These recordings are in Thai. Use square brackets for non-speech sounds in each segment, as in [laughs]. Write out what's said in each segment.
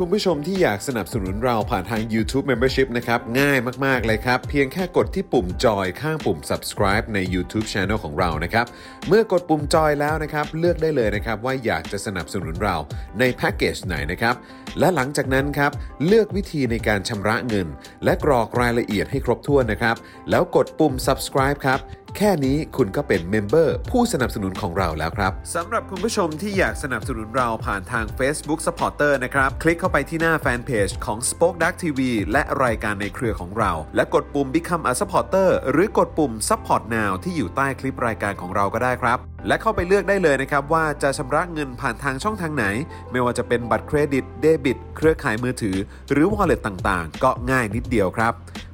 คุณผู้ชมที่อยากสนับสนุนเราผ่านทาง YouTube Membership นะครับ ง่ายมาก ๆ เลยครับ เพียงแค่กดที่ปุ่มจอยข้างปุ่ม subscribe ใน YouTube Channel ของเรานะครับ เมื่อกดปุ่มจอยแล้วนะครับ เลือกได้เลยนะครับ ว่าอยากจะสนับสนุนเราในแพ็กเกจไหนนะครับ และหลังจากนั้นครับ เลือกวิธีในการชำระเงิน และกรอกรายละเอียดให้ครบถ้วนนะครับ แล้วกดปุ่ม subscribe ครับ แค่นี้คุณก็เป็นเมมเบอร์ผู้สนับสนุนของเราแล้วครับสำหรับคุณผู้ชมที่อยากสนับสนุนเราผ่านทาง Facebook Supporter นะครับ คลิกเข้าไปที่หน้าแฟนเพจของ Spoke Dark TV และรายการในเครือของเรา และกดปุ่ม Become a Supporter หรือกดปุ่ม Support Now ที่อยู่ใต้คลิปรายการของเราก็ได้ครับ และเข้าไปเลือกได้เลยนะครับ ว่าจะชำระเงินผ่านทางช่องทางไหน ไม่ว่าจะเป็นบัตรเครดิตเดบิตเครือข่ายมือถือ หรือ Wallet ต่างๆ ก็ง่ายนิดเดียวครับ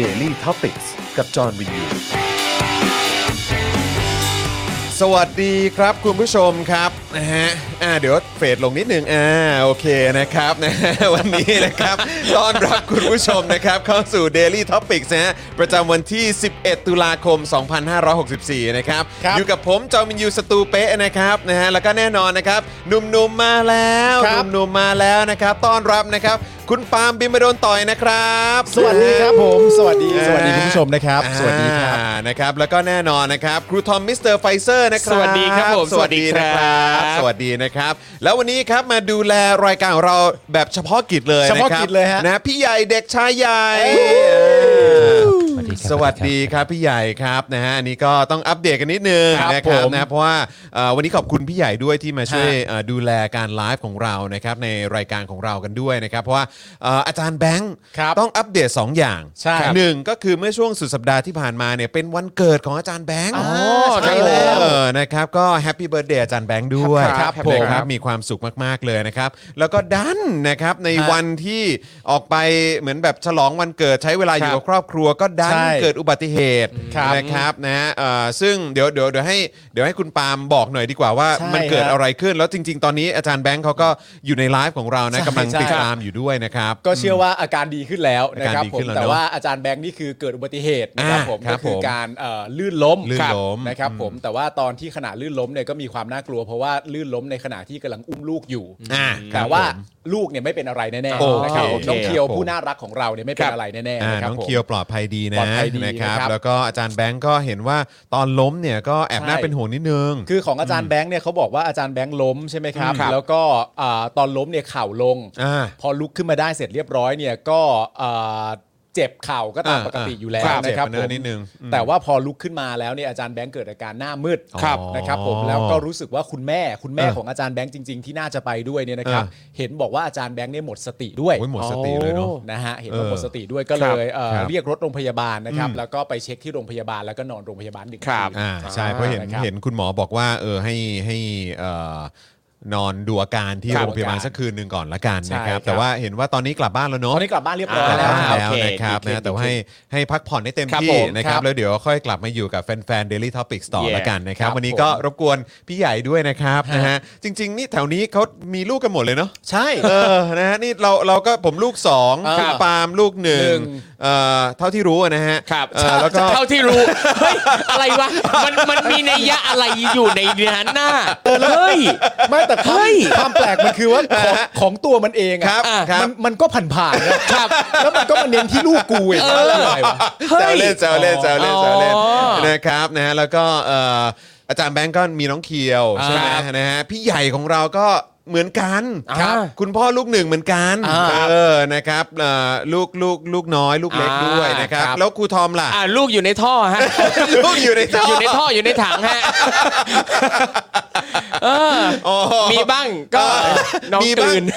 Daily Topics กับจอห์นวินยู สวัสดีครับคุณผู้ชมครับนะฮะอ่าเดี๋ยวเฟดลงนิดหนึงอ่าโอเคนะครับ [laughs] นะฮะวันนี้นะครับ ต้อนรับคุณผู้ชมนะครับเข้าสู่ Daily Topics นะฮะประจำวันที่ 11 ตุลาคม 2564 นะครับ ครับ อยู่กับผมจอมินยูสตูเป๊ะนะครับนะฮะแล้วก็แน่นอนนะครับหนุ่มๆมาแล้ว ครับ หนุ่มๆมาแล้วนะครับ ต้อนรับนะครับ คุณปาล์มบิมมาโดนต่อยนะครับ สวัสดีครับผมสวัสดี นะฮะ สวัสดีคุณผู้ชมนะครับ อ่า สวัสดีครับ นะครับ แล้วก็แน่นอนนะครับครูทอมมิสเตอร์ไฟเซอร์นะครับ สวัสดีครับผม สวัสดี สวัสดี นะค ครั รับ บ สวัสดีนะครับ แล้ววันนี้ครับมาดูแลรายการของเราแบบเฉพาะกิจเลยนครับ เฉพาะกิจเลยฮะ นะพี่ใหญ่เด็กชายใหญ่สวัสดีครับพี่ใหญ่ครับนะฮะอันนี่ก็ต้องอัปเดตกันนิดนึง ครับ นะครับ ผม นะเพราะว่าเอ่อวันนี้ขอบคุณพี่ใหญ่ด้วยที่มาช่วยเอ่อดูแลการไลฟ์ของเรานะครับในรายการของเรากันด้วยนะครับ เพราะว่าเอ่ออาจารย์แบงค์ ครับ ต้องอัปเดต 2 อย่าง ใช่ครับ หนึ่งก็คือเมื่อช่วงสุดสัปดาห์ที่ผ่านมาเนี่ยเป็นวันเกิดของอาจารย์แบงค์ อ๋อ ใช่ ครับ แล้ ผ ว ม เออนะครับก็แฮปปี้เบิร์ดเดย์อาจารย์แบงค์ด้วย ครับ นะ ผม ครับมีความสุขมากๆเลยนะครับ แล้วก็ดันนะครับในวันที่ออกไปเหมือนแบบฉลองวันเกิดใช้เวลาอยู่กับครอบครัวก็ดัน ใช่ เกิดอุบัติเหตุ ครับ นะครับนะฮะเอ่อซึ่งเดี๋ยวเดี๋ยวเดี๋ยวให้เดี๋ยวให้คุณปาล์มบอกหน่อยดีกว่าว่า ใช่ มันเกิด ครับ อะไรขึ้น แล้วจริง ๆ ตอนนี้อาจารย์แบงค์เขาก็อยู่ในไลฟ์ของเรานะ ใช่ กำลังติด ใช่ ตามอยู่ด้วยนะครับ ก็เชื่อว่าอาการดีขึ้นแล้ว อาการ นะครับ ดี ผ ขึ้นมแล้ว แต่ เนอะ ว่าอาจารย์แบงค์นี่คือเกิดอุบัติเหตุนะครับ อ่า ผม ครั ก็ บ คือ ผม การเอ่อลื่นล้ม ลื่น ครับ ล้ม นะครับผมแต่ว่าตอนที่ขณะลื่นล้มเนี่ยก็มีความน่ากลัว เพราะว่าลื่นล้มในขณะที่กำลังอุ้มลูกอยู่ อ่า แต่ว่าลูกเนี่ยไม่เป็นอะไรแน่ โอเค ๆนะครับผมน้องเคียว ครับผม ผู้น่ารักของเราเนี่ยไม่เป็นอะไรแน่ๆ อ่า นะคน้รับอง ผม เคียวปลอดภัยดี ปล นะ อดภัยดี นะครับ นะครับ แล้วก็อาจารย์แบงก์ก็เห็นว่าตอนล้มเนี่ยก็แอบ ใช่ น่าเป็นห่วงนิดนึง คือของอาจารย์แบงค์เนี่ยเขาบอกว่าอาจารย์แบงค์ล้มใช่ไหมครับ อืมครับ แล้วก็อ่าตอนล้มเนี่ยเข่าลง อ่า พอลุกขึ้นมาได้เสร็จเรียบร้อยเนี่ยก็อ่าเจ็บเข่าก็ตาม อ่า ปกติอยู่แล้ว ครับ นะครับ เจ็บ ผ มาม นิดนึงอืม แต่ว่าพอลุกขึ้นมาแล้วเนี่ยอาจารย์แบงค์เกิดอาการหน้ามืด ครับ นะครับผม อ๋อ แล้วก็รู้สึกว่าคุณแม่คุณแม่ เออ ของอาจารย์แบงค์จริง ๆที่น่าจะไปด้วยเนี่ยนะครับ เออ เห็นบอกว่าอาจารย์แบงค์เนี่ยหมดสติด้วย โอ้ยหมดสติเลยเนาะ นะฮะเห็น เอ ว่า อ หมดสติด้วยก็เลยเอ่อ ครับ เรียกรถโรงพยาบาลนะครับแล้วก็ไปเช็คที่โรงพยาบาลแล้วก็นอนโรงพยาบาลหนึ่ง ครับ น อ่าใช่เพราะเห็น นะครับ เห็นคุณหมอบอกว่าเออให้ให้เอ่อนอนดูอาการที่ ครับ โรงพยาบาลสักคืนหนึ่งก่อนละกันนะค ใช่ครั รับบ แต่ว่าเห็นว่าตอนนี้กลับบ้านแล้ว ต เนาะ อนนี้กลับบ้านเรียบร้อย กลับ แล้ว บ้าน อ่า แล้ว โอเค นะครับ ดีขึ้น นะแต่ว่าให้ให้พักผ่อนให้เต็ม ครับ ที่ ผม นะค ค รั รั บบ แล้วเดี๋ยวค่อยกลับมาอยู่กับแฟนๆ Daily Topics ต่อ Yeah ละกันนะครับ ครับ วันนี้ก็ ผม รบกวนพี่ใหญ่ด้วยนะครับนะฮะจริง ๆ นี่แถวนี้เขามีลูกกันหมดเลยเนาะ ใช่ เออ นะฮะ นี่เราเราก็ผมลูกสอง ครับ คุณปาล์มลูกหนึ่ง หนึ่ง เอ่อเท่าที่รู้อะนะฮะ ครับ เออแล้วก็ เท่าที่รู้เฮ้ยอะไรวะมันมันมีนัยยะอะไรอยู่ในนั้นน่ะเฮ้ย ไม่แต่ความความแปลกมันคือว่าของของตัวมันเองอะ ครับ อ่ะ ครับ มันมันก็ผ่านผ่านๆนะครับแล้วมันก็มาเน้นที่ลูกกูอีกแล้วอะไรวะ เฮ้แซวยเล่นแซวเล่นแซวเล่นแซวเล่น อ๋อ นะครับนะฮะแล้วก็เอ่ออาจารย์แบงก์ก็มีน้องเคียวใช่ไหม ครับ นะฮะพี่ใหญ่ของเราก็เหมือนกัน ครับ คุณพ่อลูกหนึ่งเหมือนกัน อ่า เออนะครับเอ่อลูกลูกลูกน้อยลูกเล็ก อ่า ด้วยนะครับ ครับ แล้วครูทอมล่ะ อ่าลูกอยู่ในท่อฮะ ลูกอยู่ในท่อ อ อยู่ ในท่ออยู่ในถังฮะเออ อ๋อ มีบ้างก็ เออ น้อง มีบ้าง ตื่น โ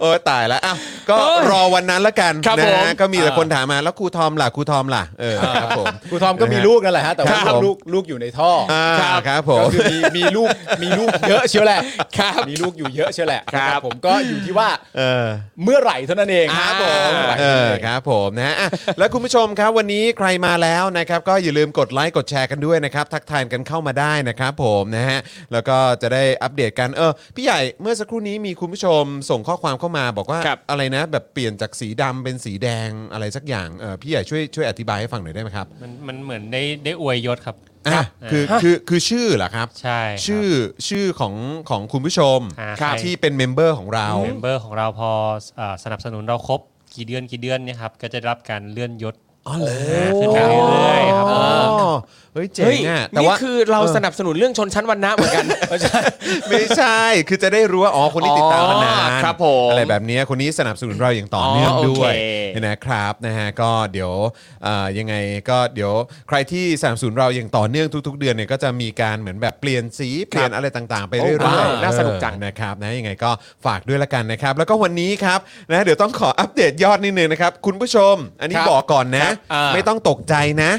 โอ้ยตายแล้วอ้าวก็ เอ้ย รอวันนั้นละกัน ครับ นะ ผม ฮะก็มีแต่คนถามมาแล้วครูทอมล่ะครูทอมล่ะเออครับผม ครูทอมก็มีลูกนั่นแหละฮะแต่ว่า ครับ ลูกลูกอยู่ในท่อ อ่า ครับ ครับผม ก็คือมีมีลูกมีลูกเยอะเชียวแหละ ครับ มีลูกอยู่เยอะเชียวแหละ ครับ นะผมก็อยู่ที่ว่า เออ เมื่อไหร่เท่านั้นเอง ครับผม เมื่อไหร่ เอ เท่านั้น อ เอง ครับผมนะฮะอ่ะแล้วคุณผู้ชมครับวันนี้ใครมาแล้วนะครับก็อย่าลืมกดไลค์กดแชร์กันด้วยนะครับทักทายกันเข้ามาได้นะครับผมนะฮะแล้วก็จะได้อัปเดตกันเออพี่ใหญ่เมื่อสักครู่นี้มีคุณผู้ชมส่งข้อความเข้ามาบอกว่า ครับ อะไรนะแบบเปลี่ยนจากสีดำเป็นสีแดงอะไรสักอย่างเออพี่ใหญ่ช่วยช่วยอธิบายให้ฟังหน่อยได้ไหมครับ มันมันเหมือนได้ได้อวยยศครับ อ่ะคือคือคือชื่อเหรอครับ ใช่ครับ ชื่อชื่อของของคุณผู้ชม อ่า ครับ ใช่ ที่เป็นเมมเบอร์ของเรา เมมเบอร์ของเราพอเอ่อสนับสนุนเราครบกี่เดือนกี่เดือนเนี่ยครับก็จะได้รับการเลื่อนยศ อ๋อเหรอ าขึ้นไปเรื่อยๆครับ อ๋อเฮ้ยเจ๋ง เฮ้ย อ่ะแต่ นี่ ว่า คือเราสนับสนุนเรื่องชนชั้นวรรณะเหมือนกัน ไม่ใช่ คือจะได้รู้ว่า อ๋อ คนนี้ติดตามมานาน อ๋อครับผม อะไรแบบนี้ คนนี้สนับสนุนเราอย่างต่อเนื่อง อ๋อโอเค ด้วยนะครับ นะฮะ ก็เดี๋ยวเอ่อยังไง ก็เดี๋ยวใครที่สนับสนุนเราอย่างต่อเนื่องทุก ๆ เดือนเนี่ย ก็จะมีการเหมือนแบบเปลี่ยนสี เปลี่ยนอะไรต่างๆ ไปเรื่อยโอ้ว้าว ๆ น่าสนุกจัง เออนะครับ นะ ยังไงก็ฝากด้วยละกันนะครับ แล้วก็วันนี้ครับ นะ เดี๋ยวต้องขออัปเดตยอดนิดนึงนะครับ คุณผู้ชม อันนี้ ครับ บอกก่อนนะ ครับอ่า ไม่ต้องตกใจนะ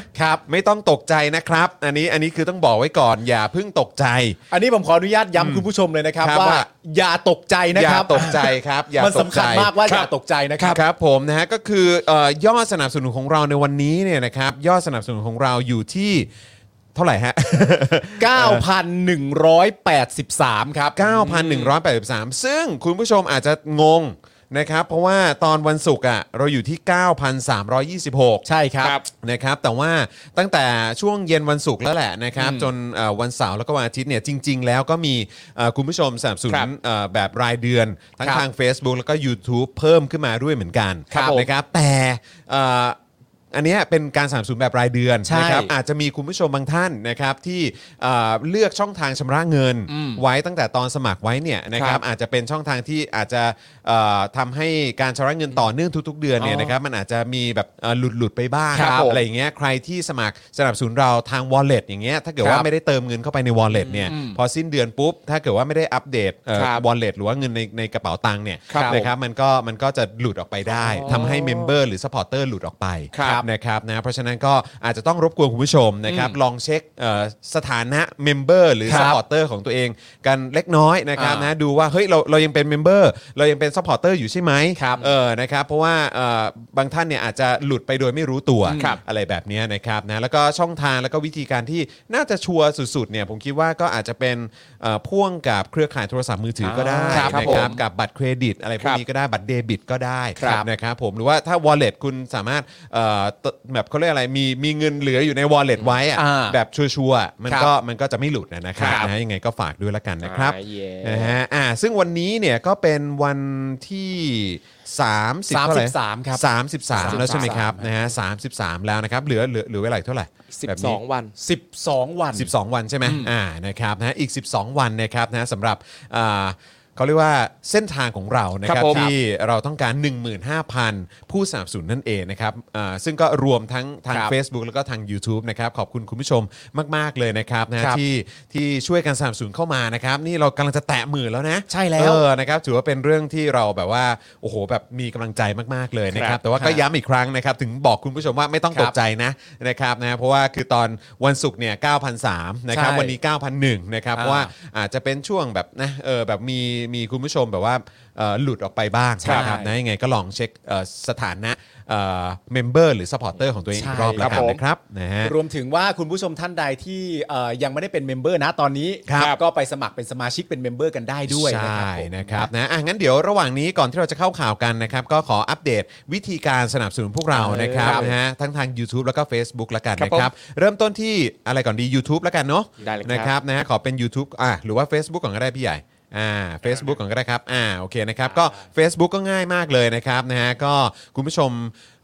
ไม่ต้องตกใจนะครับ อันนี้ อันนี้คือต้องบอกไว้ก่อน อย่าเพิ่งตกใจ อันนี้ผมขออนุญาตย้ำคุณผู้ชมเลยนะครับ ครับ ว่า ว่า อย่าตกใจนะ อ ค ย่า รับ ตกใจครับ อย่า มัน ตก สำ ใจ คัญมากว่าอ ค ย่า รับ ตกใจนะครับ ครับผมนะฮะก็คือเอ่อยอดสนับสนุนของเราในวันนี้เนี่ยนะครับยอดสนับสนุนของเราอยู่ที่เท่าไหร่ฮะ 9,183 ครับ 9,183 ซึ่งคุณผู้ชมอาจจะงงนะครับ เพราะว่าตอนวันศุกร์อ่ะเราอยู่ที่ 9,326 ใช่ครับ นะครับแต่ว่าตั้งแต่ช่วงเย็นวันศุกร์แล้วแหละนะครับจนเอ่อวันเสาร์แล้วก็วันอาทิตย์เนี่ยจริง ๆ แล้วก็มีเอ่อคุณผู้ชมสนับสนุ ครั น บ เอ่อแบบรายเดือน ทั้ง ครับ ทาง Facebook แล้วก็ YouTube เพิ่มขึ้นมาด้วยเหมือนกัน ครับผม นะครับแต่เอ่ออันเนี้ยเป็นการสนับสนุนแบบรายเดือน ใช่ นะครับอาจจะมีคุณผู้ชมบางท่านนะครับที่เอ่อเลือกช่องทางชำระเงินไว้ตั้งแต่ตอนสมัครไว้เนี่ยนะค ค รั รั บบ อาจจะเป็นช่องทางที่อาจจะเอ่อทำให้การชำระเงินต่อเนื่องทุก ๆ เดือนเนี่ยนะครับมันอาจจะมีแบบหลุดหลุดๆไปบ้าง ครับผม อะไรอย่างเงี้ยใครที่สมัครสนับสนุนเราทาง wallet อย่างเงี้ยถ้าเกิดว่า ครับ ไม่ได้เติมเงินเข้าไปใน wallet เนี่ยพอสิ้นเดือนปุ๊บ ถ้าเกิดว่าไม่ได้อัปเดตเอ่อ ครับ wallet หรือว่าเงินในในกระเป๋าตังค์เนี่ย ครับ นะครับมันก็มันก็จะหลุดออกไปได้ทำให้เมมเบอร์หรือ supporter หลุดออกไป ครับ นะครับนะเพราะฉะนั้นก็อาจจะต้องรบกวนคุณผู้ชมนะครับลองเช็คเอ่อสถานะเมมเบอร์หรือ ครับ supporter ของตัวเองกันเล็กน้อยนะครับ อ่าน นะดูว่าเฮ้ยเราเรายังเป็นเมมเบอร์เรายังเป็น supporter อยู่ใช่ไหม ครับ เออนะครับเพราะว่าเอ่อบางท่านเนี่ยอาจจะหลุดไปโดยไม่รู้ตัว ครับ อะไรแบบเนี้ยนะครับนะแล้วก็ช่องทางแล้วก็วิธีการที่น่าจะชัวร์สุดๆเนี่ยผมคิดว่าก็อาจจะเป็นเอ่อพ่วงกับเครือข่ายโทรศัพท์มือถือก็ได้ ครับ นะ ผม กับบัตรเครดิตอะไรพวกนี้ก็ได้บัตรเดบิตก็ได้ ครับ นะครับผมหรือว่าถ้า wallet คุณสามารถเอ่อตแบบเขาเรียกอะไรมีมีเงินเหลืออยู่ใน wallet ไว้อะ อ่า แบบชัวร์ๆมัน ครับ ก็มันก็จะไม่หลุดนะครับ ครับ นะยังไงก็ฝากด้วยละกันนะครับ อ่าเย้ นะฮะอ่าซึ่งวันนี้เนี่ยก็เป็นวันที่30เท่ไห 33ครับ บ33แล้วใช่ไหมครับ นะฮะสามสิบสามแล้วนะครับ เหลือเหลือเหลือเวลาอีกเท่าไหร่ สิบ แบบ ส นี้ องวัน 12 วัน 12 วันใช่ไหมอ่า นะครับ นะ อีก 12 วันนะครับนะสำหรับอ่าเขาเรียกว่าเส้นทางของเรา นะค ครั รับบ ผม ที่เราต้องการ 15,000 ผู้สนับสนุนนั่นเองนะครับอ่าซึ่งก็รวมทั้งทาง ครับ Facebook แล้วก็ทาง YouTube นะครับ ขอบคุณคุณผู้ชมมาก ๆ เลยนะครับนะครับ ที่ที่ช่วยกันสนับสนุนเข้ามานะครับ นี่เรากำลังจะแตะหมื่นแล้วนะ ใช่แล้ว เออ นะครับ ถือว่าเป็นเรื่องที่เราแบบว่า โอ้โห แบบมีกำลังใจมาก ๆ เลยนะครับ แต่ว่าก็ ฮะ ย้ำอีกครั้งนะครับ ถึงบอกคุณผู้ชมว่าไม่ต้องตกใจ ครับ ใจนะนะครับนะเพราะว่าคือตอนวันศุกร์เนี่ย9,003นะครับ ใช่ วันนี้ 9,001นะครับ อ่า เพราะว่าอาจจะเป็นช่วงแบบนะเออแบบมีมีคุณผู้ชมแบบว่าเอ่อหลุดออกไปบ้าง ใช่ นะครับนะยังไงก็ลองเช็คเอ่อสถานะเมมเบอร์หรือสปอร์เตอร์ของตัวเองอีก ใช่ รอบแล้ว ค กั รั น บผม นะครับนะฮะ รวมถึงว่าคุณผู้ชมท่านใดที่เอ่อยังไม่ได้เป็นเมมเบอร์นะตอนนี้ ครับ ก็ไปสมัครเป็นสมาชิกเป็นเมมเบอร์กันได้ด้วย ใช่นะ นะ ค ค รั รั บบ ผม นะอ่ะงั้นเดี๋ยวระหว่างนี้ก่อนที่เราจะเข้าข่าวกันนะครับ ก็ขออัปเดตวิธีการสนับสนุนพวกเรานะครับ ครับ นะฮะทั้งทาง YouTube แล้วก็ Facebook ละกัน ครับ นะครับ เริ่มต้นที่อะไรก่อนดี YouTube ละกันเนาะ ได้เลยคนะครับรับนะฮะขอเป็น YouTube อ่ะหรือว่า Facebook ก่อนก็ได้พี่ใหญ่อ่า Facebook ก่อนก็ได้ครับอ่าโอเคนะครับก็ Facebook ก็ง่ายมากเลยนะครับนะฮะก็คุณผู้ชม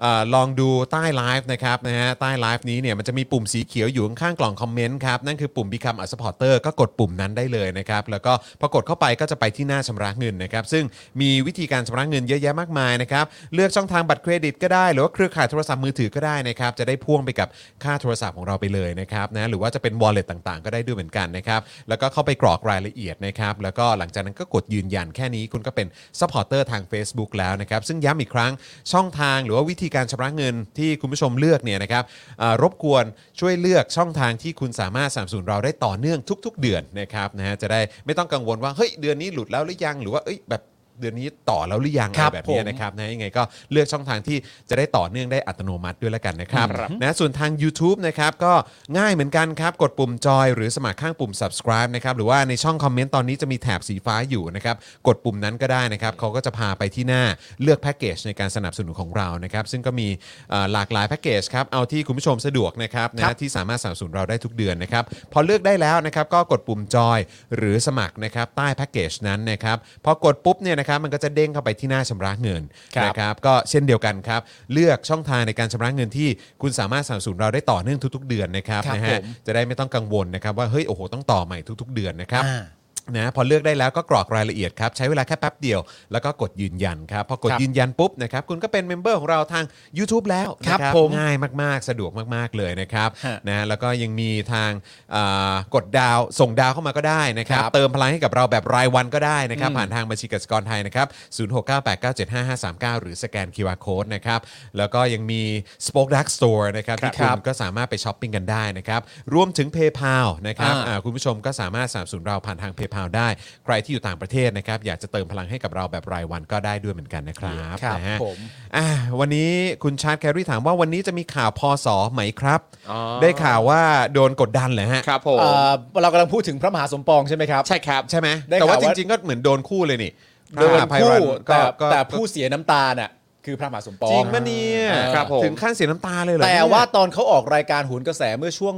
เอ่อลองดูใต้ไลฟ์นะครับนะฮะใต้ไลฟ์นี้เนี่ยมันจะมีปุ่มสีเขียวอยู่ข้างๆกล่องคอมเมนต์ครับนั่นคือปุ่ม Become a supporter ก็กดปุ่มนั้นได้เลยนะครับ แล้วก็พอกดเข้าไปก็จะไปที่หน้าชำระเงินนะครับ ซึ่งมีวิธีการชำระเงินเยอะแยะมากมายนะครับ เลือกช่องทางบัตรเครดิตก็ได้ หรือว่าเครือข่ายโทรศัพท์มือถือก็ได้นะครับ จะได้พ่วงไปกับค่าโทรศัพท์ของเราไปเลยนะครับนะหรือว่าจะเป็น wallet ต่างๆ ก็ได้ด้วยเหมือนกันนะครับ แล้วก็เข้าไปกรอกรายละเอียดนะครับ แล้วก็ห หลังจากนั้นก็กดยืนยันแค่นี้คุณก็เป็นซัพพอร์เตอร์ทาง Facebook แล้วนะครับ ซึ่งย้ำอีกครั้งช่องทางหรือว่าวิธีการชำระเงินที่คุณผู้ชมเลือกเนี่ยนะครับอ่ารบกวนช่วยเลือกช่องทางที่คุณสามารถสนับสนุนเราได้ต่อเนื่องทุก ๆ เดือนนะครับนะฮะจะได้ไม่ต้องกังวลว่าเฮ้ยเดือนนี้หลุดแล้วหรือยังหรือว่าเอ้ยแบบเดือนนี้ต่อแล้วหรือยังอะ ค ไร รับ แบบเนี้ย ผม นะ นะครับนะยังไงก็เลือกช่องทางที่จะได้ต่อเนื่องได้อัตโนมัติด้วยแล้วกันนะครับนะส่วนทาง YouTube นะครับก็ง่ายเหมือนกันครับกดปุ่มจอยหรือสมัครข้างปุ่ม subscribe นะครับหรือว่าในช่องคอมเมนต์ตอนนี้จะมีแถบสีฟ้าอยู่นะครับกดปุ่มนั้นก็ได้นะครับเขาก็จะพาไปที่หน้าเลือกแพ็กเกจในการสนับสนุนของเรานะครับซึ่งก็มีเอ่อหลากหลายแพ็กเกจครับเอาที่คุณผู้ชมสะดวกนะครับนะที่สามารถสนับสนุนเราได้ทุกเดือนนะครับพอเลือกได้แล้วนะครับก็กดปุ่มจอยหรือสมัครนะครับใต้แพ็กเกจนั้นนะครับพอกดปุ๊บเนี่ยนะครับมันก็จะเด้งเข้าไปที่หน้าชำระเงิน ครับ นะครับก็เช่นเดียวกันครับ เลือกช่องทางในการชำระเงินที่คุณสามารถสนับสนุนเราได้ต่อเนื่องทุก ๆ เดือนนะครับ ครับ นะฮะ ผม จะได้ไม่ต้องกังวลนะครับว่าเฮ้ยโอ้โหต้องต่อใหม่ทุก ๆ เดือนนะครับ อ่า นะพอเลือกได้แล้วก็กรอกรายละเอียดครับ ใช้เวลาแค่แป๊บเดียว แล้วก็กดยืนยันครับ พอกด ครับ ยืนยันปุ๊บนะครับคุณก็เป็นเมมเบอร์ของเราทาง YouTube แล้วนะครับ ผม ง่ายมาก ๆ สะดวกมาก ๆ เลยนะครับ ฮะ นะแล้วก็ยังมีทางอ่ากดดาวส่งดาวเข้ามาก็ได้นะครับ ครับ เติมพลังให้กับเราแบบรายวันก็ได้นะครับ ผ่านทางบัญชีกสิกรไทยนะครับ 0698975539 หรือสแกน QR Code นะครับแล้วก็ยังมี Spoke Dark Store นะครับที่ ค คุ รั ณ บ ก็สามารถไปช้อปปิ้งกันได้นะครับรวมถึง PayPal นะครับ อ่า อ่าคุณผู้ชมก็สามารถสนับสนุนเราผ่านทางเพย์พาได้ ใครที่อยู่ต่างประเทศนะครับ อยากจะเติมพลังให้กับเราแบบรายวันก็ได้ด้วยเหมือนกันนะครับ ครับ นะฮะ ผม อ่าวันนี้คุณชาร์ตแครีถามว่าวันนี้จะมีข่าวพอสอไหมครับ อ๋อ ได้ข่าวว่าโดนกดดันเหรอฮะ ครับผม เอ่อเรากำลังพูดถึงพระมหาสมปองใช่ไหมครับ ใช่ครับ ใช่ไหม ได้ แต่ว่า ข่าว จ ว่า ริงๆก็เหมือนโดนคู่เลยนี่ โดน พระไพรั ผู้ นก็ แต่ ก็ แต่ผู้เสียน้ำตาน่ะคือพระมหาสมปอ จริ ง งมะเนี่ย ครับผม ถึงขั้นเสียน้ำตาเลยเหรอ แต่ เนี่ย ว่าตอนเขาออกรายการโหุนกระแสเมื่อช่วง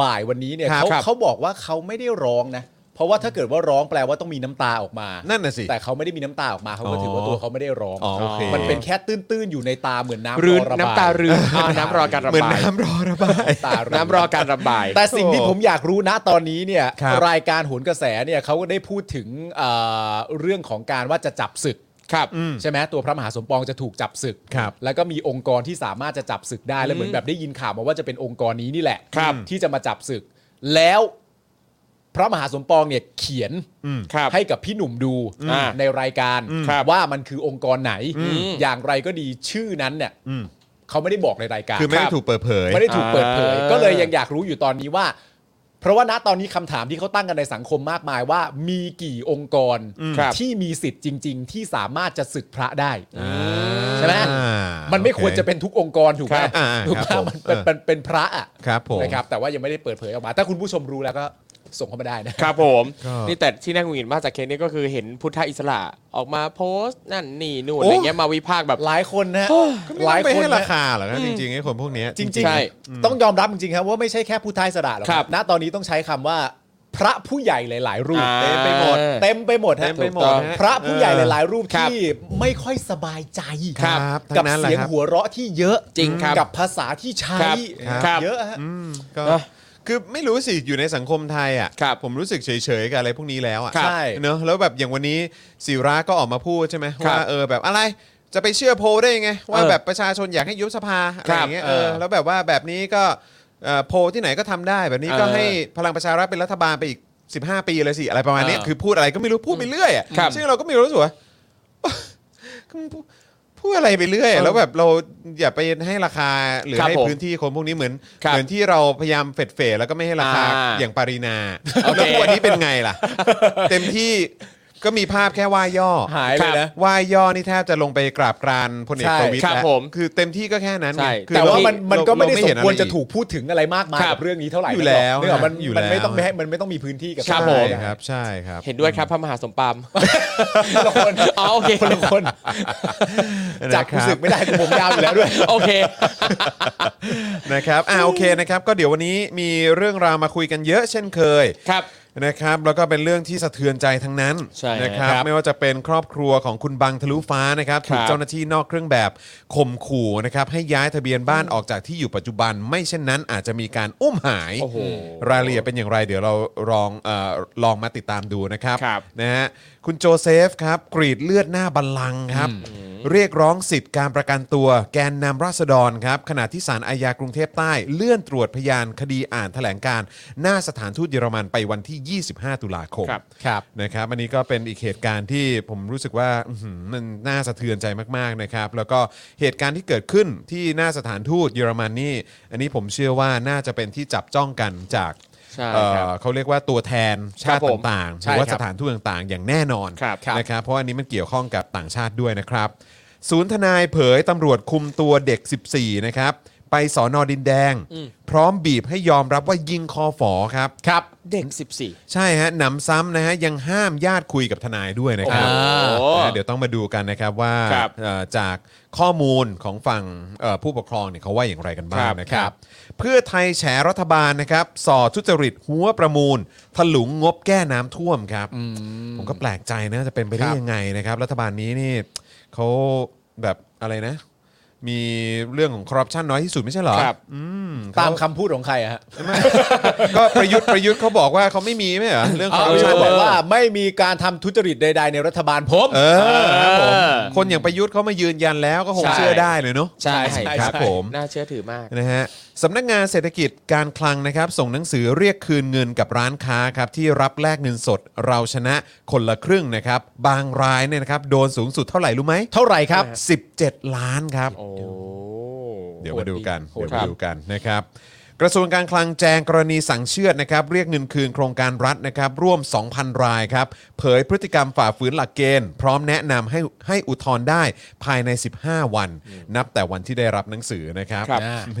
บ่ายวันนี้เนี่ย ครับ เขา ครับ เขาบอกว่าเขาไม่ได้ร้องนะ เพราะว่าถ้าเกิดว่าร้องแปลว่าต้องมีน้ำตาออกมา นั่นน่ะสิ แต่เขาไม่ได้มีน้ำตาออกมาเขาก็ อ๋อ ถือว่าตัวเขาไม่ได้ร้อง อ๋อโอเค มันเป็นแค่ตื้นๆอยู่ในตาเหมือนน้ำ รืน รอระบาย น้ำตารืนอ่าน้ำรอการระ เหมือน บาย น้ำรอระบาย ตารื้ น้ำรอการระบาย แต่สิ่งที่ผมอยากรู้นะตอนนี้เนี่ย ครับ รายการโหุนกระแสเนี่ยเขาก็ได้พูดถึงเอ่อเรื่องของการว่าจะจับศึก ครับ ใช่ไหมตัวพระมหาสมปองจะถูกจับศึก ครับ แล้วก็มีองค์กรที่สามารถจะจับศึกได้แล้วเหมือนแบบได้ยินข่าวมาว่าจะเป็นองค์กรนี้นี่แหละ ครับ ที่จะมาจับศึก แล้วพระมหาสมปองเนี่ยเขียน ครับ ให้กับพี่หนุ่มดู อ่า ในรายการ ครับ ว่ามันคือองค์กรไหน อย่างไรก็ดีชื่อนั้นเนี่ย อืม เขาไม่ได้บอกในรายการ คือไม่ได้ถูกเปิดเผย ไม่ได้ถูกเปิดเผย อ่า ก็เลยยังอยากรู้อยู่ตอนนี้ว่า เพราะว่าณตอนนี้คำถามที่เขาตั้งกันในสังคมมากมายว่า มีกี่องค์กร ครับ ที่มีสิทธิ์จริง ๆ ที่สามารถจะสึกพระได้ใช่ไหม อ่า มันไม่ควร โอเค จะเป็นทุกองค์กรถูกไหม ครับอ่า ถูกไหม ครับผม มันเป็นเป็นเป็นพระอ่ะ ครับผม นะครับแต่ว่ายังไม่ได้เปิดเผยออกมา ถ้าคุณผู้ชมรู้แล้วก็ส่งเข้ามาได้นะ ครับผม ก็ นี่แต่ที่น่าหงุดหงิดมากจากเคสนี้ก็คือเห็นพุทธอิสระออกมาโพสต์นั่นนี่นู่นอะไรเงี้ยมาวิพากษ์แบบ หลายคนนะห หลา ลาย ย ค คน น รา นะ คาเหรอครับจริงๆไอ้คนพวกเนี้ย จริง ใช่ ๆ ต้องยอมรับจริงๆครับว่าไม่ใช่แค่ผู้ท้ายสระหรอก ครับ ณตอนนี้ต้องใช้คำว่า พระผู้ใหญ่หลาย ๆ รูป อ่าเต็มไปหมด เต็มไปหมดฮะ เต็มไปหมด ถูกต้อง ฮะ พระผู้ใหญ่หลายๆ รูป ครับ ที่ไม่ค่อยสบายใจ ครับ กั ทั้งนั้นแหละ เสียง ครับ หัวเราะที่เยอะ จริงครับ กับภาษาที่ใช้ ครับครับ เยอะฮะ อืมก็ เนอะ คือไม่รู้สิ อยู่ในสังคมไทยอ่ะ ครับ ผมรู้สึกเฉยๆกับอะไรพวกนี้แล้วอ่ะ ครับใช่ เนอะแล้วแบบอย่างวันนี้ศิระก็ออกมาพูดใช่ไหม ครับ ว่าเออแบบอะไรจะไปเชื่อโพลได้ยังไง ว่า เออ แบบประชาชนอยากให้ยุบสภาอะไรอย่างเงี้ย ครับ เออ เออ แล้วแบบว่าแบบนี้ก็เอ่อโพลที่ไหนก็ทำได้แบบนี้ก็ เออ ให้พลังประชารัฐเป็นรัฐบาลไปอีก 15 ปีเลยสิอะไรประมาณเนี้ย เออ คือพูดอะไรก็ไม่รู้พูดไปเรื่อยอ่ะ ครับ ซึ่งเราก็ไมีรู้สึกว่า [laughs] พูดพูดอะไรไปเรื่อย เออ แล้วแบบเราอย่าไปให้ราคาหรือ ครับ ให้ ผม พื้นที่คนพวกนี้เหมือน ครับ เหมือนที่เราพยายามเฟดเฟดแล้วก็ไม่ให้ราคา อ่า อย่างปรินา โอแล้วเคทุกวันนี้เป็นไง [laughs] ล่ะ เต็มที่ก็มีภาพแค่ว่าย่อ หายเลยนะ ว่าย่อนี่แทบจะลงไปกราบกรานพลเอก ใช่ ประวิตย ครับ แล้ว ผม คือเต็มที่ก็แค่นั้นไง ใช่ คือ แต่ว่า เร มันมันก็ไม่ได้ เา ส เห็ ม นอ ควร ไ จะถูกพูดถึงอะไรมากมาย ครั กั บบ เรื่องนี้เท่าไหร่ อยู่แล้ว เนี่ยมัน อยู่ มันไม่ แล้ว ต้องให้มันไม่ต้องมีพื้นที่กับ ครับผม ใช่ครับใช่ครับ เห็นด้วยครับพระมหาสม [laughs] ปาม [laughs] คนละคน อ๋อโอเค คนละคนจับรู้สึกไม่ได้ผมยาวอยู่แล้วด้วย โอเค นะครับ อ่าโอเคนะครับ ก็เดี๋ยววันนี้มีเรื่องราวมาคุยกันเยอะเช่นเคย ครับ นะครับ แล้วก็เป็นเรื่องที่สะเทือนใจทั้งนั้น ใช่ นะครับ ครับ ไม่ว่าจะเป็นครอบครัวของคุณบังทะลุฟ้านะครับ ถูก ครับ เจ้าหน้าที่นอกเครื่องแบบข่มขู่นะครับ ให้ย้ายทะเบียนบ้านออกจากที่อยู่ปัจจุบัน ไม่เช่นนั้นอาจจะมีการอุ้มหาย โอ้โห รายละเอียดเป็นอย่างไร เดี๋ยวเราลองเอ่อลองมาติดตามดูนะครับ ครับ นะฮะคุณโจเซฟครับกรีดเลือดหน้าบัลลังก์ครับ เรียกร้องสิทธิ์การประกันตัวแกนนำราษฎรครับขณะที่ศาลอาญากรุงเทพใต้เลื่อนตรวจพยานคดีอ่านแถลงการณ์หน้าสถานทูตเยอรมันไปวันที่ 25 ตุลาคม ครับ ครับ นะครับอันนี้ก็เป็นอีกเหตุการณ์ที่ผมรู้สึกว่าอื้อหือมันน่าสะเทือนใจมากๆนะครับ แล้วก็เหตุการณ์ที่เกิดขึ้นที่หน้าสถานทูตเยอรมันนี่อันนี้ผมเชื่อว่าน่าจะเป็นที่จับจ้องกันจาก ใช่ เอ่อ ครับ เขาเรียกว่าตัวแทนชาติ ครับผม ต่างๆห ใช่ รือว่า ครับ สถานทูตต่างๆ อย่างแน่นอน ครับ นะครับ เพราะอันนี้มันเกี่ยวข้องกับต่างชาติด้วยนะครับ ศูนย์ทนายเผยตำรวจคุมตัวเด็ก 14 นะครับ ไปสอนอดินแดง พร้อมบีบให้ยอมรับว่ายิงคอฝอครับ ครับ เด็ก 14 ใช่ฮะหนำซ้ำนะฮะยังห้ามญาติคุยกับทนายด้วยนะครับ โอ้โห นะเดี๋ยวต้องมาดูกันนะครับว่า ครับ เอ่อจากข้อมูลของฝั่งเอ่อผู้ปกครองเนี่ยเขาว่าอย่างไรกันบ้าง ครับ นะครั ครับ บ เพื่อไทยแฉรัฐบาลนะครับส่อทุจริตหัวประมูล ถลุงงบแก้น้ำท่วมครับ ผมก็แปลกใจนะจะเป็นไปได้ยังไงนะครับ รัฐบาลนี้นี่เขาแบบอะไรนะ มีเรื่องของคอร์รัปชันน้อยที่สุดไม่ใช่เหรอ ครับ อืมเข ตามคำพูดของใครอะฮะ ก็ประยุทธ์ประยุทธ์เขาบอกว่าเขาไม่มีไหมเหรอเรื่องคอร์ เอา รัป ใช่ ชัน บ เนี่ อย กว่าไม่มีการทำทุจริตใด ๆ ในรัฐบาลผม เออครับผม เออ คนอย่างประยุทธ์เขามายืนยันแล้วก็คง ใช่ เชื่อได้เลยเนาะ ใช่ ใช่ ใช่ ครับ ใช่ ผม น่าเชื่อถือมาก นะฮะสำนักงานเศรษฐกิจการคลังนะครับ ส่งหนังสือเรียกคืนเงินกับร้านค้าครับที่รับแลกเงินสดเราชนะคนละครึ่งนะครับ บางรายเนี่ยนะครับโดนสูงสุดเท่าไหร่รู้ไหม เท่าไหร่ครับ 17 ล้านครับ โอ้ เดี๋ยวมาดูกัน โหด เดี๋ยว ครั มา บ ดูกันนะครับ กระทรวงการคลังแจงกรณีสั่งเชื่อดนะครับ เรียกเงินคืนโครงการรัฐนะครับ ร่วม 2,000 รายครับ เผยพฤติกรรมฝ่าฝืนหลักเกณฑ์ พร้อมแนะนำให้ให้อุทธรณ์ได้ภายใน 15 วัน นับแต่วันที่ได้รับหนังสือนะครับ ครับ แหม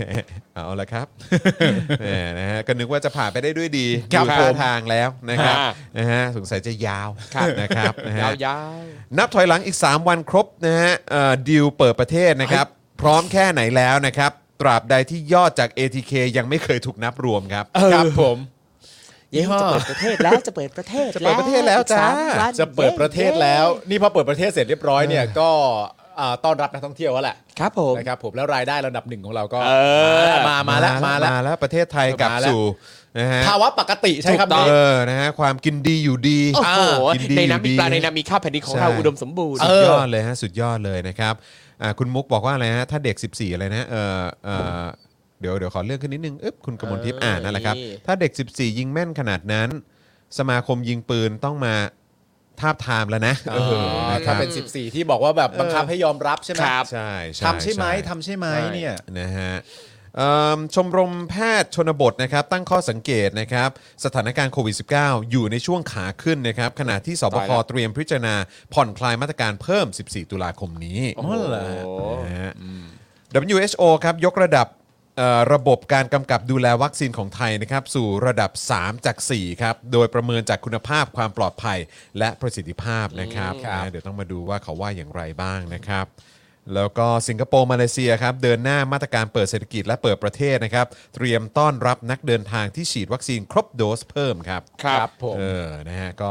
เอาละครับ แหมนะฮะก็นึกว่าจะผ่านไปได้ด้วยดี ครับ ดูท่า ผม ทางแล้วนะครับ อ่า นะฮะสงสัยจะยาวนะครับนะฮะ ยาว นับถอยหลังอีก 3 วันครบนะฮะเอ่อดีลเปิดประเทศนะครับ พร้อมแค่ไหนแล้วนะครับ ตราบใดที่ยอดจาก ATK ยังไม่เคยถูกนับรวมครับ ครับผม ๆยี่ห้อจะเปิดประเทศแล้วจะจะเปิดเปิดประเทศประเทศแล้วจ้า อีกสมวัน จะเปิดประเทศแล้ว นี่พอเปิดประเทศเสร็จเรียบร้อยเนี่ยก็อ่าต้อนรับนักท่องเที่ยวแล้วแหละ ครับผม นะครับผมแล้วรายได้ระดับหนึ่งของเราก็ เออ มามาแล้วมาแล้ว มาแล้วประเทศไทย เออก ลับ มาแล้ว สู่นะฮะ ภาวะปกติใช่ครับ ถูกต้ง เอ นี่ อนะฮะความกินดีอยู่ดี โอ้โห กินดี ในน้ำมีปลา อยู่ดี ในน้ำมีข้าวแผ่นดินของ ใช่ เราอุดมสมบูรณ์ สุดยอดเลยฮะสุดยอดเลยนะครับอ่าคุณมุกบอกว่าอะไรฮะถ้าเด็ก 14 อะไรนะเออเออเดี๋ยวเดี๋ยวขอเลื่อนขึ้นนิดนึงอึ๊บคุณกมลทิพย์อ่านนั่นแหละครับ นี่ ถ้าเด็ก 14 ยิงแม่นขนาดนั้น สมาคมยิงปืนต้องมาทาบทามแล้วนะเออนะครัถ้าบ เป็น 14 ที่บอกว่าแบบบังคับให้ยอมรับใช่ไหม ครับ ใช่ใช่ ทำใช่ไหมทำใช่ไหมเนี่ย นะฮะเอิ่มชมรมแพทย์ชนบทนะครับ ตั้งข้อสังเกตนะครับ สถานการณ์โควิด -19 อยู่ในช่วงขาขึ้นนะครับ ขณะที่สบ ตาย ค แล้ว เตรียมพิจารณาผ่อนคลายมาตรการเพิ่ม 14 ตุลาคมนี้ อ๋อเหรอ นะฮะ WHO ครับ ยกระดับเอ่อระบบการกำกับดูแลวัคซีนของไทยนะครับ สู่ระดับ 3 จาก 4 ครับ โดยประเมินจากคุณภาพความปลอดภัยและประสิทธิภาพนะครับนะเดี๋ยวต้องมาดูว่าเขาว่าอย่างไรบ้างนะครับ แล้วก็สิงคโปร์มาเลเซียครับ เดินหน้ามาตรการเปิดเศรษฐกิจและเปิดประเทศนะครับ เตรียมต้อนรับนักเดินทางที่ฉีดวัคซีนครบโดสเพิ่มครับ ครับ ผม เออ นะฮะ ก็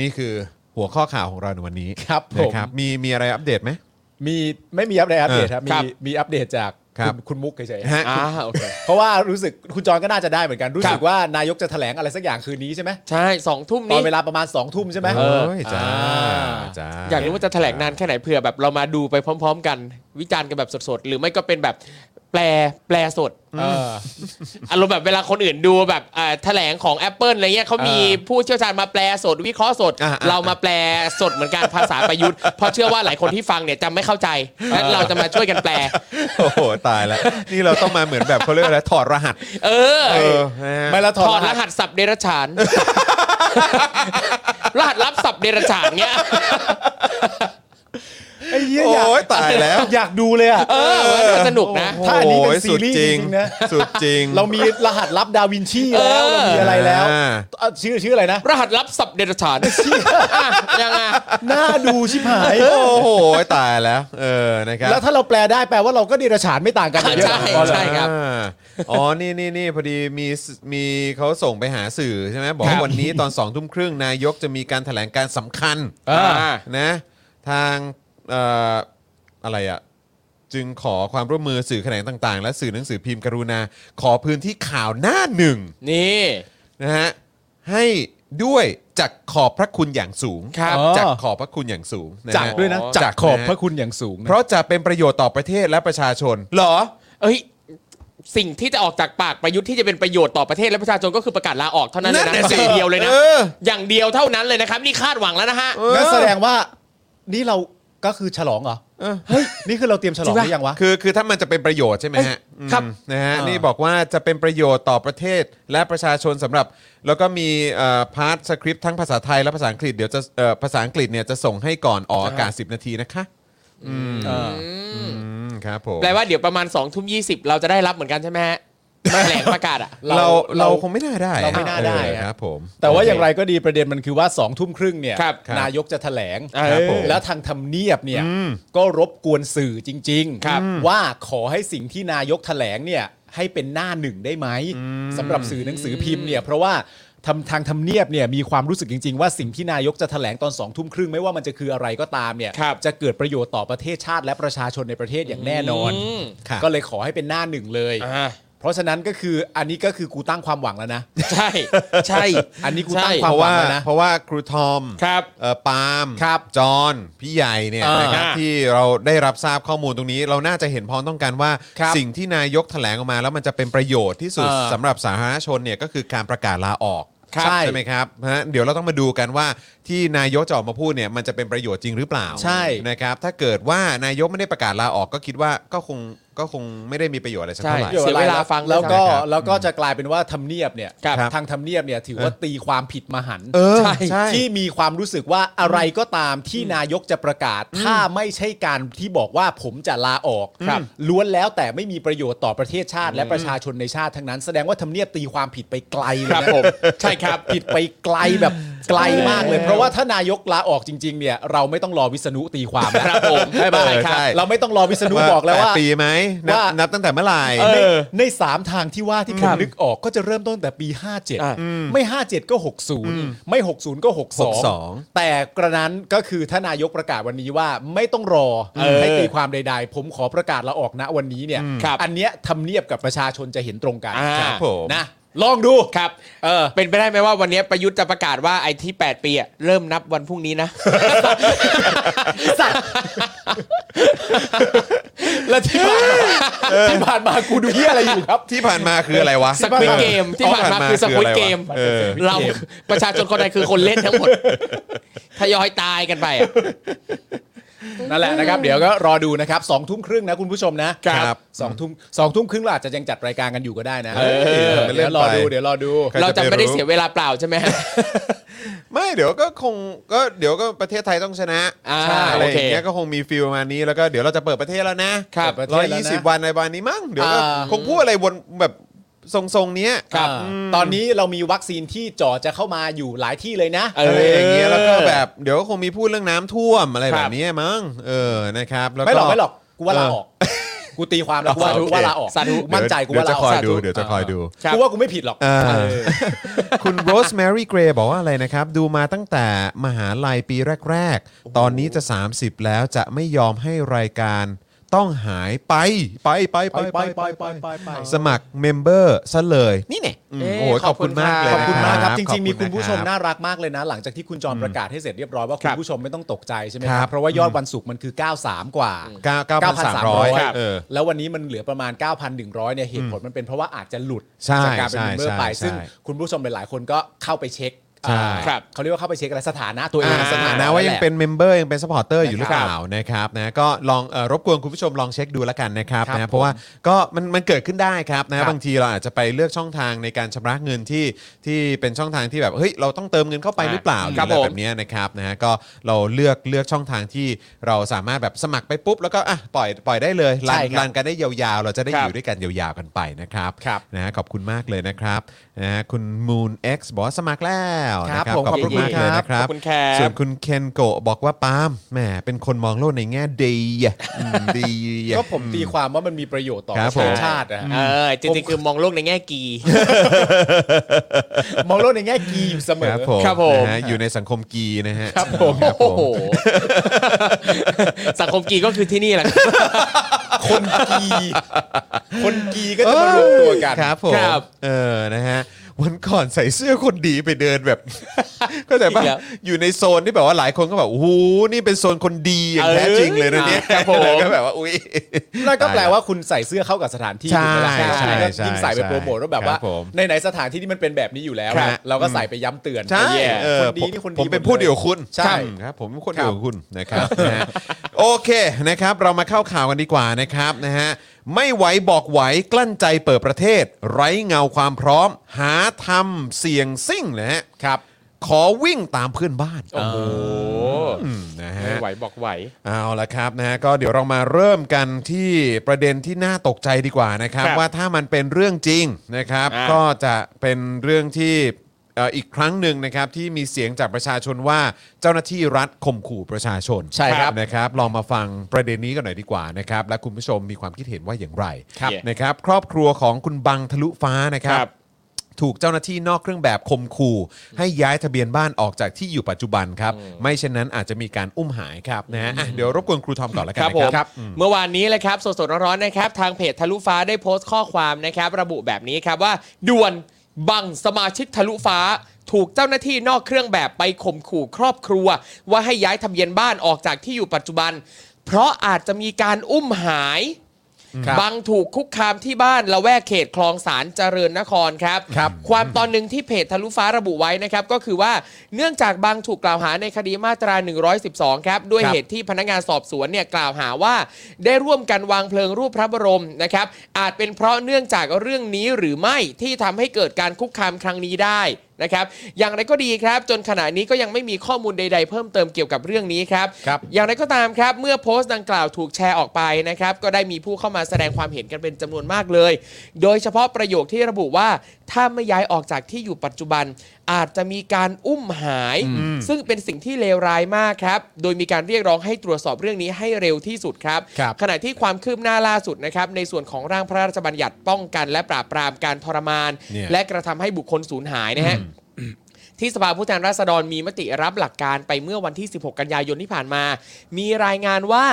นี่คือหัวข้อข่าวของเราในวันนี้ ครับผม นะมีมีอะไรอัปเดตไหม มีไม่มีอัปเดตอัปเดตครับ ค มี รับ มีอัปเดตจาก ครับ ณคุณมุกเฉยๆ ฮะ อ่าโอเค เพราะว่ารู้สึกคุณจอนก็น่าจะได้เหมือนกันรู้สึ ครั ก บ ว่านายกจะแถลงอะไรสักอย่างคืนนี้ใช่ไหม ใช่สองทุ่ม ตอ นี้ นเวลาประมาณ2องทุ่มใช่ไหม เอ้ยจ้า อ่า จ้า อยากรู้ว่าจะแถลงนานแค่ไหนเผื่อแบบเรามาดูไปพร้อม ๆ กัน วิจารณ์กันแบบสดๆ หรือไม่ก็เป็นแบบแปลแปลสด เออ อารมณ์แบบเวลาคนอื่นดูแบบอ่าแถลงของ Apple อะไรเงี้ยเขามี เออ ผู้เชี่ยวชาญมาแปลสดวิเคราะห์สด เรามาแปลสดเหมือนกันภาษาประยุทธ์เพราะเชื่อว่าหลายคนที่ฟังเนี่ยจำไม่เข้าใจและเราจะมาช่วยกัน [laughs] แปล โอ้โห ตายแล้ว นี่เราต้องมาเหมือนแบบเขาเรียกอะไรถอดรหัส เออ เออนะฮะ ไม่ละถ ถ อด อด ร ร หัส หัสสับเดรัจฉาน รหัสลับสับเดรัจฉานเงี้ย ไอ้เหี้ย โอ อยา ้ย ก ตายแล้ว อยากดูเลยอ่ะ เออมันน่าสนุกนะ ถ้าอันนี้เป็น โย ซีรีส์จริงๆนะ สุดจริง เรามีรหัสลับดาวินชีแล้ว เออ เรามีอะไรแล้ว อ่า เอ่อชื่อชื่ออะไรนะ รหัสลับสับเดรัจฉานอ่ะยังไง น่าดูชิบหาย โอ้โห ตายแล้ว เออ นะครับ แล้วถ้าเราแปลได้แปลว่าเราก็เดรัจฉานไม่ต่างกันเยอะ ใช่ พอแล้ว ใช่ครับ อ่าอ๋อ นี่นี่นี่พอดีมีมีเขาส่งไปหาสื่อใช่ไหมบอกว่าวันนี้ตอนสองทุ่มครึ่งนายกจะมีการแถลงการสำคัญ เออ อ่า นะทางเอ่ออะไรอะจึงขอความร่วมมือสื่อแขนงต่างๆ และสื่อหนังสือพิมพ์กรุณา ขอพื้นที่ข่าวหน้าหนึ่ง นี่ นะฮะให้ ด้วยจักขอบพระคุณอย่างสูง ครับ จักขอบพระคุณอย่างสูงนะฮะ จักด้วยนะจักขอบพระคุณอย่างสูงน เพราะจะเป็นประโยชน์ต่อประเทศและประชาชน เหรอ เอ้ย สิ่งที่จะออกจากปากประยุทธ์ที่จะเป็นประโยชน์ต่อประเทศและประชาชนก็คือประกาศลาออกเท่านั้นเลย นั่นนะน่ะสิ อย่างเดียวเลยนะ เออ อย่างเดียวเท่านั้นเลยนะครับ นี่คาดหวังแล้วนะฮะ นั่นแสดงว่านี่เราก็คือฉลองเหรอเฮ้ยนี่คือเราเตรียมฉลองหรือยังวะ คือคือถ้ามันจะเป็นประโยชน์ใช่ไหมฮะ ครับ อืมนะฮะ อ่านี่ นี่บอกว่าจะเป็นประโยชน์ต่อประเทศและประชาชนสำหรับ แล้วก็มีพาร์ทสคริปต์ทั้งภาษาไทยและภาษาอังกฤษเดี๋ยวจะเอ่อภาษาอังกฤษเนี่ยจะส่งให้ก่อนออกอากาศ 10 นาทีนะคะ า อืมครับผม แปลว่าเดี๋ยวประมาณ2องทุ่มยีเราจะได้รับเหมือนกันใช่ไหมฮะแถลงประกาศอ่ะ เราเรา เรา คงไม่น่าได้ เราไม่น่าได้ เออครับผม แต่ว่าอย่างไรก็ดีประเด็นมันคือว่า2องทุ่มครึ่งเนี่ย ครับ นายกจะแถลง ครับผม แล้วทางทำเนียบเนี่ยก็รบกวนสื่อจริง ครับ ว่าขอให้สิ่งที่นายกแถลงเนี่ยให้เป็นหน้าหนึ่งได้ไหมสำหรับสื่อหนังสือพิมพ์เนี่ยเพราะว่าทางทางทำเนียบเนี่ยมีความรู้สึกจริง ๆ ว่าสิ่งที่นายกจะแถลงตอนสองทุ่มครึ่งไม่ว่ามันจะคืออะไรก็ตามเนี่ยจะเกิดประโยชน์ต่อประเทศชาติและประชาชนในประเทศอย่างแน่นอน ครับ ก็เลยขอให้เป็นหน้าหนึ่งเลย อ่า เพราะฉะนั้นก็คืออันนี้ก็คือกูตั้งความหวังแล้วนะ ใช่ใช่ อันนี้กูตั้ง ใช่ ค เพราะวามว่า หวังแล้วนะ เพราะว่าครูทอม ครับ เอ่อปาล์ม ครับ จอห์นพี่ใหญ่เนี่ย อ่าน นะครับที่เราได้รับทราบข้อมูลตรงนี้ เราน่าจะเห็นพ้องต้องกันว่า ครับ สิ่งที่นายกแถลงออกมาแล้วมันจะเป็นประโยชน์ที่สุด เออ สำหรับสาธารณชนเนี่ยก็คือการประกาศลาออก ครับใช่ ใช่ไหมครับฮะเดี๋ยวเราต้องมาดูกันว่าที่นายกจะออกมาพูดเนี่ยมันจะเป็นประโยชน์จริงหรือเปล่า ใช่ นะครับถ้าเกิดว่านายกไม่ได้ประกาศลาออกก็คิดว่าก็คงก็คงไม่ได้มีประโยชน์อะไรสักเท่าไหร่ ใช่ เสียเวลาฟัง แล้วก็ ใช่ครับ แล้วก็จะกลายเป็นว่าทำเนียบเนี่ย ครับ ทางทำเนียบเนี่ยถือว่าตีความผิดมหันต์ เออ ใช่ ใช่ ที่มีความรู้สึกว่าอะไรก็ตามที่นายกจะประกาศ ถ้าไม่ใช่การที่บอกว่าผมจะลาออกครับล้วนแล้วแต่ไม่มีประโยชน์ต่อประเทศชาติ และประชาชนในชาติทั้งนั้น แสดงว่าทำเนียบตีความผิดไปไกลเลย ครับ นะ ผม ใช่ครับ ผิดไปไกลแบบไกลมากเลย เพราะว่าถ้านายกลาออกจริง ๆ เนี่ย เราไม่ต้องรอวิษณุตีความนะครับ ผม ใช่ป่ะ ใช่ครับ เราไม่ต้องรอวิษณุบอกแล้วว่า ปดปีไหมนับ ว่า นับตั้งแต่เมื่อไหร่ ในในสามทางที่ว่าที่ผมนึกออกก็จะเริ่มต้นแต่ปี อ่ะ 57 ไม่ 57 ก็ 60 ไม่ 60 ก็ 62 62 แต่กระนั้นก็คือถ้านายกประกาศวันนี้ว่าไม่ต้องรอให้ตีความใด ๆ ผมขอประกาศลาออกณวันนี้เนี่ยอันเนี้ยทำเนียบกับประชาชนจะเห็นตรงกัน อ่า ครับผม นะ [laughs] ลองดู ครับ เออ เป็นไปได้ไหมว่าวันนี้ประยุทธ์จะประกาศว่าไอ้ที่ 8 ปีอะเริ่มนับวันพรุ่งนี้นะ สัตว์แล้วที่ผ่านมาที่ผ่านมากูดูเฮียอะไรอยู่ครับ ที่ผ่านมาคืออะไรวะ สควิตเกมที่ผ่านมาคือสควิตเกม เออ เราประชาชนคนไทยคือคนเล่นทั้งหมดทยอยตายกันไปอะ นั่นแหละนะครับ เดี๋ยวก็รอดูนะครับสองทุ่มครึ่งนะคุณผู้ชมนะครับ สองทุ่มสองทุ่มครึ่งเราอาจจะยังจัดรายการกันอยู่ก็ได้นะ เออ เดี๋ยวรอเล่ดูนไป เดี๋ยวรอดู ใครจะ เราจะ ไป ไม่ได้ รู้ เสียเวลาเปล่าใช่ไหมฮะ ไม่เดี๋ยวก็คงก็เดี๋ยวก็ประเทศไทยต้องชนะ อ่า อะไรอ โอเค ย่างเงี้ยก็คงมีฟิลประมาณนี้แล้วก็เดี๋ยวเราจะเปิดประเทศแล้วนะครับ เปิดประ ร้อ เท ย ศแล้ว ยี่สิบ นะ วันในวันนี้มั้งเดี๋ยวก็ อ่า คงพูดอะไรวนแบบทรงๆเนี้ย ครับตอนนี้เรามีวัคซีนที่จ่อจะเข้ามาอยู่หลายที่เลยนะ เอ อะไรอย่างเงี้ยแล้วก็แบบเดี๋ยวก็คงมีพูดเรื่องน้ำท่วมอะไร ค แบ รั บบ นี้มั้งเออนะครับแล้วก็ ไม่หรอกไม่หรอกกูว่าเอลาอ ออก กูตีความแล้วกูว่า โอเค ว่าลาออก สาธุ มั่นใจกู เดี๋ย ว่าว ลา จะ อ ค อ อกย สา ดู ธุ เดี๋ยวจะคอยดู ครับ กูว่ากูไม่ผิดหรอก เออ เออ คุณโรสแมรี่เกรย์บอกว่าอะไรนะครับ ดูมาตั้งแต่มหาลัยปีแรก ๆ ตอนนี้จะ 30 แล้วจะไม่ยอมให้รายการต้องหายไปไปไปไปไปไปไปไปไปสมัครเมมเบอร์ซะเลย นี่เนี่ยโอ้โหขอบคุณมากเลย ขอบคุณมากครับ นะ จริง ๆ มีคุณผู้ชม ขอบณนะรับ น่ารักมากเลยนะ หลังจากที่คุณจอมประกาศให้เสร็จเรียบร้อยว่า ค คุ รั ณ บ ผู้ชมไม่ต้องตกใจใช่ไหม ค ค รั รับ บ เพราะว่ายอดวันศุกร์มันคือ 93 กว่า เก้าเก้าพันสามร้อย ครับ เออ แล้ววันนี้มันเหลือประมาณ 9,100เนี่ยเหตุผลมันเป็นเพราะว่าอาจจะหลุด ใช่ จากการเป็น ใช่ เมมเบอ ใช่ ร์ไป ซึ่ง ใช่ คุณผู้ชมหลายๆคนก็เข้าไปเช็ค ใช่ อ่า ครับ เขาเรียกว่าเข้าไปเช็คอะไรสถานะตัวเอง อ่า สถานะ นะว่ายัง แหละ เป็นเมมเบอร์ยังเป็นสปอร์เตอร์อยู่หรือ ค เป รับ ล่านะครับนะก็ลองเอ่อรบกวนคุณผู้ชมลองเช็คดูแล้วกันนะครับ ครับ นะเพราะว่าก็มันมันเกิดขึ้นได้ครับ ครับบนะางทีเราอาจจะไปเลือกช่องทางในการชำระเงินที่ที่เป็นช่องทางที่แบบเฮ้ยเราต้องเติมเงินเข้าไปหรือเปล่าหรือ ครั อะ บ ไร ผม แบบเนี้ยนะครับนะก็เราเลือกเลือกช่องทางที่เราสามารถแบบสมัครไปปุ๊บแล้วก็อ่ะปล่อยปล่อยได้เลยรัน ใช่ครับ รันกันได้ยาวๆ เราจะได้ ครั อบ ยู่ด้วยกันยาวๆกันไปนะครับ ครับ นะขอบคุณมากเลยนะครับนะคุณ Moon X บอกว่าสมัครแล้ว ค นะ รับ ครับ ผม ขอบคุณ ขอบคุณ มากเลย ครับ นะครับ ขอบคุณครับ ส่วนคุณเคนโกะบอกว่าปาล์มแหมเป็นคนมองโลกในแง่ดีอ่ะอืมดีอ่ะ ก็ผมตีความว่ามันมีประโยชน์ต่อ ครับผม ชาตินะ เออจริงๆคือมองโลกในแง่กี มองโลกในแง่กีอยู่เสม ค อ รับผม ครับผม นะฮะอยู่ในสังคมกีนะฮะ ครับผม ครับผ โอ้โห ม สังคมกีก็คือที่นี่แหละ คนกี คนกีก็จะมารวมตัวกัน ครับผม ครับ เออนะฮะ วันก่อนใส่เสื้อคนดีไปเดินแบบ [laughs] เข้าใจปะ อีกแล้ว อยู่ในโซนที่แบบว่าหลายคนก็แบบโอ้โหนี่เป็นโซนคนดีอย่าง เออ แท้จริงเลยนะเนี่ย ครับผม แล้วก็แบบว่าอุ้ย นั่นก็แปลว่าคุณใส่เสื้อเข้ากับสถานที่ ใช่ ถูกไหมล่ะ ใช่ใช่ แล้วยิ่งใส่ไปโปรโมทว่าแบบว่า ครับผม ในไหนๆสถานที่ที่มันเป็นแบบนี้อยู่แล้วอะ ครับ เราก็ใส่ไปย้ำเตือน ใช่ แย่ เออ คนดี ผม นี่คนดี ผมเป็น หมล ผู้เดียวกับคุณ ใช่ ครับ ผมเป็นคนเดียวกับคุณนะครับนะฮะโอเคนะครับ เรามาเข้าข่าวกันดีกว่านะครับนะฮะไม่ไหวบอกไหวกลั้นใจเปิดประเทศ ไร้เงาความพร้อม หาทำเสี่ยงซิ่งนะฮะ ครับ ขอวิ่งตามเพื่อนบ้าน โอ้โห อืมนะฮะ ไม่ไหวบอกไหว เอาละครับนะฮะก็เดี๋ยวเรามาเริ่มกันที่ประเด็นที่น่าตกใจดีกว่านะครับ ครับ ว่าถ้ามันเป็นเรื่องจริงนะครับ อ่า ก็จะเป็นเรื่องที่เอ่ออีกครั้งหนึ่งนะครับที่มีเสียงจากประชาชนว่าเจ้าหน้าที่รัฐข่มขู่ประชาชน ใช่ครับ นะครับลองมาฟังประเด็นนี้กันหน่อยดีกว่านะครับและคุณผู้ชมมีความคิดเห็นว่าอย่างไร ครับ นะครับ ครอบครัวของคุณบังทะลุฟ้านะครับ ถูกเจ้าหน้าที่นอกเครื่องแบบคมขู่ให้ย้ายทะเบียนบ้านออกจากที่อยู่ปัจจุบันครับ ไม่เช่นนั้นอาจจะมีการอุ้มหายครับนะฮะอ่ะเดี๋ยวรบกวนครูทอมก่อนละกัน ครับผม นะครับ เมื่อวานนี้เลยครับสดๆร้อนๆนะครับ ทางเพจทะลุฟ้าได้โพสต์ข้อความนะครับ ระบุแบบนี้ครับว่าด่วนบังสมาชิกทะลุฟ้า ถูกเจ้าหน้าที่นอกเครื่องแบบไปข่มขู่ครอบครัว ว่าให้ย้ายทะเบียนบ้านออกจากที่อยู่ปัจจุบัน เพราะอาจจะมีการอุ้มหาย ครับ บังถูกคุกคามที่บ้านละแวกเขตคลองสารเจริญนครครับ ครับ ความตอนหนึ่งที่เพจทะลุฟ้าระบุไว้นะครับ ก็คือว่าเนื่องจากบางถูกกล่าวหาในคดีมาตรา 112 ครับ ด้วย ครับ เหตุที่พนักงานสอบสวนเนี่ยกล่าวหาว่า ได้ร่วมกันวางเพลิงรูปพระบรมนะครับ อาจเป็นเพราะเนื่องจากเรื่องนี้หรือไม่ที่ทำให้เกิดการคุกคามครั้งนี้ได้นะครับ อย่างไรก็ดีครับ จนขณะนี้ก็ยังไม่มีข้อมูลใด ๆ เพิ่มเติมเกี่ยวกับเรื่องนี้ครับ ครับ อย่างไรก็ตามครับ เมื่อโพสต์ดังกล่าวถูกแชร์ออกไปนะครับ ก็ได้มีผู้เข้ามาแสดงความเห็นกันเป็นจำนวนมากเลย โดยเฉพาะประโยคที่ระบุว่า ถ้าไม่ย้ายออกจากที่อยู่ปัจจุบัน อาจจะมีการอุ้มหาย ซึ่งเป็นสิ่งที่เลวร้ายมากครับ โดยมีการเรียกร้องให้ตรวจสอบเรื่องนี้ให้เร็วที่สุดครับ ครับ ขณะที่ความคืบหน้าล่าสุดนะครับ ในส่วนของร่างพระราชบัญญัติป้องกันและปราบปรามการทรมาน เนี่ย และกระทำให้บุคคลสูญหายนะฮะ ที่สภาผู้แทนราษฎรมีมติรับหลักการไปเมื่อวันที่ 16 กันยายนที่ผ่านมา มีรายงานว่า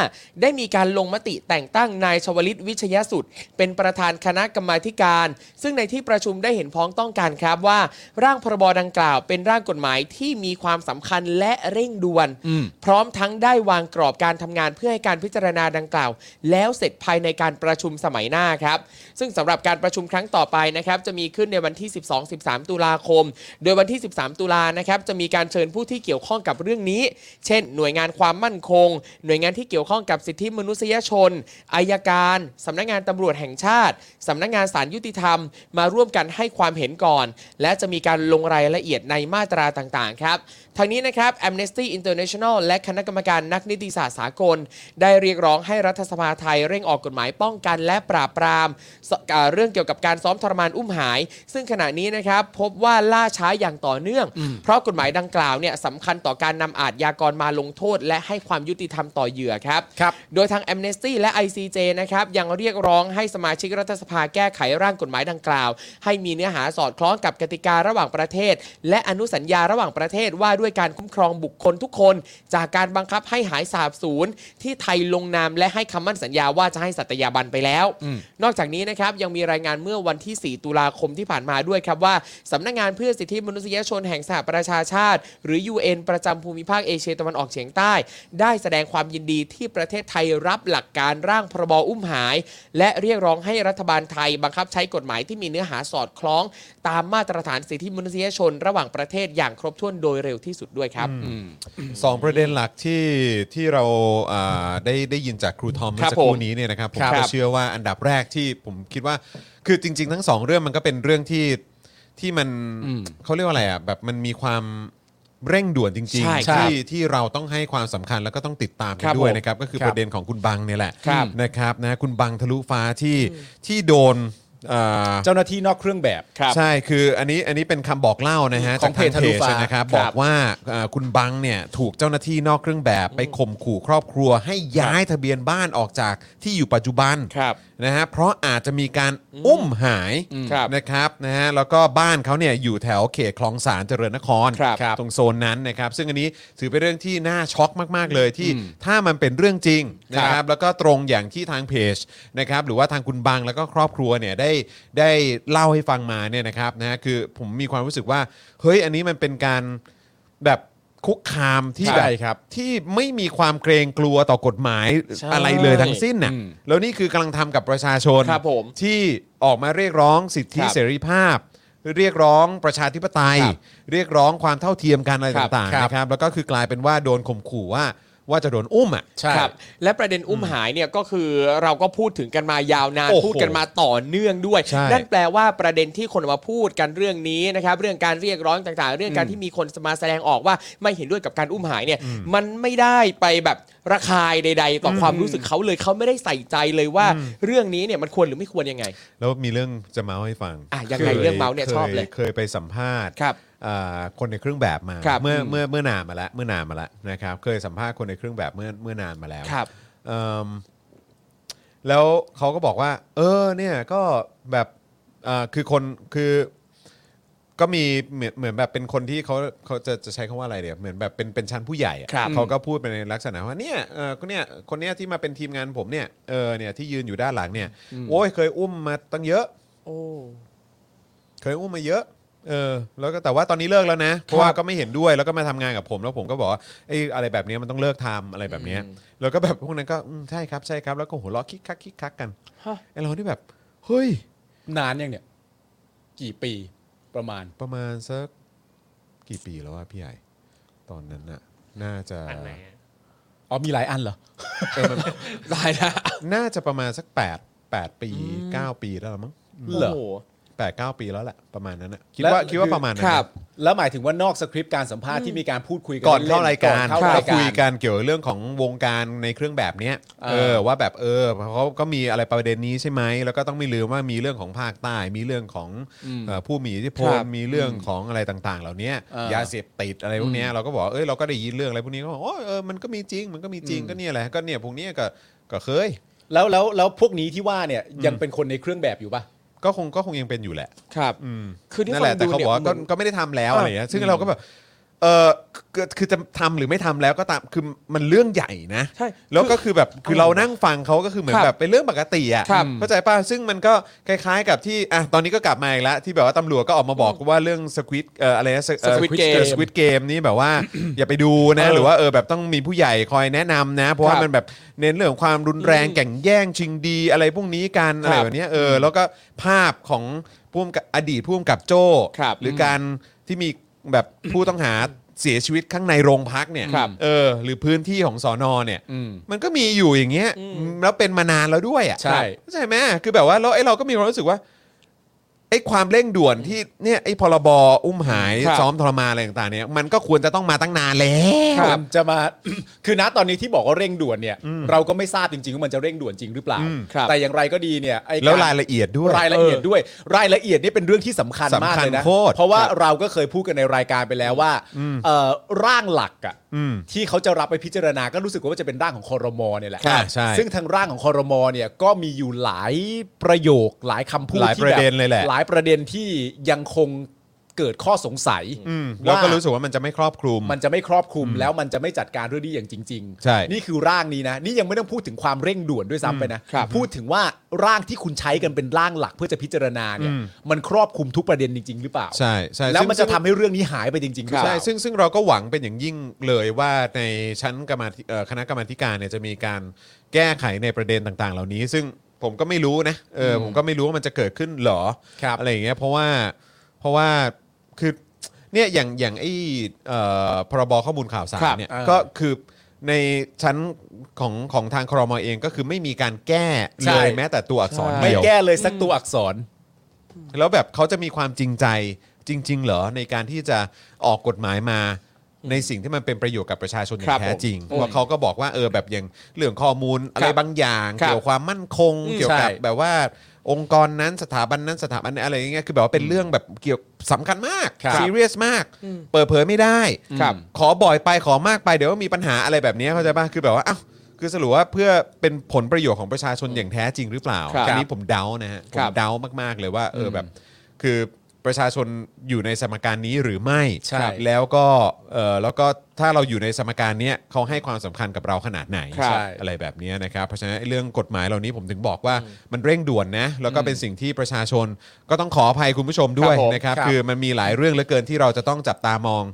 ได้มีการลงมติแต่งตั้งนายชวลิตวิชยสุดเป็นประธานคณะกรรมาธิการ ซึ่งในที่ประชุมได้เห็นพ้องต้องกันครับว่า ร่างพรบดังกล่าว เป็นร่างกฎหมายที่มีความสำคัญและเร่งด่วน อืม พร้อมทั้งได้วางกรอบการทำงานเพื่อให้การพิจารณาดังกล่าว แล้วเสร็จภายในการประชุมสมัยหน้าครับ ซึ่งสำหรับการประชุมครั้งต่อไปนะครับ จะมีขึ้นในวันที่ 12-13 ตุลาคม โดยวันที่ 13 ตุลานะครับ จะมีการเชิญผู้ที่เกี่ยวข้องกับเรื่องนี้ เช่น หน่วยงานความมั่นคง หน่วยงานที่เกี่ยวข้องกับสิทธิมนุษยชนอายการสำนักงานตำรวจแห่งชาติสำนักงานศาลยุติธรรม มาร่วมกันให้ความเห็นก่อน และจะมีการลงรายละเอียดในมาตราต่างๆครับ ทางนี้นะครับ Amnesty International และคณะกรรมการนักนิติศาสตร์สากล ได้เรียกร้องให้รัฐสภาไทยเร่งออกกฎหมายป้องกันและปราบปรามสอ่าเรื่องเกี่ยวกับการซ้อมทรมานอุ้มหาย ซึ่งขณะนี้นะครับ พบว่าล่าช้าอย่างต่อเนื่อง เพราะกฎหมายดังกล่าวเนี่ยสำคัญต่อการนำอาจยากรมาลงโทษ และให้ความยุติธรรมต่อเหยื่อครับ ครับ โดยทาง Amnesty และ ICJ นะครับยังเรียกร้องให้สมาชิกรัฐสภาแก้ไขร่างกฎหมายดังกล่าว ให้มีเนื้อหาสอดคล้องกับกติการะหว่างประเทศ และอนุสัญญาระหว่างประเทศว่าด้วยการคุ้มครองบุคคลทุกคน จากการบังคับให้หายสาบสูญที่ไทยลงนามและให้คำมั่นสัญญาว่าจะให้สัตยาบันไปแล้ว นอกจากนี้นะครับยังมีรายงานเมื่อวันที่ 4 ตุลาคมที่ผ่านมาด้วยครับว่าสำนักงานเพื่อสิทธิมนุษยชนแห่งสหประชาชาติ หรือ UN ประจำภูมิภาคเอเชียตะวันออกเฉียงใต้ ได้แสดงความยินดีที่ประเทศไทยรับหลักการร่างพรบอุ้มหาย และเรียกร้องให้รัฐบาลไทยบังคับใช้กฎหมายที่มีเนื้อหาสอดคล้อง ตามมาตรฐานสิทธิมนุษยชน ระหว่างประเทศอย่างครบถ้วนโดยเร็วที่สุดด้วยครับ สองประเด็นหลักที่ที่เราอ่าได้ได้ยินจากครูทอมเมื่อ ครับ สักครู่ ผม นี้เนี่ยนะครับผม ครับ ก็เชื่อว่าอันดับแรกที่ผมคิดว่า คือจริง ๆ ทั้งสองเรื่องมันก็เป็นเรื่องที่ที่มันเขาเรียกว่าอะไรอ่ะแบบมันมีความเร่งด่วนจริง ใช่ ๆ ครับ ที่ที่เราต้องให้ความสำคัญแล้วก็ต้องติดตามกั คน รับ ด้วย ผม นะครับก็คือ ครับ ประเด็นของคุณบังเนี่ยแหละ ครับ นะครับนะคุณบังทะลุฟ้าที่ที่โดนอ่า เจ้าหน้าที่นอกเครื่องแบบ ครับ ใช่คืออันนี้อันนี้เป็นคำบอกเล่านะฮะ ของ จากทาง เพจทะลุฟ้า นะครับ ครับ บอก ว่าเอ่อคุณบังเนี่ยถูกเจ้าหน้าที่นอกเครื่องแบบไปข่มขู่ครอบครัว ให้ย้ายทะเบียนบ้านออกจากที่อยู่ปัจจุบัน ครับ นะฮะเพราะอาจจะมีการอุ้มหาย ครับ นะครับนะฮะแล้วก็บ้านเขาเนี่ยอยู่แถวเขตคลองสารเจริญนคร ครับ ตรงโซนนั้นนะครับซึ่งอันนี้ถือเป็นเรื่องที่น่าช็อกมาก ๆ เลยที่ถ้ามันเป็นเรื่องจริงนะค ครั รับบ แล้วก็ตรงอย่างที่ทางเพจนะครับหรือว่าทางคุณบังแล้วก็ครอบครัวเนี่ยได้ ได้เล่าให้ฟังมาเนี่ยนะครับนะฮะคือผมมีความรู้สึกว่า เฮ้ยอันนี้มันเป็นการแบบคุกคามที่แบ ใช่ บ ครับ ที่ไม่มีความเกรงกลัวต่อกฎหมาย ใช่ อะไรเลยทั้งสิ้นน่ะ อืม แล้วนี่คือกำลังทำกับประชาชน ครับผม ที่ออกมาเรียกร้องสิทธิ ครับ เสรีภาพ เรียกร้องประชาธิปไตย ครับ เรียกร้องความเท่าเทียมกันอะไร ครับ ต่าง คๆรับ นะครับแล้วก็คือกลายเป็นว่าโดนข่มขู่ว่าว่าจะโดนอุ้มอ่ะ ใช่ ครับและประเด็นอุ้มหายเนี่ยก็คือเราก็พูดถึงกันมายาวนาน โอ้โห พูดกันมาต่อเนื่องด้วย ใช่ นั่นแปลว่าประเด็นที่คนออกมาพูดกันเรื่องนี้นะครับเรื่องการเรียกร้องต่างๆ เรื่องการที่มีคนมาแสดงออกว่าไม่เห็นด้วยกับการอุ้มหายเนี่ยมันไม่ได้ไปแบบระคายใด ๆ ต่ออความรู้สึกเขาเลยเขาไม่ได้ใส่ใจเลยว่าเรื่องนี้เนี่ยมันควรหรือไม่ควรยังไง แล้วมีเรื่องจะเมาส์ให้ฟัง อ่ะยังไง ค เรื่องเมาส์เนี่ยชอบเลย เคยไปสัมภาษณ์ ครับ อ่าคนในเครื่องแบบมา ครับ เมื่อ อืม เมื่อเมื่อนานมาแล้วเมื่อนานมาแล้วนะครับเคยสัมภาษณ์คนในเครื่องแบบเมื่อเมื่อนานมาแล้ว ครับ เอิ่มแล้วเขาก็บอกว่า เออเนี่ยก็แบบเอ่อคือคนคือก็มีเหมือนเหมือนแบบเป็นคนที่เขาเขาจะจะใช้คำว่าอะไรเดี๋ยวเหมือนแบบเป็นเป็นชั้นผู้ใหญ่อะ ครับ เขาก็พูดไปในลักษณะว่าเนี่ยเออคนเนี่ยคนเนี้ยที่มาเป็นทีมงานผมเนี่ยเออเนี่ยที่ยืนอยู่ด้านหลังเนี่ย อืม โอ้ยเคยอุ้มมาตั้งเยอะ โอ้ [laughs] เคยอุ้มมาเยอะ เออ แล้วก็แต่ว่าตอนนี้เลิกแล้วนะ เพราะว่าก็ไม่เห็นด้วย แล้วก็มาทำงานกับผม แล้วผมก็บอกว่าไอ้อะไรแบบเนี้ยมันต้องเลิกทำอะไรแบบเนี้ย อืม แล้วก็แบบพวกนั้นก็อืมใช่ครับ ใช่ครับ แล้วก็หัวเราะคิกคักคิกคักกัน ฮะ ไอ้เราที่แบบ เฮ้ย นานยังเนี่ย กี่ปีประมาณ ประมาณสักกี่ปีแล้วว่าพี่ใหญ่ ตอนนั้นน่ะ น่าจะ อันไหนอะ อ๋อมีหลายอันเหรอ เออมัน ได้นะ น่าจะประมาณสัก 8 8 ปี 9 ปีแล้วล่ะมั้ง เหรอ โโ แปดเก้าปีแล้วแหละประมาณนั้นน่ะคิด แล้ว ว่าคิดว่า คือ ประมาณนั้น ครั นะ บ แล้วหมายถึงว่านอกสคริปต์การสัมภาษณ์ที่มีการพูดคุยกั ก่อนเข้ารายการ อนเข้า เรา รายการ คุยกันเกี่ยวกับเรื่องของวงการในเครื่องแบบเนี้ย อ่า เออว่าแบบเออเขาก็มีอะไรประเด็นนี้ใช่ไหมแล้วก็ต้องไม่ลืมว่ามีเรื่องของภาคใต้ มีเรื่องของเอ่อผู้มีอิทธิพล ครับ มีเรื่องของอะไรต่างๆ เหล่านี้ยาเสพติดอะไรพวกเนี้ยเราก็บอกว่าเอ้ยเราก็ได้ยินเรื่องอะไรพวกนี้ก็บอกโอ้ยเออมันก็มีจริงมันก็มีจริงก็เนี่ยแหละก็เนี่ยพวกเนี้ยก็ก็เคย แล้วแล้วแล้วพวกนี้ที่ว่าเนี่ยยังเป็นคนในเครื่องแบบอยู่ป่ะ ก็คงก็คงยังเป็นอยู่แหละ ครับ อืม คือที่ นั่นแหละ ฟังดู แต่เขาบอกว่าก็เนี่ยมัน ก็ไม่ได้ทำแล้ว อ่ะ อะไรอย่างเงี้ยซึ่งเราก็แบบเออคือคือจะทำหรือไม่ทำแล้วก็ตามคือมันเรื่องใหญ่นะ ใช่ แล้วก็คือแบบคือเรานั่งฟังเขาก็คือเหมือน ครับ แบบเป็นเรื่องปกติอ่ะ ครับ เข้าใจป่ะซึ่งมันก็คล้ายๆกับที่อ่ะตอนนี้ก็กลับมาอีกแล้วที่แบบว่าตำรวจก็ออกมาบอกว่าเรื่องสควิตเอ่ออะไรนะ Squid Game สควิตเกมนี่แบบ [coughs] ว่า อย่าไปดูนะ เออ หรือว่าเออแบบต้องมีผู้ใหญ่คอยแนะนำนะ เพราะว่า ครับ มันแบบเน้นเรื่องของความรุนแรงแก่งแย่งชิงดีอะไรพวกนี้กันอะไร ครับ แบบเนี้ยเออแล้วก็ภาพของผู้กำกับอดีตผู้กำกับโจ ครับ หรือการที่มีแบบผู้ต้องหาเสียชีวิตข้างในโรงพักเนี่ย ครับ เออหรือพื้นที่ของสอนอเนี่ยมันก็มีอยู่อย่างเงี้ยแล้วเป็นมานานแล้วด้วยอ่ะ ใช่ เข้าใจไหมคือแบบว่าแล้วไอ้เราก็มีความรู้สึกว่าไอ้ความเร่งด่วนที่เนี่ยไอ้พรบอุ้มหาย ครับ ซ้อมทรมานอะไรต่างๆเนี่ยมันก็ควรจะต้องมาตั้งนานแล้ว ควรจะมา [coughs] คือณตอนนี้ที่บอกว่าเร่งด่วนเนี่ย เราก็ไม่ทราบจริงๆว่ามันจะเร่งด่วนจริงหรือเปล่า อืม ครับ แต่อย่างไรก็ดีเนี่ยไอ้ก แล้วรายละเอียดด้วย รายละเอียดด้วย รายละเอียดนี่เป็นเรื่องที่สำคัญมากเลยสำคัญนะโคตร เพราะว่าเราก็เคยพูดกันในรายการไปแล้วว่าเอ่อร่างหลักอะ อืม ที่เขาจะรับไปพิจารณาก็รู้สึกว่าจะเป็นร่างของคอรมอเนี่ยแหละ ใช่ใช่ ซึ่งทางร่างของคอรมอเนี่ยก็มีอยู่หลายประโยคหลายคำพูด หลาย ที่ ประ แบบ เด็นเลยแหละ หลายประเด็นที่ยังคงเกิดข้อสงสัย อืมเราก็รู้สึกว่ามันจะไม่ครอบคลุม มันจะไม่ครอบคลุมแล้วมันจะไม่จัดการเรื่องนี้อย่างจริง ใช่ นี่คือร่างนี้นะ นี่ยังไม่ต้องพูดถึงความเร่งด่วนด้วยซ้ำไปนะ ครับ พูดถึงว่าร่างที่คุณใช้กันเป็นร่างหลักเพื่อจะพิจารณาเนี่ย มันครอบคลุมทุกประเด็นจริง ๆ หรือเปล่า ใช่ใช่ แล้ว ซึ่ง มันจะทำให้เรื่องนี้หายไปจริงๆหรือเป ใช่ ล่า ซึ่งซึ่งเราก็หวังเป็นอย่างยิ่งเลยว่าในชั้นกรรมาธิเอ่อคณะกรรมาธิการเนี่ยจะมีการแก้ไขในประเด็นต่าง ๆ เหล่านี้ ซึ่งผมก็ไม่รู้นะเออผมก็ไม่รู้ว่ามันจะเกิดขึ้นหรอ ครับ อะไรอย่างเงี้ยเพราะว่าเพราะว่าคือเนี่ยอย่างอย่างไอ้เอ่อพรบข้อมูลข่าวสาร ครับ เนี่ย เออ ก็คือในชั้นของของทางครมเองก็คือไม่มีการแก้ ใช่ เลยแม้แต่ตัวอักษร ไม่ เดียว แก้เลยสักตัวอักษร แล้วแบบเขาจะมีความจริงใจจริง ๆ เหรอในการที่จะออกกฎหมายมาในสิ่งที่มันเป็นประโยชน์กับประชาชนอย่า ครั ง บ แท้จริง ผม เพราะเขาก็บอกว่าเออแบบอย่างเรื่องข้อมูลอะไรบางอย่าง ครับ เกี่ยวกับความมั่นคง อืม เกี่ยวกับ ใช่ แบบว่าองค์กรนั้นสถาบันนั้นสถาบันนี้อะไรอย่างเงี้ยคือแบบว่าเป็นเรื่องแบบเกี่ยวสำคัญมาก ครับ ซีเรียสมาก อืม เปิดเผยไม่ได้ ครับ ขอบ่อยไปขอมากไปเดี๋ยวมีปัญหาอะไรแบบเนี้ยเข้าใจป่ะคือแบบว่าอ้าวคือสรุปว่าเพื่อเป็นผลประโยชน์ของประชาชนอย่างแท้จริงหรือเปล่า ครับ อันนี้ผมเดานะฮะผ ครั ม บ เดามากๆเลยว่าเออแบบ คือ ประชาชนอยู่ในสมการนี้หรือไม่ ใช่ ครับแล้วก็เอ่อแล้วก็ถ้าเราอยู่ในสมการเนี้ยเขาให้ความสำคัญกับเราขนาดไหน ครับ อะไรแบบเนี้ยนะครับ เพราะฉะนั้นไอ้เรื่องกฎหมายเหล่านี้ผมถึงบอกว่ามันเร่งด่วนนะ แล้วก็เป็นสิ่งที่ประชาชนก็ต้องขออภัยคุณผู้ชมด้วย ครับผม นะครับ ครับ คือมันมีหลายเรื่องเหลือเกินที่เราจะต้องจับตามอง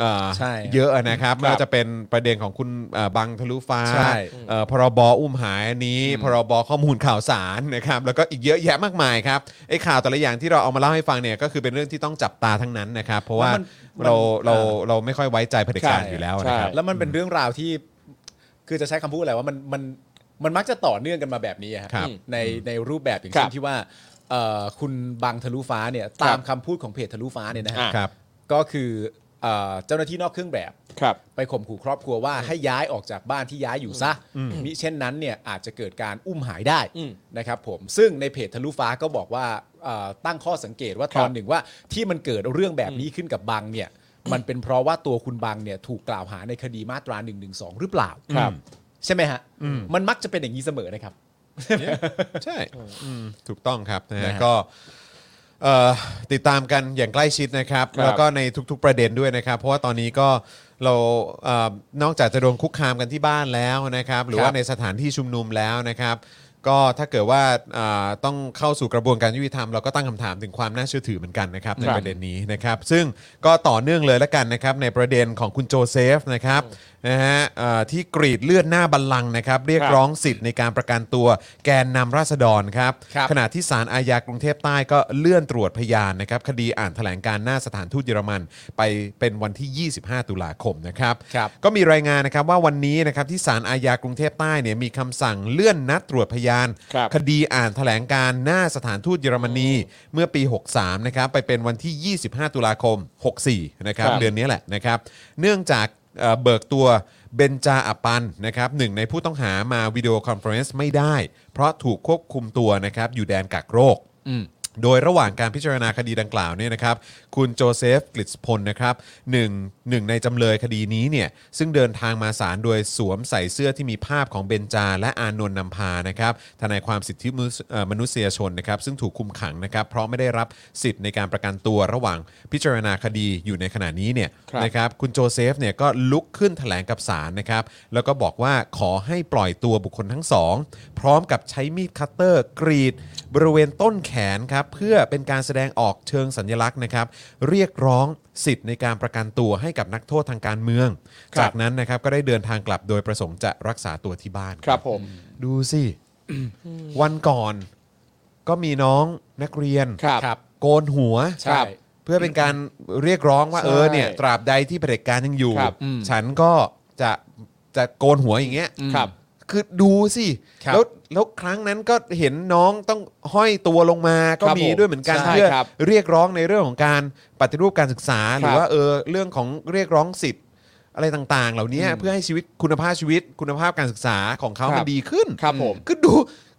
เอ่อ ใช่ เยอะนะครับไม่ว่าจะเป็นประเด็นของคุณเอ่อบังทะลุฟ้า ใช่ เอ่อพรบอุ้มหายอันนี้ พรบข้อมูลข่าวสารนะครับ แล้วก็อีกเยอะแยะมากมายครับไอ้ข่าวแต่ละอย่างที่เราเอามาเล่าให้ฟังเนี่ยก็คือเป็นเรื่องที่ต้องจับตาทั้งนั้นนะครับ เพราะว่าเราเราเราไม่ค่อยไว้ใจเผด็จการอยู่แล้วนะครับ แล้วมันเป็นเรื่องราวที่คือจะใช้คำพูดอะไรว่ามันมันมันมักจะต่อเนื่องกันมาแบบนี้อะฮะ ครับ ในในรูปแบบอย่าง ครั เช่ บ นที่ว่าเอ่อคุณบังทะลุฟ้าเนี่ยตามคำพูดของเพจทะลุฟ้าเนี่ยนะฮะ อ่ะ ครับ ก็คือเอ่อเจ้าหน้าที่นอกเครื่องแบบ ครับ ไปข่มขู่ครอบครัวว่าให้ย้ายออกจากบ้านที่ย้ายอยู่ซะมิเช่นนั้นเนี่ยอาจจะเกิดการอุ้มหายได้ อืม นะครับผมซึ่งในเพจทะลุฟ้าก็บอกว่าเอ่อตั้งข้อสังเกตว่าตอนหนึ่งว่าที่มันเกิดเรื่องแบบนี้ขึ้นกับบังเนี่ยมันเป็นเพราะว่าตัวคุณบังเนี่ยถูกกล่าวหาในคดีมาตรา1นึหรือเปล่า ครับ ใช่ไหมฮะมันมักจะเป็นอย่างนี้เสมอนะครับ ใช่ถูกต้องครับนะ นะ ฮะ ฮะ ก็ เอ่อติดตามกันอย่างใกล้ชิดนะครับ ครับ แล้วก็ในทุกๆประเด็นด้วยนะครับ เพราะว่าตอนนี้ก็เราเออนอกจากจะโดนคุกคามกันที่บ้านแล้วนะครับ หรือว่าในสถานที่ชุมนุมแล้วนะครับ ก็ถ้าเกิดว่าเอ่อต้องเข้าสู่กระบวนการยุติธรรมเราก็ตั้งคำถามถึงความน่าเชื่อถือเหมือนกันนะครับใน ครับ ประเด็นนี้นะครับ ซึ่งก็ต่อเนื่องเลยละกันนะครับ ในประเด็นของคุณโจเซฟนะครับนะฮะเอ่อที่กรีดเลือดหน้าบัลลังก์นะครับ เรียก ครับ ร้องสิทธิ์ในการประกันตัวแกนนำราษฎรครับ ครับ ขณะที่ศาลอาญากรุงเทพใต้ก็เลื่อนตรวจพยานนะครับ คดีอ่านแถลงการณ์หน้าสถานทูตเยอรมัน ไปเป็นวันที่ 25 ตุลาคมนะครับ ครับ ก็มีรายงานนะครับว่าวันนี้นะครับที่ศาลอาญากรุงเทพใต้เนี่ยมีคำสั่งเลื่อนนัดตรวจพยาน ครับ คดีอ่านแถลงการณ์หน้าสถานทูตเยอรมนีเมื่อปี 63นะครับไปเป็นวันที่ 25 ตุลาคม 64นะครับ ครับ เดือนนี้แหละนะครับ เนื่องจากเอ่อเบิกตัวเบนจาอัปปันนะครับหนึ่งในผู้ต้องหามาวิดีโอคอนเฟอเรนซ์ไม่ได้ เพราะถูกควบคุมตัวนะครับอยู่แดนกักโรค โดยระหว่างการพิจารณาคดีดังกล่าวเนี่ยนะครับคุณโจเซฟกลิตพลนะครับหนึ่งหนึ่งในจำเลยคดีนี้เนี่ยซึ่งเดินทางมาศาลโดยสวมใส่เสื้อที่มีภาพของเบนจา และอานนท์นำพานะครับทนายความสิทธิมนุษเอ่อมนุษยชนนะครับซึ่งถูกคุมขังนะครับเพราะไม่ได้รับสิทธิ์ในการประกันตัวระหว่างพิจารณาคดีอยู่ในขณะนี้เนี่ย ครับ นะครับคุณโจเซฟเนี่ยก็ลุกขึ้นแถลงกับศาลนะครับแล้วก็บอกว่าขอให้ปล่อยตัวบุคคลทั้งสอง พร้อมกับใช้มีดคัตเตอร์กรีด บริเวณต้นแขนครับเพื่อเป็นการแสดงออกเชิงสัญลักษณ์นะครับ เรียกร้องสิทธิ์ในการประกันตัวให้กับนักโทษทางการเมือง ครับ จากนั้นนะครับก็ได้เดินทางกลับโดยประสงค์จะรักษาตัวที่บ้าน ครับผม ดูสิ วันก่อนก็มีน้องนักเรียน ครับ ครับ โกนหัว ใช่ เพื่อเป็นการเรียกร้องว่า ใช่ เออเนี่ยตราบใดที่เผด็จการยังอยู่ ครับ อืม ฉันก็จะจะโกนหัวอย่างเงี้ย ครับ คือดูสิ ครับ แล้วแล้วครั้งนั้นก็เห็นน้องต้องห้อยตัวลงมาก็ ครับ มี ผม ด้วยเหมือนกัน ใช่ เพื่อ ครับ เรียกร้องในเรื่องของการปฏิรูปการศึกษา หรือว่าเออเรื่องของเรียกร้องสิทธิ์อะไรต่างๆ เหล่านี้เพื่อให้ชีวิตคุณภาพชีวิต คุณภาพการศึกษาของเขา ครั มัน บ ดีขึ้น ครับผม คือดู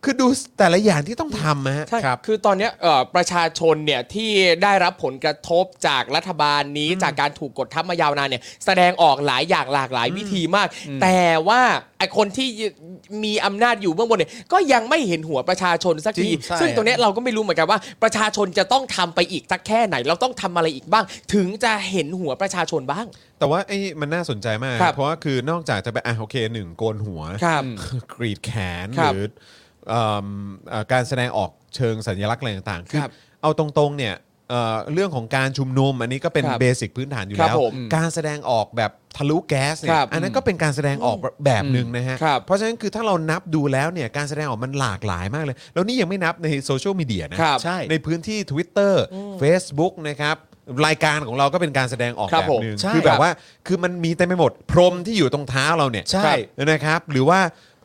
คือดูแต่ละอย่างที่ต้องทำนะฮะ ใช่คือตอนเนี้ยเอ่อประชาชนเนี่ยที่ได้รับผลกระทบจากรัฐบาลนี้จากการถูกกดทับมายาวนานเนี่ยแสดงออกหลายอย่างหลากหลายวิธีมาก แต่ว่าไอคนที่มีอำนาจอยู่เบื้องบนเนี่ยก็ยังไม่เห็นหัวประชาชนสักจทีริงใช่ ซึ่งตรงเนี้ยเราก็ไม่รู้เหมือนกันว่า ประชาชนจะต้องทำไปอีกสักแค่ไหน เราต้องทำอะไรอีกบ้าง ถึงจะเห็นหัวประชาชนบ้าง แต่ว่าไอ้มันน่าสนใจมาก ครับ เพราะว่าคือนอกจากจะไปอ่ะโอเคหนึ่งโกนหัว ครับ กรีดแขน ครับ หรือเอิ่มเอ่อการแสดงออกเชิงสัญลักษณ์อะไรต่างๆคือ ครับ เอาตรงๆเนี่ยเอ่อเรื่องของการชุมนุมอันนี้ก็เป็น ครับ เบสิกพื้นฐานอยู่ ครัแล้บว ผม การแสดงออกแบบทะลุแก๊สเนี่ ค ย รับ อันนั้นก็เป็นการแสดงออกแบบหนึ่งนะฮะ ครับ เพราะฉะนั้นคือถ้าเรานับดูแล้วเนี่ยการแสดงออกมันหลากหลายมากเลย แล้วนี่ยังไม่นับในโซเชียลมีเดียนะครับ ใช่ ในพื้นที่ Twitter Facebook นะครับรายการของเราก็เป็นการแสดงออก ครับ แบบ ผม หนึ่ง ใช่ คือแบบว่าคือมันมีเต็มไปหมดพรมที่อยู่ตรงเท้าเราเนี่ย ใช่ นะครับ หรือว่า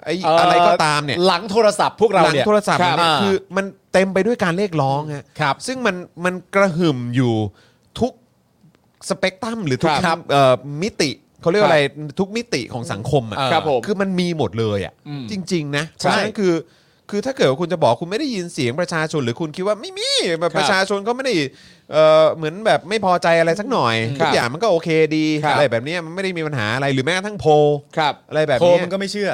ไอ้อะไรก็ตามเนี่ย หลังโทรศัพท์พวกเรา หลัง เนี่ย โทรศัพท์ ครับ เนี่ยคือมันเต็มไปด้วยการเรียกร้องฮะ ครับ ซึ่งมันมันกระหึ่มอยู่ทุกสเปกตรัมหรือทุก ครับ เอ่อมิติเขาเรียก ครับ อะไรทุกมิติของสังคมอ่ะ ครับผม คือมันมีหมดเลยอ่ะจริง ๆ นะเพ ใช่ ราะฉะนั้นคือ คือถ้าเกิดว่าคุณจะบอกคุณไม่ได้ยินเสียงประชาชนหรือคุณคิดว่าไม่มีแบบ ครับ ประชาชนเขาไม่ได้เอ่อเหมือนแบบไม่พอใจอะไรสักหน่อย ครั ทุ บ กอย่างมันก็โอเคดี ครับ อะไรแบบเนี้ยมันไม่ได้มีปัญหาอะไรหรือแม้กระทั่งโพล ครับ อะไรแบบ โทร เนี้ย มันก็ไม่เชื่อ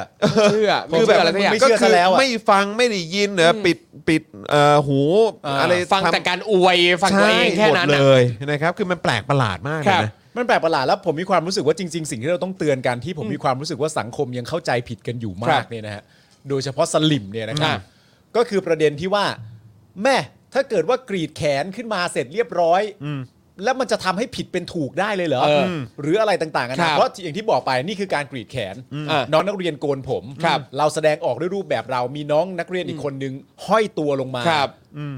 เชื่อ คือ ไม่ แบบ เชื่ออะไรสักอย่าง ไม่เชื่อ ก็คื ซะแล้วอะ ไม่ฟังไม่ได้ยินเนอะ อืม ปิดปิดเอ่อหู อ่า อะไร ฟังแต่การอวยฟังตัวเองแค่นั้น ใช่หมด น่ะ เลยนะครับคือมันแปลกประหลาดมากเล ครั ย บ นะ มันแปลกประหลาดแล้วผมมีความรู้สึกว่าจริง ๆ สิ่งที่เราต้องเตือนกันที่ผมมีความรู้สึกว่าสังคมยังเข้าใจผิดกันอยู่ ครั มาก บ เนี่ยนะฮะโดยเฉพาะสลิมเนี่ยนะครับ อ่ะ ก็คือประเด็นที่ว่า แม่ถ้าเกิดว่ากรีดแขนขึ้นมาเสร็จเรียบร้อยแล้วมันจะทำให้ผิดเป็นถูกได้เลยเหรอ เออ หรืออะไรต่างๆกั ครั นะ บ เพราะอย่างที่บอกไปนี่คือการกรีดแขน อ่ะ น้องนักเรียนโกนผม ครับ เราแสดงออกด้วยรูปแบบเรามีน้องนักเรียนอีกคนนึงห้อยตัวลงมา ครับ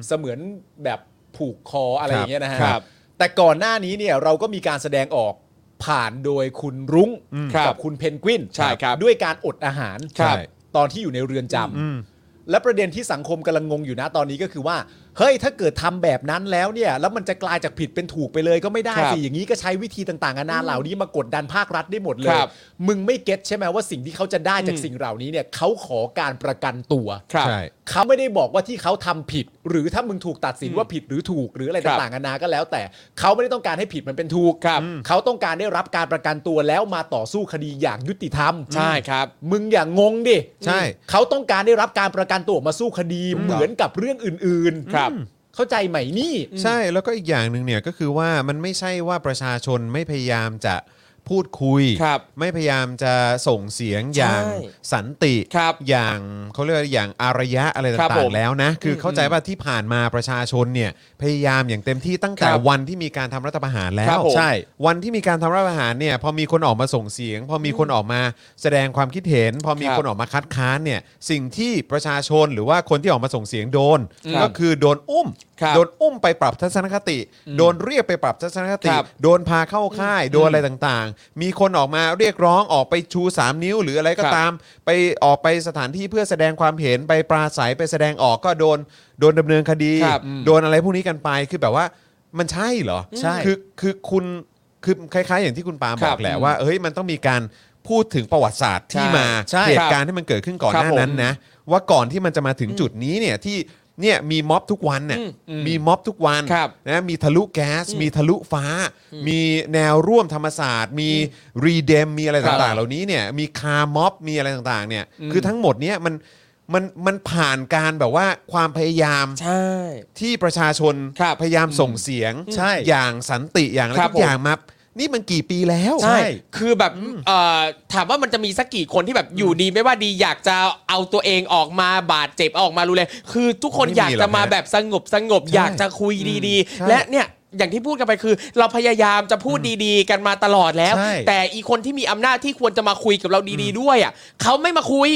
เสมือนแบบผูกคออะไรอย่างเงี้ยนะฮะ ครับ แต่ก่อนหน้านี้เนี่ยเราก็มีการแสดงออกผ่านโดยคุณรุ้ง ครับ กัคุณเพนกวิน ใช่ครับ ด้วยการอดอาหาร ครับ ใช่ตอนที่อยู่ในเรือนจำและประเด็นที่สังคมกำลังงงอยู่นะตอนนี้ก็คือว่า เฮ้ยถ้าเกิดทำแบบนั้นแล้วเนี่ยแล้วมันจะกลายจากผิดเป็นถูกไปเลยก็ไม่ได้ ครับ สิอย่างนี้ก็ใช้วิธีต่างๆนานาเหล่านี้มากดดันภาครัฐได้หมดเล ค ย รับ มึงไม่เก็ตใช่ไหมว่าสิ่งที่เขาจะได้จาก อืม สิ่งเหล่านี้เนี่ยเขาขอการประกันตัว ครับ ใช่ เขาไม่ได้บอกว่าที่เขาทำผิด หรือถ้ามึงถูกตัดสินว่าผิดหรือถูกหรืออะไร ครับ ต่างๆนานาก็แล้ว แต่เขาไม่ได้ต้องการให้ผิดมันเป็นถูก ครับ เขาต้องการได้รับการประกันตัวแล้วมาต่อสู้คดีอย่างยุติธรรม ใช่ครับ มึงอย่างงงดิ ใช่ เขาต้องการได้รับการประกันตัวออกมาสู้คดีเหมือนกับเรื่องอื่นๆ ครับ เข้าใจไหมนี่ ใช่แล้วก็อีกอย่างหนึ่งเนี่ยก็คือว่ามันไม่ใช่ว่าประชาชนไม่พยายามจะพูดคุย ครับ ไม่พยายามจะส่งเสียงอย่าง ใช่ สันติ ครับ อย่างเขาเรียกว่าอย่างอารยะอะไร ครั ต่า บผม งๆแล้วนะคือเข้าใจว่าที่ผ่านมาประชาชนเนี่ยพยายามอย่างเต็มที่ตั้งแต่ ครับ วันที่มีการทำรัฐประหารแล้ ครั ว บผม ใช่ วันที่มีการทำรัฐประหารเนี่ยพอมีคนออกมาส่งเสียง พอมีคนออกมาแสดงความคิดเห็น พอมี ครับ คนออกมาคัดค้านเนี่ยสิ่งที่ประชาชนหรือว่าคนที่ออกมาส่งเสียงโดน ครับ ก็คือโดนอุ้ม ครับ โดน อุ้มไปปรับทัศนคติ โดนเรียกไปปรับทัศนคติ ครับ โดนพาเข้าค่าย โดนอะไรต่างๆ มีคนออกมาเรียกร้องออกไปชู 3 นิ้ว หรืออะไรก็ ครับ ตาม ไปออกไปสถานที่เพื่อแสดงความเห็นไปปราศัยไปแสดงออกก็โดนโดนดำเนินคดี ครับ โดนอะไรพวกนี้กันไปคือแบบว่ามันใช่เหรอ ใช่ คือคือคุณคือคล้ายๆ อย่างที่คุณปาล์ม ครับ บอก แหละว่าเฮ้ยมันต้องมีการพูดถึงประวัติศาสตร์ที่มา ใช่ เห คตุรับ การณ์ที่มันเกิดขึ้นก่อน ครับ หน้านั้น ผม นะ ว่าก่อนที่มันจะมาถึงจุดนี้เนี่ยที่เนี่ยมีม็อบทุกวันเนี่ยมีม็อบทุกวัน ครับ นะมีทะลุแก๊ส มีทะลุฟ้า มีแนวร่วมธรรมศาสตร์ มีรีเดมมีอะไร ครับ ต่างๆ เหล่านี้เนี่ยมีคาร์ม็อบมีอะไรต่างๆเนี่ยคือทั้งหมดเนี่ยมันมันมันผ่านการแบบว่าความพยายาม ใช่ ที่ประชาชน ครับ พยายามส่งเสียง ใช่ อย่างสันติอย่างอะไร ครับ ทุกอย่าง ผม มานี่มันกี่ปีแล้ว ใช่ คือแบบเอ่อถามว่ามันจะมีสักกี่คนที่แบบอยู่ดีไม่ว่าดีอยากจะเอาตัวเองออกมาบาดเจ็บเอาออกมารู้เลย คือทุกคน ไม่มี อยากจะมา หรอกฮะ แบบสงบสงบ ใช่ อยากจะคุยดี ใช่ ๆ และเนี่ยอย่างที่พูดกันไปคือ เราพยายามจะพูดดีๆ กันมาตลอดแล้ว ใช่ แต่อีคนที่มีอำนาจที่ควรจะมาคุยกับเราดีๆ ด้วยอ่ะเขาไม่มาคุย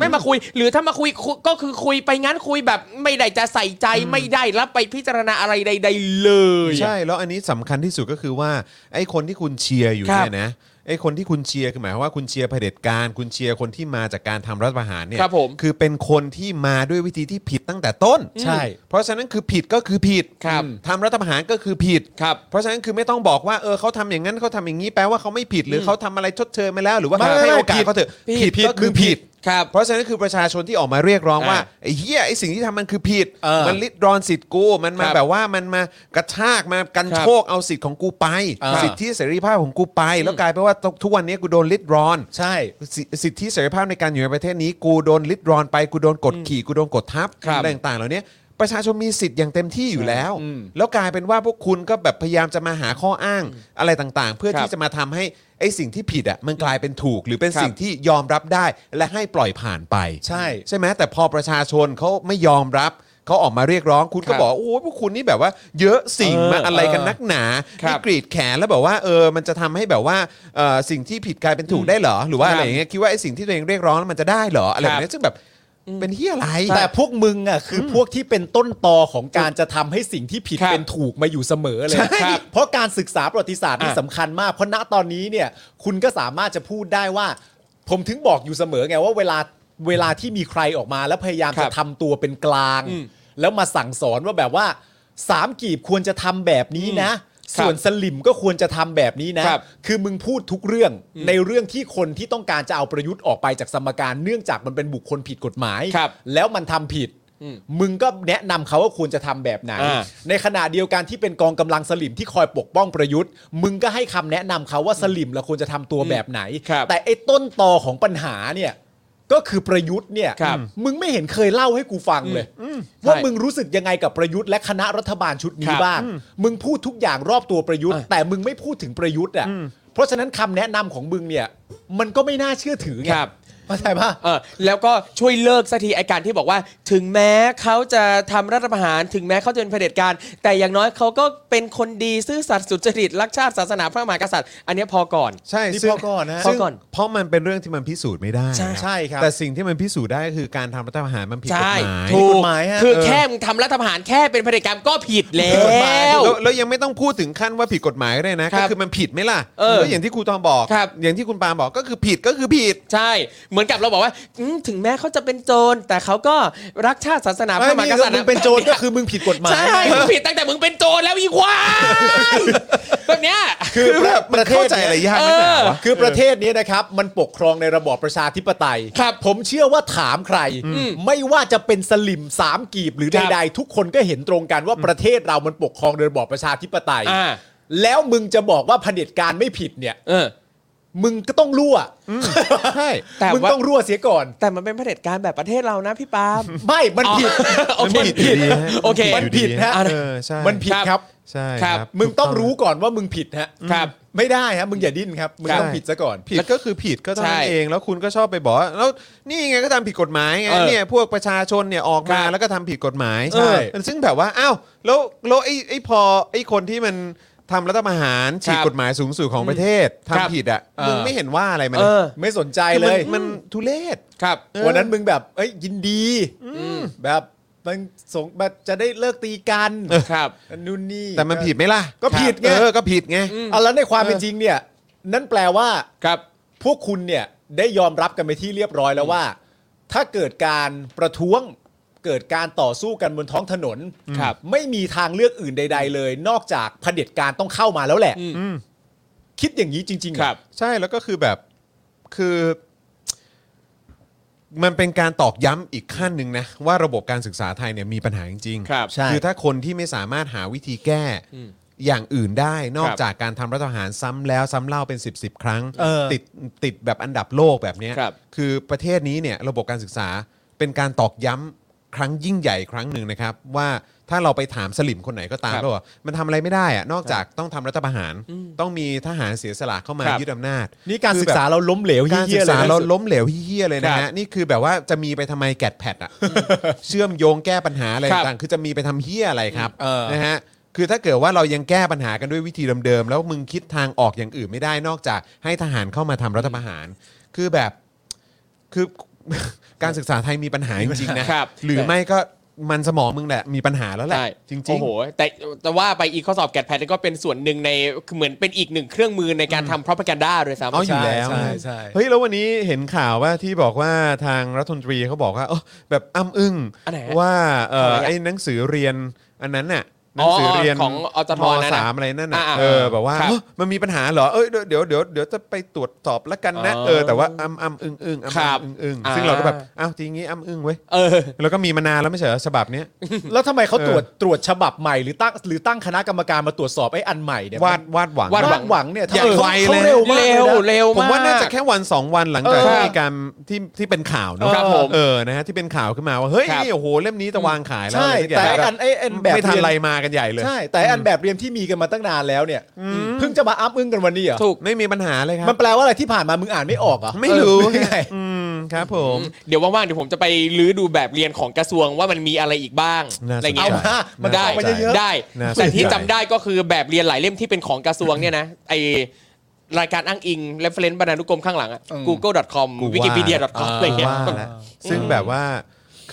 ไม่มาคุย หรือถ้ามาคุยคุก็คือคุยไปงั้นคุยแบบไม่ได้จะใส่ใจไม่ได้รับไปพิจารณาอะไรใด ๆ เลย ใช่แล้วอันนี้สำคัญที่สุดก็คือว่าไอ้คนที่คุณเชียร์อยู่ ครับ เนี่ยนะไอ้คนที่คุณเชียร์คือหมายความว่าคุณเชียร์เผด็จการคุณเชียร์คนที่มาจากการทำรัฐประหารเนี่ย ครับผม คือเป็นคนที่มาด้วยวิธีที่ผิดตั้งแต่ต้น ใช่ เพราะฉะนั้นคือผิดก็คือผิด ครับ ทำรัฐประหารก็คือผิด ครับ เพราะฉะนั้นคือไม่ต้องบอกว่าเออเขาทำอย่างนั้นเขาทำอย่างนี้แปลว่าเขาไม่ผิดหรือเขาทำอะไรชดเชยมาแล้วหรือว่า ไม่ เขาให้โอกา ผิ ส ด เขาเถอะ ผิ ผิ ด ดก็คือผิด ครับ เพราะฉะนั้นคือประชาชนที่ออกมาเรียกร้องว่า อ่า ไอ้เหี้ยไอ้สิ่งที่ทำมันคือผิด เออ มันลิดรอนสิทธิ์กู มันมา ครับ แบบว่ามันมากระชากมากัน ครับ โชคเอาสิทธิ์ของกูไป เออ สิทธิเสรีภาพของกูไป แล้วกลายเป็นว่าทุกวันนี้กูโดนลิดรอน ใช่ สิสิทธิเสรีภาพในการอยู่ในประเทศนี้ กูโดนลิดรอนไปกูโดนกดขี่กูโดนกดทับ ครับ อะไรต่างๆเหล่านี้ประชาชนมีสิทธิ์อย่างเต็มที่อยู่แล้ว อืม แล้วกลายเป็นว่าพวกคุณก็แบบพยายามจะมาหาข้ออ้างอะไรต่างๆ เพื่อ ครับ ที่จะมาทำให้ไอ้สิ่งที่ผิดอ่ะมันกลายเป็นถูก หรือเป็น ครับ สิ่งที่ยอมรับได้และให้ปล่อยผ่านไป ใช่ ใช่ไหมแต่พอประชาชนเขาไม่ยอมรับเขาออกมาเรียกร้องคุณก็บอกว่าโอ้ยพวกคุณนี่แบบว่า เยอะสิ่งมาอะไรกันนักหนา ครับ นี่กรีดแขนแล้วแบบว่าเออมันจะทำให้แบบว่าเอ่อสิ่งที่ผิดกลายเป็นถูกได้เหรอหรือว่า ว่า ครับ อะไรอย่างเงี้ยคิดว่าไอ้สิ่งที่ตัวเองเรียกร้องแล้วมันจะได้เหรออะไรแบบเนี้ยซึ่งแบบเป็นที่อะไร แต่พวกมึงอ่ะคืออพวกที่เป็นต้นตอของการจะทำให้สิ่งที่ผิด ครับ เป็นถูกมาอยู่เสมอเลย ใช่ครับ เพราะการศึกษาประวัติศาสตร์นี่ อ่ะ สำคัญมาก เพราะณตอนนี้เนี่ยคุณก็สามารถจะพูดได้ว่า ผมถึงบอกอยู่เสมอไงว่าเวลาเวลาที่มีใครออกมาแล้วพยายาม ครั จะ บ ทำตัวเป็นกลาง อืม แล้วมาสั่งสอนว่าแบบว่าสามกีบควรจะทำแบบนี้นะ ครับ ส่วนสลิมก็ควรจะทำแบบนี้นะ ครับ คือมึงพูดทุกเรื่องในเรื่องที่คนที่ต้องการจะเอาประยุทธ์ออกไปจากสมการ เนื่องจากมันเป็นบุคคลผิดกฎหมาย ครับ แล้วมันทำผิด อืม มึงก็แนะนำเขาว่าควรจะทำแบบไหน อ่า ในขณะเดียวกันที่เป็นกองกำลังสลิมที่คอยปกป้องประยุทธ์ มึงก็ให้คำแนะนำเขาว่าสลิมเราควรจะทำตัวแบบไหน ครับ แต่ไอ้ต้นตอของปัญหาเนี่ยก็คือประยุทธ์เนี่ย ครับ มึงไม่เห็นเคยเล่าให้กูฟังเลย ว่ามึงรู้สึกยังไงกับประยุทธ์และคณะรัฐบาลชุด ค นี้ รับ บ้าง มึงพูดทุกอย่างรอบตัวประยุทธ์ อ่ะ แต่มึงไม่พูดถึงประยุทธ์อ่ะเพราะฉะนั้นคำแนะนำของมึงเนี่ยมันก็ไม่น่าเชื่อถือไง ครับ เข้าใจปะ เออแล้วก็ช่วยเลิกสักทีไอการที่บอกว่า ถึงแม้เขาจะทำรัฐประหารถึงแม้เขาจะเป็นเผด็จการ แต่อย่างน้อยเขาก็เป็นคนดีซื่อสัตย์สุจริตรักชาติศาสนาพระมหากษัตริย์ อันเนี้ยพอก่อน ใช่ นี่ ซึ่ง พ่อก่อนนะ ซึ่ง พ่อก่อน เพราะมันเป็นเรื่องที่มันพิสูจน์ไม่ได้ ใช่ นะ ใช่ครับ แต่สิ่งที่มันพิสูจน์ได้ก็คือการทำรัฐประหารมันผิดกฎ ใช่ หมาย ผิดกฎหมายฮะ คือ เออ แค่มึงทำรัฐประหารแค่เป็นเผด็จการก็ผิดแล้ กฎหมายว แล้วแล้วยังไม่ต้องพูดถึงขั้นว่าผิดกฎหมายก็ได้นะ ครั ก็ บ คือมันผิดไหมล่ะ เออ แล้วอย่างที่ครูตองบอก ครับ อย่างที่คุณปาล์มบอกก็คือผิดก็คือผิด ใช่ เหมือนกับเราบอกว่าอืมถึงแม้เขาจะเป็นโจรแต่เขาก็รักชาติศาสนาพ ไม่ ระมหา มี กษัตริย์ มึงเป็นโจรก็ [laughs] คือมึงผิดกฎหมาย ใช่มึงผิดตั้งแต่มึงเป็นโจรแล้วอีควายแบบเนี้ย คือแบบมันเข้าใจอะไรยากนักหนาวะ คือประเทศนี้นะครับ มันปกครองในระบอบประชาธิปไตย ครับ ผมเชื่อว่าถามใคร ไม่ว่าจะเป็นสลิมสามกีบหรือ ครับ ใดๆทุกคนก็เห็นตรงกันว่าประเทศเรามันปกครองโดยระบอบประชาธิปไตย อ่า แล้วมึงจะบอกว่าเผด็จการไม่ผิดเนี่ย เออ มึงก็ต้องรั่วใช่ แต่ว่ามึ มึงต้องรั่วเสียก่อน แต่มันเป็นเผด็จการแบบประเทศเรานะพี่ปาล์ม ไม่มันผิด โอเค มันผิดอยู่ดีฮะ โอเค มั มัน น ผิ ผิ ด ด อยู่ดี ฮะ ฮะเออใช่ มันผิดครับ ใช่ ครับ ครับ มึงต้องรู้ก่อนว่ามึงผิดฮะ ครับ ไม่ได้ฮะมึงอย่าดิ้นครับมึงต้องผิดซะก่อน ผิดก็คือผิดก็เท่านั้ ใช่ นเองแล้วคุณก็ชอบไปบอกว่าแล้วนี่ไงก็ทำผิดกฎหมายไง เออ เนี่ยพวกประชาชนเนี่ยออกมา ครับ แล้วก็ทำผิดกฎหมาย ใช่ ซึ่งแบบว่าอ้าวแล้วแล้วไอ้ไอ้พอไอ้คนที่มันทำรัฐประหารฉีก ครับ กฎหมายสูงสุดของประเทศ ครับ ทำผิดอ่ะมึงไม่เห็นว่าอะไรมัน เออ ไม่สนใจ คือมัเลน ย มันทุเรศ ครับ เออ วันนั้นมึงแบบเอ้ยยินดีแบบมันสงแบบจะได้เลิกตีกัน ครับ นู่นนี่ แต่มันผิดไหมล่ะ ก็ผิดไง เออก็ผิดไง เอาแล้วในความเป็นจริงเนี่ย นั่นแปลว่า ครับ พวกคุณเนี่ยได้ยอมรับกันไปนที่เรียบร้อยแล้วว่า ถ้าเกิดการประท้วงเกิดการต่อสู้กันบนท้องถนน ครับ ไม่มีทางเลือกอื่นใด ๆ เลย นอกจากเผด็จการต้องเข้ามาแล้วแหละ อืม อืม คิดอย่างนี้จริงๆเหอ ครับ ใช่แล้วก็คือแบบคือ มันเป็นการตอกย้ำอีกขั้นหนึ่งนะ ว่าระบบการศึกษาไทยเนี่ยมีปัญหาจริงๆ ครับ ใช่ คือถ้าคนที่ไม่สามารถหาวิธีแก้ อืม อย่างอื่นได้ นอก ครับ จากการทำรัฐประหารซ้ำแล้วซ้ำเล่าเป็น 10บสครั้ง เออ ติดติดแบบอันดับโลกแบบเนี้ย ครับ คือประเทศนี้เนี่ยระบบการศึกษาเป็นการตอกย้ำครั้งยิ่งใหญ่ครั้งหนึ่งนะครับ ว่าถ้าเราไปถามสลิมคนไหนก็ตาม ครับ ก็บอกว่ามันทำอะไรไม่ได้อะนอกจากต้องทำรัฐประหาร ต้องมีทหารเสียสละเข้ามา ครับ ยึดอำนาจ นี่การศึกษาเราล้มเหลว การ เหี้ ศึกยๆเลย ษา นะ เราล้มเหลวเฮี้ยๆเลยนะ ครั ฮะ บ นี่คือแบบว่าจะมีไปทำไมแกดแพดอะเชื่อมโยงแก้ปัญหาอะไร ครับ ต่างๆคือจะมีไปทำเฮี้ยอะไรครับ เออ นะฮะคือถ้าเกิดว่าเรายังแก้ปัญหากันด้วยวิธีเดิมๆแล้วมึงคิดทางออกอย่างอื่นไม่ได้นอกจากให้ทหารเข้ามาทำรัฐประหาร คือแบบคือ การศึกษาไทยมีปัญหาจริงๆนะครับ หรือไม่ก็มันสมองมึงแหละมีปัญหาแล้วแหละ ใช่ จริงๆ โอ้โห แต่แต่ว่าไปอีกข้อสอบแกดแพดก็เป็นส่วนหนึ่งในเหมือนเป็นอีกหนึ่งเครื่องมือในการทำ propaganda ด้วยซ้ำ เอาอยู่แล้ว ใช่ใช่ เฮ้ยแล้ววันนี้เห็นข่าวว่าที่บอกว่าทางรัฐมนตรีเขาบอก [laughs] ว่าเอ้อแบบอ้ำอึ้ง อันไหนฮะ ว่าเออ ทำไมอะ ไอ้หนังสือเรียนอันนั้นน่ะห อ๋ นั อง สือเรียน ของอจท ม นะ สามอะไรนั่นน่ะ อ่าๆ เออแบบว่า ครับ เอ้อมันมีปัญหาเหรอเอ้ยเดี๋ยวเดี๋ยวเดี๋ยวจะไปตรวจสอบแล้วกันนะ อ๋อ เออแต่ว่าอ้ำอ้ำอึ้งอึ้งอ้ำ ครับ อึ้งอึ้ง อ่า ซึ่งเราก็แบบอ้าวจริงงี้อ้ำอึ้งเว้ย เออ แล้วก็มีมานานแล้วไม่ใช่เหรอฉบับเนี้ย แล้วทำไมเขา เออ ตรวจตรวจฉบับใหม่หรือตั้งหรือตั้งคณะกรรมการมาตรวจสอบไอ้อันใหม่เนี่ยว าดวาดหวัง วาด มันวาดหวังเนี่ย อย่าง เข ไว เขา เลย เร็วมาก เร็ เลยวนะ เร็ว ผม มาก ว่าน่าจะแค่วันสองวันหลังจาก เออ ที่มีการที่ที่เป็นข่าวเนอะ ครับผม เออ นะฮะ ที่เป็นข่าวขึ้นมาว่า เฮ้ย ครับ นี่ โอ้โห เล่มนี้จะวางขายแล้ว ใช่ อะไรสักอย่า แต่ ง ไอ้อันไอ้อันแบบ ไม่ทัน เย ไรมากันใหญ่เลย ใช่แต่ไอ้อันแบบเรียนที่มีกันมาตั้งนานแล้วเนี่ยเพิ่งจะมาอัพอึ้งกันวันนี้เหรอ ถูก ไม่มีปัญหาเลยครั มั บ นแปลว่าอะไรที่ผ่านมามึงอ่านไม่ออกเหรอ่ะ ไม่รู้ ไง อืม ครับผม เดี๋ยวว่างๆ เดี๋ยวผมจะไปลื้อดูแบบเรียนของกระทรวงว่ามันมีอะไรอีกบ้าง น่าสนใจ อะไรเงี้ย เอามามัน ได้ เอามาเยอะๆ ได้ น่าสนใจ แต่ที่จำได้ก็คือแบบเรียนหลายเล่มที่เป็นของกระทรวงเนี่ยนะไอรายการอ้างอิง reference บรรณานุกรมข้างหลังอะ google.com กูว่า wikipedia.com อะไรเงี้ย ว่าแล้วซึ่งแบบว่า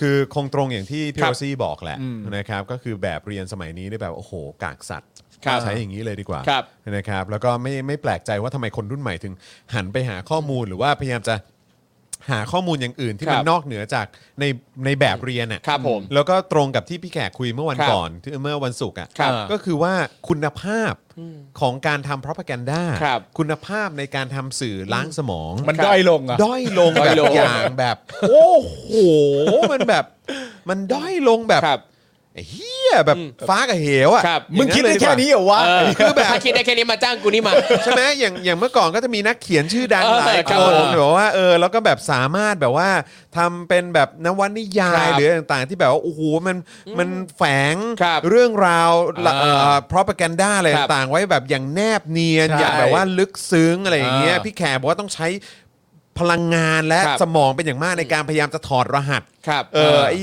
คือคงตรงอย่างที่พี่ ครั โร บ ซี่บอกแหละนะครับ ก็คือแบบเรียนสมัยนี้ได้แบบ โอ้โห กากสัตว์ ครับ ใช้อย่างนี้เลยดีกว่า ครับ นะครับ แล้วก็ไม่ไม่แปลกใจว่าทำไมคนรุ่นใหม่ถึงหันไปหาข้อมูลหรือว่าพยายามจะ หาข้อมูลอย่างอื่นที่มัน ครับ นอกเหนือจากในในแบบเรียนน่ะ ครับผม แล้วก็ตรงกับที่พี่แขกคุยเมื่อวัน ครับ ก่อนที่เมื่อวันศุกร์อ่ะ ครับ ก็คือว่าคุณภาพของการทำ propaganda ครับ คุณภาพในการทำสื่อล้างสมอง มันด้อยลงเหรอ่ะ ด้อยลง ด้ แบ อบยลง อย่างแบบ โอ้โห มันแบบ มันด้อยลงแบบ ครับ เฮียแบบฟ้ากับเหวอ่ะ ครับ อย่า มึงคิดได้ เลย แค่นี้เหรอวะ เออ คือแบบ ถ้าคิดได้แค่นี้มาจ้างกูนี่มา ใช่ไหมอย่างอย่างเมื่อก่อนก็จะมีนักเขียนชื่อดัง เออ หลาย ครั ค บ น ผม แบบว่าเออแล้วก็แบบสามารถแบบว่าทำเป็นแบบนวนิยา ครั ย บ หรืออะไรต่างๆ ที่แบบว่าโอ้โหมันมันแฝง ครับ เรื่องราวละ อ่า เอ่อ propaganda อะไร ครับ ต่างๆ ไว้แบบอย่างแนบเนียน ใช่ อย่างแบบว่าลึกซึ้งอะไรอย่างเงี้ย อ่า พี่แขกบอกว่าต้องใช้พลังงานและ ครับ สมองเป็นอย่างมากในการพยายามจะถอดรหัส ครับ เออไอ้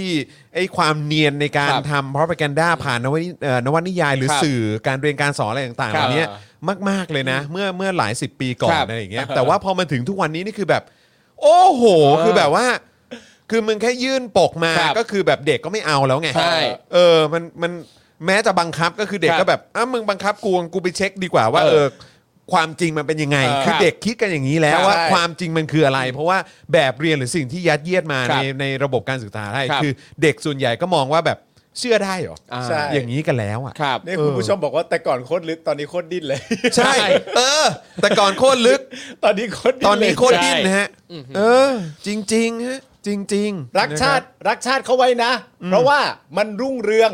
ไอ้ความเนียนในการ ครับ ทำ propaganda ผ่านนวนิเอ่อนวนิยาย หรือ ครับ สื่อการเรียนการสอนอะไรต่างๆ ค เห รับ ล่านี้มาก ๆ เลยนะ เมื่อเมื่อหลายสิบปีก่อน ครับ อะไรอย่างเงี้ยแต่ว่าพอมาถึงทุกวันนี้นี่คือแบบ โอ้โห คือแบบว่า คือมึงแค่ยื่นปกมา ครับ ก็คือแบบเด็กก็ไม่เอาแล้วไง ใช่ เออมันมันแม้จะบังคับก็คือเด็ก ครับ ก็แบบอ้าวมึงบังคับกูกูไปเช็คดีกว่าว่า เออ เออความจริงมันเป็นยังไง เออ คือ ครับ เด็กคิดกันอย่างนี้แล้ว ใช่ ว่าความจริงมันคืออะไร เพราะว่าแบบเรียนหรือสิ่งที่ยัดเยียดมา ครั ใน บ ในระบบการศึกษาไทย ครับ คือเด็กส่วนใหญ่ก็มองว่าแบบเชื่อได้เหรอ อ่า ใช่ อย่างนี้กันแล้วอ่ะ ครับ เนี่ยคุณผู้ชมบอกว่าแต่ก่อนโคตรลึกตอนนี้โคตรดิ้นเลย ใช่ เออ แต่ก่อนโคตรลึก ตอนนี้โคตรดิ้นเลย ตอนนี้โคตรดิ้นนะฮะเออ จริงๆฮะจริงๆ รักชาติ นะค รักชาติเขาไว้นะ เพราะว่ามันรุ่งเรือง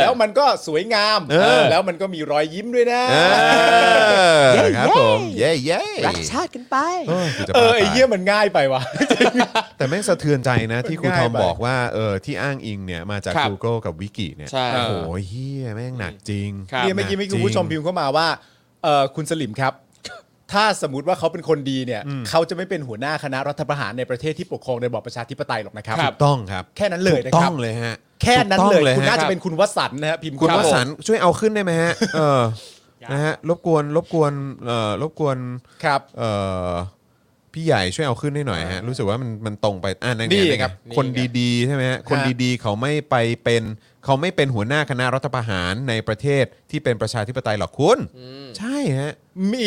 แล้วมันก็สวยงาม เออ แล้วมันก็มีรอยยิ้มด้วยนะ บเออครับผมเย้เย้ รักชาติกันไป เออกูจะ เอ บ้า อไอ้ ตาย เยี่ยมันง่ายไปว่ะ แต่แม่งสะเทือนใจนะ ที่ครู ง่าย ทอม ไป บอกว่าเออที่อ้างอิงเนี่ยมาจาก ครับ Google กับวิกิเนี่ย ใช่ โอ้โหเฮียแม่งหนักจริง ครับ เนี่ยเมื่อกี้เมื่อกี้คุณผู้ชมพิมพ์เข้ามาว่าเออคุณสลิมครับ ถ้าสมมติว่าเขาเป็นคนดีเนี่ย เขาจะไม่เป็นหัวหน้าคณะรัฐประหารในประเทศที่ปกครองในระบอบประชาธิปไตยหรอกนะครับ ครับ ถูกต้องครับ แค่นั้นเลยนะ ถูก ค ต้ รั อบ งเลยฮะ แค่นั้นเลย ถูกต้องฮะคุณน่าจะเป็นคุณวสันต์นะฮะพิมพ์ คุณ เข้ ว มา สันต์ช่วยเอาขึ้นได้ไหมฮะเออนะฮะรบกวนรบกวนเอ่อรบกวน ครับ เอ่อพี่ใหญ่ช่วยเอาขึ้นให้หน่อยฮะรู้สึกว่ามันมันตรงไปอ่านั่น นี่ ไง ไง นะครับ นี่ คน ไง ดีๆใช่ไหมฮะคน ฮะ ดีๆ เขาไม่ไปเป็นเขาไม่เป็นหัวหน้าคณะรัฐประหารในประเทศที่เป็นประชาธิปไตยหรอกคุณใช่ฮะ มี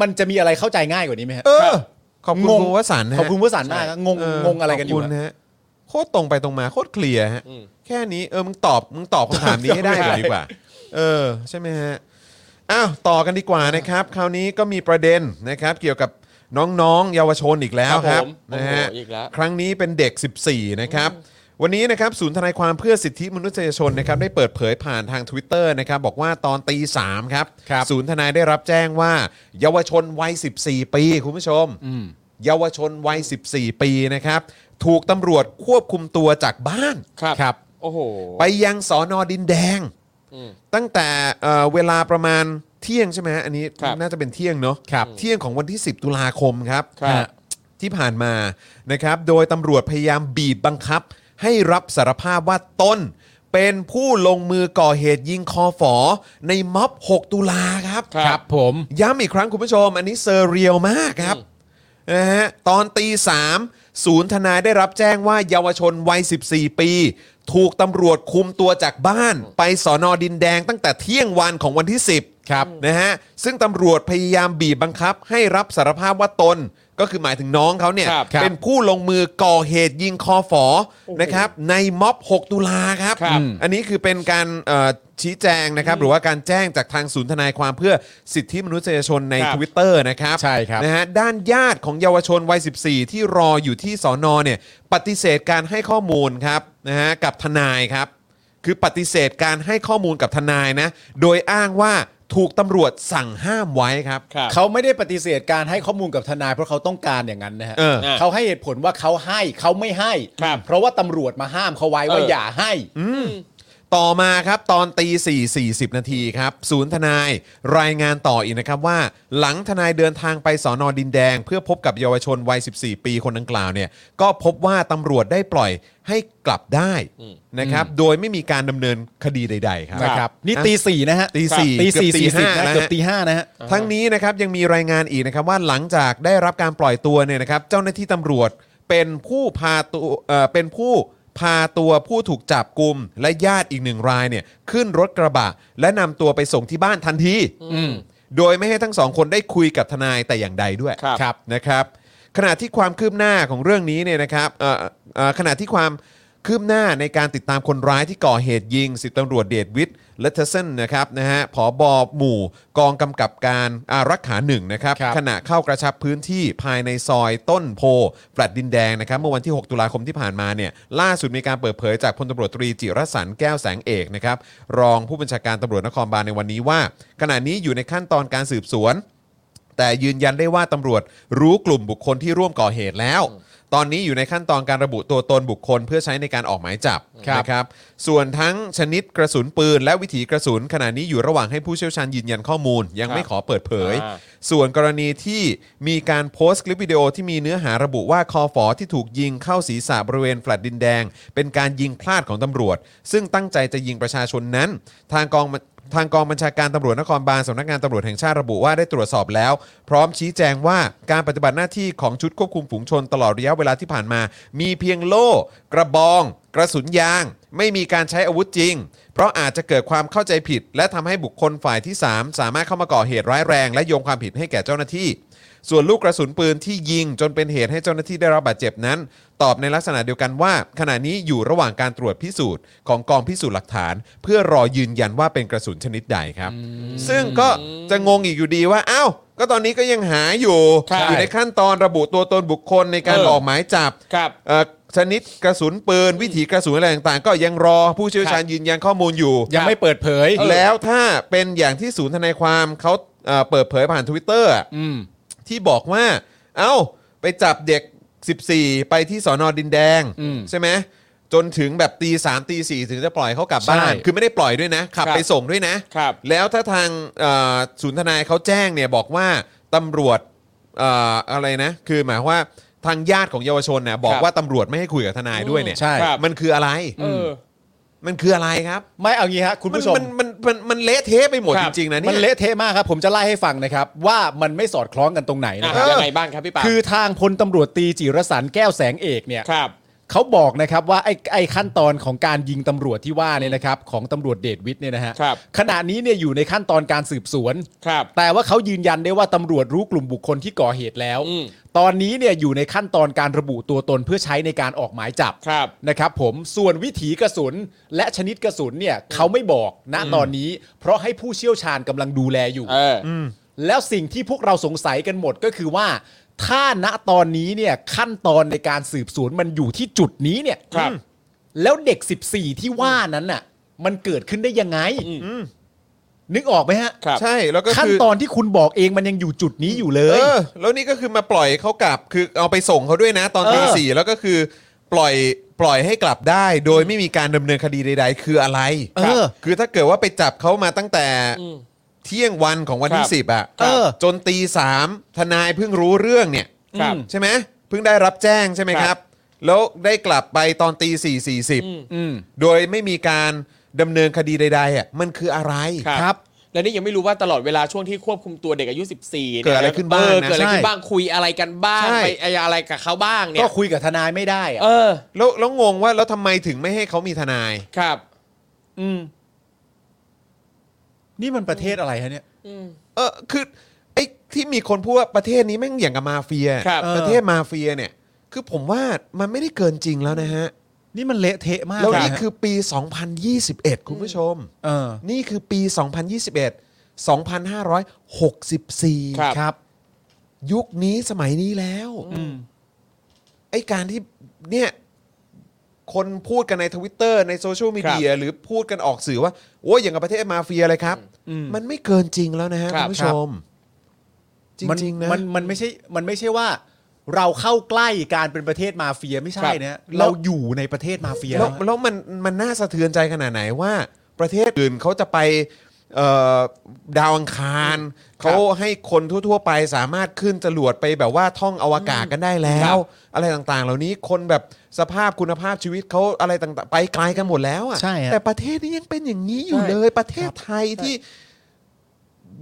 มันจะมีอะไรเข้าใจง่ายกว่านี้ไหมฮะ เออขอบคุณ งง คุณวสันต์นะฮะ ขอบคุณวสันต์มากงง เ งงอะไรกันอขบยู่คุณ อะ ฮะโคตรตรงไปตรงมาโคตรเคลียร์ฮะแค่นี้เออมึงตอบมึงตอบคำถามนี้ให้ได้ ใช่ ก่อนดีกว่า เออ ใช่ไหมฮะอ้าวต่อกันดีกว่านะครับ คราวนี้ก็มีประเด็นนะครับ เกี่ยวกับน้องๆ เยาวชนอีกแล้วครับ ครับผม นะฮะ โอ้โหอีกแล้ว ครั้งนี้เป็นเด็ก 14 นะครับ วันนี้นะครับศูนย์ทนายความเพื่อสิทธิมนุษยชนนะครับได้เปิดเผยผ่านทาง Twitter นะครับบอกว่าตอนตีสามครับ ครับ ศูนย์ทนายได้รับแจ้งว่า เยาวชนวัย 14 ปีคุณผู้ชม เยาวชนวัย 14 ปีนะครับถูกตำรวจควบคุมตัวจากบ้าน ครับ ครับ โอ้โห ไปยังสอนอดินแดง ตั้งแต่เอ่อเวลาประมาณเที่ยงใช่ไหมฮะอันนี้ ครับ น่าจะเป็นเที่ยงเนาะเที่ยงของวันที่ 10 ตุลาคมครับ ครับ ฮะที่ผ่านมานะครับ โดยตำรวจพยายามบีบบังคับ ให้รับสารภาพว่าตนเป็นผู้ลงมือก่อเหตุยิงคอฝอในม็อบ 6 ตุลาครับ ครับครับผม ย้ำอีกครั้งคุณผู้ชม อันนี้เซอร์เรียลมากครับนะฮะตอนตีสามศูนย์ทนายได้รับแจ้งว่าเยาวชนวัย 14 ปี ถูกตำรวจคุมตัวจากบ้าน ไปสอนอดินแดงตั้งแต่เที่ยงวันของวันที่ 10ครับนะฮะซึ่งตำรวจพยายามบีบบังคับ ให้รับสารภาพว่าตน ก็คือหมายถึงน้องเขาเนี่ย ครับ เป็นผู้ลงมือก่อเหตุยิงคอฝอนะครับในม็อบ 6 ตุลาครับ ครับ อันนี้คือเป็นการเอ่อชี้แจงนะครับ หรือว่าการแจ้งจากทางศูนย์ทนายความเพื่อสิทธิมนุษยชนใน ครับ Twitter นะครับ ใช่ครับ นะฮะด้านญาติของเยาวชนวัย 14 ที่รออยู่ที่สอนอเนี่ยปฏิเสธการให้ข้อมูลครับนะฮะกับทนายครับ คือปฏิเสธการให้ข้อมูลกับทนายนะ โดยอ้างว่าถูกตำรวจสั่งห้ามไว้ครับ ครับ เขาไม่ได้ปฏิเสธการให้ข้อมูลกับทนายเพราะเขาต้องการอย่างนั้นนะฮะ เออ เขาให้เหตุผลว่าเขาให้เขาไม่ให้ ครับ เพราะว่าตำรวจมาห้ามเขาไว้ว่า เอออ อย่าให้ ต่อมาครับตอนตี4 40 นาทีครับ ศูนย์ทนายรายงานต่ออีกนะครับว่า หลังทนายเดินทางไปสอนอดินแดง เพื่อพบกับเยาวชนวัย 14 ปีคนดังกล่าวเนี่ยก็พบว่าตำรวจได้ปล่อยให้กลับได้นะครับโดยไม่มีการดำเนินคดีใด ๆ ครับ นะครับ นี่ตีสี่นะฮะ ตีสี่ ตีสี่ เกือบตี สี่สิบ ห้า นะ นะฮะ เกือบตีห้านะฮะ ทั้งนี้นะครับยังมีรายงานอีกนะครับว่าหลังจากได้รับการปล่อยตัวเนี่ยนะครับเจ้าหน้าที่ตำรวจเป็นผู้พาตัวเอ่อเป็นผู้พาตัวผู้ถูกจับกลุ่มและญาติอีกหนึ่งรายเนี่ยขึ้นรถกระบะ และนำตัวไปส่งที่บ้านทันทีโดยไม่ให้ทั้งสองคนได้คุยกับทนายแต่อย่างใดด้วย ครับ นะครับ ขณะที่ความคืบหน้าของเรื่องนี้เนี่ยนะครับเอ่อเอ่อขณะที่ความคืบหน้าในการติดตามคนร้ายที่ก่อเหตุยิงสิบตำรวจเดชวิทย์และเทเซนนะครับนะฮะผอบอหมู่กองกำกับการอารักขาหนึ่งนะครับ ครับ ขณะเข้ากระชับพื้นที่ภายในซอยต้นโพแฟลตดินแดงนะครับเมื่อวันที่ 6 ตุลาคมที่ผ่านมาเนี่ยล่าสุดมีการเปิดเผยจากพลตำรวจตรีจิรสันแก้วแสงเอกนะครับรองผู้บัญชาการตำรวจนครบาลในวันนี้ว่า ขณะนี้อยู่ในขั้นตอนการสืบสวน แต่ยืนยันได้ว่าตำรวจรู้กลุ่มบุคคลที่ร่วมก่อเหตุแล้ว ตอนนี้อยู่ในขั้นตอนการระบุตัวตนบุคคลเพื่อใช้ในการออกหมายจับ ครับ นะครับ ส่วนทั้งชนิดกระสุนปืนและวิถีกระสุน ขณะนี้อยู่ระหว่างให้ผู้เชี่ยวชาญยืนยันข้อมูล ยังไม่ขอเปิดเผย อ่า ส่วนกรณีที่มีการโพสต์คลิปวิดีโอที่มีเนื้อหาระบุว่าคอฟอที่ถูกยิงเข้าศีรษะบริเวณแฟลตดินแดง เป็นการยิงพลาดของตำรวจ ซึ่งตั้งใจจะยิงประชาชนนั้น ทางกองทางกองบัญชาการตำรวจนครบาลสำนักงานตำรวจแห่งชาติระบุว่าได้ตรวจสอบแล้ว พร้อมชี้แจงว่าการปฏิบัติหน้าที่ของชุดควบคุมฝูงชนตลอดระยะเวลาที่ผ่านมา มีเพียงโล่ กระบอง กระสุนยาง ไม่มีการใช้อาวุธจริง เพราะอาจจะเกิดความเข้าใจผิด และทำให้บุคคลฝ่ายที่ 3 สามารถเข้ามาก่อเหตุร้ายแรง และโยงความผิดให้แก่เจ้าหน้าที่ ส่วนลูกกระสุนปืนที่ยิงจนเป็นเหตุให้เจ้าหน้าที่ได้รับบาดเจ็บนั้น ตอบในลักษณะเดียวกันว่า ขณะนี้อยู่ระหว่างการตรวจพิสูจน์ของกองพิสูจน์หลักฐาน เพื่อรอยืนยันว่าเป็นกระสุนชนิดใดครับ ซึ่งก็จะงงอีกอยู่ดีว่าอ้าวก็ตอนนี้ก็ยังหาอยู่ ใช่ อยู่ในขั้นตอนระบุตัวตนบุคคลในการ เออ ออกหมายจับ ครับ เอ่อชนิดกระสุนปืน วิถีกระสุนอะไรต่างๆ ก็ยังรอผู้เชี่ยวชาญยืนยันข้อมูลอยู่ ยังไม่เปิดเผย แล้วถ้าเป็นอย่างที่ศูนย์ทนายความเขาเอ่อเปิดเผยผ่านทวิตเตอร์ อืม ที่บอกว่า เอ้า ไปจับเด็ก 14 ไปที่สอนอดินแดง อืม ใช่ไหมจนถึงแบบตีสามตีสี่ถึงจะปล่อยเขากลับบ้าน ใช่ คือไม่ได้ปล่อยด้วยนะ ขับ ครับ ไปส่งด้วยนะ ครับ แล้วถ้าทางเอ่อศูนย์ทนายเขาแจ้งเนี่ยบอกว่าตำรวจเอ่ออะไรนะคือหมายความว่าทางญาติของเยาวชนเนี่ยบอก ครับ ว่าตำรวจไม่ให้คุยกับทนายด้วยเนี่ย ใช่ ครับ มันคืออะไร เออ มันคืออะไรครับ ไม่เอางี้ฮะคุณ มัน ผู้ชม มันมันมันมันเละเทะไปหมด ครั จ บ ริงๆนะเนี่ มัน ย เละเทะมากครับ ผมจะไล่ให้ฟังนะครับ ว่ามันไม่สอดคล้องกันตรงไหน อ่ะ นะครับ ยังไงบ้างครับพี่ปาล์ม คือทางพลตำรวจตรีจิรสันแก้วแสงเอกเนี่ย ครับ เขาบอกนะครับว่าไอ้ไอ้ขั้นตอนของการยิงตำรวจที่ว่าเนี่ยนะครับของตำรวจเดชวิทย์เนี่ยนะฮะ ครับ ขณะนี้เนี่ยอยู่ในขั้นตอนการสืบสวน ครับ แต่ว่าเขายืนยันได้ว่าตำรวจรู้กลุ่มบุคคลที่ก่อเหตุแล้ว อืม ตอนนี้เนี่ยอยู่ในขั้นตอนการระบุตัวตนเพื่อใช้ในการออกหมายจับ ครับ นะครับผมส่วนวิถีกระสุนและชนิดกระสุนเนี่ยเขาไม่บอกณตอนนี้ เพราะให้ผู้เชี่ยวชาญกำลังดูแลอยู่ เอออ แล้วสิ่งที่พวกเราสงสัยกันหมดก็คือว่า ถ้าณตอนนี้เนี่ยขั้นตอนในการสืบสวนมันอยู่ที่จุดนี้เนี่ย ครับ แล้วเด็ก 14 ที่ว่านั้นน่ะ มันเกิดขึ้นได้ยังไง นึกออกไหมฮะ ครับ ใช่แล้วก็ ขั้น คือ ตอนที่คุณบอกเองมันยังอยู่จุดนี้อยู่เลย เออแล้วนี่ก็คือมาปล่อยเขากลับ คือเอาไปส่งเขาด้วยนะ ตอนตี เออ สี่แล้วก็คือปล่อยปล่อยให้กลับได้ โดยไม่มีการดำเนินคดีใด ๆ คืออะไร เออ คือถ้าเกิดว่าไปจับเขามาตั้งแต่ อืม เที่ยงวันของวันที่ ครับ สิบอ่ะ เออ จนตีสามทนายเพิ่งรู้เรื่องเนี่ย ครับ ใช่ไหมเพิ่งได้รับแจ้งใช่ไหมค ค รั รับ บ แล้วได้กลับไปตอนตีสี่สี่สิบ อืม โดยไม่มีการดำเนินคดีใดๆอ่ะมันคืออะไร ครับ และนี่ยังไม่รู้ว่าตลอดเวลาช่วงที่ควบคุมตัวเด็กอายุ 14 เกิดอะไรขึ้นบ้างนะ เออเกิดอะไรขึ้ ใช่ นบ้างคุยอะไรกันบ้าง ใช่ ไปอะไรกับเขาบ้างเนี่ ก็ ย คุยกับทนายไม่ได้อะ เออ แล้วแล้วงงว่าแล้วทำไมถึงไม่ให้เขามีทนาย ครับ ืม นี่มันประเทศอะไรฮะเนี่ย อืม เออคือไอ้ที่มีคนพูดว่าประเทศนี้แม่งอย่างกับมาเฟีย ครับ ประเทศมาเฟียเนี่ย คือผมว่ามันไม่ได้เกินจริงแล้วนะฮะ นี่มันเละเทะมาก แล้วนี่ ะฮะ คือปี 2021 คุณผู้ชม เออ นี่คือปี 2021 ครั 2564 บ ครับ ยุคนี้สมัยนี้แล้ว อืม ไอ้การที่เนี่ยคนพูดกันในทวิตเตอร์ในโซเชียลมีเดียหรือพูดกันออกสื่อว่า โอ้ยอย่างกับประเทศมาเฟียเลยครับ อืม มันไม่เกินจริงแล้วนะฮะ ค คุ รับ ณผู้ชม จ มัน ริง ๆ นะ มันมันไม่ใช่ มันไม่ใช่ว่า เราเข้าใกล้การเป็นประเทศมาเฟียไม่ใช่นะฮะ แล้ว เราอยู่ในประเทศมาเฟีย แล้ว นะฮะ แล้วมันมันน่าสะเทือนใจขนาดไหนว่า ประเทศอื่นเขาจะไปเอ่อดาวอังคารเขาให้คนทั่ว ๆ ไปสามารถขึ้นจรวดไปแบบว่าท่องอวกาศกันได้แล้ ครั ว บ อะไรต่างๆ เหล่านี้คนแบบสภาพคุณภาพชีวิตเขาอะไรต่างๆ ไปไกลกันหมดแล้วอ่ะ ใช่ฮะ แต่ประเทศนี้ยังเป็นอย่างนี้อยู่ ใช่ เลย ประเทศไทยที่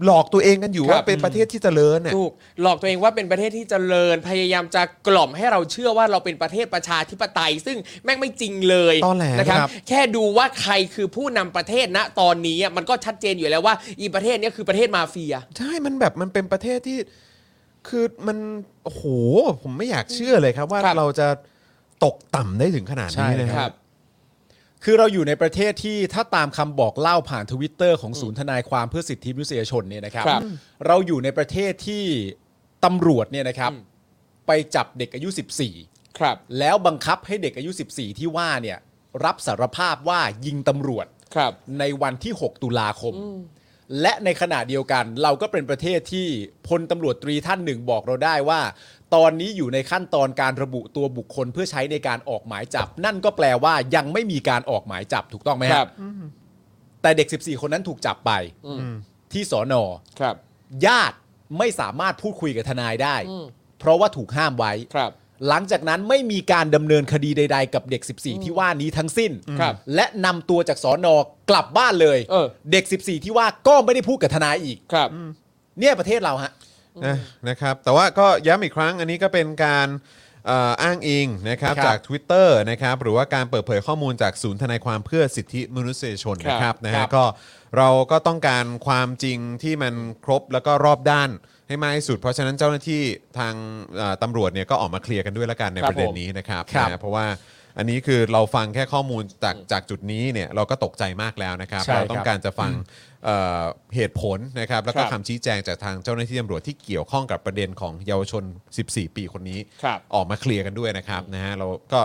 หลอกตัวเองกันอยู่ ครับ ว่าเป็นประเทศที่เจริญน่ะ ถูกหลอกตัวเองว่าเป็นประเทศที่เจริญพยายามจะกล่อมให้เราเชื่อว่าเราเป็นประเทศประชาธิปไตย ซึ่งแม่งไม่จริงเลย ตอแหล นะครับ ครับ แค่ดูว่าใครคือผู้นำประเทศณตอนนี้อะมันก็ชัดเจนอยู่แล้วว่าอีประเทศเนี้ยคือประเทศมาเฟีย ใช่ มันแบบมันเป็นประเทศที่ คือมันโอ้โหผมไม่อยากเชื่อเลยครับว่า ครับ เราจะตกต่ำได้ถึงขนาดนี้นะ ค ค รั รับ บ คือเราอยู่ในประเทศที่ถ้าตามคำบอกเล่าผ่านทวิตเตอร์ของศูนย์ทนายความเพื่อสิทธิมนุษยชนเนี่ยนะครับ ครับ เราอยู่ในประเทศที่ตำรวจเนี่ยนะครับ อืม ไปจับเด็กอายุ 14 ครับ แล้วบังคับให้เด็กอายุ 14 ที่ว่าเนี่ยรับสารภาพว่ายิงตำรวจ ครับ ในวันที่ 6 ตุลาคม และในขณะเดียวกัน เราก็เป็นประเทศที่พลตำรวจตรีท่านหนึ่งบอกเราได้ว่า ตอนนี้อยู่ในขั้นตอนการระบุตัวบุคคลเพื่อใช้ในการออกหมายจับ นั่นก็แปลว่ายังไม่มีการออกหมายจับถูกต้องไหม ครับ แต่เด็ก 14 คนนั้นถูกจับไป อืม ที่สอนอ ครับ ญาติไม่สามารถพูดคุยกับทนายได้ อืม เพราะว่าถูกห้ามไว้ ครับ หลังจากนั้นไม่มีการดำเนินคดีใด ๆ กับเด็ก 14 ที่ว่านี้ทั้งสิ้น ครับ และนำตัวจากสอนอกลับบ้านเลย เออ เด็ก 14 ที่ว่าก็ไม่ได้พูดกับทนายอีก ครับ เนี่ยประเทศเราฮะ นะนะครับแต่ว่าก็ย้ำอีกครั้งอันนี้ก็เป็นการเอ่ออ้างอิงนะครับ ครับ จาก Twitter นะครับหรือว่าการเปิดเผยข้อมูลจากศูนย์ทนายความเพื่อสิทธิมนุษยชน ครับ นะครับนะ ครั ฮะ บ ก็เราก็ต้องการความจริงที่มันครบแล้วก็รอบด้านให้มากที่สุด เพราะฉะนั้นเจ้าหน้าที่ทางเอ่อตำรวจเนี่ยก็ออกมาเคลียร์กันด้วยละกันใน ครับ ประเด็น ผม นี้นะครับ ครับ นะฮะเพราะว่าอันนี้คือเราฟังแค่ข้อมูลจากจากจุดนี้เนี่ยเราก็ตกใจมากแล้วนะครับ ใช่ เรา ครับ ต้องการจะฟังเอ่อเหตุผลนะครับแล้วก็ ครับ คำ ชี้แจงจากทางเจ้าหน้าที่ตำรวจที่เกี่ยวข้องกับประเด็นของเยาวชน 14 ปีคนนี้ ครับ ออกมาเคลียร์กันด้วยนะครับนะฮะเราก็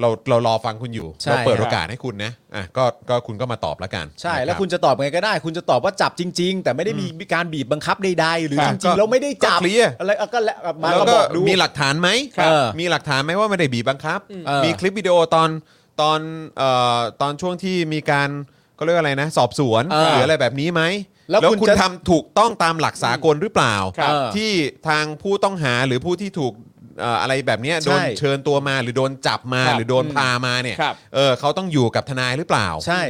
เราเรารอฟังคุณอยู่ ใช่ เราเปิด ครับ โอกาสให้คุณนะอ่ะก็ก็คุณก็มาตอบละกัน ใช่ นะ แล้วคุณจะตอบไงก็ได้ คุณจะตอบว่าจับจริง ๆ แต่ไม่ได้มีการบีบบังคับใดๆหรือ ค จ บ ริงๆเราไม่ได้จับ ก็เคลียร์ อะไรเอาก็แล้วมา แล้ว ก็ ก็ บอกดู มีหลักฐานไหม ครับเออ มีหลักฐานไหมว่าไม่ได้บีบบังคับ เออ มีคลิปวิดีโอตอนตอนเอ่อตอนช่วงที่มีการก็เรียกว่าอะไรนะ สอบสวน เออ หรืออะไรแบบนี้ไหม แล้วคุณ คุณ จะ ทำถูกต้องตามหลักสากลหรือเปล่า ครับ เออ ที่ทางผู้ต้องหาหรือผู้ที่ถูกเอ่ออะไรแบบเนี้ย ใช่ โดนเชิญตัวมาหรือโดนจับมา ครับ หรือโดนพามาเนี่ย ครับ เออเขาต้องอยู่กับทนายหรือเปล่า ใช่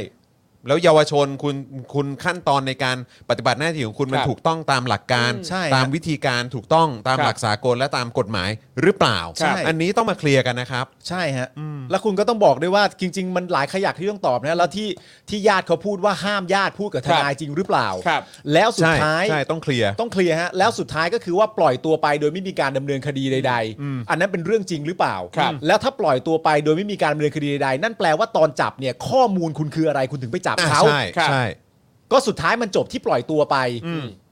แล้วเยาวชนคุณคุณขั้นตอนในการปฏิบัติหน้าที่ของคุณมัน ครับ ถูกต้องตามหลักการ อืมใช่ ตามวิธีการถูกต้องตาม ครับ หลักสากลและตามกฎหมายหรือเปล่า ใช่ อันนี้ต้องมาเคลียร์กันนะครับ ใช่ฮะแล้วคุณก็ต้องบอกด้วยว่าจริง ๆ มันหลายขยักที่ต้องตอบนะแล้วที่ที่ญาติเขาพูดว่าห้ามญาติพูดกับทนายจริงหรือเปล่า ครับ แล้วสุด ใช่ ท้าย ใช่ต้องเคลียร์ ต้องเคลียร์ฮะแล้วสุดท้ายก็คือว่าปล่อยตัวไปโดยไม่มีการดำเนินคดีใด ๆ อันนั้นเป็นเรื่องจริงหรือเปล่า ครับ แล้วถ้าปล่อยตัวไปโดยไม่มีการดำเนินคดีใดๆ นั่นแปลว่าตอนจับเนี่ยข้อมูลคุณคืออะไรคุณถึงไปจับ อ่ะ เขา ใช่ ครับ ใช่ ก็สุดท้ายมันจบที่ปล่อยตัวไป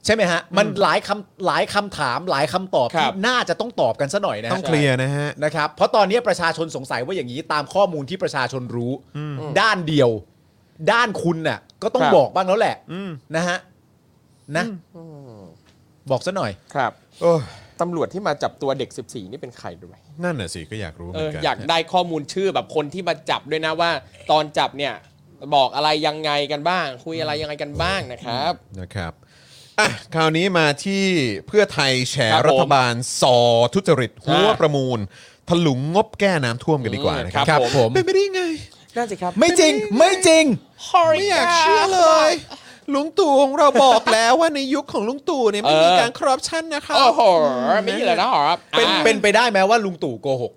ใช่ไหมฮะ มันหลายคำหลายคำถามหลายคำตอบ ครั ที่ บ น่าจะต้องตอบกันซะหน่อยนะ ต้องเคลียร์นะฮะ นะครับเพราะตอนนี้ประชาชนสงสัยว่าอย่างนี้ตามข้อมูลที่ประชาชนรู้ ด้านเดียว ด้านคุณน่ะก็ต้อง ครับ บอกบ้างแล้วแหละนะฮะนะบอกซะหน่อย ครับ โอ้ย ตำรวจที่มาจับตัวเด็ก 14 นี่เป็นใครด้วย นั่นน่ะสิก็อยากรู้เห เอ มือ อน กัน อยากได้ข้อมูลชื่อแบบคนที่มาจับด้วยนะว่า ตอนจับเนี่ยบอกอะไรยังไงกันบ้าง คุยอะไรยังไงกันบ้างนะครับ นะครับอ่ะคราวนี้มาที่เพื่อไทยแฉ ครับผม รัฐบาลสอทุจริตหัว อ่า ประมูล ถลุงงบแก้น้ำท่วมกันดีกว่านะครับ ครับผม เป็นไปได้ยังไง น่าสิครับ ไม่จริงไม่จริง ไม่อยากเชื่อเลย ลุงตู่ของเราบอกแล้วว่าในยุคของลุงตู่เนี่ยไม่มี เออ การคอร์รัปชันนะคะ โอ้โหไม่มีเลยนะครับ เป็น อ่า เป็นไปได้ไหมว่าลุงตู่โกหก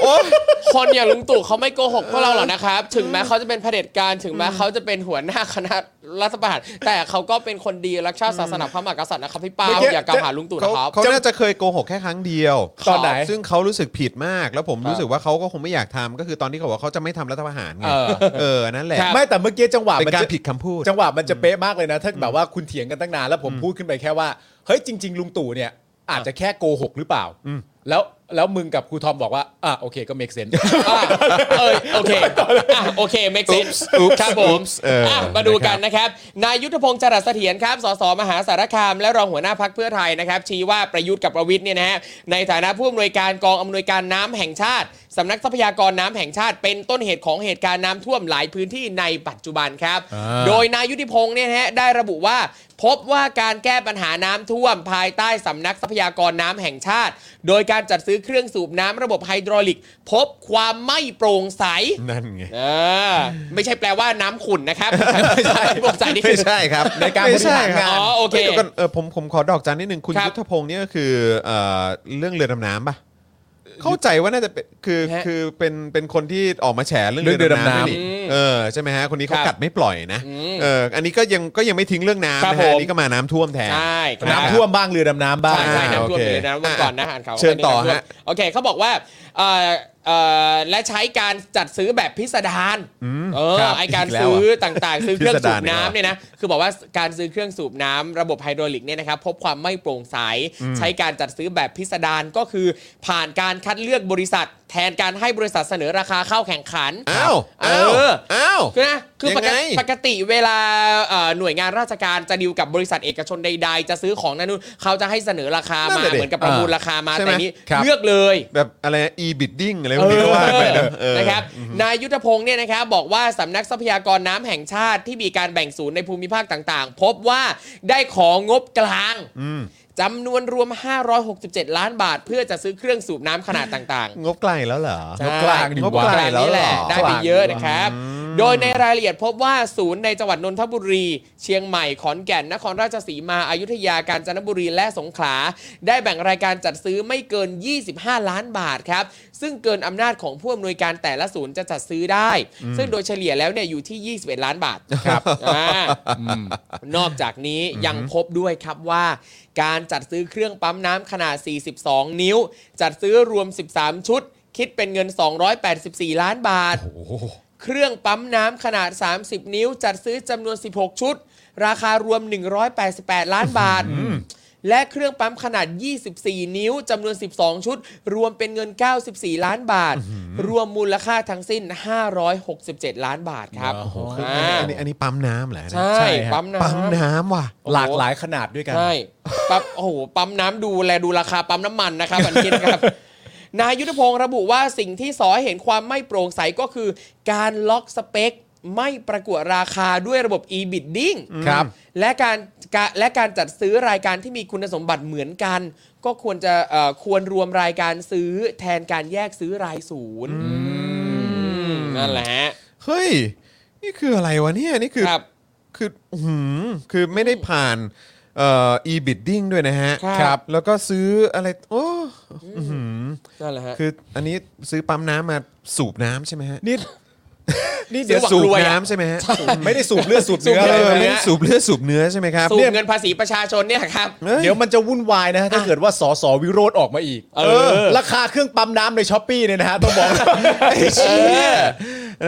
โอ้ย คนอย่างลุงตู่เขาไม่โกหกพวกเราหรอกนะครับ ถึงแม้เขาจะเป็นเผด็จการถึงแม้เขาจะเป็นหัวหน้าคณะรัฐประหารแต่เขาก็เป็นคนดีรักชาติศาสนาพระมหากษัตริย์นะครับพี่ปาล์มอย่ากล่าวหาลุงตู่ เขา นะครับ เขาน่าจะเคยโกหกแค่ครั้งเดียว ตอนไหน ซึ่งเขารู้สึกผิดมาก แล้วผม ครับ รู้สึกว่าเขาก็คงไม่อยากทำก็คือตอนที่เขาบอกว่าเขาจะไม่ทำรัฐประหารไง เออ เออนั่นแหละ ไม่แต่เมื่อกี้จังหวะ เป็น มัน การ จะ ผิดคำพูด จังหวะมันจะเป๊ะมากเลยนะ ถ้าแบบว่าคุณเถียงกันตั้งนานแล้วผมพูดขึ้นไปแค่ว่าเฮ้ยจริง ๆ ลุงตู่เนี่ย อาจจะแค่โกหกหรือเปล่าแล้วแล้วมึงกับครูทอมบอกว่าอ่ะโอเคก็ make sense อ่ะเออโอเคอ่ะโอเค make sense Oops, oops, ครับผม oops เอออ่ ะมาดูกัน นะครับ นะครับนายยุทธพงศ์จรัสเสถียรครับสสมหาสารคาม และรองหัวหน้าพักเพื่อไทยนะครับ ชี้ว่าประยุทธ์กับประวิทย์เนี่ยนะฮะในฐานะผู้อำนวยการกองอำนวยการน้ำแห่งชาติสำนักทรัพยากรน้ำแห่งชาติ เป็นต้นเหตุของเหตุการณ์น้ำท่วมหลายพื้นที่ในปัจจุบันครับ อ่า โดยนายยุทธพงศ์เนี่ยนะฮะได้ระบุว่า พบว่าการแก้ปัญหาน้ำท่วมภายใต้สำนักทรัพยากรน้ำแห่งชาติ โดยการจัดซื้อเครื่องสูบน้ำระบบไฮดรอลิก พบความไม่โปร่งใส นั่นไง เออไม่ใช่แปลว่าน้ำขุ่นนะครับ ไม่ใช่บอกใส่นี่คื ไม่ อ ใช่ครับ ในการ ไม่ใช่ บริหารงาน อ๋อโอเค ดี๋ยวก่นเออผมผมขอดอกจันนิดนึงคุณ ครับ ยุทธพงศ์เนี่ยก็คือเอ่อเรื่องเรือดำน้ำป่ะ เข้าใจว่าน่าจะเป็นคือ ฮะ คือเป็นเป็นคนที่ออกมาแฉเรื่อง เรื่อง เรือดำ เรือดำน้ำ น้ำนี่เออใช่ไหมฮะคนนี้เขา ครับ กัดไม่ปล่อยนะ อืม เอออันนี้ก็ยังก็ยังไม่ทิ้งเรื่องน้ำ ครับ นะฮะ ผม อันนี้ก็มาน้ำท่วมแทน ใช่ครับ น้ำท่วมบ้างเรือดำน้ำบ้าง ใช่ใช่น้ำท่วอ่าโอมเค เลยนะเมื่อก่อนนะอ่านข่าว เชิญต่อฮะ โอเคเขาบอกว่าเอ่อเอ่อและใช้การจัดซื้อแบบพิสดารเออ ครับ ไอการ อีกแล้ว ซื้อ อ่ะ ต่างๆ ซื้อเครื่อง พิสดาสูร บ อีกแล้ว น้ำเนี่ยนะคือบอกว่าการซื้อเครื่องสูบน้ำระบบไฮดรอลิกเนี่ยนะครับพบความไม่โปร่งใส ใช้การจัดซื้อแบบพิสดารก็คือผ่านการคัดเลือกบริษัท แทนการให้บริษัทเสนอราคาเข้าแข่งขัน อ้าว เอ อ้าว อ อ้าว คือนะคือปก ยัง ติ ไง ปกติเวลาเอ่อหน่วยงานราชการจะดีลกับบริษัทเอกชนใด ๆ จะซื้อของนั่นนู่นเขาจะให้เสนอราคามา นั่นแหละดิ เหมือนกับประมูลราคามา ใช่ไหม แต่นี้ ครับ เลือกเลย แบบอะไรนะ e bidding อะไรพวกนี้ก็ว่าไปนะเออ นะครับ นายยุทธพงศ์เนี่ยนะครับบอกว่าสำนักทรัพยากรน้ำแห่งชาติที่มีการแบ่งศูนย์ในภูมิภาคต่างๆ พบว่าได้ของงบกลางจำนวนรวม 567 ล้านบาท เพื่อจะซื้อเครื่องสูบน้ำขนาดต่างๆ งบไกลแล้วเหรอ ใช่ งบกลางดีกบว่างกลางแล้ว นี่ เหร แหละ อ ได้ไปเยอะนะครับ โดยในรายละเอียดพบว่าศูนย์ในจังหวัดนนทบุรี เชียงใหม่ขอนแก่น นครราชสีมาอายุทยากาญจนบุรีและสงขลา ได้แบ่งรายการจัดซื้อไม่เกิน 25 ล้านบาทครับ ซึ่งเกินอำนาจของผู้อำนวยการแต่ละศูนย์จะจัดซื้อได้ ซึ่งโดยเฉลี่ยแล้วเนี่ยอยู่ที่ 21 ล้านบาทครับอ่านอกจากนี้ยังพบด้วยครับว่า การจัดซื้อเครื่องปั๊มน้ำขนาด 42 นิ้ว จัดซื้อรวม 13 ชุด คิดเป็นเงิน 284 ล้านบาท เครื่องปั๊มน้ำขนาด 30 นิ้ว จัดซื้อจำนวน 16 ชุด ราคารวม 188 ล้านบาท และเครื่องปั๊มขนาด 24 นิ้วจำนวน 12 ชุด รวมเป็นเงิน 94 ล้านบาท รวมมูลค่าทั้งสิ้น 567 ล้านบาทครับ โอ้โห อ่า อันนี้อันนี้ปั๊มน้ำเหรอนะ ใช่ ใช่ฮะ ปั๊มน้ำ ปั๊มน้ำว่ะ หลากหลายขนาดด้วยกัน ใช่ปั๊มโอ้โห ปั๊มน้ำดูแลดูราคาปั๊มน้ำมันนะครับอันนี้ [laughs] นะครับ นายยุทธพงศ์ระบุว่าสิ่งที่สอให้เห็นความไม่โปร่งใสก็คือ การล็อกสเปค ไม่ประกวดราคาด้วยระบบ e-bidding ครับ และการกะและการจัดซื้อรายการที่มีคุณสมบัติเหมือนกัน ก็ควรจะเอ่อควรรวมรายการซื้อแทนการแยกซื้อรายศูนย์อืมนั่นแหละฮะ เฮ้ย นี่คืออะไรวะเนี่ย นี่คือ ครับ คืออื้อหือคือไม่ได้ผ่านเอ่อ e-bidding ด้วยนะฮะ ครับ แล้วก็ซื้ออะไร โอ้อื้อหือ นั่นแหละฮะ คืออันนี้ซื้อปั๊มน้ำมาสูบน้ำใช่ไหมฮะ นี่ นี่เดี๋ยว สู สู บบ น้ำใช่ไหมฮะ ไม่ได้สูบเลือดสูบ สูบ เนื้อ เอ เล ลื อย ย ไม่ได้สูบเลือดสูบเนื้อใช่ไหมครับ สู เนี่ บ ย เงินภาษีประชาชนเนี่ยครับ อ้ เดี๋ยวมันจะวุ่นวายนะฮะถ้าเกิดว่าสสวิโรธออกมาอีก เออ ราคาเครื่องปั๊มน้ำในช้อปปี้เนี่ยนะฮะต้องบอก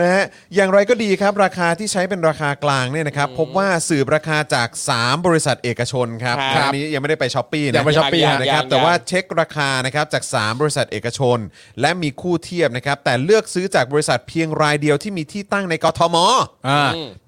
นะฮะอย่างไรก็ดีครับ ราคาที่ใช้เป็นราคากลางเนี่ยนะครับ พบว่าสืบราคาจาก 3 บริษัทเอกชนครับ ครับ งนี้ยังไม่ได้ไปช้อปปี้นะ ยังไม่ช้อปปี้ฮะ นะครับ ยังๆ แต่ว่าเช็คราคานะครับจาก 3 บริษัทเอกชน และมีคู่เทียบนะครับ แต่เลือกซื้อจากบริษัทเพียงรายเดียวที่มีที่ตั้งในกทม อ่า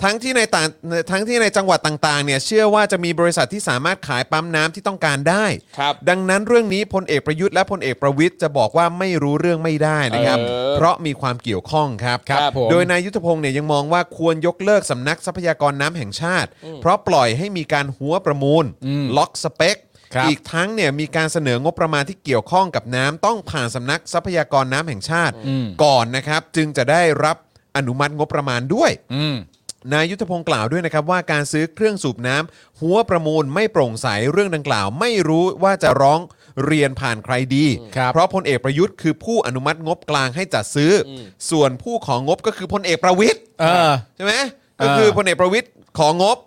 ทั้งที่ในต่างทั้งที่ในจังหวัดต่างๆเนี่ยเชื่อว่าจะมีบริษัทที่สามารถขายปั๊มน้ำที่ต้องการได้ ครับ ดังนั้นเรื่องนี้พลเอกประยุทธ์และพลเอกประวิทย์จะบอกว่าไม่รู้เรื่องไม่ได้นะครับ เออ เพราะมีความเกี่ยวข้องครับ ครับผม โดยนายยุทธพงศ์เนี่ยยังมองว่าควรยกเลิกสำนักทรัพยากรน้ำแห่งชาติ เพราะปล่อยให้มีการหัวประมูล ล็อกสเปค ครับ อีกทั้งเนี่ยมีการเสนองบประมาณที่เกี่ยวข้องกับน้ำต้องผ่านสำนักทรัพยากรน้ำแห่งชาติ ก่อนนะครับ จึงจะได้รับอนุมัติงบประมาณด้วย อืม นายยุทธพงศ์กล่าวด้วยนะครับว่าการซื้อเครื่องสูบน้ำหัวประมูลไม่โปร่งใสเรื่องดังกล่าว ไม่รู้ว่าจะร้องเรียนผ่านใครดี ครับ เพราะพลเอกประยุทธ์คือผู้อนุมัติงบกลางให้จัดซื้ออส่วนผู้ของงบก็คือพลเอกประวิทย์ เออ ใช่ไหมก็คือพลเอกประวิทย์ของงบ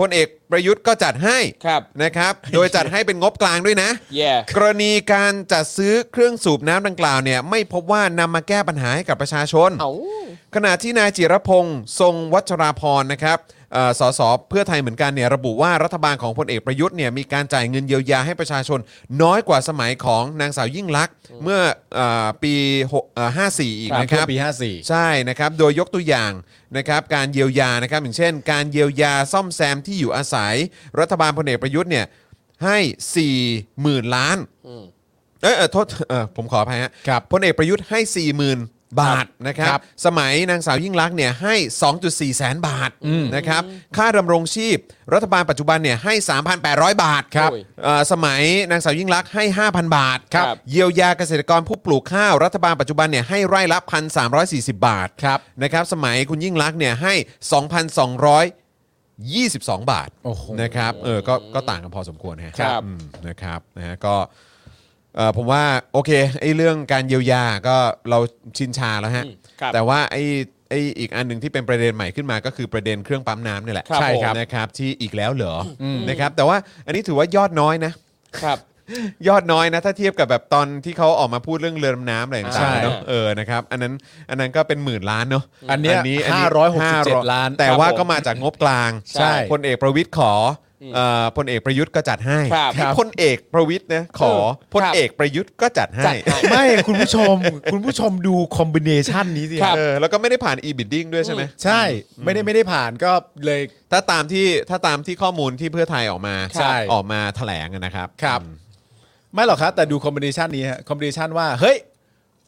พลเอกประยุทธ์ก็จัดให้ ครับ นะครับ โดยจัดให้เป็นงบกลางด้วยนะ แย่ กรณีการจัดซื้อเครื่องสูบน้ำดังกล่าวเนี่ยไม่พบว่านำมาแก้ปัญหาให้กับประชาชน เอ้า ขณะที่นายจิรพงศ์ทรงวัชราพรนะครับเอ่อสสเพื่อไทยเหมือนกันเนี่ยระบุว่ารัฐบาลของพลเอกประยุทธ์เนี่ยมีการจ่ายเงินเยียวยาให้ประชาชน น้อยกว่าสมัยของนางสาวยิ่งลักษณ์เมื่อเอ่อปีหกเอ่อ54 อีก ตาม นะค เพื่ รั อบ ปี54 ใช่นะครับ โดยยกตัวอย่างนะครับการเยียวยานะครับอย่างเช่น การเยียวยาซ่อมแซมที่อยู่อาศัย รัฐบาลพลเอกประยุทธ์เนี่ยให้4 0 0 0 0 ล้านเอยเอยโทษเออผมขออภัยฮะ ครับ พลเอกประยุทธ์ให้ 40,000 บาทนะครั ครับ บ สมัยนางสาวยิ่งลักษณ์เนี่ยให้ 2.4 แสนบาทนะครับค่าดำรงชีพ รัฐบาลปัจจุบันเนี่ยให้ 3,800 บาท โอ้ย เอ่อสมัยนางสาวยิ่งลักษณ์ให้ 5,000 บาท ครับ เยียวยาเกษตรกรผู้ปลูกข้าว รัฐบาลปัจจุบันเนี่ยให้ไร่ละ 1,340 บาท ครับ นะครับสมัยคุณยิ่งลักษณ์เนี่ยให้ 2,222 บาท โอ้โห นะครับเออก็ก็ต่างกันพอสมควรฮะ ครับ อืมนะครับนะฮะก็ เอ่อผมว่าโอเคไอ้เรื่องการเยียวยาก็เราชินชาแล้วฮะ อืมครับ แต่ว่าไอ้ไอ้อีกอันหนึ่งที่เป็นประเด็นใหม่ขึ้นมาก็คือประเด็นเครื่องปั๊มน้ำเนี่ยแหละ ครับใช่ครับ นะครับที่อีกแล้วเหรออนะครับแต่ว่าอันนี้ถือว่ายอดน้อยนะ ครับ ยอดน้อยนะถ้าเทียบกับแบบตอนที่เขาออกมาพูดเรื่องเรือดำน้ำอะไรต่างๆเนาะ ใช่ เออนะครับอันนั้นอันนั้นก็เป็นหมื่นล้านเนาะ อันเนี้ย 500 ล้าน แต่ว่า ครับผม ก็มาจากงบกลาง ใช่ พลเอกประวิทย์ขออเอ่อพลเอกประยุทธ์ก็จัดให้ ครับ ให้พลเอกประวิทย์นะขอ เออ พลเอกประยุทธ์ก็จัดให้ จัดให้ ไม่คุณผู้ชม คุณผู้ชมดูคอมบิเนชันนี้สิ ครับ เออแล้วก็ไม่ได้ผ่าน e-bidding ด้วยใช่ไหม ใช่ไม่ได้ไม่ได้ผ่านก็เลย ถ้าตามที่ถ้าตามที่ข้อมูลที่เพื่อไทยออกมา ใช่ ออกมาแถลงนะครับ ครับไม่หรอกครับแต่ดูคอมบิเนชันนี้ฮะคอมบิเนชันว่าเฮ้ย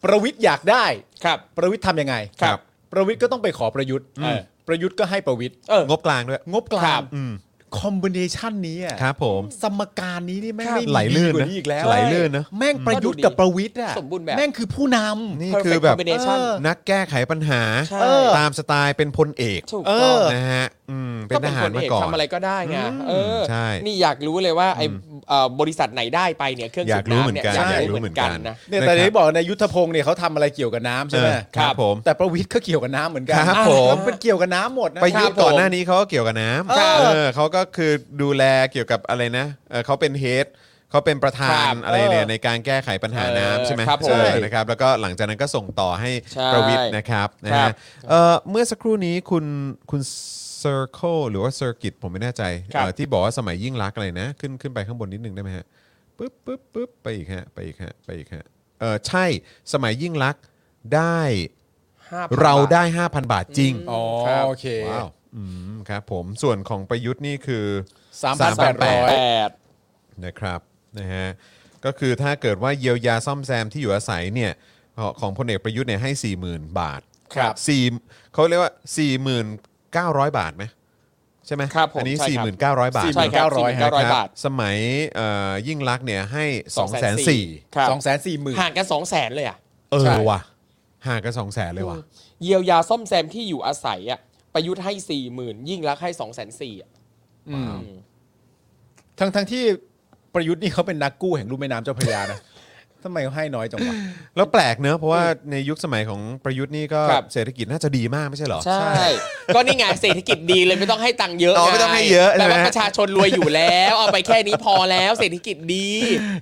ประวิทย์อยากได้ ครับ ประวิทย์ทำยังไง ครับ ประวิทย์ก็ต้องไปขอประยุทธ์ อืม ประยุทธ์ก็ให้ประวิทย์ เออ งบกลางด้วย งบกลาครั ง บ อืม คอมบิเนชันนี้อะ ครับผม สมการนี้นี่แม่ง ครับ ไม่มี ไหลลื่น ดีกว่า นะ นี้อีกแล้ว ไหลลื่นนะ แม่งประยุทธ์กับประวิทย์อะ สมบูรณ์แบบ แม่งคือผู้นำ นี่ Perfect คือแบบ combination เออ นักแก้ไขปัญหา ใช่ เออ ตามสไตล์เป็นพลเอก ถูก เอ ต้อง อ นะฮะอืมเป็น ก็ ท เป็น หา ค ร น มา เอก ก่อน ทำอะไรก็ได้ไงเออ ใช่ นี่อยากรู้เลยว่าไอ้เอ่อบริษัทไหนได้ไปเนี่ยเครื่อง อยา สู ก บ รู้ น้ำเนี่ย เหมือนกัน อยาอยากกรู้ รู้เหมือนกัน เหมือนกัน นะ เนี่ยแต่ที่บอกในยุทธพงศ์เนี่ยเขาทำอะไรเกี่ยวกับน้ำใช่ไหม เออครับผม แต่ประวิทย์ก็เกี่ยวกับน้ำเหมือนกัน ครับ อ่ะ ผม ก็เป็นเกี่ยวกับน้ำหมดนะ ไปยุทธ์ก่อนหน้านี้เขาก็เกี่ยวกับน้ำ ครับ เออเขาก็คือดูแลเกี่ยวกับอะไรนะเออเขาเป็นเฮดเขาเป็นประธา คน รับ อะไรเนี่ย เออ ในการแก้ไขปัญหาน้ำใช่ไหม ครับผเอมอนะครับแล้วก็หลังจากนั้นก็ส่งต่อให้ ใช่ ประวิทย์นะครับนะ ครั ฮะ บ เอ่อเมื่อสักครู่นี้คุณคุณเซอร์เคิลหรือว่าเซอร์กิตผมไม่แน่ใจ ครับ เอ่อที่บอกว่าสมัยยิ่งรักษณ์อะไรนะ ขึ้นขึ้นไปข้างบนนิดนึงได้ไหมฮะปึ๊บปึ๊บปึ๊บไปอีกฮะไปอีกฮะไปอีกฮะเออใช่สมัยยิ่งรักษณ์ได้ 5,000 เรา บท ได้ 5,000 บาทจริง อ๋อ ครับ โอเค ว้าวอืมครับผมส่วนของประยุทธ์นี่คือ สามพันแปดร้อย แปด นะครับนะฮะก็คือถ้าเกิดว่าเยียวยาซ่อมแซมที่อยู่อาศัยเนี่ยของของพลเอกประยุทธ์เนี่ยให้ 40,000 บาท ครับ สี่เขาเรียกว่า 4,900 บาทไหมใช่ไหม ครับผม อันนี้ ใช่ครับ 4,900 บาท ใช่ครับ 49,000 นะค 4,900 บาท สมัยเอ่อยิ่งรักษณ์เนี่ยให้ 2,400 240,000ครับ สองแสนสี่หมื่น ห่างกัน2 0 0 0 0 0 เลยอ่ะ เอ ใช่ อว่ะห่างกัน2 0 0 0 0เลยว่ะ เยียวยาซ่อมแซมที่อยู่อาศัยอ่ะประยุทธ์ให้ 4 0,000 ยิ่งรักษณ์ให้ 2 4 0 0 0อ่ะ ทั้งทั้งที่ประยุทธ์นี่เขาเป็นนักกู้แห่งลุ่มแม่น้ำเจ้าพระยา [laughs] นะ ทำไมเขาให้น้อยจังวะ แล้วแปลกเนอะเพราะว่าในยุคสมัยของประยุทธ์นี่ก็ ครับ เศรษฐกิจน่าจะดีมากไม่ใช่เหรอ ใช่ ก็นี่ไงเศรษฐกิจดีเลยไม่ต้องให้ตังค์เยอะ อ๋อไม่ต้องให้เยอะใช่ แต่ ไหม ว่าประชาชนรวยอยู่แล้ว เอาไปแค่นี้พอแล้ว เศรษฐกิจดี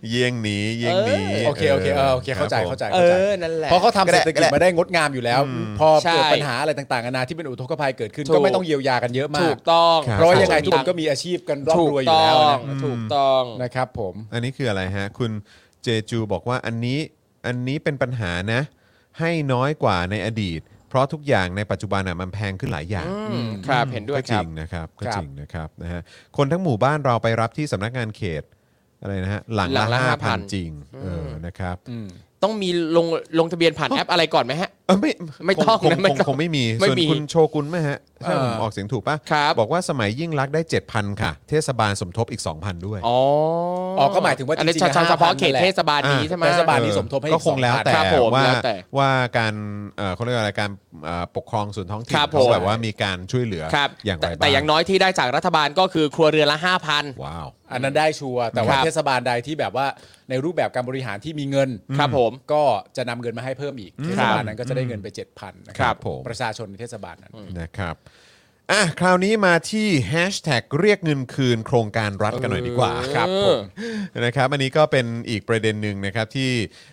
เยี่ยงหนีเยี่ยงหนี โอเคโอเคเออโอเคเข้าใจ รับผม เข้าใจ เอ เข้าใจ อ นั่นแหละ เพราะเขาทำเศรษฐกิจมาได้งดงามอยู่แล้ว พอ ใช่ เกิดปัญหาอะไรต่างๆนานาที่เป็นอุทกภัยเกิดขึ้น ถูก ก็ไม่ต้องเยียวยากันเยอะมา ถู ก กต้อง ครับ เพราะว่ายังไงทุกคน ถู ก็มีอาชีพกัน ต้อ ร่ำ ง รวยอยู่แล้วนะ ถูกต้อง นะครับผม อันนี้คืออะไรฮะ คุณเจจูบอกว่าอันนี้อันนี้เป็นปัญหานะ ให้น้อยกว่าในอดีต เพราะทุกอย่างในปัจจุบันน่ะมันแพงขึ้นหลายอย่าง อืมครับเห็นด้วย ก็ ค จ รั ริ บ งนะครับก็จริงนะครับนะฮะคนทั้งหมู่บ้านเราไปรับที่สำนักงานเขตอะไรนะฮะหลัง หลั ละ งละ ห้าพัน 5,000 จริงเออนะครับ ต้องมีลงลงทะเบียนผ่านแอปอะไรก่อนไหมฮะ เออไม่ ไม่ต้อง คง นะ ค ไม่ ง ต้อง คงไม่มี ไม่ ส่วน มี คุณโชกุนไหมฮะถ้าผมออกเสียงถูกปะ ครับ บอกว่าสมัยยิ่งรักษณ์ได้7,000ค่ะ เทศบาลสมทบอีก2,000ด้วย อ๋ออ๋อ๋อก็หมายถึงว่าจ อันนี้ ริง เฉ ๆ พาะเฉพาะ 5,000 เขต นั่นแหละ เทศบาลนี้ อ่า ใช่ไหม เทศบาล อันนี้สมทบให้ ก็คงแล้วแต่ สองพัน ครับผม ว่า แล้วแต่ ว่าการเอ่อเขาเรียกว่าอะไรการเอ่อปกครองส่วนท้องถิ่น ครับผม เขาแบบว่ามีการช่วยเหลือ ครับ อย่างไร แต่ บ้าง แต่อย่างน้อยที่ได้จากรัฐบาลก็คือครัวเรือนละห้าพัน ว้าว อันนั้นได้ชัวร์แต่ว่า ครับ เทศบาลใดที่แบบว่าในรูปแบบการบริหารที่มีเงิน ครับผม ก็จะนำเงินมาให้เพิ่มอีกเทศบาลนั้นก็จะได้เงินไป 7,000นะค ครั รั บบ ผม ประชาชนในเทศบาลนั้น นะครับอ่ะคราวนี้มาที่แฮชแท็กเรียกเงินคืนโครงการรัฐกันหน่อยดีกว่าครับผมนะครับอันนี้ก็เป็นอีกประเด็นหนึ่งนะครับที่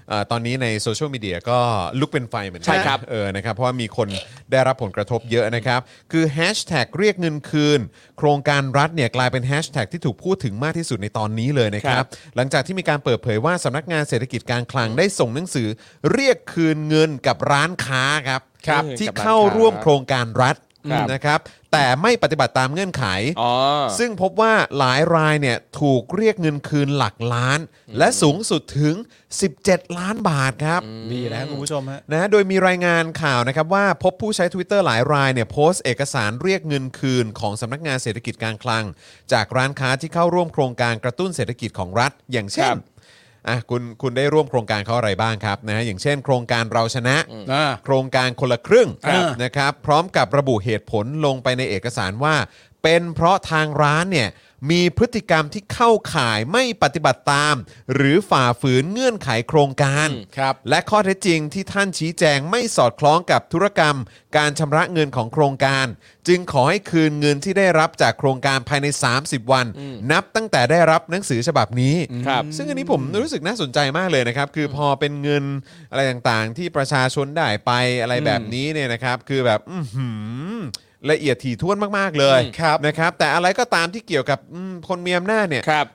เอ่อตอนนี้ในโซเชียลมีเดียก็ลุกเป็นไฟเหมือนกั ใช่ครับ เออนะครับเพราะว่ามีคนได้รับผลกระทบเยอะนะครับ คือแฮชแท็กเรียกเงินคืน โครงการรัฐเนี่ยกลายเป็นแฮชแท็กที่ถูกพูดถึงมากที่สุดในตอนนี้เลยนะครับ หลังจากที่มีการเปิดเผยว่าสำนักงานเศรษฐกิจการคลังได้ส่งหนังสือ เรียกคืนเงินกับร้านค้าครับ ครับ ที่ กับร้าน เข้า ค้า ร่วมโครง โครงการรัฐ ครับ นะครับแต่ไม่ปฏิบัติตามเงื่อนไข อ๋อ ซึ่งพบว่าหลายรายเนี่ยถูกเรียกเงินคืนหลักล้าน และสูงสุดถึง 17 ล้านบาทครับ ดีนะคุณผู้ชมฮะ นะโดยมีรายงานข่าวนะครับว่าพบผู้ใช้ Twitter หลายรายเนี่ยโพสต์เอกสารเรียกเงินคืนของสำนักงานเศรษฐกิจการคลัง จากร้านค้าที่เข้าร่วมโครงการกระตุ้นเศรษฐกิจของรัฐ อย่างเช่น ครับ อ่ะคุณคุณได้ร่วมโครงการเขาอะไรบ้างครับนะฮะอย่างเช่น โครงการเราชนะ อ่า โครงการคนละครึ่ง ครับ นะครับพร้อมกับระบุเหตุผลลงไปในเอกสารว่า เป็นเพราะทางร้านเนี่ย มีพฤติกรรมที่เข้าข่ายไม่ปฏิบัติตาม หรือฝ่าฝืนเงื่อนไขโครงการ ครับ และข้อเท็จจริงที่ท่านชี้แจงไม่สอดคล้องกับธุรกรรม การชำระเงินของโครงการ จึงขอให้คืนเงินที่ได้รับจากโครงการภายใน 30 วัน นับตั้งแต่ได้รับหนังสือฉบับนี้ ครับ ซึ่งอันนี้ผมรู้สึกน่าสนใจมากเลยนะครับ คือพอเป็นเงินอะไรต่างๆ ที่ประชาชนได้ไปอะไรแบบนี้เนี่ยนะครับ คือแบบอื้อหือละเอียดถี่ถ้วนมากๆเลยครับนะครับ แต่อะไรก็ตามที่เกี่ยวกับอืมคนมีอำนาจเนี่ย ครับ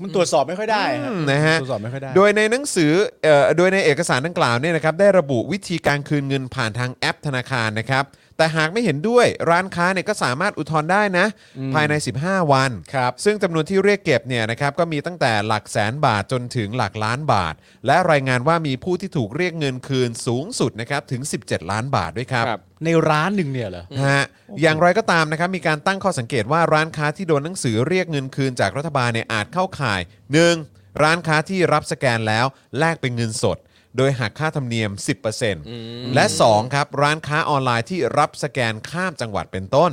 มันตรวจสอบไม่ค่อยได้ฮะ อืมนะฮะ ตรวจสอบไม่ค่อยได้ โดยในหนังสือเอ่อโดยในเอกสารดังกล่าวเนี่ยนะครับ ได้ระบุวิธีการคืนเงินผ่านทางแอปธนาคารนะครับ แต่หากไม่เห็นด้วยร้านค้าเนี่ยก็สามารถอุทธรณ์ได้นะ ภายใน 15 วัน ครับ ซึ่งจำนวนที่เรียกเก็บเนี่ยนะครับก็มีตั้งแต่หลักแสนบาทจนถึงหลักล้านบาท และรายงานว่ามีผู้ที่ถูกเรียกเงินคืนสูงสุดนะครับถึง 17 ล้านบาทด้วยครับ ครับ ในร้านหนึ่งเนี่ยเหรอ ฮะอย่างไรก็ตามนะครับมีการตั้งข้อสังเกตว่าร้านค้าที่โดนหนังสือเรียกเงินคืนจากรัฐบาลเนี่ยอาจเข้าข่าย 1. ร้านค้าที่รับสแกนแล้วแลกเป็นเงินสด โดยหักค่าธรรมเนียม 10%และ 2 ครับ ร้านค้าออนไลน์ที่รับสแกนข้ามจังหวัดเป็นต้น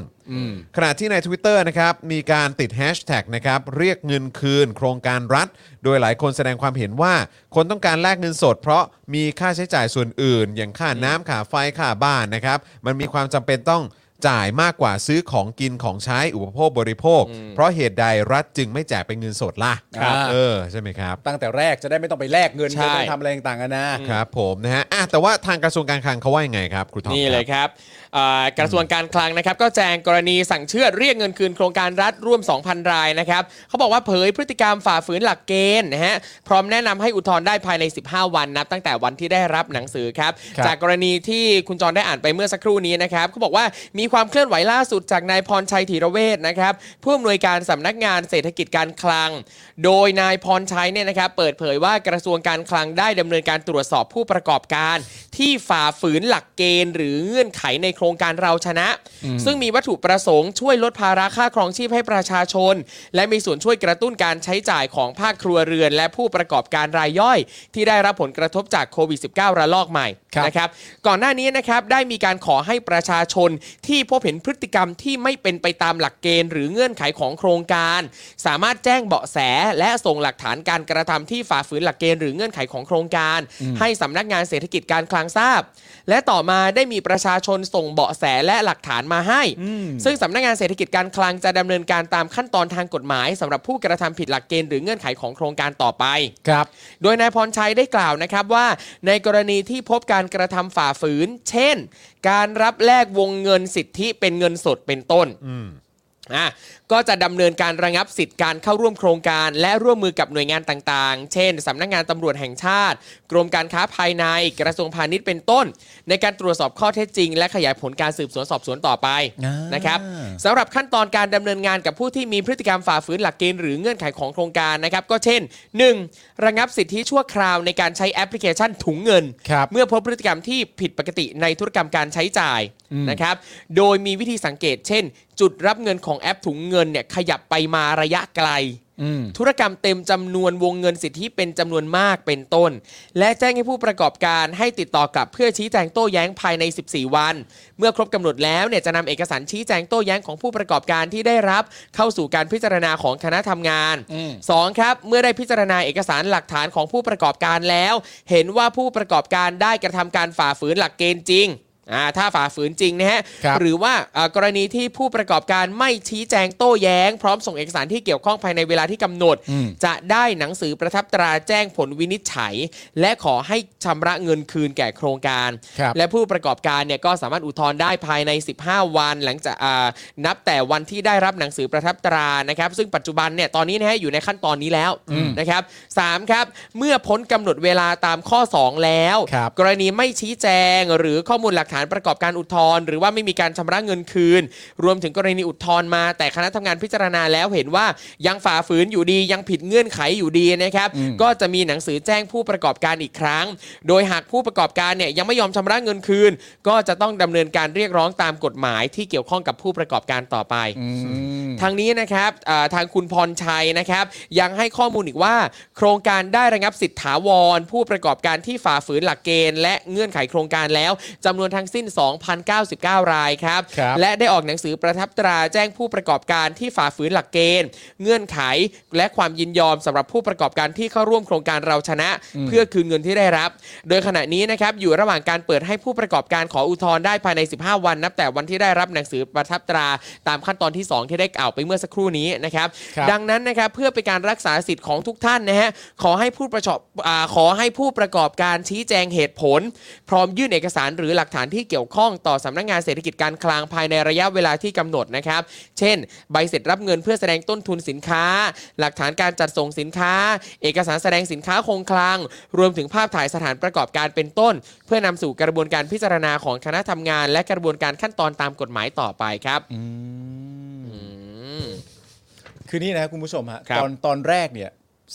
ขณะที่ใน Twitter นะครับมีการติดแฮชแท็กนะครับเรียกเงินคืน โครงการรัฐ โดยหลายคนแสดงความเห็นว่า คนต้องการแลกเงินสด เพราะมีค่าใช้จ่ายส่วนอื่น อย่างค่าน้ำค่าไฟค่าบ้านนะครับมันมีความจำเป็นต้อง จ่ายมากกว่าซื้อของกินของใช้อุปโภคบริโภค เพราะเหตุใดรัฐจึงไม่แจกเป็นเงินสดล่ะ ครับ เออใช่ไหมครับ ตั้งแต่แรกจะได้ไม่ต้องไปแลกเงิน ใช่ ไม่ต้องทำอะไรต่างกันนะ ครับผมนะฮะอ่ะแต่ว่าทางกระทรวงการคลังเขาว่ายังไงครับครูทอม นี่เลย ครับ ครับอ่ากระทรวงการคลังนะครับก็แจงกรณีสั่งเชื่อดเรียกเงินคืนโครงการรัฐร่วม 2,000 รายนะครับเขาบอกว่าเผยพฤติกรรมฝ่าฝืนหลักเกณฑ์นะฮะพร้อมแนะนำให้อุทธรณ์ได้ภายใน 15 วันนับตั้งแต่วันที่ได้รับหนังสือครับ ครับ จากกรณีที่คุณจรได้อ่านไปเมื่อสักครู่นี้นะครับเขาบอกว่ามีความเคลื่อนไหวล่าสุดจากนายพรชัยธีระเวชนะครับผู้อำนวยการสำนักงานเศรษฐกิจการคลัง โดยนายพรชัยเนี่ยนะครับเปิดเผยว่ากระทรวงการคลังได้ดำเนินการตรวจสอบผู้ประกอบการ ที่ฝ่าฝืนหลักเกณฑ์ หรือเงื่อนไขในโครงการเราชนะ ซึ่งมีวัตถุประสงค์ช่วยลดภาระค่าครองชีพให้ประชาชน และมีส่วนช่วยกระตุ้นการใช้จ่ายของภาคครัวเรือน และผู้ประกอบการรายย่อย ที่ได้รับผลกระทบจากโควิด -19 ระลอกใหม่ ครับ นะครับก่อนหน้านี้นะครับได้มีการขอให้ประชาชนที่พบเห็นพฤติกรรมที่ไม่เป็นไปตามหลักเกณฑ์ หรือเงื่อนไขของโครงการ สามารถแจ้งเบาะแสและส่งหลักฐานการกระทำที่ฝ่าฝืนหลักเกณฑ์หรือเงื่อนไขของโครงการ ให้สำนักงานเศรษฐกิจการคลังทราบ และต่อมาได้มีประชาชนส่งเบาะแสและหลักฐานมาให้ ซึ่งสำนักงานเศรษฐกิจการคลังจะดำเนินการตามขั้นตอนทางกฎหมายสำหรับผู้กระทำผิดหลักเกณฑ์หรือเงื่อนไขของโครงการต่อไป ครับ โดยนายพรชัยได้กล่าวนะครับว่า ในกรณีที่พบการกระทำฝ่าฝืน เช่น การรับแลกวงเงินสิทธิเป็นเงินสดเป็นต้นอ่ะก็จะดำเนินการระงับสิทธิการเข้าร่วมโครงการ และร่วมมือกับหน่วยงานต่างๆ เช่นสำนักงานตำรวจแห่งชาติ กรมการค้าภายในกระทรวงพาณิชย์เป็นต้น ในการตรวจสอบข้อเท็จจริง และขยายผลการสืบสวนสอบสวนต่อไป อ่าน นะครับ สำหรับขั้นตอนการดำเนินงานกับผู้ที่มีพฤติกรรมฝ่าฝืนหลักเกณฑ์หรือเงื่อนไขของโครงการนะครับ ก็เช่น 1. ระงับสิทธิชั่วคราวในการใช้แอปพลิเคชันถุงเงิน ครับ เมื่อพบพฤติกรรมที่ผิดปกติในธุรกรรมการใช้จ่ายนะครับ โดยมีวิธีสังเกต เช่น จุดรับเงินของแอปถุงเงินเนี่ยขยับไปมาระยะไกล อืม ธุรกรรมเต็มจำนวนวงเงินสิทธิเป็นจำนวนมากเป็นต้น และแจ้งให้ผู้ประกอบการให้ติดต่อกลับเพื่อชี้แจงโต้แย้งภายใน 14 วัน เมื่อครบกำหนดแล้วเนี่ยจะนำเอกสารชี้แจงโต้แย้งของผู้ประกอบการที่ได้รับ เข้าสู่การพิจารณาของคณะทำงาน อืม 2. ครับ เมื่อได้พิจารณาเอกสารหลักฐานของผู้ประกอบการแล้ว เห็นว่าผู้ประกอบการได้กระทำการฝ่าฝืนหลักเกณฑ์จริงอ่าถ้าฝ่าฝืนจริงนะฮะ ครับ หรือว่าเอ่อกรณีที่ผู้ประกอบการไม่ชี้แจงโต้แย้ง พร้อมส่งเอกสารที่เกี่ยวข้องภายในเวลาที่กำหนด อืม จะได้หนังสือประทับตราแจ้งผลวินิจฉัย และขอให้ชำระเงินคืนแก่โครงการ ครับ และผู้ประกอบการเนี่ยก็สามารถอุทธรณ์ได้ภายใน 15 วันหลังจากอ่านับแต่วันที่ได้รับหนังสือประทับตรานะครับ ซึ่งปัจจุบันเนี่ยตอนนี้นะฮะอยู่ในขั้นตอนนี้แล้วนะครับสามครับ เมื่อพ้นกำหนดเวลาตามข้อ 2 แล้ว ครับ กรณีไม่ชี้แจงหรือข้อมูลหลักฐานประกอบการอุทธรณ์หรือว่าไม่มีการชำระเงินคืน รวมถึงกรณีอุทธรณ์มา แต่คณะทำงานพิจารณาแล้วเห็นว่ายังฝ่าฝืนอยู่ดียังผิดเงื่อนไขอยู่ดีนะครับ ก็จะมีหนังสือแจ้งผู้ประกอบการอีกครั้ง โดยหากผู้ประกอบการเนี่ยยังไม่ยอมชำระเงินคืน ก็จะต้องดำเนินการเรียกร้องตามกฎหมายที่เกี่ยวข้องกับผู้ประกอบการต่อไป อืม ทางนี้นะครับอ่าทางคุณพรชัยนะครับ ยังให้ข้อมูลอีกว่า โครงการได้ระงับสิทธิถาวร ผู้ประกอบการที่ฝ่าฝืนหลักเกณฑ์และเงื่อนไขโครงการแล้วจำนวนทาง ทั้งสิ้น 2,099 รายครับ ครับ และได้ออกหนังสือประทับตราแจ้งผู้ประกอบการที่ฝ่าฝืนหลักเกณฑ์ เงื่อนไข และความยินยอมสำหรับผู้ประกอบการที่เข้าร่วมโครงการเราชนะ เพื่อคืนเงินที่ได้รับ โดยขณะนี้นะครับอยู่ระหว่างการเปิดให้ผู้ประกอบการขออุทธรณ์ได้ภายใน 15 วันนับแต่วันที่ได้รับหนังสือประทับตราตามขั้นตอนที่ 2 ที่ได้กล่าวไปเมื่อสักครู่นี้นะครับ ครับ ดังนั้นนะครับเพื่อเป็นการรักษาสิทธิ์ของทุกท่านนะฮะขอให้ผู้ประชอบอาขอให้ผู้ประกอบการชี้แจงเหตุผล พร้อมยื่นเอกสารหรือหลักฐานที่เกี่ยวข้องต่อสำนักงานเศรษฐกิจการคลังภายในระยะเวลาที่กำหนดนะครับ เช่น ใบเสร็จรับเงินเพื่อแสดงต้นทุนสินค้า หลักฐานการจัดส่งสินค้า เอกสารแสดงสินค้าคงคลัง รวมถึงภาพถ่ายสถานประกอบการเป็นต้น เพื่อนำสู่กระบวนการพิจารณาของคณะทำงาน และกระบวนการขั้นตอนตามกฎหมายต่อไปครับ คือนี่นะครับคุณผู้ชมฮะ ครับ ตอนตอนแรกเนี่ย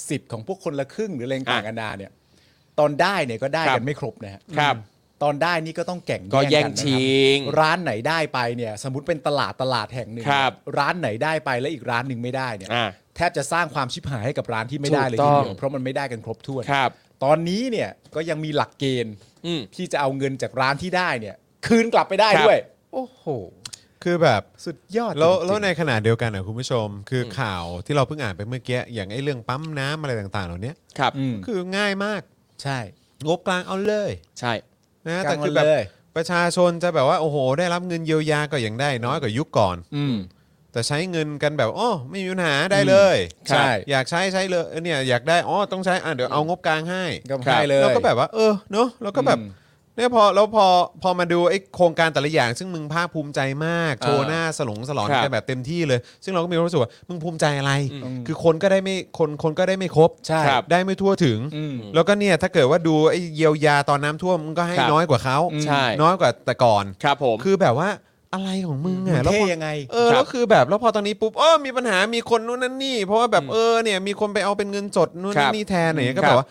สิทธิ์ของพวกคนละครึ่งหรืออะไรต่างกันานาเนี่ย ตอนได้เนี่ยก็ได้ ครั กัน บ ไม่ครบนะฮะ ครับ ตอนได้นี่ก็ต้องแข่ง ก็แย่ง นนะครับ ชิง ร้านไหนได้ไปเนี่ยสมมติเป็นตลาดตลาดแห่งหนึ่ง ครับ ร้านไหนได้ไปแล้วอีกร้านหนึ่งไม่ได้เนี่ย อ่า แทบจะสร้างความชิบหายให้กับร้านที่ไม่ได้เลยที ถูก เดี ต้ ย อ ว ง เพราะมันไม่ได้กันครบถ้วน ครับ ตอนนี้เนี่ยก็ยังมีหลักเกณฑ์ อืม ที่จะเอาเงินจากร้านที่ได้เนี่ย คืนกลับไปได้ ครับ ด้วย โอ้โห คือแบบ สุดยอด แล้ว จริงๆ แล้วในขณะเดียวกันนะคุณผู้ชม คืออข่าวที่เราเพิ่งอ่านไปเมื่อกี้อย่างไอ้เรื่องปั๊มน้ำอะไรต่างๆเหล่านี้ ครับ อืม คือง่ายมาก ใช่ งบกลางเอาเลย ใช่ นะ กลาง แต่คือแบบ เอาเลย ประชาชนจะแบบว่าโอ้โห ได้รับเงินเยียวยาก็ยังได้น้อยกว่ายุคก่อน อืม แต่ใช้เงินกันแบบอ๋อไม่มีปัญหาได้เลย ใช่ อยากใช้ใช้เลยเออเนี่ยอยากได้อ๋อต้องใช้อ่ะเดี๋ยวเอางบกลางให้ ก็ให้เลย เราก็แบบว่าเออเนอะเราก็แบบ อืม เนี่ยพอแล้วพอพอมาดูไอ้โครงการแต่ละอย่าง ซึ่งมึงภาคภูมิใจมาก อ่า โชว์หน้าสลงสลอน ครับ กันแบบเต็มที่เลย ซึ่งเราก็มีความรู้สึกว่ามึงภูมิใจอะไร อืม คือคนก็ได้ไม่คนคนก็ได้ไม่ครบ ใช่ ครับได้ไม่ทั่วถึง อืม แล้วก็เนี่ยถ้าเกิดว่าดูไอ้เยียวยาตอนน้ำท่วมมึงก็ให้ ครับ น้อยกว่าเขา อืม ใช่ น้อยกว่าแต่ก่อน ครับผม คือแบบว่าอะไรของมึง มั อ่ะ น แล้ว เท่ พอ ยังไง เออ ครับ แล้วคือแบบแล้วพอตอนนี้ปุ๊บเออมีปัญหามีคนนู้นนั่นนี่ เพราะว่าแบบ อืม เออเนี่ยมีคนไปเอาเป็นเงินสดนู้น ครับ นั่นนี่แทนอะไรเงี้ยก็ ครับ แบบว่า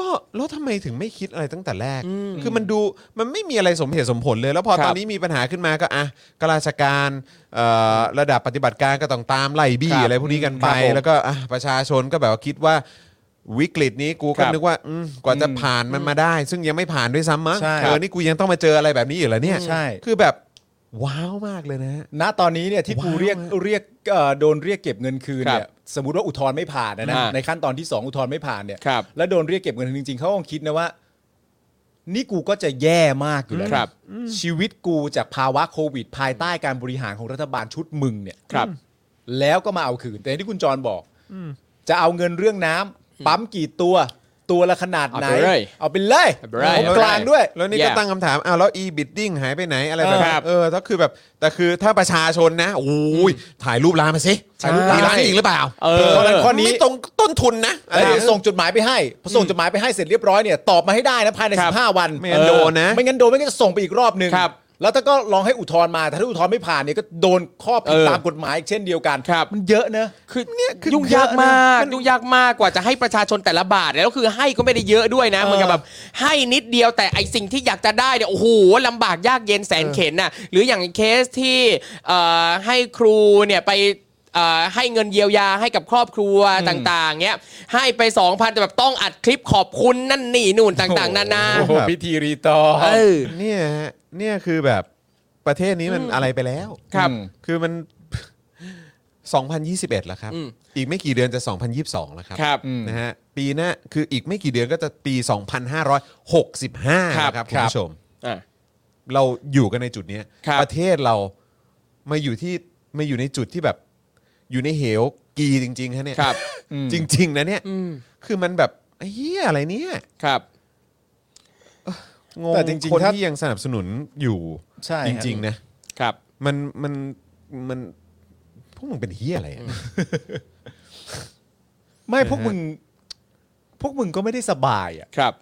ก็แล้วทำไมถึงไม่คิดอะไรตั้งแต่แรก อืม คือมันดูมันไม่มีอะไรสมเหตุสมผลเลย แล้วพอ ครัตบอนนี้มีปัญหาขึ้นมาก็อ่ะกราชการเอ่อระดับปฏิบัติการก็ต้องตามไล่บี้ ครับ อะไรพวกนี้กันไป ครับผม แล้วก็อ่ะประชาชนก็แบบว่าคิดว่าวิกฤตนี้กู ค ก็ รับ นึกว่าอืมกว่าจะผ่านมันมาได้ ซึ่งยังไม่ผ่านด้วยซ้ำมั้ง ใช่ เออนี่กูยังต้องมาเจออะไรแบบนี้อยู่แล้วเนี่ย ใช่ คือแบบว้าวมากเลยนะฮะ ณตอนนี้เนี่ยที่กู ว้าว เรียก ฮะ เรียกเอ่อโดนเรียกเก็บเงินคืนเนี่ ครั ย บ สมมติว่าอุทธรณ์ไม่ผ่านนะนะ อ่า ในขั้นตอนที่ 2 อุทธรณ์ไม่ผ่านเนี่ย ครับ แล้วโดนเรียกเก็บเงินคืนจริงๆเขาคงคิดนะว่า นี่กูก็จะแย่มากอยู่แล้วนะครับ ชีวิตกูจากภาวะโควิด ภายใต้การบริหารของรัฐบาลชุดมึงเนี่ย ครับ แล้วก็มาเอาคืน แต่อย่างที่คุณจรบอกจะเอาเงินเรื่องน้ำปั๊มกี่ตัวตัวละขนาดไหน เอาไปเลย เอาไปเลย เอาไปเลย งบกลางด้วย แล้วนี่ก็ Yeah ตั้งคำถามอ้าวแล้ว e-bidding หายไปไหนอะไรแบบ ครั นี้ บ เออถ้าคือแบบแต่คือถ้าประชาชนนะโอ้ยถ่ายรูปร้านมาสิ ถ่ายรูปร้าน มีร้าน สิ จริงหรือเปล่า เออ เพราะฉะนั้นข้อนี้ ไม่ตรงต้นทุนนะอะไร แล้วเดี๋ยว ส่ ส่ ง งจดหมายไปให้พอส่งจดหมายไปให้เสร็จเรียบร้อยเนี่ยตอบมาให้ได้นะภายใน ครับ 15 วัน ไม่งั้นโดนนะ เออไม่งั้นโดนไม่งั้นส่งไปอีกรอบหนึ่ง ครับ แล้วถ้าก็ลองให้อุทธรณ์มาแต่ถ้าอุทธรณ์ไม่ผ่านเนี่ยก็โดนข้อผิด เออ ตามกฎหมายอีกเช่นเดียวกัน ครับ มันเยอะนะ คือ เนี่ยคือ ยุ่งยากมากยุ่งยากมากกว่าจะให้ประชาชนแต่ละบาทเนี่ยแล้วคือให้ก็ไม่ได้เยอะด้วยนะ เออ เหมือนกับแบบให้นิดเดียวแต่ไอสิ่งที่อยากจะได้เนี่ยโอ้โหลำบากยากเย็นแสนเข็ญน่ะหรืออย่างเคสที่เอ่อให้ครูเนี่ยไปเอ่อให้เงินเยียวยาให้กับครอบครัวต่างๆเนี้ยให้ไป 2,000แต่แบบต้องอัดคลิปขอบคุณนั่นนี่นู่นต่างๆนานา โอ้โหพิธีรีตอง เออ เนี่ยฮะเนี่ยคือแบบประเทศนี้มันอะไรไปแล้ว ครับ คือมัน 2021แล้วครับ อืม อีกไม่กี่เดือนจะ 2022แล้วครับ ครับ อืม นะฮะปีหน้าคืออีกไม่กี่เดือนก็จะปี 2565 ครับ นะครับคุณผู้ชม อ่ะ เราอยู่กันในจุดเนี้ย ครับ ประเทศเรามาอยู่ที่มาอยู่ในจุดที่แบบอยู่ในเหวกีจริงๆฮะเนี่ย ครับ จริง ๆ นะเนี่ย อืม คือมันแบบเฮียอะไรเนี่ย ครับ งง แต่จริงๆ คน ถ้า ที่ยังสนับสนุนอยู่ ใช่ จริง ๆ นะครับ มันมันมันพวกมึงเป็นเฮียอะไรอะ ๆไม่พวกมึง พวกมึงก็ไม่ได้สบายอ่ะ ครับ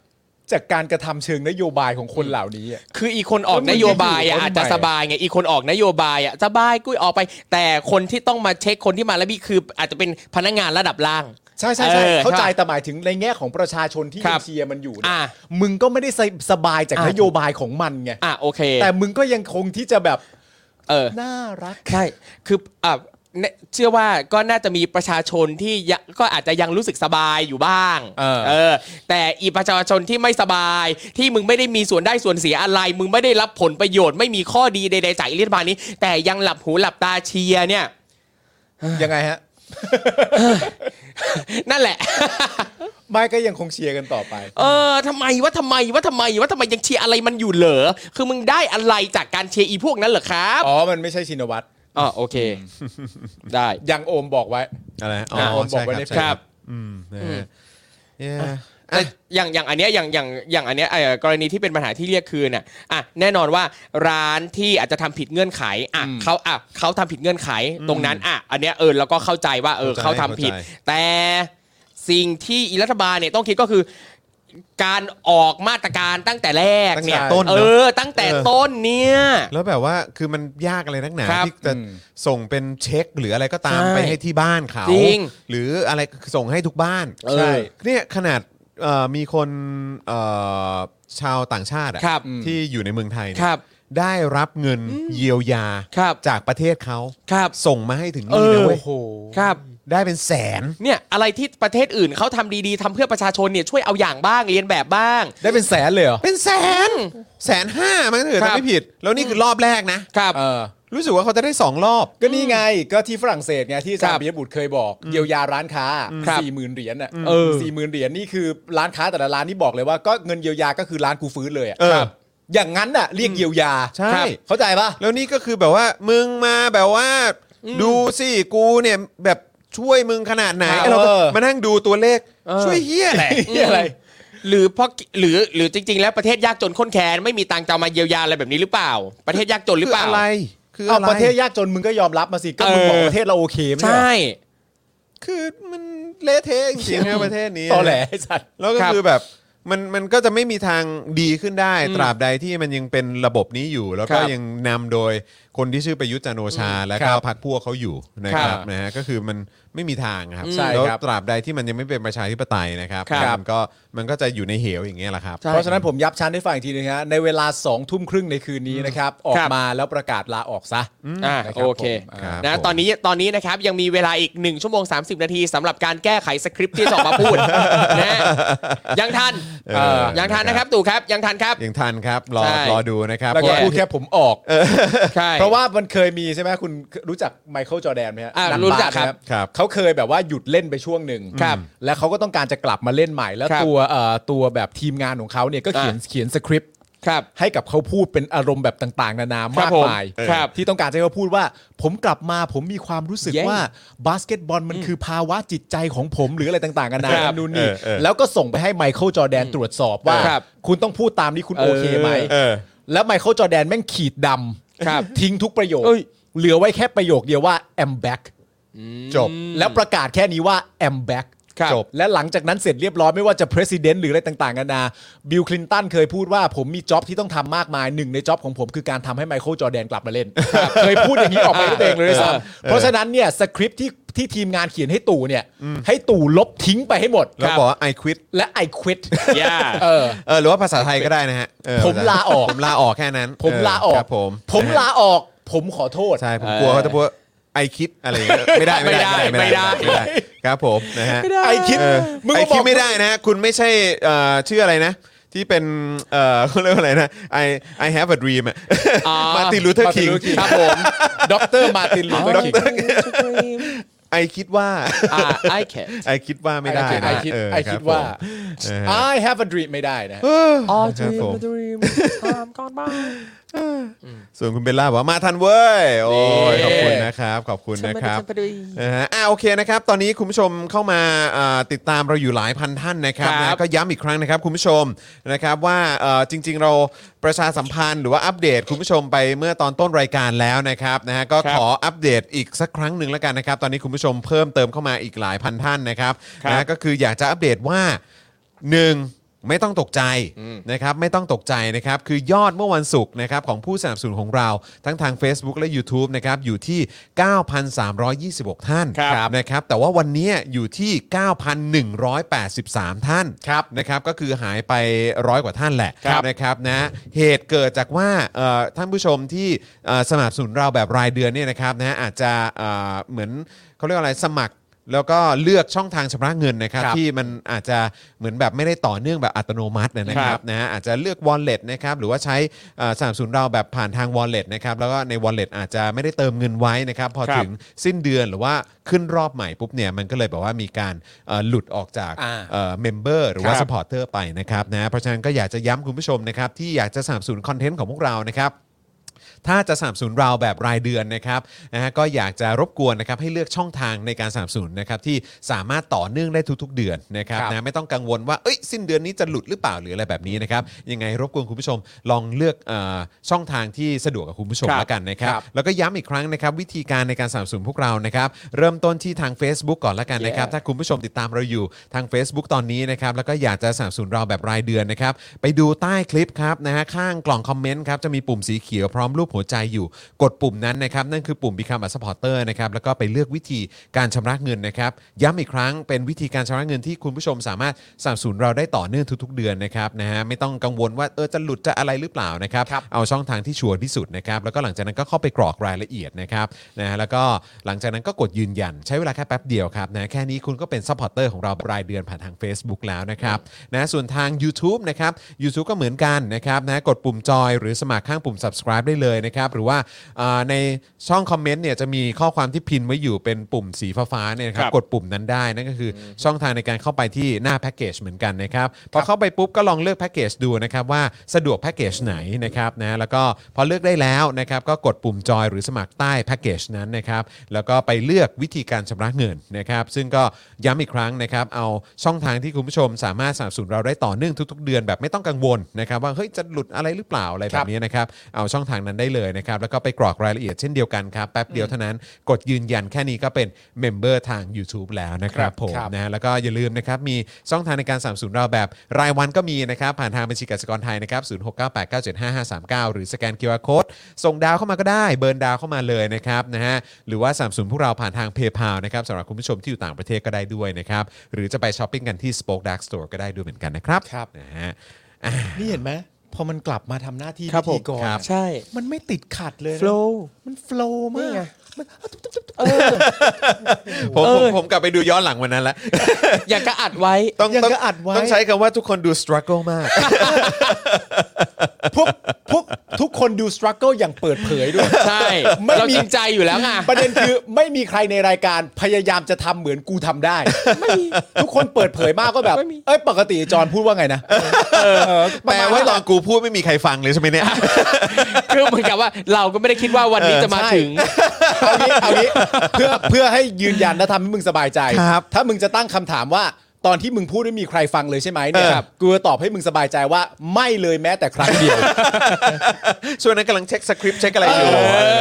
จากการกระทำเชิงนโยบายของคนเหล่านี้อะ คืออีกคนออกนโยบายอ่ะ แล้วมึงจะอยู่ อาจจะ ทำไม สบายไงอีกคนออกนโยบายอ่ะสบายกุ้ยออกไป แต่คนที่ต้องมาเช็คคนที่มาแล้วพี่คือ อาจจะเป็นพนักงานระดับล่าง ใช่ใช่ใช่ เออ เข้าใจแต่หมายถึงในแง่ของประชาชนที่ ครั ยัง บ เชียร์มันอยู่เนี่ย อ่ะ มึงก็ไม่ได้สบายจาก อ่ะ นโยบายของมันไง อ่ะโอเค แต่มึงก็ยังคงที่จะแบบ เออ น่ารัก ใช่คืออ่ะ เนี่ยเชื่อว่าก็น่าจะมีประชาชนที่ยะก็อาจจะยังรู้สึกสบายอยู่บ้าง เออ แต่อีประชาชนที่ไม่สบาย ที่มึงไม่ได้มีส่วนได้ส่วนเสียอะไร มึงไม่ได้รับผลประโยชน์ไม่มีข้อดีใดๆจากอิรัฐบาลนี้ แต่ยังหลับหูหลับตาเชียร์เนี่ย ยังไงฮะ [sighs] นั่นแหละ ไม่ก็ยังคงเชียร์กันต่อไป เออทำไมว่าทำไมว่าทำไมว่าทำไมยังเชียร์อะไรมันอยู่เหรอคือมึงได้อะไรจากการเชียร์อีพวกนั้นเหรอครับ อ๋อ มันไม่ใช่ชินวัตร อ๋อโอเค ได้ ยังโอมบอกไว้ อะไรอ๋อ ครับผม ใช่ บอกไว้ใน ใช่ ครับ อืมนะฮะ Yeah อ่ะอย่างอย่างอันเนี้ยอย่างอย่างอย่างอันเนี้ยเอ่อกรณีที่เป็นปัญหาที่เรียกคืนอ่ะอ่ะแน่นอนว่าร้านที่อาจจะทำผิดเงื่อนไขอ่ะเขาอ่ะเขาทำผิดเงื่อนไขตรงนั้นอ่ะอันเนี้ยเออเราก็เข้าใจว่าเออ เข้าใจเขาทำผิด เข้าใจ แต่สิ่งที่อีรัฐบาลเนี่ยต้องคิดก็คือ การออกมาตรการตั้งแต่แรกเนี่ย ตั้งแต่ต้นเนอะ เออ ตั้งแต่ เออ ต้นเนี่ย แล้วแบบว่าคือมันยากอะไรนักหนา ครับ ที่จะ อืม ส่งเป็นเช็คหรืออะไรก็ตาม ใช่ ไปให้ที่บ้านเขา จริง หรืออะไรส่งให้ทุกบ้าน เออ ใช่เนี่ยขนาดเอ่อมีคนเอ่อชาวต่างชาติอะ ครับ ที่อยู่ในเมืองไทยเนี่ย ครับ ได้รับเงินเยียวยา ครับ จากประเทศเขา ครับ ส่งมาให้ถึง เอ นี่ อ นะเว้ย ครับ ได้เป็นแสน เนี่ยอะไรที่ประเทศอื่นเขาทำดีๆทำเพื่อประชาชนเนี่ยช่วยเอาอย่างบ้างเรียนแบบบ้าง ได้เป็นแสนเลยเหรอ เป็นแสนแสนห้ามั้งเถอะ ครั ถ้า บ ไม่ผิด แล้วนี่คือรอบแรกนะ ครับ เออ รู้สึกว่าเขาจะได้สองรอบ ก็นี่ไง ก็ที่ฝรั่งเศสไงที่อาจาร ครั ย์ บ ปิยบุตรเคยบอกเยียวยาร้านค้า ครับ สี่หมื่นเหรียญอ่ะ เออ สี่หมื่นเหรียญนี่คือร้านค้าแต่ละร้านนี่บอกเลยว่าก็เงินเยียวยาก็คือร้านกูฟื้นเลยอ่ะ เออ ครับอย่างนั้นอ่ะเรียกเยียวยา ใช่ ครับเข้าใจปะ แล้วนี่ก็คือแบบว่ามึงมาแบบว่า ดูสิกูเนี่ยแบบช่วยมึงขนาดไหน ครับ ไอ้เราก็ เออ มานั่งดูตัวเลข เออ ช่วยเฮียแหละ เหี้ยอะไร หรือเพราะหรือหรือจริง ๆ แล้วประเทศยากจนข้นแค้นไม่มีตังค์จะเอามาเยียวยาอะไรแบบนี้หรือเปล่า ประเทศยากจนหรือเปล่า คืออะไรคือ เอา อะไร ประเทศยากจนมึงก็ยอมรับมาสิก็มึง เออ บอกประเทศเราโอเคไม่ใช่เหร ใช่ อ คือมันเละเทะจริงๆนะประเทศนี้ ตอแหลไอ้สัตว์ แล้วก็ ครับ คือแบบมันมันก็จะไม่มีทางดีขึ้นได้ ตราบใดที่มันยังเป็นระบบนี้อยู่ แล้วก็ ครับ ยังนำโดยคนที่ชื่อประยุทธ์จันทร์โอชา และ ครับ ก้าวพักพวกเขาอยู่นะค ครั รับบ นะฮะก็คือมันไม่มีทางครับ ใช่ แล้ว ครับ ตราบใดที่มันยังไม่เป็นประชาธิปไตยนะครับ ครับ มันก็มันก็จะอยู่ในเหวอย่างเงี้ยแหละครับ ใช่ เพราะฉะนั้นผมยับชั้นให้ฟังอีกทีนึงฮะในเวลาสองทุ่มครึ่งในคืนนี้นะครับออ ค ก รับ มาแล้วประกาศลาออกซะ อ่า นะครับ โอเค ผม ครับ นะ ผม ตอนนี้ตอนนี้นะครับยังมีเวลาอีก 1 ชั่วโมง 30 นาทีสำหรับการแก้ไขสคริปต์ที่จะออกมาพูด [laughs] นะยังทัน เออ ยังทันนะครับตู่ครับยังทันครับ ยังทันครับรอ ใช่ รอดูนะครับ แล้วก็ เพราะว่า พูดแค่ผมออก ใช่ เพราะว่ามันเคยมีใช่ไหมคุณรู้จักไมเคิลจอร์แดนไหมฮะ อ่า นั รู้จักครับ าสเนี่ย ครับ เขาเคยแบบว่าหยุดเล่นไปช่วงหนึ่ง ครับ แล้วเขาก็ต้องการจะกลับมาเล่นใหม่ แล้ว ครับ ตัวเอ่อตัวแบบทีมงานของเขาเนี่ยก็เขียน อ่า เขียนสคริปต์ ครับ ให้กับเขาพูดเป็นอารมณ์แบบต่างๆ นานา ครั มา บ ก ผม มาย ครับ ที่ต้องการจะให้เขาพูดว่า ผมกลับมาผมมีความรู้สึก เย้ ว่าบาสเกตบอลมันคือภาวะจิตใจของผมหรืออะไรต่างๆนานา ครับ นู่นนี่ เออเออ แล้วก็ส่งไปให้ไมเคิลจอร์แดนตรวจสอบว่า ครับ คุณต้องพูดตามนี้คุณโอเคไหม เออ แล้วไมเคิลจอร์แดนแม่งขีดด ครับ ำทิ้งทุกประโยค เอ้ย เหลือไว้แค่ประโยคเดียวว่า I'm back จบ แล้วประกาศแค่นี้ว่า I'm back ครับ จบ และหลังจากนั้นเสร็จเรียบร้อยไม่ว่าจะ president หรืออะไรต่างๆกันานาบิลคลินตันเคยพูดว่าผมมีจ็อบที่ต้องทำมากมายหนึ่งในจ็อบของผมคือการทำให้ไมเคิลจอร์แดนกลับมาเล่น เคยพูดอย่างนี้ออกไปด้วยตัวเองเลยด้วยซ้ำเพราะฉะนั้นเนี่ยสคริปต์ที่ที่ทีมงานเขียนให้ตู่เนี่ยให้ตู่ลบทิ้งไปให้หมด แล้วบอกว่า I quit และ I quit อย่า เออ เออหรือว่าภาษาไทยก็ได้นะฮะเออ ผมลาออก ผมลาออกแค่นั้น ผม เออ ลาออ ค ก รับผม ผมลาออก ผมขอโทษ ใช่ผมกลัวเขาจะพูดไอคิดอะไรอย่างเงี้ยไม่ได้ไม่ได้ ไม่ได้ ไม่ได้ครับผมนะฮะ ไอคิด เออ มึง ไอ ก็บ คิ อ ด ก ไม่ได้นะฮะคุณไม่ใช่เอ่อชื่ออะไรนะ ที่เป็นเอ่อเขาเรียกว่าอะไรนะ I I have a dream อะ อ๋อ มาติลูเทอร์คิง ครับผมด็อกเตอร์มาตินลูเทอร์คิง ไอคิดว่า [laughs] อ่าไอ้แขก ไอคิดว่าไม่ได้นะ I kid- เ I kid ว่า ครับผม I have a dream ไม่ได้นะ อ๋อจริงส่วนคุณเบลล่าบอกว่ามาทันเว้ย โอ้ย นี่ ขอบคุณนะครับ ขอบคุณนะครับนะฮะอ่าโอเคนะครับ ตอนนี้คุณผู้ชมเข้ามาอ่าติดตามเราอยู่หลายพันท่านนะครับ ครับ นะก็ย้ำอีกครั้งนะครับคุณผู้ชมนะครับว่าเอ่อจริง ๆ เราประชาสัมพันธ์หรือว่าอัปเดตคุณผู้ชมไปเมื่อตอนต้นรายการแล้วนะครับนะฮะก็ ครับ ขออัปเดตอีกสักครั้งหนึ่งแล้วกันนะครับ ตอนนี้คุณผู้ชมเพิ่มเติมเข้ามาอีกหลายพันท่านนะครับนะฮะก็คืออยากจะอัปเดตว่า หนึ่ง ไม่ต้องตกใจนะครับไม่ต้องตกใจนะครับ คือยอดเมื่อวันศุกร์นะครับของผู้สนับสนุนของเราทั้งทาง Facebook และ YouTube นะครับอยู่ที่ 9,326 ท่าน ครับ นะครับแต่ว่าวันนี้อยู่ที่ 9,183 ท่านครับนะครับก็คือหายไปร้อยกว่าท่านแหละ ครับ นะครับนะเหตุเกิดจากว่าเอ่อท่านผู้ชมที่เอ่อสมัครสนุนเราแบบรายเดือนเนี่ยนะครับนะอาจจะเอ่อเหมือนเขาเรียกว่าอะไรสมัคร แล้วก็เลือกช่องทางชำระเงินนะครับ ครับ ที่มันอาจจะเหมือนแบบไม่ได้ต่อเนื่องแบบอัตโนมัตินะค ค รั รั บบ นะฮะอาจจะเลือก wallet นะครับหรือว่าใช้เอ่อสนับสนุนเราแบบผ่านทาง wallet นะครับแล้วก็ใน wallet อาจจะไม่ได้เติมเงินไว้นะครับ พอ ครับ ถึงสิ้นเดือนหรือว่าขึ้นรอบใหม่ปุ๊บเนี่ยมันก็เลยแบบว่ามีการเอ่อหลุดออกจาก อ่า เมมเบอร์หรือว่า ครับ พอร์เตอร์ไปนะครับนะเพราะฉะนั้นก็อยากจะย้ำคุณผู้ชมนะครับ ที่อยากจะสนับสนุนคอนเทนต์ของพวกเรานะครับ ถ้าจะสนับสนุนเราแบบรายเดือนนะครับนะฮะก็อยากจะรบกวนนะครับให้เลือกช่องทางในการสนับสนุนนะครับที่สามารถต่อเนื่องได้ทุก ๆ เดือนนะครับ ครับ นะไม่ต้องกังวลว่าเอ้ยสิ้นเดือนนี้จะหลุดหรือเปล่าหรืออะไรแบบนี้นะครับยังไงรบกวนคุณผู้ชมลองเลือกเออช่องทางที่สะดวกกับคุณผู้ชม ครับ แล้วกันนะครับ ครับ แล้วก็ย้ำอีกครั้งนะครับ วิธีการในการสนับสนุนพวกเรานะครับ เริ่มต้นที่ทาง Facebook ก่อนละกันนะครับ Yeah. ถ้าคุณผู้ชมติดตามเราอยู่ทาง Facebook ตอนนี้นะครับ แล้วก็อยากจะสนับสนุนเราแบบรายเดือนนะครับ ไปดูใต้คลิปครับนะฮะข้างกล่องคอมเมนต์ครับ จะมีปุ่มสีเขียวพร้อมรูปหัวใจอยู่ กดปุ่มนั้นนะครับ นั่นคือปุ่ม Become a supporter นะครับ แล้วก็ไปเลือกวิธีการชำระเงินนะครับ ย้ำอีกครั้งเป็นวิธีการชำระเงินที่คุณผู้ชมสามารถสนับสนุนเราได้ต่อเนื่องทุก ๆ เดือนนะครับนะฮะไม่ต้องกังวลว่าเออจะหลุดจะอะไรหรือเปล่านะครับ ครับ เอาช่องทางที่ชัวร์ที่สุดนะครับแล้วก็หลังจากนั้นก็เข้าไปกรอกรายละเอียดนะครับนะฮะแล้วก็หลังจากนั้นก็กดยืนยัน ใช้เวลาแค่แป๊บเดียวครับนะแค่นี้คุณก็เป็นซัพพอร์เตอร์ของเรารายเดือนผ่านทาง Facebook แล้วนะครับนะส่วนทาง u t u b e นะครับ u t u b e ก็เหมือนกันนะครับนะกดปุ่มจอยหรือสมัครข้างปุ่ม subscribe ได้เลยนะครับหรือว่าอ่าในช่องคอมเมนต์เนี่ยจะมีข้อความที่พิมพ์ไว้อยู่เป็นปุ่มสีฟ้าๆเนี่ยนะครับ ครับ กดปุ่มนั้นได้นั่นก็คืออช่องทางในการเข้าไปที่หน้าแพ็กเกจเหมือนกันนะครับพอเข้าไปปุ๊บก็ลองเลือกแพ็กเกจดูนะครับว่าสะดวกแพ็กเกจไหนนะครับนะแล้วก็พอเลือกได้แล้วนะครับก็กดปุ่มจอยหรือสมัครใต้แพ็กเกจนั้นนะครับแล้วก็ไปเลือกวิธีการชำระเงินนะครับซึ่งก็ย้ำอีกครั้งนะครับเอาช่องทางที่คุณผู้ชมสามารถสนับสนุนเราได้ต่อเนื่องทุก ๆ เดือนแบบไม่ต้องกังวลนะครับว่าเฮ้ยจะหลุดอะไรหรือเปล่าอะไร ค แบ รั บบ นี้นะครับเอาช่องทางนั้นได้เลยนะครับแล้วก็ไปกรอกรายละเอียดเช่นเดียวกันครับแป๊บเดียวเท่านั้นกดยืนยันแค่นี้ก็เป็นเมมเบอร์ทาง YouTube แล้วนะครับผม ครับ นะฮะแล้วก็อย่าลืมนะครับ มีช่องทางในการสนับสนุนเราแบบรายวันก็มีนะครับ ผ่านทางบัญชีกสิกรไทยนะครับ 0698975539 หรือสแกน QR Code ส่งดาวเข้ามาก็ได้ เบิร์นดาวเข้ามาเลยนะครับนะฮะหรือว่าสนับสนุนพวกเราผ่านทางเพย์พานะครับสำหรับคุณผู้ชมที่อยู่ต่างประเทศก็ได้ด้วยนะครับ หรือจะไปช้อปปิ้งกันที่ Spoke Dark Store ก็ได้ด้วยเหมือนกันนะครับ ครับ นะฮะ นี่เห็นไหมพอมันกลับมาทำหน้าที่ ครั พิ บผม ธีกร ครับ ใช่ มันไม่ติดขัดเลยนะ โฟล์ มันโฟล์ นี่ มาก ไง มัน ผมผเอม อ ผมกลับไปดูย้อนหลังวันนั้นละ อยากกระอัดไว้ ต้อง ยัง ต้อง ก็อัดไว้ ต้องใช้คำว่าทุกคนดู struggle มาก พวกพวกทุกคนดูส t ตรัคเกิลอย่างเปิดเผยด้วย ใช่ ไม่มี เราจริงใจอยู่แล้วไง [laughs] ประเด็นคือไม่มีใครในรายการพยายามจะทำเหมือนกูทำได้ ทุกคนเปิดเผยมากก็แบบ ไม่มี เอ้ยปกติจอห์นพูดว่าไงนะเออประ แปล [laughs] มณ ว่าตอนกูพูดไม่มีใครฟังเลยใช่ไหมเนี่ย คือเหมือนกับว่าเราก็ไม่ได้คิดว่าวันนี้จะมา ใช่ ถึง เอางี้เอางี้เพื่อเพื่อให้ยืนยันและทำให้มึงสบายใจ ครับ ถ้ามึงจะตั้งคำถามว่าตอนที่มึงพูดไม่มีใครฟังเลยใช่ไหมเนี่ยครับกูจะตอบให้มึงสบายใจว่าไม่เลยแม้แต่ครั้งเดียว ช่วงนั้นกำลังเช็คสคริปต์เช็คอะไรอยู่ เอ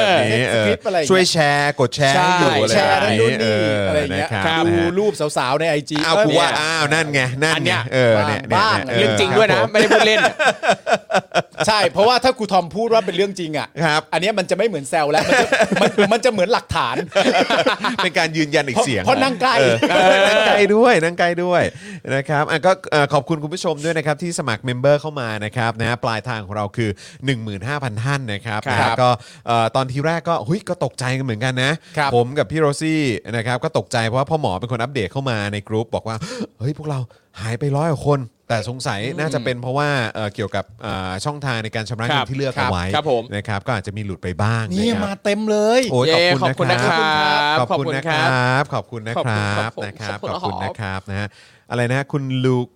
อ อะไรแบบนี้ เช็คสคริปต์อะไรอย่างเงี้ย ช่วยแชร์กดแชร์ให้อยู่อะไร แช แบ ร์ บ นั่น นี้ นู่นนี่อะไรอย่างเงี้ย นะครับ ดู นะฮะ รูปสาวๆในไอจี อ้าวกูว่าอ้าวนั่นไงนั่น อัน ไง เนี้ย เออเนี่ยเนี่ย บ้าน นี่ย เรื่องจริงด้วยนะ คบผม ไม่ได้พูดเล่น ใช่ เพราะว่าถ้าครูทอมพูดว่าเป็นเรื่องจริงอ่ะ ครับ อันเนี้ยมันจะไม่เหมือนแซวแล้ว มันจะมันมันจะเหมื [laughs] อนหลักฐาน เป็นการยืนยันอีกเสียง เพราะนั่งใกล้ เออนั่งใกล้ด้วยนั่งใกล้ด้วยนะครับอ่ะก็เอ่อขอบคุณคุณผู้ชมด้วยนะครับที่สมัครเมมเบอร์เข้ามานะครับนะฮะปลายทางของเราคือ 15,000 ท่านนะครับนะ ครั ฮะ บ ก็เอ่อตอนทีแรกก็หุยก็ตกใจกันเหมือนกันนะ ครับ ผมกับพี่โรซี่นะครับก็ตกใจเพราะว่าพ่อหมอเป็นคนอัปเดตเข้ามาในกรุ๊ปบอกว่า เฮ้ยพวกเราหายไปร้อยกว่าคน แต่สงสัยน่าจะเป็นเพราะว่าเอ่อเกี่ยวกับอ่าช่องทางในการชำระเงิ ครั น บ ที่เลือกเอาไว้ ครับผม นะครับก็อาจจะมีหลุดไปบ้าง เนี่ย นะครับ มาเต็มเลย โอ้ย เย้ ขอบคุณนะครั ขอบคุณนะครัขอบคุณนะครบ บับขอบคุณนะค ขอบคุณ รั ครับ บผม นะครับข ข อ อ บบ คุ คุณ ณ นะ นะ ค ครั รับบ นะฮะอะไรนะคุณลูก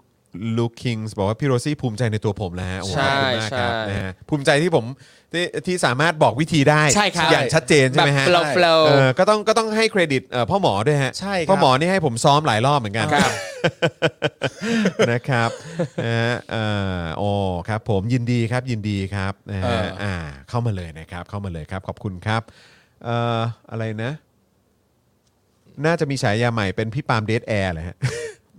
ลูคิงส์บอกว่าพี่โรซี่ภูมิใจในตัวผมแล้วฮะโอ้ขอบคุณมากครับ ใช่ใช่ นะฮะภูมิใจที่ผมที่ที่สามารถบอกวิธีได้ ใช่ครับ อย่างชัดเจนใช่ไหมฮะ แบบ flow เอ flow อก็ต้องก็ต้องให้เครดิตเอ่อพ่อหมอด้วยฮะ ใช่ครับ พ่อหมอนี่ให้ผมซ้อมหลายรอบเหมือนกัน ครับ [laughs] นะครับนะฮะเอ่อโอ้ครับผมยินดีครับยินดีครับนะฮะอ่าเข้ามาเลยนะครับ เข้ามาเลยครับ ขอบคุณครับเอ่ออะไรนะ [laughs] น่าจะมีฉายาใหม่เป็นพี่ปาล์มเดทแอร์เลยฮะ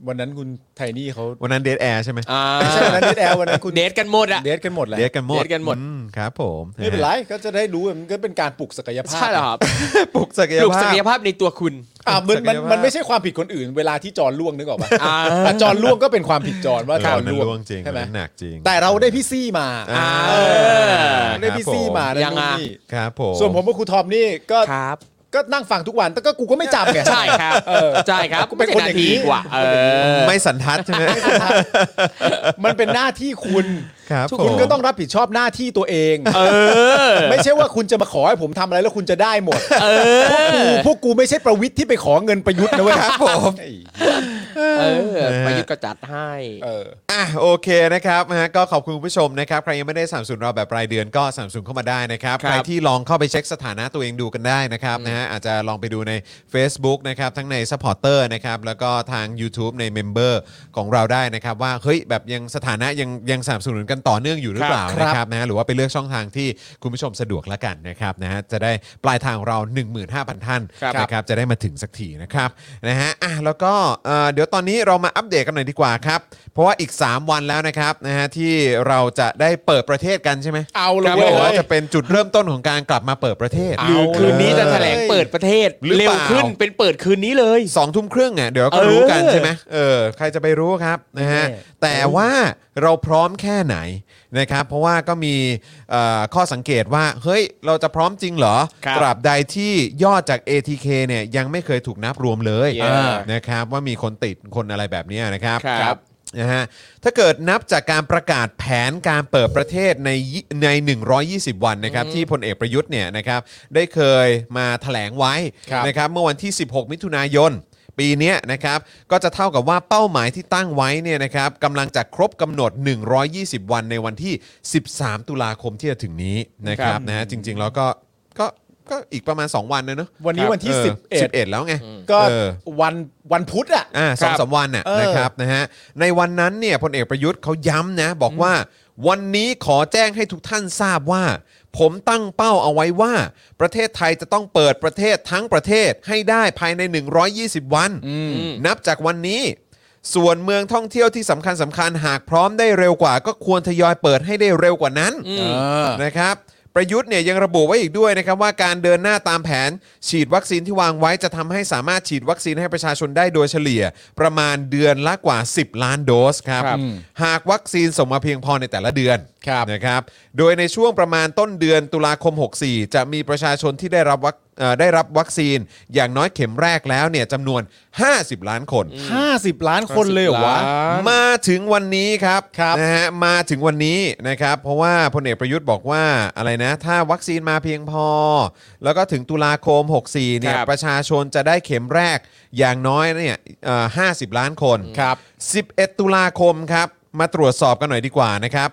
วันนั้นคุณไทนี่เขา วันนั้นเดทแอร์ใช่ไหม อ่า ไม่ใช่วันนั้นเดทแอร์วันนั้นคุณ เดทกันหมดอะ เดทกันหมดแหละ เดทกันหมด เดทกันหมด อืครับผม ไม่เป็นไรก็จะได้รู้มันก็เป็นการปลุกศักยภาพ ใช่เหรอครับ ปลุกศักย ปลุก ภาพ ศักยภาพในตัวคุณ อ่ะมันศัมันกยภาพ มันไม่ใช่ความผิดคนอื่น เวลาที่จอนล่วงนึกออกปะ อ่า แต่จอนล่วงก็เป็นความผิดจอนว่า เออ จอ วัน น นั้น ล่วง ล่วงจริง ใช่ไหม วันนั้นหนักจริง แต่เราได้พี่ซี่มา อ่า เออได้พี่ซี่มานะ ยัง นู่น อ่ะ นี่ ครับผม ส่วนผมกับครูทอมนี่ก็ ครับ ก็นั่งฟังทุกวันแต่ก็กูก็ไม่จำไง ใช่ครับ เออ ใช่ครับ กูเป็นคนอย่างนี้ ไม่ใช่หทีกว่าเออ ไม่สันทัดใช่ไหม มันเป็นหน้าที่คุณ ครับ คุณ ผม ก็ต้องรับผิดชอบหน้าที่ตัวเองไม่ใช่ว่าคุณจะมาขอให้ผมทำอะไรแล้วคุณจะได้หมดพวกกูพวกกูไม่ใช่ประวิทย์ที่ไปขอเงินประยุทธ์นะเว้ยครับผม เออประยุทธ์ก็จัดให้ เออ อ่ะโอเคนะครับนะฮะก็ขอบคุณคุณผู้ชมนะครับ ใครยังไม่ได้สามสูนเราแบบรายเดือนก็สามสูนเข้ามาได้นะครับ ครับ ใครที่ลองเข้าไปเช็คสถานะตัวเองดูกันได้นะครับนะฮะอาจจะลองไปดูใน Facebook นะครับ ทั้งใน s u p p อร์เตอร์นะครับ แล้วก็ทาง YouTube ในเมมเบอร์ของเราได้นะครับ ว่า เฮ้ย แบบยังสถานะยังยังสามสนุนกันต่อเนื่องอยู่หรือเปล่า ครับ นะครับนะฮะหรือว่าไปเลือกช่องทางที่คุณผู้ชมสะดวกละกันนะครับนะฮะจะได้ปลายทางของเรา 15,000 ท่าน ครับ นะ นะครับจะได้มาถึงสักทีนะครับนะฮะอ่ะแล้วก็เอ่อเดี๋ยวตอนนี้เรามาอัปเดตกันหน่อยดีกว่าครับ เพราะว่าอีก 3 วันแล้วนะครับนะฮะที่เราจะได้เปิดประเทศกันใช่ไหม เอาละ เว้ เว้ย ว่าจะเป็นจุดเริ่มต้นของการกลับมาเปิดประเทศ หรือคืนนี้จะแถลงเปิดประเทศ หรือเปล่า เร็วขึ้นเป็นเปิดคืนนี้เลย สองทุ่มครึ่งอ่ะเดี๋ยวก็ เออ รู้กันใช่ไหมเออใครจะไปรู้ครับนะฮะ แน่ แต่ว่าเราพร้อมแค่ไหนนะครับเพราะว่าก็มีเอ่อข้อสังเกตว่าเฮ้ยเราจะพร้อมจริงเหรอ ครับ ตราบใดที่ยอดจาก ATK เนี่ยยังไม่เคยถูกนับรวมเลย เย้ อ่านะครับว่ามีคนติดคนอะไรแบบเนี้ยนะครับ ครับ นะฮะถ้าเกิดนับจากการประกาศแผนการเปิดประเทศในยี่ใน 120 วันนะครับที่พลเอกประยุทธ์เนี่ยนะครับได้เคยมาแถลงไว้ ครับ นะครับเมื่อวันที่ 16 มิถุนายน ปีเนี้ยนะครับก็จะเท่ากับว่าเป้าหมายที่ตั้งไว้เนี่ยนะครับกำลังจะครบกำหนด 120 วันในวันที่ 13 ตุลาคมที่จะถึงนี้นะค ค รั รั บบ นะฮะจริงๆแล้วก็ก็ก็อีกประมาณ 2 วันนะเนอะ วันนี้วันที่ เออ 11 11 แล้วไง ก็ เออ วันวันพุธอ่ะ อ่าสอง ครับ สามวันน่ะ เออ นะครับนะฮะในวันนั้นเนี่ยพลเอกประยุทธ์เขาย้ำนะ บอกว่า วันนี้ขอแจ้งให้ทุกท่านทราบว่า ผมตั้งเป้าเอาไว้ว่า ประเทศไทยจะต้องเปิดประเทศทั้งประเทศให้ได้ภายใน 120 วัน นับจากวันนี้ ส่วนเมืองท่องเที่ยวที่สำคัญสำคัญๆหากพร้อมได้เร็วกว่า ก็ควรทยอยเปิดให้ได้เร็วกว่านั้น เออ นะครับประยุทธ์เนี่ยยังระบุไว้อีกด้วยนะครับว่าการเดินหน้าตามแผน ฉีดวัคซีนที่วางไว้จะทำให้สามารถฉีดวัคซีนให้ประชาชนได้โดยเฉลี่ย ประมาณเดือนละกว่า 10 ล้านโดสครับ ครับ หากวัคซีนส่งมาเพียงพอในแต่ละเดือน ครับ นะครับโดยในช่วงประมาณต้นเดือนตุลาคม 64 จะมีประชาชนที่ได้รับวัคเอ่อได้รับวัคซีนอย่างน้อยเข็มแรกแล้วเนี่ยจำนวน 50 ล้านคน 50 ล้านคนเลยเหรอวะ มาถึงวันนี้ครับ ครับ นะฮะมาถึงวันนี้นะครับ เพราะว่าพลเอกประยุทธ์บอกว่าอะไรนะ ถ้าวัคซีนมาเพียงพอ แล้วก็ถึงตุลาคม 64เนี่ย ครับ ประชาชนจะได้เข็มแรกอย่างน้อยเนี่ยห้าสิบล้านคน ครับ 11 ตุลาคมครับ มาตรวจสอบกันหน่อยดีกว่านะครับ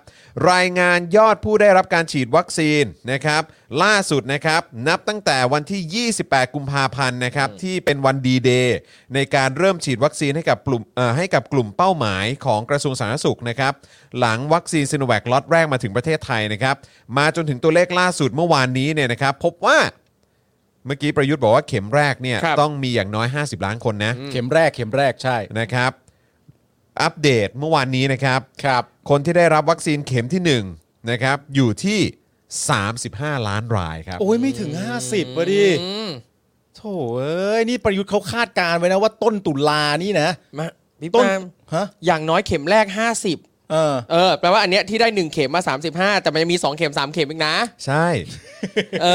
รายงานยอดผู้ได้รับการฉีดวัคซีนนะครับ ล่าสุดนะครับ นับตั้งแต่วันที่ 28 กุมภาพันธ์นะครับ ที่เป็นวันดีเดย์ในการเริ่มฉีดวัคซีนให้กับกลุ่มเอ่อให้กับกลุ่มเป้าหมายของกระทรวงสาธารณสุขนะครับ หลังวัคซีนซิโนแวคล็อตแรกมาถึงประเทศไทยนะครับ มาจนถึงตัวเลขล่าสุดเมื่อวานนี้เนี่ยนะครับ พบว่าเมื่อกี้ประยุทธ์บอกว่าเข็มแรกเนี่ย ครับ ต้องมีอย่างน้อย 50 ล้านคนนะ เข็มแรกเข็มแรกใช่ นะครับ อัปเดตเมื่อวานนี้นะครับ ครับ คนที่ได้รับวัคซีนเข็มที่ 1 นะครับ อยู่ที่ 35 ล้านรายครับ โอ้ยไม่ถึง 50ว่ะดิโถเอ้ยนี่ประยุทธ์เขาคาดการณ์ไว้นะว่าต้นตุลานี่นะ มาพี่ ต้น ปาล์ม ฮะ อย่างน้อยเข็มแรก 50 เออ เออแปลว่าอันเนี้ยที่ได้ 1 เข็มมา 35 แต่มันยังมี 2 เข็ม 3 เข็มอีกนะ ใช่ เอ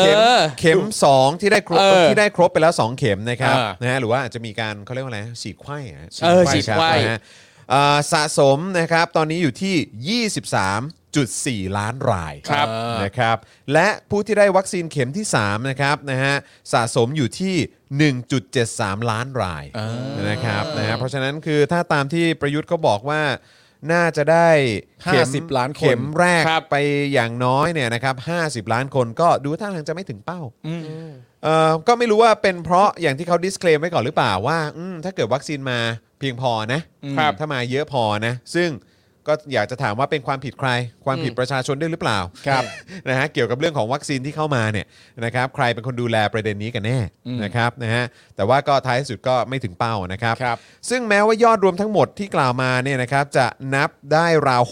เข็มเข็มอ2 ที่ได้ครบ เออ ที่ได้ครบไปแล้ว 2 เข็มนะครับ อ่าน นะฮะหรือว่าอาจจะมีการเขาเรียกว่าอะไรฉีดไข้อะ เออ ฉีดไข้ ฉีดไข้ ครับนะฮะเอ่อสะสมนะครับ ตอนนี้อยู่ที่ 23.4 ล้านราย ครับ นะครับและผู้ที่ได้วัคซีนเข็มที่ 3 นะครับนะฮะสะสมอยู่ที่ 1.73 ล้านรายนะครับนะฮะเพราะฉะนั้นคือถ้าตามที่ประยุทธ์เขาบอกว่าน่าจะได้เข็ม 50ล้านคน เข็มแรก ครับ ไปอย่างน้อยเนี่ยนะครับ 50 ล้านคนก็ดูท่าทางจะไม่ถึงเป้าเอ่อก็ไม่รู้ว่าเป็นเพราะอย่างที่เขา disclaim ไว้ก่อนหรือเปล่าว่าอืมถ้าเกิดวัคซีนมาเพียงพอนะครับ ถ้ามาเยอะพอนะ ซึ่ง ก็อยากจะถามว่าเป็นความผิดใคร ความผิดประชาชนด้วยหรือเปล่า ครับ [laughs] นะฮะเกี่ยวกับเรื่องของวัคซีนที่เข้ามาเนี่ยนะครับใครเป็นคนดูแลประเด็นนี้กันแน่ อืม นะครับนะฮะแต่ว่าก็ท้ายสุดก็ไม่ถึงเป้านะครับ ครับ ซึ่งแม้ว่ายอดรวมทั้งหมดที่กล่าวมาเนี่ยนะครับจะนับได้ราว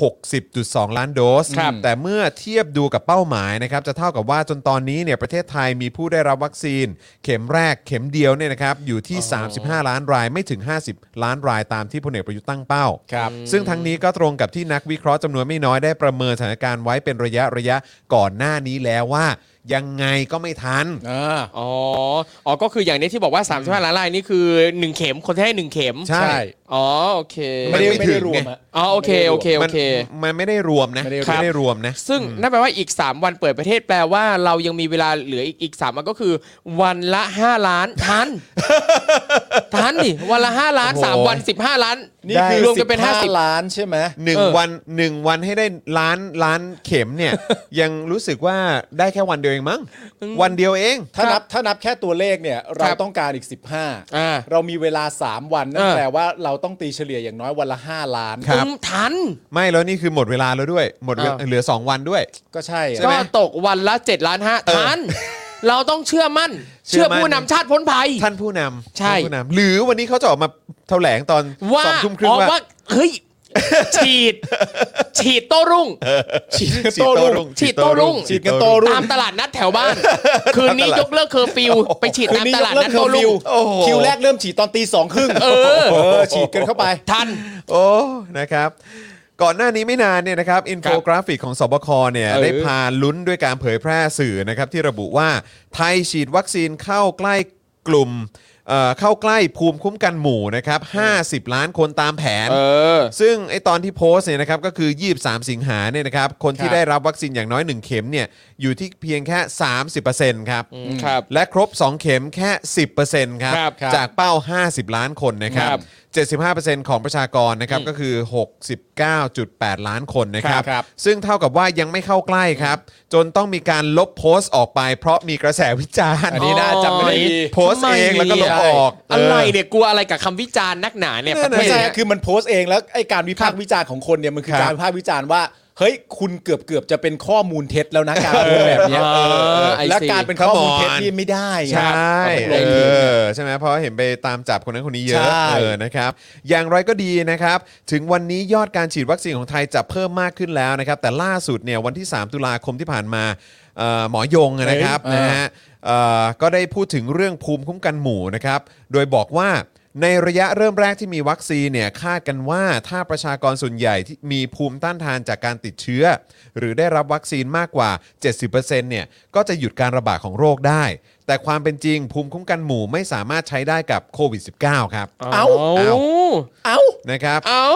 60.2 ล้านโดส ครับ แต่เมื่อเทียบดูกับเป้าหมายนะครับจะเท่ากับว่าจนตอนนี้เนี่ยประเทศไทยมีผู้ได้รับวัคซีน เข็มแรกเข็มเดียวเนี่ยนะครับอยู่ที่ 35 ล้านรายไม่ถึง 50 ล้านรายตามที่พลเอกประยุทธ์ตั้งเป้า ครับ ซึ่งทั้งนี้ก็ตรงกับที่นักวิเคราะห์จำนวนไม่น้อยได้ประเมินสถานการณ์ไว้เป็นระยะระยะก่อนหน้านี้แล้วว่า ยังไงก็ไม่ทัน อ่า อ๋อ อ๋อ ก็คืออย่างนี้ที่บอกว่า 35 ล้านลายนี่คือ 1 เข็ม คนที่ให้ 1 เข็ม ใช่ อ๋อ โอเค ไม่ได้ ถึงไง อะ อ๋อ โอเค โอเค โอ มัน เค มันไม่ได้รวมนะ ไม่ได้รวม ไม่ได้รวมนะ ซึ่งนั่นแปลว่าอีก 3 วันเปิดประเทศแปลว่าเรายังมีเวลาเหลืออีกอีก 3 วันก็คือ วันละ 5 ล้านทั [laughs] น ทันดิ วันละ 5 ล้าน โอ้โห 3 วัน 15 ล้าน นี่คือ รวมกันเป็น สิบห้า 50 ล้านใช่ไหม หนึ่ง เออ วันหนึ่งวันให้ได้ล้านล้านเข็มเนี่ย ยังรู้สึกว่าได้แค่วันเดียวเองมั้งวันเดียวเอง ถ้านับถ้านับแค่ตัวเลขเนี่ยเรา ครับ ต้องการอีก อ่า 15 เรามีเวลา 3 วันนั่น อ่า แปลว่าเราต้องตีเฉลี่ยอย่างน้อยวันละ 5 ล้าน ครับ อืมทัน ไม่แล้วนี่คือหมดเวลาแล้วด้วย หมดเวลา อ้าว เหลือ 2 วันด้วย ก็ใช่อะ ก็ตกวันละ 7 ล้านห้าทัน เราต้องเชื่อมั่น เชื่ เชื่ อ อ มั่น ผู้นำชาติพ้นภัย ท่านผู้นำ ใช่ ท่านผู้นำหรือวันนี้เขาจะออกมาแถลงตอน ว่า สองทุ่มครึ่ อ๋ ง อว่า ว่า เฮ้ย ฉีด ฉีดโต้รุ่ง ฉีด ฉีด โต้รุ่ง รุ่ง ฉีดโต้รุ่ง ฉีดกันโต้รุ่ง ตามตลาดนัดแถวบ้าน คืนนี้ยกเลิกเคอร์ฟิว ไปฉีด คืน ตาม นี้ ต ย ลากด เลิ นั ก ด เคอ โต้ ร์ฟิ รุ่ ว ง คิวแรกเริ่มฉีดตอนตีสองครึ่งเอ อ อ ฉีดกันเข้าไป ทัน โอ้นะครับ ก่อนหน้านี้ไม่นานเนี่ยนะครับอินโฟกราฟิกของสบคเนี่ย เออ ได้พาลุ้นด้วยการเผยแพร่สื่อนะครับที่ระบุว่าไทยฉีดวัคซีนเข้าใกล้กลุ่มเอ่อเข้าใกล้ภูมิคุ้มกันหมู่นะครับ 50 ล้านคนตามแผน อ ซึ่งไอตอนที่โพสต์เนี่ยนะครับก็คือ 23 สิงหาเนี่ยนะครับคนที่ ครับ ได้รับวัคซีนอย่างน้อย 1 เข็มเนี่ยอยู่ที่เพียงแค่ 30%ครับ ครับ และครบ 2 เข็มแค่ 10%ครับ ครับครับ จากเป้า 50 ล้านคนนะครับ ครับ 75%ของประชากรนะครับก็คือ 69.8 ล้านคนนะครับ ครับ ซึ่งเท่ากับว่ายังไม่เข้าใกล้ครับ จนต้องมีการลบโพสต์ออกไป เพราะมีกระแสวิจารณ์ อันนี้น่าจำไม่ได้ดี โพสต์เองแล้วก็ลบออก อะไร เออ เนี่ยกลัวอะไรกับคำวิจารณ์นักหนาเนี่ยประเท ไม่ ศ ใช่ เนี่ย คือมันโพสต์เองแล้วไอ้การวิพากษ์วิจารณ์ของคนเนี่ยมันคือ ครับ การวิพากษ์วิจารณ์ว่า เฮ้ยคุณเกือบเกือบจะเป็นข้อมูลเท็จแล้วนะการโพสต์แบบเนี้ย เออไอ้สิ และการเป็นข้อมูลเท็จนี่ไม่ได้ไง ใช่ ครับ เออใช่ไหมเพราะเห็นไปตามจับคนนั้นคนนี้เยอะ ใช่ เออนะครับ อย่างไรก็ดีนะครับ ถึงวันนี้ยอดการฉีดวัคซีนของไทยจะเพิ่มมากขึ้นแล้วนะครับ แต่ล่าสุดเนี่ยวันที่ 3 ตุลาคมที่ผ่านมาเอ่อหมอยงนะครับ เอ้ย นะฮะเอ่อก็ได้พูดถึงเรื่องภูมิคุ้มกันหมู่นะครับ โดยบอกว่าในระยะเริ่มแรกที่มีวัคซีนเนี่ยคาดกันว่าถ้าประชากรส่วนใหญ่ที่มีภูมิต้านทานจากการติดเชื้อ หรือได้รับวัคซีนมากกว่า 70%เนี่ยก็จะหยุดการระบาดของโรคได้ แต่ความเป็นจริงภูมิคุ้มกันหมู่ไม่สามารถใช้ได้กับโควิด -19 ครับ เอ้า เอ้า เอ้า นะครับ เอ้า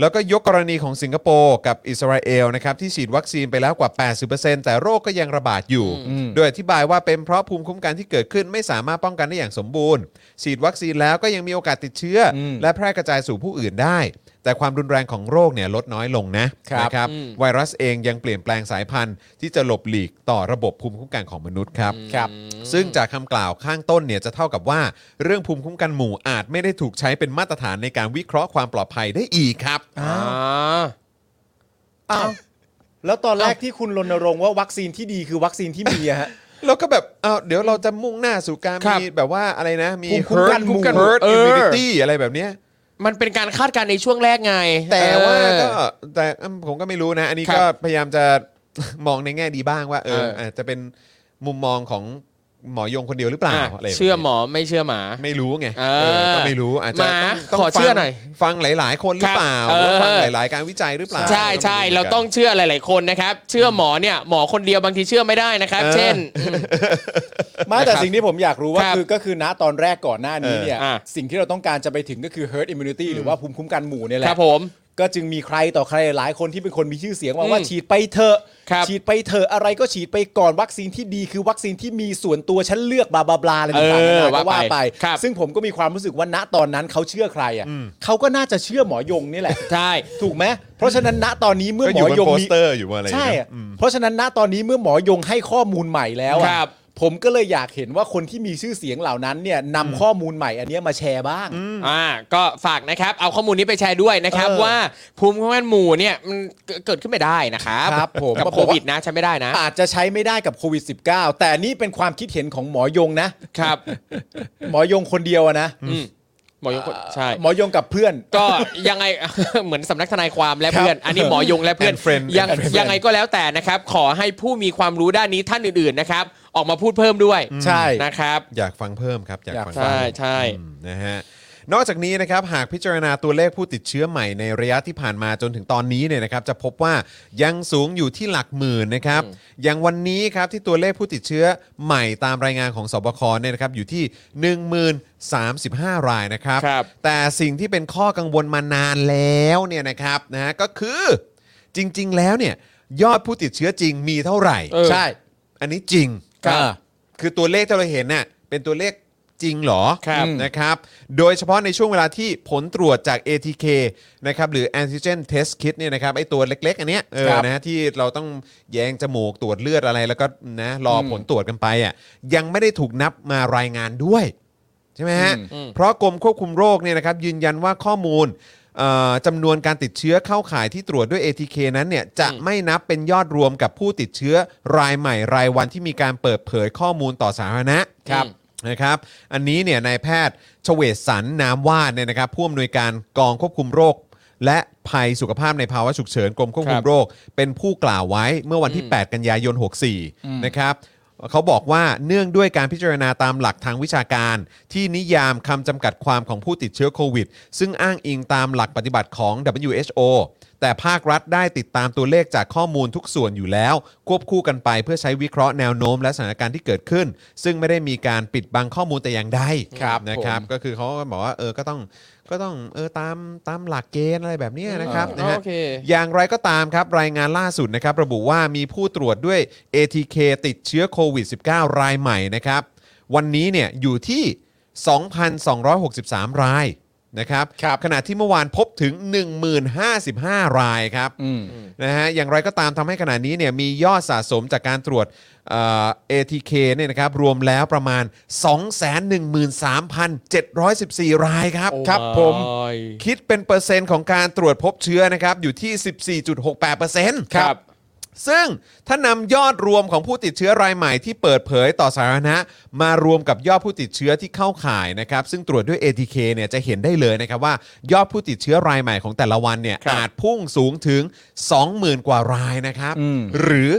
แล้วก็ยกกรณีของสิงคโปร์กับอิสราเอลนะครับที่ฉีดวัคซีนไปแล้วกว่า 80%แต่โรคก็ยังระบาดอยู่ โดยอธิบายว่าเป็นเพราะภูมิคุ้มกันที่เกิดขึ้นไม่สามารถป้องกันได้อย่างสมบูรณ์ ฉีดวัคซีนแล้วก็ยังมีโอกาสติดเชื้ออและแพร่กระจายสู่ผู้อื่นได้ แต่ความรุนแรงของโรคเนี่ยลดน้อยลงนะครับ นะครับไวรัสเองยังเปลี่ยนแปลงสายพันธุ์ ที่จะหลบหลีกต่อระบบภูมิคุ้มกันของมนุษย์ครับ ครับ ซึ่งจากคำกล่าวข้างต้นเนี่ยจะเท่ากับว่า เรื่องภูมิคุ้มกันหมู่อาจไม่ได้ถูกใช้เป็นมาตรฐานในการวิเคราะห์ความปลอดภัยได้อีกครับ อ้าวแล้วตอนแรกที่คุณรณรงค์ว่าวัคซีนที่ดีคือวัคซีนที่มีอะฮะ แล้วก็แบบเอาวเดี๋ยวเราจะมุ่งหน้าสู่การ ครับ มีแบบว่าอะไรนะ มี ภูมิคุ้มกันห herd- มู่ herd เออ immunity อะไรแบบเนี้ย มันเป็นการคาดการณ์ในช่วงแรกไง แต่ว่าก็แต่อืมผมก็ไม่รู้นะ อันนี้ ครับ ก็พยายามจะ [laughs] มองในแง่ดีบ้างว่า เออ เอออ อาจจะเป็นมุมมองของหมอยงคนเดียวหรือเปล่า อ่ะ อะไรแบบนี้ย เชื่อหมอไม่เชื่อหมา ไม่รู้ไง เออ เออก็ไม่รู้อาจจะ หมา ต้ง ขอเชื่อ ฟัง หน่อย ฟังหลาย ๆ คนหรือเปล่า ครับ หรือว่าฟัง เออ หลาย ๆ การวิจัยหรือเปล่า ใช่ใช่ ก็ไม่ เรา หมืนกัน ต้องเชื่อหลาย ๆ คนนะครับ เชื่อหมอเนี่ยหมอคนเดียวบางทีเชื่อไม่ได้นะครับ เออ เช่น ไม่แต่สิ่งที่ผมอยากรู้ว่า ครับ คือก็คือณตอนแรกก่อนหน้านี้เนี่ย เอออ่ะ สิ่งที่เราต้องการจะไปถึงก็คือ herd immunity หรือว่าภูมิคุ้มกันหมู่เนี่ยแห ครั ละ บผม ก็จึงมีใครต่อใครหลายคนที่เป็นคนมีชื่อเสียงว่า อืม ว่าฉีดไปเถอะ ครับ ฉีดไปเถอะอะไรก็ฉีดไปก่อนวัคซีนที่ดีคือวัคซีนที่มีส่วนตัวฉันเลือกบลาบลาบลาอะไรต่างๆ เออ นานาก็ว่า ว่า ไป ไปครับ ซึ่งผมก็มีความรู้สึกว่าณตอนนั้นเขาเชื่อใครอ่ะเขาก็น่าจะเชื่อหมอยงนี่แหละ ใช่ ถูกไหมเพราะฉะนั้นณตอนนี้เมื่อ ก็ ห อ ม ยู่นอบยง โป มี สเตอร์อยู่บนอะไรอย่าง ใช่ เงี้ย อะเพราะฉะนั้นณตอนนี้เมื่อหมอยงให้ข้อมูลใหม่แล้วอะ ครับ ผมก็เลยอยากเห็นว่าคนที่มีชื่อเสียงเหล่านั้นเนี่ยนำข้อมูลใหม่อันเนี้ยมาแชร์บ้าง อ่าก็ฝากนะครับ เอาข้อมูลนี้ไปแชร์ด้วยนะครับ เออ ว่าภูมิคุ้มกันหมู่เนี่ยมันเกิดเกิดขึ้นไม่ได้นะครับ ครับผม กับ มาบ โค อกว่า วิดนะใช้ไม่ได้นะ อาจจะใช้ไม่ได้กับโควิด -19 แต่นี่เป็นความคิดเห็นของหมอยงนะ ครับ หมอยงคนเดียวอะนะ อืมหมอยงคนใช่ หมอยงกับเพื่อน ก็ยัง [laughs] ไง เหมือนสำนักทนายความและ ครับ เพื่อน อันนี้หมอยงและเพื่อน And friend ยัง and friend ยังไงก็แล้วแต่นะครับ ขอให้ผู้มีความรู้ด้านนี้ท่านอื่นๆนะครับ ออกมาพูดเพิ่มด้วย ใช่ นะครับ อยากฟังเพิ่มครับ อยาก อยาก ฟัง ใช่ เพิ่ม ใช่ อืมนะฮะนอกจากนี้นะครับหากพิจารณาตัวเลขผู้ติดเชื้อใหม่ในระยะที่ผ่านมาจนถึงตอนนี้เนี่ยนะครับจะพบว่ายังสูงอยู่ที่หลักหมื่นนะครับอย่างวันนี้ครับที่ตัวเลขผู้ติดเชื้อใหม่ตามรายงานของสบคเนี่ยนะครับอยู่ที่1 0 3 5 รายนะครับ ครับ แต่สิ่งที่เป็นข้อกังวลมานานแล้วเนี่ยนะครับนะฮะก็คือจริง ๆ แล้วเนี่ยยอดผู้ติดเชื้อจริงมีเท่าไหร่ เออ ใช่ อันนี้จริง ครับ อ่าคือตัวเลขที่เราเห็นน่ะเป็นตัวเลขจริงเหรอ ครับ นะครับ โดยเฉพาะในช่วงเวลาที่ผลตรวจจาก ATK นะครับหรือ antigen test kit เนี่ยนะครับไอตัวเล็ก ๆ อันเนี้ยเออ ครับ นะฮะที่เราต้องแยงจมูกตรวจเลือดอะไรแล้วก็นะรอผลตรวจกันไปอ่ะยังไม่ได้ถูกนับมารายงานด้วย ใช่ไหมฮะ เพราะกรมควบคุมโรคเนี่ยนะครับยืนยันว่าข้อมูลเอ่อจำนวนการติดเชื้อเข้าข่ายที่ตรวจด้วย ATK นั้นเนี่ยจะไม่นับเป็นยอดรวมกับผู้ติดเชื้อรายใหม่รายวันที่มีการเปิดเผยข้อมูลต่อสาธารณะ ครับ นะครับ อันนี้เนี่ยนายแพทย์เฉวศสันนามวาดเนี่ยนะครับผู้อำนวยการกองควบคุมโรค และภัยสุขภาพในภาวะฉุกเฉินกรมควบคุมโรค เป็นผู้กล่าวไว้เมื่อวันที่ 8 กันยายน 64 นะครับ เขาบอกว่าเนื่องด้วยการพิจารณาตามหลักทางวิชาการ ที่นิยามคำจำกัดความของผู้ติดเชื้อโควิด ซึ่งอ้างอิงตามหลักปฏิบัติของ WHO แต่ภาครัฐได้ติดตามตัวเลขจากข้อมูลทุกส่วนอยู่แล้ว ควบคู่กันไปเพื่อใช้วิเคราะห์แนวโน้มและสถานการณ์ที่เกิดขึ้น ซึ่งไม่ได้มีการปิดบังข้อมูลแต่อย่างใด ครับผม นะครับ ก็คือเขาก็บอกว่าเออก็ต้องก็ต้องเออตามตามหลักเกณฑ์อะไรแบบเนี้ยนะครับนะฮะ โอเค อย่างไรก็ตามครับ รายงานล่าสุดนะครับ ระบุว่ามีผู้ตรวจด้วย ATK ติดเชื้อโควิด -19 รายใหม่นะครับ วันนี้เนี่ยอยู่ที่ 2,263 รายนะครับ ครับ ขณะที่เมื่อวานพบถึง 1,055 รายครับ อืม นะฮะอย่างไรก็ตามทำให้ขณะนี้เนี่ยมียอดสะสมจากการตรวจเอ่อ ATK เนี่ยนะครับรวมแล้วประมาณ 213,714 รายครับ ครับผม คิดเป็นเปอร์เซ็นต์ของการตรวจพบเชื้อนะครับ อยู่ที่ 14.68% ครับ ซึ่งถ้านำยอดรวมของผู้ติดเชื้อรายใหม่ที่เปิดเผยต่อสาธารณะ มารวมกับยอดผู้ติดเชื้อที่เข้าข่ายนะครับ ซึ่งตรวจด้วย ATK เนี่ยจะเห็นได้เลยนะครับว่ายอดผู้ติดเชื้อรายใหม่ของแต่ละวันเนี่ย ครับ อาจพุ่งสูงถึง 20,000 กว่ารายนะครับ อืม หรือ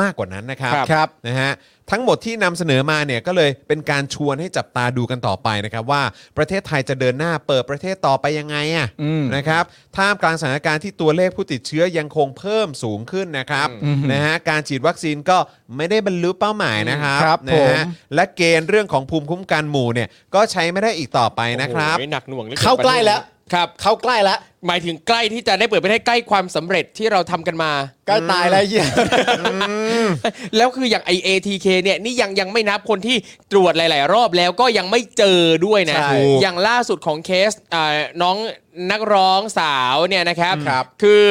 มากกว่านั้นนะครับ ครับ ครับ นะฮะทั้งหมดที่นำเสนอมาเนี่ยก็เลยเป็นการชวนให้จับตาดูกันต่อไปนะครับ ว่าประเทศไทยจะเดินหน้าเปิดประเทศต่อไปยังไงอะ่ะ อืม นะครับท่ามกลางสถานการณ์ที่ตัวเลขผู้ติดเชื้อยังคงเพิ่มสูงขึ้นนะครับนะฮะการฉีดวัคซีนก็ไม่ได้บรรลุเป้าหมายนะครับ ครับ นะ ผม ฮะและเกณฑ์เรื่องของภูมิคุ้มกันหมู่เนี่ยก็ใช้ไม่ได้อีกต่อไปนะครับ โอ้โหหนักหน่วงหลือกิน เข้าใกล้แล้ว ครับ เข้าใกล้ละ หมายถึงใกล้ที่จะได้เปิดประเทศใกล้ความสำเร็จที่เราทำกันมา ใกล้ตายแล้วไอ้เหี้ย แล้วคืออย่าง IATK เนี่ยนี่ยังยังไม่นับคนที่ตรวจหลาย ๆ รอบแล้วก็ยังไม่เจอด้วยนะ ใช่ อย่างล่าสุดของเคสอ่าน้องนักร้องสาวเนี่ยนะครับ ครับ คือ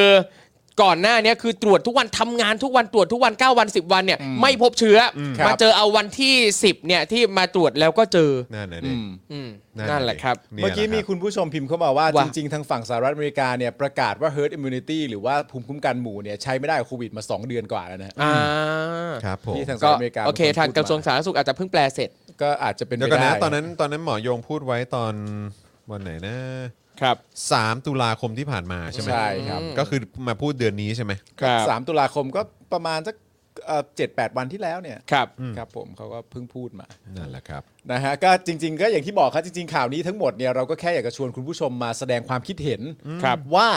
ก่อนหน้าเนี้คือตรวจทุกวันทำงานทุกวันตรวจทุกวัน 9 วัน 10 วันเนี่ยไม่พบเชื้ออ ครับ มาเจอเอาวันที่ 10เนี่ยที่มาตรวจแล้วก็เจอ นั่นนะ อื ดิ ม อืม ดิ นั่นแหละครับ นี่ เมื่อกี้ แหละ มี รับ คุณผู้ชมพิมพ์เข้ามาว่าจ ว่า ริง ๆ ทางฝั่งสหรัฐอเมริกาเนี่ยประกาศว่า herd immunity หรือว่าภูมิคุ้มกันหมู่เนี่ยใช้ไม่ได้กับโควิดมา 2 เดือนกว่าแล้วนะฮะ อ่า ครับผม ที่ทางสห ก็ รัฐอเมริกา โอเค ป็นน ทาง พูด กระทรวงสาธารณสุขอาจจะเพิ่งแปลเสร็จ ก็อาจจะเป็น เดี๋ยว ไป กัน ได้ นะตอนนั้นตอนนั้นหมอยงพูดไว้ตอนวันไหนนะ ครับ 3 ตุลาคมที่ผ่านมาใช่ไหม ใช่ครับ ก็คือมาพูดเดือนนี้ใช่ไหม สามตุลาคมก็ประมาณสักเจ็ดแปดวันที่แล้วเนี่ย ครับ ครับผมเขาก็เพิ่งพูดมา นั่นแหละครับ นะฮะก็จริง ๆ ก็อย่างที่บอกครับจริง ๆ ข่าวนี้ทั้งหมดเนี่ยเราก็แค่อยากจะชวนคุณผู้ชมมาแสดงความคิดเห็น ครับ ว่า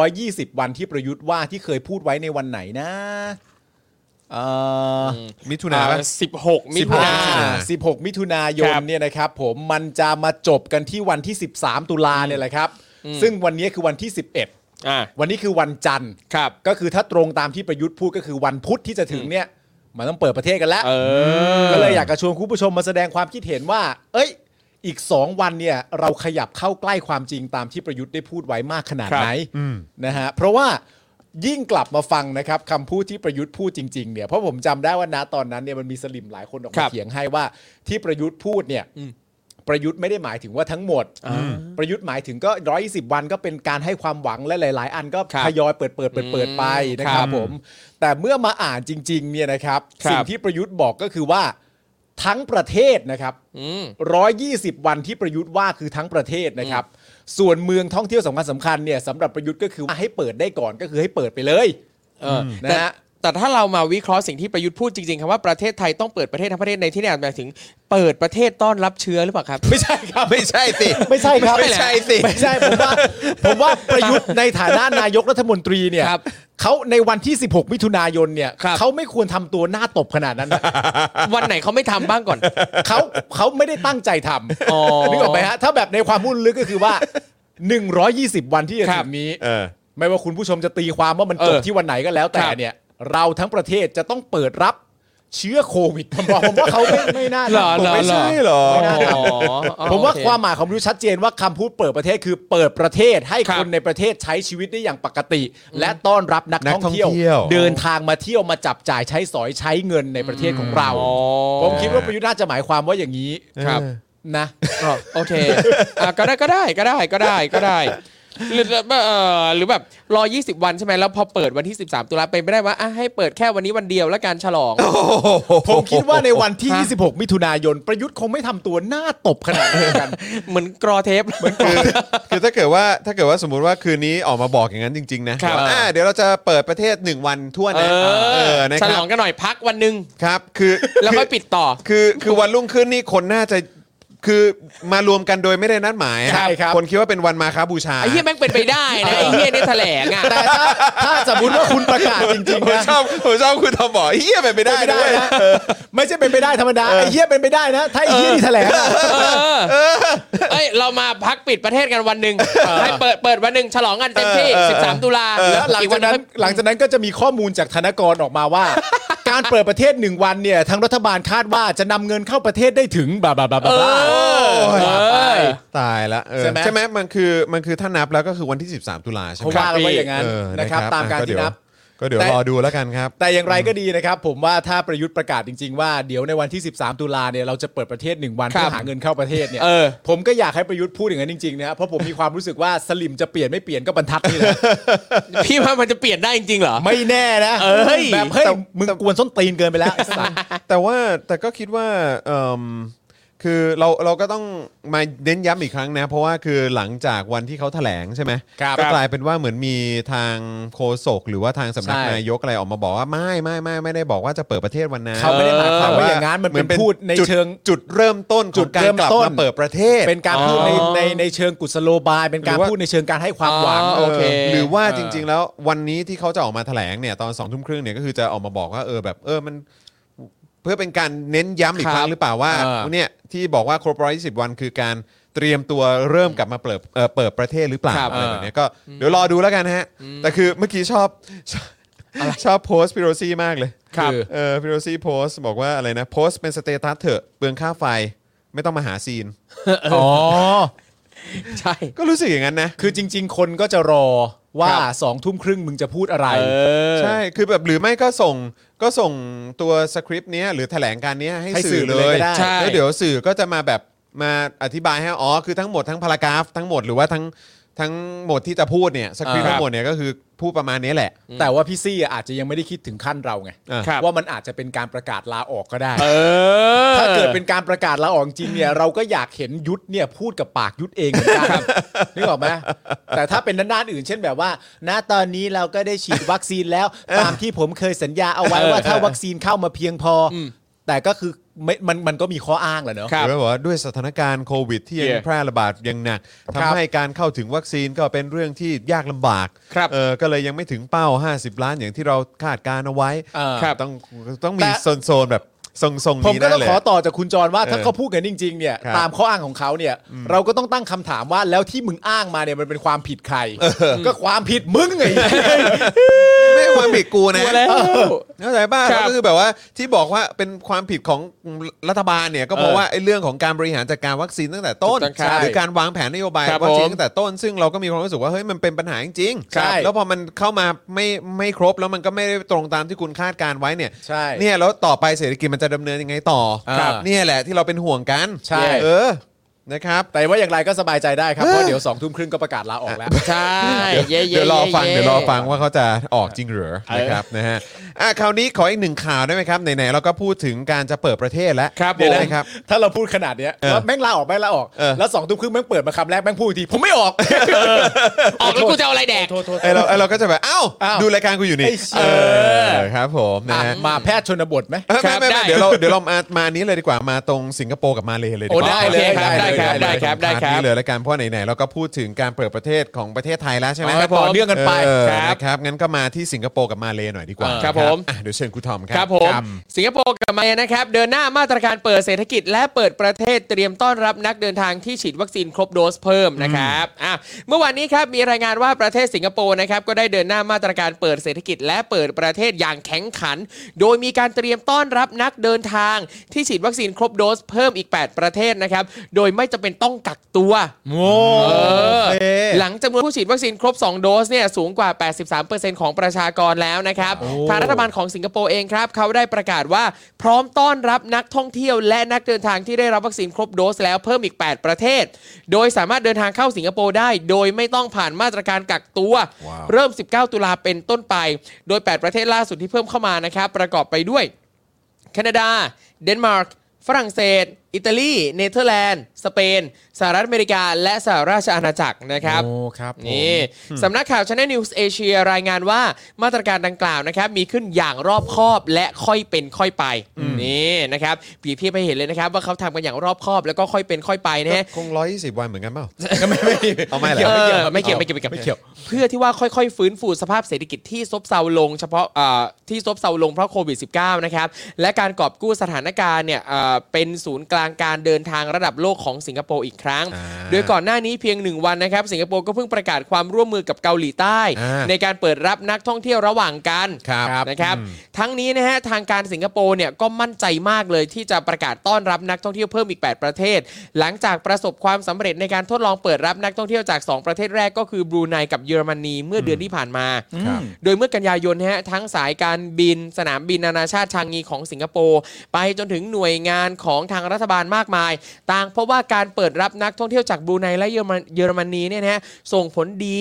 120 วันที่ประยุทธ์ว่าที่เคยพูดไว้ในวันไหนนะเอ่ออ มิถุนาปะ สิบหกมิถุนา อ่ 16 มิถุนายน ครับ เนี่ยนะครับ ผมมันจะมาจบกันที่วันที่ 13 ตุลาเนี่ยแหละครับ ซึ่งวันนี้คือวันที่ 11 อ่า วันนี้คือวันจันทร์ ครับ ก็คือถ้าตรงตามที่ประยุทธ์พูดก็คือวันพุธที่จะถึงเนี่ยมันต้องเปิดประเทศกันแล้ว เออ ก็เลยอยากจะชวนคุณผู้ชมมาแสดงความคิดเห็นว่า เอ้ย อีก 2 วันเนี่ยเราขยับเข้าใกล้ความจริงตามที่ประยุทธ์ได้พูดไว้มากขนาดไหนนะฮะ เพราะว่า ยิ่งกลับมาฟังนะครับคำพูดที่ประยุทธ์พูดจริงๆเนี่ยเพราะผมจำได้ว่าณตอนนั้นเนี่ยมันมีสลิมหลายคนออก ครั มา บ เถียงให้ว่าที่ประยุทธ์พูดเนี่ย อืม ประยุทธ์ไม่ได้หมายถึงว่าทั้งหมด ประยุทธ์หมายถึงก็ร้อยสิบวันก็เป็นการให้ความหวังและหลาย ๆ อันก็ ครับ ทยอยเปิดเปิดเปิดเปิด อืม ไปนะครับ ครับ ผม แต่เมื่อมาอ่านจริง ๆ เนี่ยนะครับ ครับ สิ่งที่ประยุทธ์บอกก็คือว่าทั้งประเทศนะครับ อืม 120 วันที่ประยุทธ์ว่าคือทั้งประเทศนะครับ ส่วนเมืองท่องเที่ยวสำคัญสำคัญๆเนี่ยสำหรับประยุทธ์ก็คือว่าให้เปิดได้ก่อนก็คือให้เปิดไปเลย เออ นะ แต่ ฮะ แต่ถ้าเรามาวิเคราะห์สิ่งที่ประยุทธ์พูดจริงๆคำว่าประเทศไทยต้องเปิดประเทศทั้งประเทศในที่นี้หมายถึงเปิดประเทศต้อนรับเชื้อหรือเปล่าครับ ไม่ใช่ครับ ไม่ใช่สิ ไม่ใช่ครับ ไม่ใช่สิ ไม่ใช่ผมว่าผมว่าประยุทธ์ในฐานะนายกรัฐมนตรีเนี่ย ครับ เขาในวันที่ 16 มิถุนายนเนี่ย ครับ เขาไม่ควรทำตัวหน้าตบขนาดนั้นนะ วันไหนเขาไม่ทำบ้างก่อน เขาเขาไม่ได้ตั้งใจท อ๋อ ำนึกออกไหมฮะถ้าแบบในความมุ่นลึกก็คือว่า 120 วันที่จะ ครั ถึ บ งนี้ เออ ไม่ว่าคุณผู้ชมจะตีความว่ามัน เออ จบที่วันไหนก็แล้วแต่ ครับ เนี่ย เราทั้งประเทศจะต้องเปิดรับเชื้อโควิดผมบอกผมว่าเขาไม่ไม่น่า เหรอ ผมไม่ เหรอ ใช่ ใช่เหรอ ไม่น่า อ๋ออ๋อ ผมว่า โอเ ความหมายของรู้ชัดเจนว่าคำพูดเปิดประเทศคือเปิดประเทศให้ ครับ คนในประเทศใช้ชีวิตได้อย่างปกติ และต้อนรับนัก นัก ท่องเที่ยว ท่องเที่ยว เดินทางมาเที่ยวมาจับจ่ายใช้สอยใช้เงินในประเทศของเรา อ๋อ ผมคิดว่าประยุทธ์น่าจะหมายความว่าอย่างนี้ ครับ นะ อ๋อโอเคอ่ะก็ได้ก็ได้ก็ได้ก็ได้ก็ได้หรือเอ่อหรือแบบรอ 20 วันใช่ไหมแล้วพอเปิดวันที่ 13 ตุลาเป็นไปได้ว่าอ่ะให้เปิดแค่วันนี้วันเดียวแล้วการฉลอง ผมคิดว่าในวันที่ ฮะ 26 มิถุนายน ประยุทธ์คงไม่ทำตัวหน้าตบขนาดนี้นกัน เหมือนกรอเทป คือคือถ้าเกิดว่าถ้าเกิดว่าสมมุติว่าคืนนี้ออกมาบอกอย่างนั้นจริง ๆ นะครับ ว่าอ่าเดี๋ยวเราจะเปิดประเทศ 1 วันทั่ว เอ นะเอ อ อนะคฉล รั อบ งกันหน่อยพักวันหนึ่ง ครับคือ แล้วค่อย คือ ปิดต่อ คือคือวันรุ่งขึ้นนี่คนน่าจะคือมารวมกันโดยไม่ได้นัดหมายอะ ใช่ครับ คนคิดว่าเป็นวันมาค้าบูชา ไอ้เหี้ยแม่งเป็นไปได้นะไอ้เหี้ยเนี่ยแถลงอ่ะ แต่ถ้าถ้าสมมติว่าคุณประกาศจริง ผ ๆ ม นะ ชอบผมชอบคุณทอมบอกเฮียไปนไม่ได้ ไม่ ด้ ได้ วย นะไม่ใช่เป็นไปได้ธรรมดาไอ้เหี้ยเป็นไปได้นะ ถ้าไอ้เหี้ยที่แถลงอะ เอ้ยเรามาพักปิดประเทศกันวันหนึ่งให้เปิดเปิดวันหนึ่งฉลองกันเต็มที่ 13 ตุลา แล้วหลัง อีก จา วั ก ห นั้น ง หลังจากนั้นก็จะมีข้อมูลจากธนกรออกมา [laughs] ว่า การเปิดประเทศหนึ่งวันเนี่ยทางรัฐบาลคาดว่าจะนำเงินเข้าประเทศได้ถึงบลาบลาบลาบลา เออเออ ตายละเออ ใช่ไหม ใช่ไหมมันคือมันคือถ้านับแล้วก็คือวันที่ 13 ตุลาใช่ไห เขา ม ว่ากันว่าอย่างนั้น เออ นะครับตามการที่นับ ก็เดี๋ยวก็ แต่ เดี๋ยวรอดูแล้วกันครับ แต่อย่างไรก็ดีนะครับ ผมว่าถ้าประยุทธ์ประกาศจริง ๆ ว่าเดี๋ยวในวันที่ 13 ตุลาเนี่ยเราจะเปิดประเทศ 1 วัน ครับ เพื่อหาเงินเข้าประเทศเนี่ย เออ ผมก็อยากให้ประยุทธ์พูดอย่างนั้นจริงๆนะครับเพราะผมมีความรู้สึกว่าสลิมจะเปลี่ยนไม่เปลี่ยนก็บรรทัดนี่แหละ พี่ว่ามันจะเปลี่ยนได้จริงๆเหรอ ไม่แน่นะ เอ้ย แบบเฮ้ย แต่ มึงกวนส้นตีนเกินไปแล้วไอ้สัส แต่ว่าแต่ก็คิดว่าเอิ่มคือเราเราก็ต้องมาเน้นย้ำอีกครั้งนะ เพราะว่าคือหลังจากวันที่เขาแถลงใช่ไหม ครับ ก็กลายเป็นว่าเหมือนมีทางโฆษกหรือว่าทางสำนัก ใช่ นายกอะไรออกมาบอกว่าไม่ไม่ไม่ไม่ได้บอกว่าจะเปิดประเทศวันนั้น เขาไม่ได้หมายความว่าอย่างนั้นมัน หมื เป็นพูดใน จุ เชิง จุดเริ่มต้น จุ จุด ด การ เริ่ม กลับ ต้น มาเปิดประเทศ เป็นการพูดใน อ๋อ ในในเชิงกุศโลบาย เป็นกาหรรือว่า พูดในเชิงการให้ความหวัง อ๋ โอเค หรือว่า เออ จริง ๆ แล้ววันนี้ที่เขาจะออกมาแถลงเนี่ยตอนสองทุ่มครึ่งเนี่ยก็คือจะออกมาบอกว่าเออแบบเออมัน เพื่อเป็นการเน้นย้ำอีกครั้งครับ หรือเปล่าว่า เออ เนี่ยที่บอกว่าครบร้อยสิบวันคือการเตรียมตัวเริ่มกลับมาเปิดเอ่อเปิดประเทศหรือเปล่า ครับ อะไรแบบเนี้ยก็เดี๋ยวรอดูแล้วกันฮะ แต่คือเมื่อกี้ชอบชอบ [laughs] ชอบโพสต์พิโรซี่มากเลย ครับ เออพิโรซี่โพสต์บอกว่าอะไรนะโพสต์เป็นสเตตัสเถอะเปลืองค่าไฟไม่ต้องมาหาซีน อ๋อ ใช่ ก็รู้สึกอย่างนั้นนะ คือจริง ๆ คนก็จะรอว่าสองทุ่มครึ่งมึงจะพูดอะไร เออ ใช่ คือแบบหรือไม่ก็ส่งก็ส่งตัวสคริปต์เนี้ยหรือแถลงการเนี้ยให้ ให้สื่ สื่อ อ เล เลย ย ก็ได้ ใช่ แล้วเดี๋ยวสื่อก็จะมาแบบมาอธิบายให้อ๋อคือทั้งหมดทั้งพารากราฟทั้งหมดหรือว่าทั้งทั้งหมดที่จะพูดเนี่ยสคริปต์ ครับ ทั้งหมดเนี่ยก็คือพูดประมาณนี้แหละ แต่ว่าพี่ซี่อาจจะยังไม่ได้คิดถึงขั้นเราไง อ่า ครับ ว่ามันอาจจะเป็นการประกาศลาออกก็ได้ เออ ถ้าเกิดเป็นการประกาศลาออกจริงเนี่ย เราก็อยากเห็นยุทธเนี่ยพูดกับปากยุทธเองเหมือนกันนึกออกไหมแต่ถ้าเป็นด้านๆอื่น เช่นแบบว่า ณตอนนี้เราก็ได้ฉีดวัคซีนแล้ว ตามที่ผมเคยสัญญาเอาไว้ว่าถ้าวัคซีนเข้ามาเพียงพออแต่ก็คือไม่มันมันก็มีข้ออ้างแหละเนอะ ค รับ หรือว่าบอกว่าด้วยสถานการณ์โควิดที่ยัง เย่ แพร่ระบาดอยังหนัก ครั ทำ บ ให้การเข้าถึงวัคซีนก็เป็นเรื่องที่ยากลำบาก ครับ เออก็เลยยังไม่ถึงเป้า 50 ล้านอย่างที่เราคาดการเอาไว้ เออ ครับ ต้องต้องมี แต่ โซนๆแบบ ทรงทรง ผม นี้ ก็ ได้ ต้อง เลย ขอต่อจากคุณจรว่าถ้า เออ เขาพูดกันจริง ๆ เนี่ย ครับ ตามข้ออ้างของเขาเนี่ย เราก็ต้องตั้งคำถามว่าแล้วที่มึงอ้างมาเนี่ยมันเป็นความผิดใคร ก็ความผิดมึงไง ไม่ความผิดกูนะ กลัวแล้ว เข้าใจป่ะ ครับ ก็คือแบบว่าที่บอกว่าเป็นความผิดของรัฐบาลเนี่ยก็เพราะ เออ ว่าไอ้เรื่องของการบริหารจัดการวัคซีนตั้งแต่ต้น ถูกต้องครับ หรือการวางแผนนโยบาย ครับ วัคซีน ผม ตั้งแต่ต้น ซึ่งเราก็มีความรู้สึกว่าเฮ้ยมันเป็นปัญหาจริงๆ ใช่ แล้วพอมันเข้ามาไม่ไม่ครบแล้วมันก็ไม่ได้ตรงตามที่คุณคาดการไว้เนี่ย ใช่ เนี่ยแล้วต่อไปเศรษฐกิจมันจะดำเนินยังไงต่อ ครับ เนี่ยแหละที่เราเป็นห่วงกัน ใช่ เออนะครับ แต่ว่าอย่างไรก็สบายใจได้ครับ เพราะเดี๋ยวสองทุ่มครึ่งก็ประกาศลาออกแล้ว ใช่เย่ๆๆๆ เดี๋ยวรอฟังเดี๋ยวรอฟังว่าเขาจะออกจริงเหรือนะครับนะฮะอ่ะคราวนี้ขออีกหนึ่งข่าวได้ไหมครับไหนๆเราก็พูดถึงการจะเปิดประเทศแล้ว ครับ เดี๋ยว ผม นะครับ ถ้าเราพูดขนาดเนี้ย เออ ว่าแม่งลาออกแม่งลาออก เออ แล้วสองทุ่มครึ่งแม่งเปิดมาคำแรกแม่งพูดอีกที ผมไม่ออก ออกแล้วกูจะเอาอะไรแดก โทษโทษ ไอเราไอเราก็จะแบบเอ้า อ้าว ดูรายการกูอยู่นี่ ไอ้เชี่ย เออครับผมนะฮะ มาแพทย์ชนบทไหม เอ้ย ค ไม่ รับ ไม่ ได้ ไม่เดี๋ยวเราเดี๋ยวเรามามานี้เลยดีกว่ามาตรงสิงคโปร์กับมาเลเลยดีก โอ้ ว่า ได้เลย โอคครับ ได้เลยได้ครับได้ครับได้ครั นี่ บ เลยละกันเพราะไหนๆเราก็พูดถึงการเปิดประเทศของประเทศไทยแล้วใช่ไหม เออต่อเนื่องกันไป ค ครั รับบ ครับงั้นก็มาที่สิงคโปร์กับมาเลหน่อยดีกว่า ครับผม อ่ะเดี๋ยวเชิญครูทอมครั ครับผมสิงคโปร์กับมาเลนะครับ เดินหน้ามาตรการเปิดเศรษฐกิจ และเปิดประเทศเตรียมต้อนรับนักเดินทางที่ฉีดวัคซีนครบโดสเพิ่มนะครับอ่ะเมื่อวานนี้ครับมีรายงานว่าประเทศสิงคโปร์นะครับก็ได้เดินหน้ามาตรการเปิดเศรษฐกิจ และเปิดประเทศอย่างแข็งขัน โดยมีการเตรียมต้อนรับนักเดินทางที่ฉีดวัคซีนครบโดสเพิ่มอีก 8 ประเทศนะครับโดยไม่จำเป็นต้องกักตัว โอ้ เอ โอเค อหลังจำนวนผู้ฉีดวัคซีนครบ 2 โดสเนี่ยสูงกว่า 83%ของประชากรแล้วนะครับ ทางรัฐบาลของสิงคโปร์เองครับ เขาได้ประกาศว่าพร้อมต้อนรับนักท่องเที่ยวและนักเดินทางที่ได้รับวัคซีนครบโดสแล้วเพิ่มอีก 8 ประเทศ โดยสามารถเดินทางเข้าสิงคโปร์ได้ โดยไม่ต้องผ่านมาตรการกักตัว ว้าว เริ่ม 19 ตุลาเป็นต้นไป โดย 8 ประเทศล่าสุดที่เพิ่มเข้ามานะครับประกอบไปด้วย แคนาดา เดนมาร์ก ฝรั่งเศส อิตาลี เนเธอร์แลนด์ สเปน สหรัฐอเมริกา และสหราชอาณาจักรนะครับ โอ้ครับ [laughs] ผม นี่สำนักข่าว Channel News Asia รายงานว่ามาตรการดังกล่าวนะครับ มีขึ้นอย่างรอบคอบและค่อยเป็นค่อยไป นี่นะครับเปรียบเทียบให้เห็นเลยนะครับ ว่าเขาทำกันอย่างรอบคอบแล้วก็ค่อยเป็นค่อยไปนะฮะ คงร้อยยี่สิบวันเหมือนกันเปล่า ไม่ไม่ เอาไม่เหรอ เกี่ยวไม่เกี่ยว ออไม่เกี่ยวไม่เกี่ยวไม่เกี่ยวเพื่อที่ว่าค่อยๆ ฟื้นฟูสภาพเศรษฐกิจที่ซบเซาลงเฉพาะเอ่อที่ซบเซาลงเพราะโควิด -19 นะครับและการกอบกู้สถานการณ์เนี่ยเอ่อเป็นศูนย์กลางการเดินทางระดับโลกของสิงคโปร์อีกครั้ง อ่า โดยก่อนหน้านี้เพียงหนึ่งวันนะครับสิงคโปร์ก็เพิ่งประกาศความร่วมมือกับเกาหลีใต้ อ่า ในการเปิดรับนักท่องเที่ยวระหว่างกัน ครับ นะครับทั้งนี้นะฮะทางการสิงคโปร์เนี่ยก็มั่นใจมากเลยที่จะประกาศต้อนรับนักท่องเที่ยวเพิ่มอีก 8 ประเทศ หลังจากประสบความสำเร็จในการทดลองเปิดรับนักท่องเที่ยวจาก 2 ประเทศแรกก็คือบรูไนกับเยอรมนีเมื่อเดือนที่ผ่านมา ครับ โดยเมื่อกันยายนนะฮะทั้งสายการบิน สนามบินนานาชาติชางงีของสิงคโปร์ไปจนถึงหน่วยงานของทางรัฐบาลมากมาย ต่างเพราะว่าการเปิดรับนักท่องเที่ยวจากบรูไนและเยอรมนเยอรมนีเนี่ยนะฮะส่งผลดี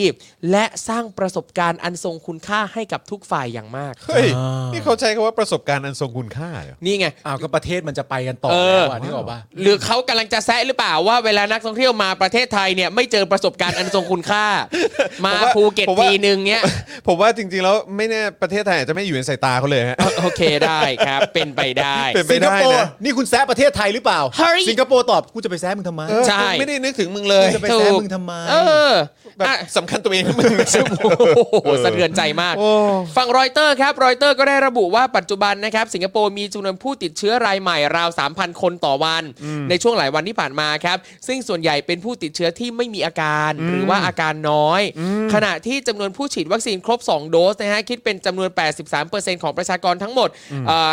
และสร้างประสบการณ์อันทรงคุณค่าให้กับทุกฝ่ายอย่างมาก เฮ้ย นี่เขาใช้คำว่าประสบการณ์อันทรงคุณค่าเหรอ นี่ไง อ้าวก็ประเทศมันจะไปกันต่อ เอ แล้ว อ อะนึกออกปะ หรือเขากำลังจะแซะหรือเปล่าว่าเวลานักท่องเที่ยวมาประเทศไทยเนี่ยไม่เจอประสบการณ์อันทรงคุณค่า มา ผมว่า ภูเก็ต ผมว่า ทีนึงเนี่ย ผมว่าจริงๆ แล้วไม่แน่ประเทศไทยอาจจะไม่อยู่ในสายตาเขาเลยฮะ โอเคได้ครับ เป็นไปได้ เป็นไป สิงค ได้ โปร์ นะ นี่คุณแซะประเทศไทยหรือเปล่า เฮ้ย สิงคโปร์ตอบกูจะไปแซะมึงทำไม เออ ใช่ ไม่ได้นึกถึงมึงเลย จะไป ถู แซะ ก มึงทำไม เออ แบบ อ่ะ สำคัญ [laughs] ตัวเองนะมึง โอ้โหสะเทือนใจมาก โอ้ ฝั่งรอยเตอร์ครับรอยเตอร์ก็ได้ระบุว่าปัจจุบันนะครับ สิงคโปร์มีจำนวนผู้ติดเชื้อรายใหม่ราว 3,000 คนต่อวัน ในช่วงหลายวันที่ผ่านมาครับ ซึ่งส่วนใหญ่เป็นผู้ติดเชื้อที่ไม่มีอาการ หรือว่าอาการน้อย ขณะที่จำนวนผู้ฉีดวัคซีนครบ 2 โดสนะฮะคิดเป็นจำนวน 83%ของประชากรทั้งหมดเอ่อ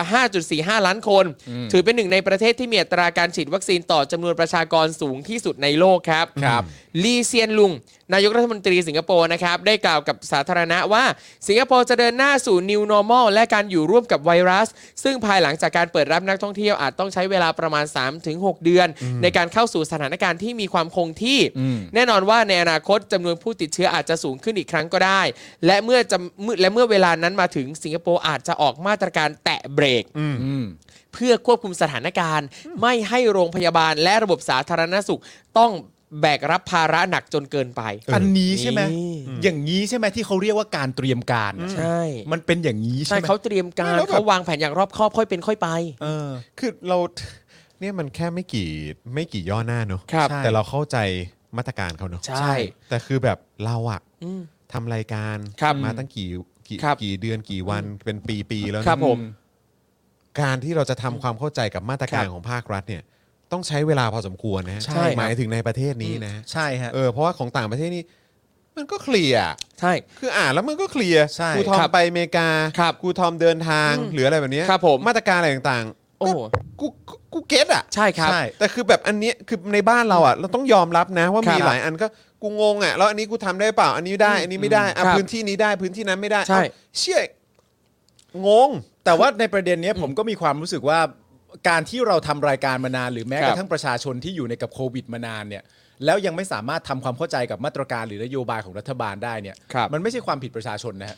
5.45 ล้านคน ถือเป็นหนึ่งในประเทศที่มีอัตราการฉีดวัคซีนต่อจำนวนประชากรสูงที่สุดในโลกครับ ครับ ลีเซียนลุง นายกรัฐมนตรีสิงคโปร์นะครับ ได้กล่าวกับสาธารณะว่า สิงคโปร์จะเดินหน้าสู่ New Normal และการอยู่ร่วมกับไวรัส ซึ่งภายหลังจากการเปิดรับนักท่องเที่ยวอาจต้องใช้เวลาประมาณ 3-6 เดือน ในการเข้าสู่สถานการณ์ที่มีความคงที่ แน่นอนว่าในอนาคตจำนวนผู้ติดเชื้ออาจจะสูงขึ้นอีกครั้งก็ได้ และเมื่อจะเมื่อและเมื่อเวลานั้นมาถึงสิงคโปร์อาจจะออกมาตรการแตะเบรก เพื่อควบคุมสถานการณ์ ไม่ให้โรงพยาบาลและระบบสาธารณสุขต้องแบกรับภาระหนักจนเกินไป อันนี้ใช่ไหม นี่ อย่างนี้ใช่ไหมที่เขาเรียกว่าการเตรียมการอะ ใช่ มันเป็นอย่างนี้ใช่ ใช่ ไหม เขาเตรียมการ แล้วแบบ เขาวางแผนอย่างรอบคอบค่อยเป็นค่อยไป เออ คือเราเนี่ยมันแค่ไม่กี่ไม่กี่ย่อหน้าเนอะ ครับ ใช่ แต่เราเข้าใจมาตรการเขาเนอะ ใช่ แต่คือแบบเราอะ อืม ทำรายการ ครับ มาตั้งกี่กี่ ครับ กี่เดือนกี่วันเป็นปีๆแล้วนะครับ ผม การที่เราจะทำความเข้าใจกับมาตรการ ครับ ของภาครัฐเนี่ยต้องใช้เวลาพอสมควรนะฮะ ใช่ครับ หมายถึงในประเทศนี้นะฮะ ใช่ฮะ เออเพราะว่าของต่างประเทศนี่มันก็เคลียร์อะ ใช่ คืออ่านแล้วมันก็เคลียร์ ใช่ ครูทอม ครับ ไปอเมริกา ครับ ครูทอมเดินทางหรืออะไรแบบเนี้ย ครับผม มาตรการอะไรต่างๆ โอ้โห กูกูกูเก็ตอ่ะ ใช่ครับ ใช่ แต่คือแบบอันเนี้ยคือในบ้านเราอ่ะเราต้องยอมรับนะว่า ครับ มีหลายอันก็กูงงอ่ะแล้วอันนี้กูทำได้เปล่าอันนี้ได้อันนี้ไม่ได้อ่ะ ครับ พื้นที่นี้ได้พื้นที่นั้นไม่ได้ ใช่ เอ้าเชี่ยงง แต่ว่าในประเด็นเนี้ยผมก็มีความรู้สึกว่าการที่เราทำรายการมานานหรือแม้ คกรับ ระทั่งประชาชนที่อยู่ในกับโควิดมานานเนี่ยแล้วยังไม่สามารถทำความเข้าใจกับมาตรการหรือนโยบายของรัฐบาลได้เนี่ย ครับ มันไม่ใช่ความผิดประชาชนนะฮะ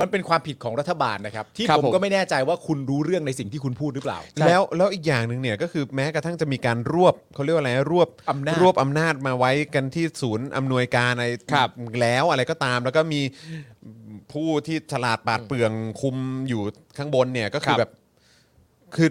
มันเป็นความผิดของรัฐบาลนะครับ ที่ ครับ ผม ผม ก็ไม่แน่ใจว่าคุณรู้เรื่องในสิ่งที่คุณพูดหรือเปล่า ใช่ แล้วแล้วอีกอย่างหนึ่งเนี่ยก็คือแม้กระทั่งจะมีการรวบเขาเรียกว่าอะไรรวบ อำนาจ รวบอำนาจมาไว้กันที่ศูนย์อำนวยการอะไร ครับ แล้วอะไรก็ตาม แล้วก็มีผู้ที่ฉลาดปาดเปลืองคุมอยู่ข้างบนเนี่ยก็คื ครั อบ แบบคือ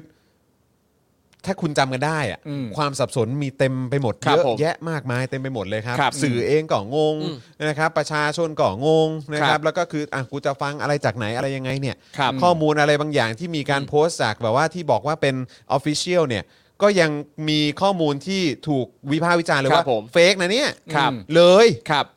ถ้าคุณจำกันได้อะ อืม ความสับสนมีเต็มไปหมด ครั เย บ อะ ผม แยะมากมายเต็มไปหมดเลยครับ ครับ สื่อเองก็งง อืม นะครับ ประชาชนก็งงนะค ครั รับ บ แล้วก็คืออ่ะกูจะฟังอะไรจากไหนอะไรยังไงเนี่ย ครับ ข้อมูลอะไรบางอย่างที่มีการโพสต์จากแบบว่าที่บอกว่าเป็น Official เนี่ย ก็ยังมีข้อมูลที่ถูกวิพากษ์วิจารณ์เลย ครั ว่า บผม เฟกนะเนี่ย ครับ เลย ครับ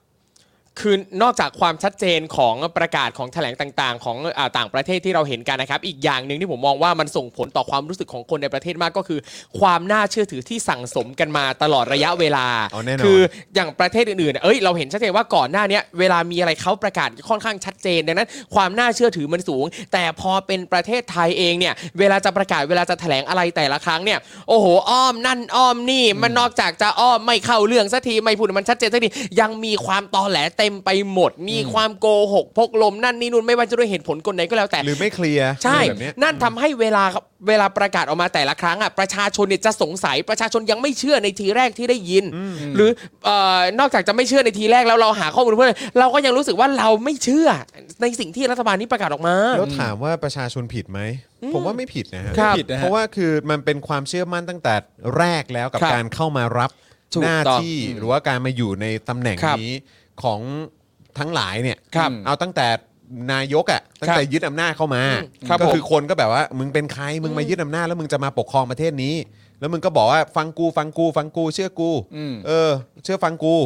คือนอกจากความชัดเจนของประกาศของแถลงต่างๆ ของอาต่างประเทศที่เราเห็นกันนะครับ อีกอย่างหนึ่งที่ผมมองว่ามันส่งผลต่อความรู้สึกของคนในประเทศมากก็คือ ความน่าเชื่อถือที่สั่งสมกันมาตลอดระยะเวลา เอาแน่นอน คือ [laughs] อย่างประเทศอื่นๆเนี่ยเอ้ยเราเห็นชัดเจนว่าก่อนหน้าเนี้ยเวลามีอะไรเขาประกาศค่อนข้างชัดเจนดังนั้น ความน่าเชื่อถือมันสูง แต่พอเป็นประเทศไทยเองเนี่ยเวลาจะประกาศเวลาจะแถลงอะไรแต่ละครั้งเนี่ยโอ้โหอ้อมนั่นอ้อมนี่ มันนอกจากจะอ้อมไม่เข้าเรื่องสักทีไม่พูดให้มันชัดเจนสักทียังมีความตอแหลเต็มไปหมด มีความโกหกพกลมนั่นนี่นู่นไม่ว่าจะด้วยเหตุผลกลไหนก็แล้วแต่ หรือไม่เคลียร์ ใช่ แบบเนี้ย นั่นทำให้เวลาเวลาประกาศออกมาแต่ละครั้งอ่ะประชาชนเนี่ยจะสงสัยประชาชนยังไม่เชื่อในทีแรกที่ได้ยิน หรือเอ่อนอกจากจะไม่เชื่อในทีแรกแล้วเราหาข้อมูลเพิ่มเราก็ยังรู้สึกว่าเราไม่เชื่อในสิ่งที่รัฐบาลนี้ประกาศออกมา แล้วถามว่าประชาชนผิดไหม ผมว่าไม่ผิดนะฮะ ครับ ไม่ผิดนะฮะ เพราะว่าคือมันเป็นความเชื่อมั่นตั้งแต่แรกแล้วกับ ครับ การเข้ามารับ ถูก หน้า ต้อง ที่หรือว่าการมาอยู่ในตำแหน่ง ครับ นี้ของทั้งหลายเนี่ย ครับ เอาตั้งแต่นายกอะ่ะตั้งแต่ยึดอำนาจเข้ามา อืมครับ ก็คือคนก็แบบว่า มึงเป็นใครมึงมายึดอำนาจแล้วมึงจะมาปกครองประเทศนี้ แล้วมึงก็บอกว่าฟังกูฟังกูฟังกูเชื่อกู อืม เออ เชื่อฟังกู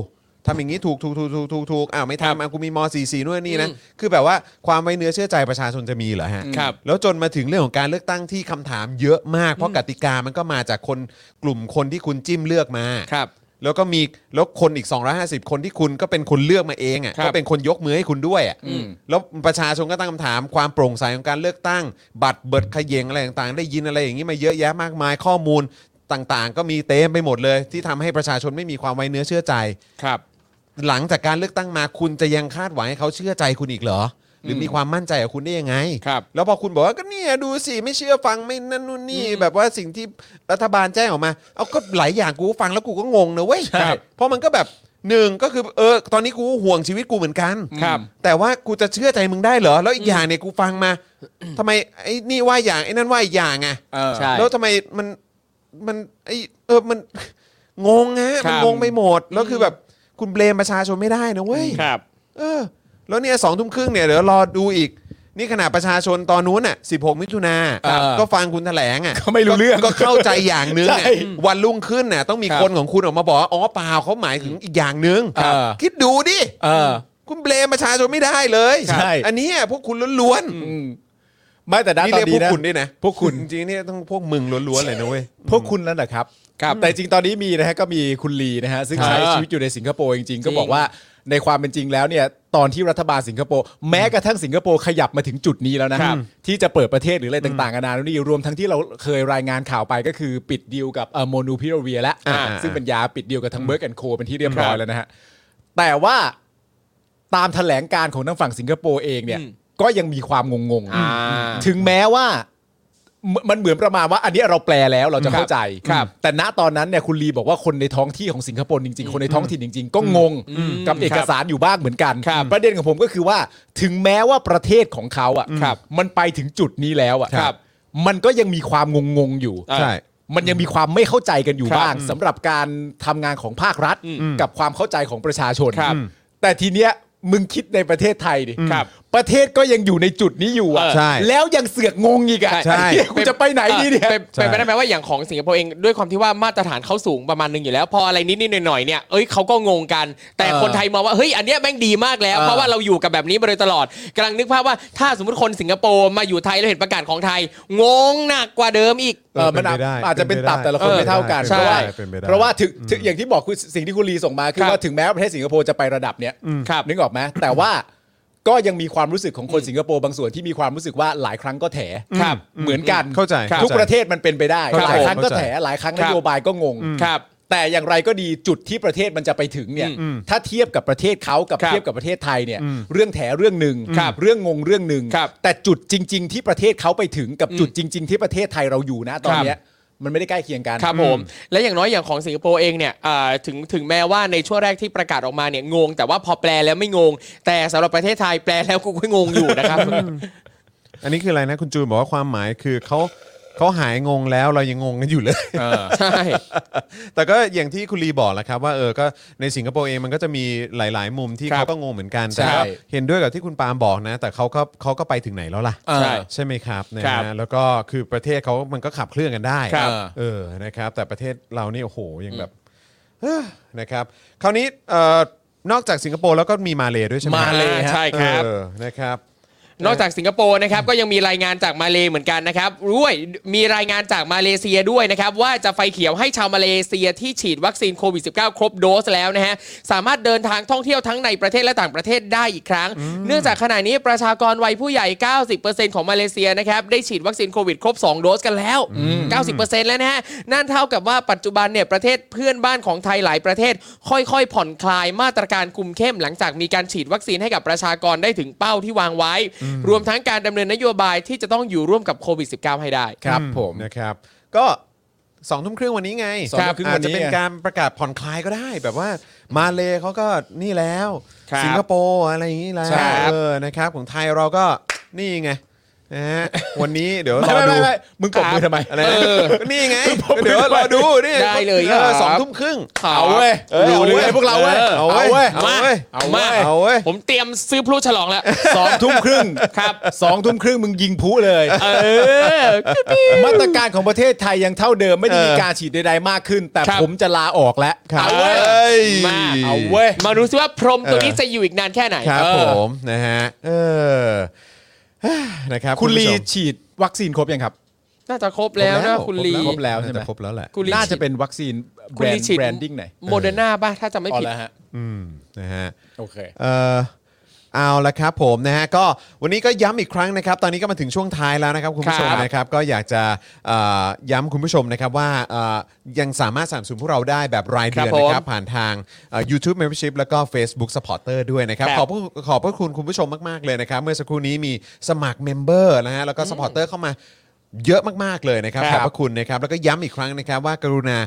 ทำอย่างนี้ถูกถูกถูกถูกถูกถูกอ้าวไม่ทำอ่ะกูมีม .44 นู่นนี่นะ อืม คือแบบว่าความไว้เนื้อเชื่อใจประชาชนจะมีเหรอฮะ ครับ แล้วจนมาถึงเรื่องของการเลือกตั้งที่คำถามเยอะมากเพราะกติกามันก็มาจากคนกลุ่มคนที่คุณจิ้มเลือกมา ครับ แล้วก็มีแล้วคนอีก 250 คนที่คุณก็เป็นคนเลือกมาเอง ครั อะ่ะ บ ก็เป็นคนยกมือให้คุณด้วยอะ อืม แล้วประชาชนก็ตั้งคำถามความโปร่งใสของการเลือกตั้ง บัตรเบิดเขยงอะไรต่างๆ ได้ยินอะไรอย่างนี้มาเยอะแยะมากมายข้อมูลต่างๆ ก็มีเต็มไปหมดเลย ที่ทำให้ประชาชนไม่มีความไว้เนื้อเชื่อใจ ครับ หลังจากการเลือกตั้งมาคุณจะยังคาดหวังให้เขาเชื่อใจคุณอีกเหรอ หรือมีความมั่นใจกับคุณได้ยังไง ครับ แล้วพอคุณบอกว่าก็เนี่ยดูสิไม่เชื่อฟังไม่นั่นนู่นนี่ แบบว่าสิ่งที่รัฐบาลแจ้งออกมา เอาก็หลายอย่างกูก็ฟังแล้วกูก็งงนะเว้ย ใช่ครับ เพราะมันก็แบบหนึ่งก็คือเออตอนนี้กูห่วงชีวิตกูเหมือนกัน ครับ แต่ว่ากูจะเชื่อใจมึงได้เหรอ แล้วอีกอย่างเนี่ยกูฟังมาทำไมไอ้นี่ว่าอย่างไอ้นั่นว่าอีกอย่างไง เออ ใช่ แล้วทำไมมันมันไอเออมัน [laughs] งงนะ ครั มัน บ งงไปหมดแล้วคือแบบคุณเบลมประชาชนไม่ได้นะเว้ย ครับ เออ แล้วเนี่ยสองทุ่มครึ่งเนี่ยเดี๋ยวรอดูอีก นี่ขนาดประชาชนตอนนู้นอ่ะ16 มิถุนา อ่า ก็ฟังคุณแถลงอ่ะ ก็ไม่รู้เรื่อง ก็เข้าใจอย่างนึงอะ ใช่ วันรุ่งขึ้นน่ะต้องมี ครับ คนของคุณออกมาบอกว่าอ๋อเปล่าเขาหมายถึงอีกอย่างนึง เออ คิดดูดิ เออ คุณเบลมประชาชนไม่ได้เลย ใช่ อันเนี้ยพวกคุณล้วน อืมไม่แต่ ๆ ด้าน นี่ ตอ เรีย น กพวกนี้นะ คุณด้วยนะ พวกคุณ จริงๆเนี่ยต้องพวกมึงล้วนๆเลยนะเว้ย พวกคุณนั่นแหละครับ ครับ แต่จริงตอนนี้มีนะฮะก็มีคุณลีนะฮะซึ่งใช้ ครับ ชีวิตอยู่ในสิงคโปร์จริงๆ ก็บอกว่าในความเป็นจริงแล้วเนี่ยตอนที่รัฐบาลสิงคโปร์แม้กระทั่งสิงคโปร์ขยับมาถึงจุดนี้แล้วนะครับ ที่จะเปิดประเทศหรืออะไรต่างๆกันานานี่รวมทั้งที่เราเคยรายงานข่าวไปก็คือปิดดีลกับโมนูพิโรเวียแล้ว อ่า ซึ่งเป็นยาปิดดีลกับทั้งเบิร์กแอนโคเป็นที่เรียบร้อ ครั ย บ แล้วนะฮะแต่ว่าตามแถลงการของทางฝั่งสิงคโปร์เองเนี่ย อืม ก็ยังมีความงงๆ อ่า ถึงแม้ว่าเหมือนมันเหมือนประมาณว่าอันนี้เราแปลแล้วเราจะเข้าใจ ครับ แต่ณตอนนั้นเนี่ยคุณลีบอกว่าคนในท้องที่ของสิงคโปร์จริงๆ คนในท้องถิ่นจริง ๆ ก็งงกับเอกสารอยู่บ้างเหมือนกัน ครับ ประเด็นของผมก็คือว่าถึงแม้ว่าประเทศของเขาอ่ะ ครับ มันไปถึงจุดนี้แล้วอ่ะ ครับ มันก็ยังมีความงงๆอยู่ อ่า ใช่ มันยังมีความไม่เข้าใจกันอยู่ ครับ บ้างสำหรับการทำงานของภาครัฐ กับความเข้าใจของประชาชน ครับ แต่ทีเนี้ยมึงคิดในประเทศไทยดิ ครับ ประเทศก็ยังอยู่ในจุดนี้อยู่อ่ะ ใช่ แล้วยังเสือกงงอีกอ่ะ ใช่ เหี้ยกูจะไปไหนดีเนี่ย เป็น ใช่ เป็นไปได้ไหมว่าอย่างของสิงคโปร์เองด้วยความที่ว่ามาตรฐานเขาสูงประมาณหนึงอยู่แล้ว พออะไรนิดนิดหน่อยๆเนี่ยเอ้ยเขาก็งงกัน แต่ เออ คนไทยมองว่าเฮ้ยอันเนี้ยแม่งดีมากแล้ว เออ เพราะว่าเราอยู่กับแบบนี้มาโดยตลอดกำลังนึกภาพว่าถ้าสมมติคนสิงคโปร์มาอยู่ไทยแล้วเห็นประกาศของไทย งงหนักกว่าเดิมอีก เออมันอาเป็จไปได้ อาจจะเป็นตับแต่ละคน ออ ไม่เท่ากัน ใช่ เพราะว่า ป็นไปได้ เพราะว่าถึงถึงอย่างที่บอกคือสิ่งที่คุณลีส่งมาคือ ครับ ว่าถึงแม้ว่าประเทศสิงคโปร์จะไประดับเนี้ย ครับ นึกออกไหมแต่ว่าก็ยังมีความรู้สึกของคนสิงคโปร์บางส่วนที่มีความรู้สึกว่าหลายครั้งก็แถ ครับ เหมือนกัน เข้าใจ ทุก เข้าใจ ประเทศมันเป็นไปได้ ครับ หลายครั้งก็ เข้าใจ แถหลายครั้ง ครั น บ โยบายก็งง ครับ แต่อย่างไรก็ดีจุดที่ประเทศมันจะไปถึงเนี่ยถ้าเทียบกับประเทศเขากับ ครับ เทียบกับประเทศไทยเนี่ยเรื่องแถเรื่องหนึ่ง ครับ เรื่องงงเรื่องหนึ่ง ครับ แต่จุดจริง ๆ ที่ประเทศเขาไปถึงกับจุดจริง ๆ ที่ประเทศไทยเราอยู่นะตอน ครับ เนี้ยมันไม่ได้ใกล้เคียงกัน ครับผม และอย่างน้อยอย่างของสิงคโปร์เองเนี่ยอ่าถึงถึงแม้ว่าในช่วงแรกที่ประกาศออกมาเนี่ยงง แต่ว่าพอแปลแล้วไม่งง แต่สำหรับประเทศไทยแปลแล้วกูก็งงอยู่นะครับ อันนี้คืออะไรนะคุณจูนบอกว่าความหมายคือเขาเขาหายงงแล้วเรายังงงกันอยู่เลย ใช่ แต่ก็อย่างที่คุณลีบอกแหล้วครับว่าเออก็ในสิงคโปร์เองมันก็จะมีหลาย ๆ มุมที่ ครับ เขาก็งงเหมือนกันแต่ใช่ก็เห็นด้วยกับที่คุณปาล์มบอกนะ แต่เขาก็เขาก็ไปถึงไหนแล้วล่ะ เออ ใช่ ใช่ไหมครับนะครับ ฮะแล้วก็คือประเทศเขามันก็ขับเคลื่อนกันได้ ครับ เออนะครับ แต่ประเทศเรานี่โอ้โหยังแบบเอ้อนะครับ คราวนี้เอ่อนอกจากสิงคโปร์แล้วก็มีมาเลด้วยใช่ไหม มาเลฮะใช่ครับ เออนะครับ นอกจากสิงคโปร์นะครับก็ยังมีรายงานจากมาเลเหมือนกันนะครับด้วยมีรายงานจากมาเลเซียด้วยนะครับว่าจะไฟเขียวให้ชาวมาเลเซียที่ฉีดวัคซีนโควิด -19 ครบโดสแล้วนะฮะสามารถเดินทางท่องเที่ยวทั้งในประเทศและต่างประเทศได้อีกครั้ง เนื่องจากขณะนี้ประชากรวัยผู้ใหญ่ 90%ของมาเลเซียนะครับได้ฉีดวัคซีนโควิดครบ 2 โดสกันแล้ว 90%แล้วนะฮะนั่นเท่ากับว่าปัจจุบันเนี่ยประเทศเพื่อนบ้านของไทยหลายประเทศ ค่อยๆ ผ่อนคลายมาตรการคุมเข้มหลังจากมีการฉีดวัคซีนให้กับประชากรได้ถึงเป้าที่วางไว้ รวมทั้งการดำเนินนโยบายที่จะต้องอยู่ร่วมกับโควิด -19 ให้ได้ ครับผม นะครับก็สองทุ่มครึ่งวันนี้ไง สองทุ่มครึ่ง อา วั จ นจะนี้เป็น ไง การประกาศผ่อนคลายก็ได้แบบว่ามาเลเขาก็นี่แล้ว ครับ สิงคโปร์อะไรอย่างนี้แล้ว ใช่ เออนะครับของไทยเราก็นี่ไงนะฮะวันนี้เดี๋ยวร ไม่ อ ไม่ ดู ไม่ไม่มึงปรบมือทำไม อะไรนะก็นี่ไงก็เดี๋ยวรอดูนี่ ได้เลย ออ ครับ สองทุ่มครึ่ง เอาเว้ย ออ รู้เรื่องพวกเราเว้ย เอาเว้ย เอาเว้ย เอาเว้ย เอาเว้ย เอาเว้ย ผมเตรียมซื้อพลุฉลองแล้ว สองทุ่มครึ่ง ครับ สองทุ่มครึ่งมึงยิงพุเลย เออ มาตรการของประเทศไทยยังเท่าเดิมไม่ได้มี เออ การฉีดใดๆมากขึ้น แต่ ครับ ผมจะลาออกแล้ว ครับ เอาเว้ย อ้ย มา เอาเว้ย มาดูซิว่าพรมตัวนี้จะอยู่อีกนานแค่ไหน ครับผมนะฮะเออ [sighs] นะครับ คุณลี ผู้ชม ฉีดวัคซีนครบยังครับ น่าจะครบแล้วนะคุณลี ครบแล้ว ครบแล้วใช่ไหม น่าจะครบแล้วแหละ คุณลี น่า ฉี จะ ด เป็นวัคซีนแบ คุณ รน ลี ด์ ฉีด แบรนดิ้งไหน โมเดอร์นาป่ะถ้าจะไม่ผิด แล้วฮะ อืมนะฮะ โอเค เออเอาละครับผมนะฮะก็วันนี้ก็ย้ำอีกครั้งนะครับ ตอนนี้ก็มาถึงช่วงท้ายแล้วนะครับคุณผู้ชม ครับ นะครับ ก็อยากจะเอ่อย้ำคุณผู้ชมนะครับว่าเอ่อยังสามารถสนับสนุนพวกเราได้แบบรายเดือน ครับผม นะครับ ผ่านทางเอ่อ YouTube Membership แล้วก็ Facebook Supporter ด้วยนะครับ ครับ ขอบ ขอบพระขอบพระคุณคุณผู้ชมมาก ๆ เลยนะครับ เมื่อสักครู่นี้มีสมัครเมมเบอร์นะฮะแล้วก็สปอร์เตอร์เข้ามาเยอะมาก ๆ เลยนะครับ คขรับ อบพระคุณนะครับ แล้วก็ย้ำอีกครั้งนะครับว่ากรุณา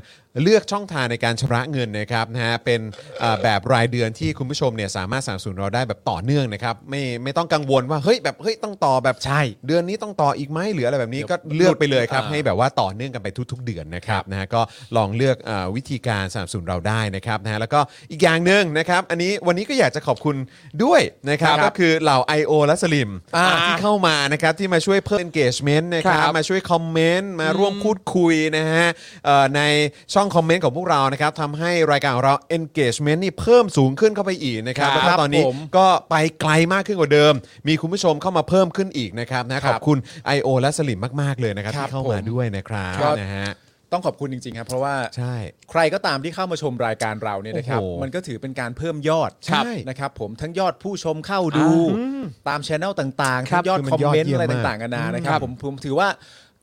เลือกช่องทางในการชำระเงินนะครับนะฮะเป็นเอ่อแบบรายเดือนที่คุณผู้ชมเนี่ยสามารถสนับสนุนเราได้แบบต่อเนื่องนะครับไม่ไม่ต้องกังวลว่าเฮ้ยแบบเฮ้ยต้องต่อแบบ ใช่ เดือนนี้ต้องต่ออีกไหมหรืออะไรแบบนี้ก็เลือกไปเลยครับ ให้แบบว่าต่อเนื่องกันไปทุก ๆ เดือนนะครับนะฮะก็ลองเลือกเออวิธีการสนับสนุนเราได้นะครับนะฮะแล้วก็อีกอย่างหนึ่งนะครับอันนี้วันนี้ก็อยากจะขอบคุณด้วยนะครับ ครับ ก็คือเหล่า I.O. และสลิม อ่า ที่เข้ามานะครับที่มาช่วยเพิ่ม engagement นะครับ ครับ มาช่วยคอมเมนต์มาร่วมพูดคุยนะฮะเอ่อในช่องคอมเมนต์ของพวกเรานะครับทำให้รายการของเรา engagement นี่เพิ่มสูงขึ้นเข้าไปอีกนะครับ ครับ แล้วก็ตอนนี้ ผม ก็ไปไกลมากขึ้นกว่าเดิม มีคุณผู้ชมเข้ามาเพิ่มขึ้นอีกนะครับนะขอบคุณ I.O. และสลิมมาก ๆ เลยนะครับ ครับ ที่เข้ามา ผม ด้วยนะครับ ครับ นะฮะ ต้องขอบคุณจริงๆครับ เพราะว่า ใช่ ใครก็ตามที่เข้ามาชมรายการเราเนี่ยนะครับ โอ้โห มันก็ถือเป็นการเพิ่มยอด ใช่ นะครับผมทั้งยอดผู้ชมเข้าดู ตามช anel ต่างๆ ครั ทั้ บ งยอด คือมัน คอมเมยอนดเยี่ยมต์อะไร มาก ต่างๆกันานานะค ค รั รั บบ ผมผมถือว่า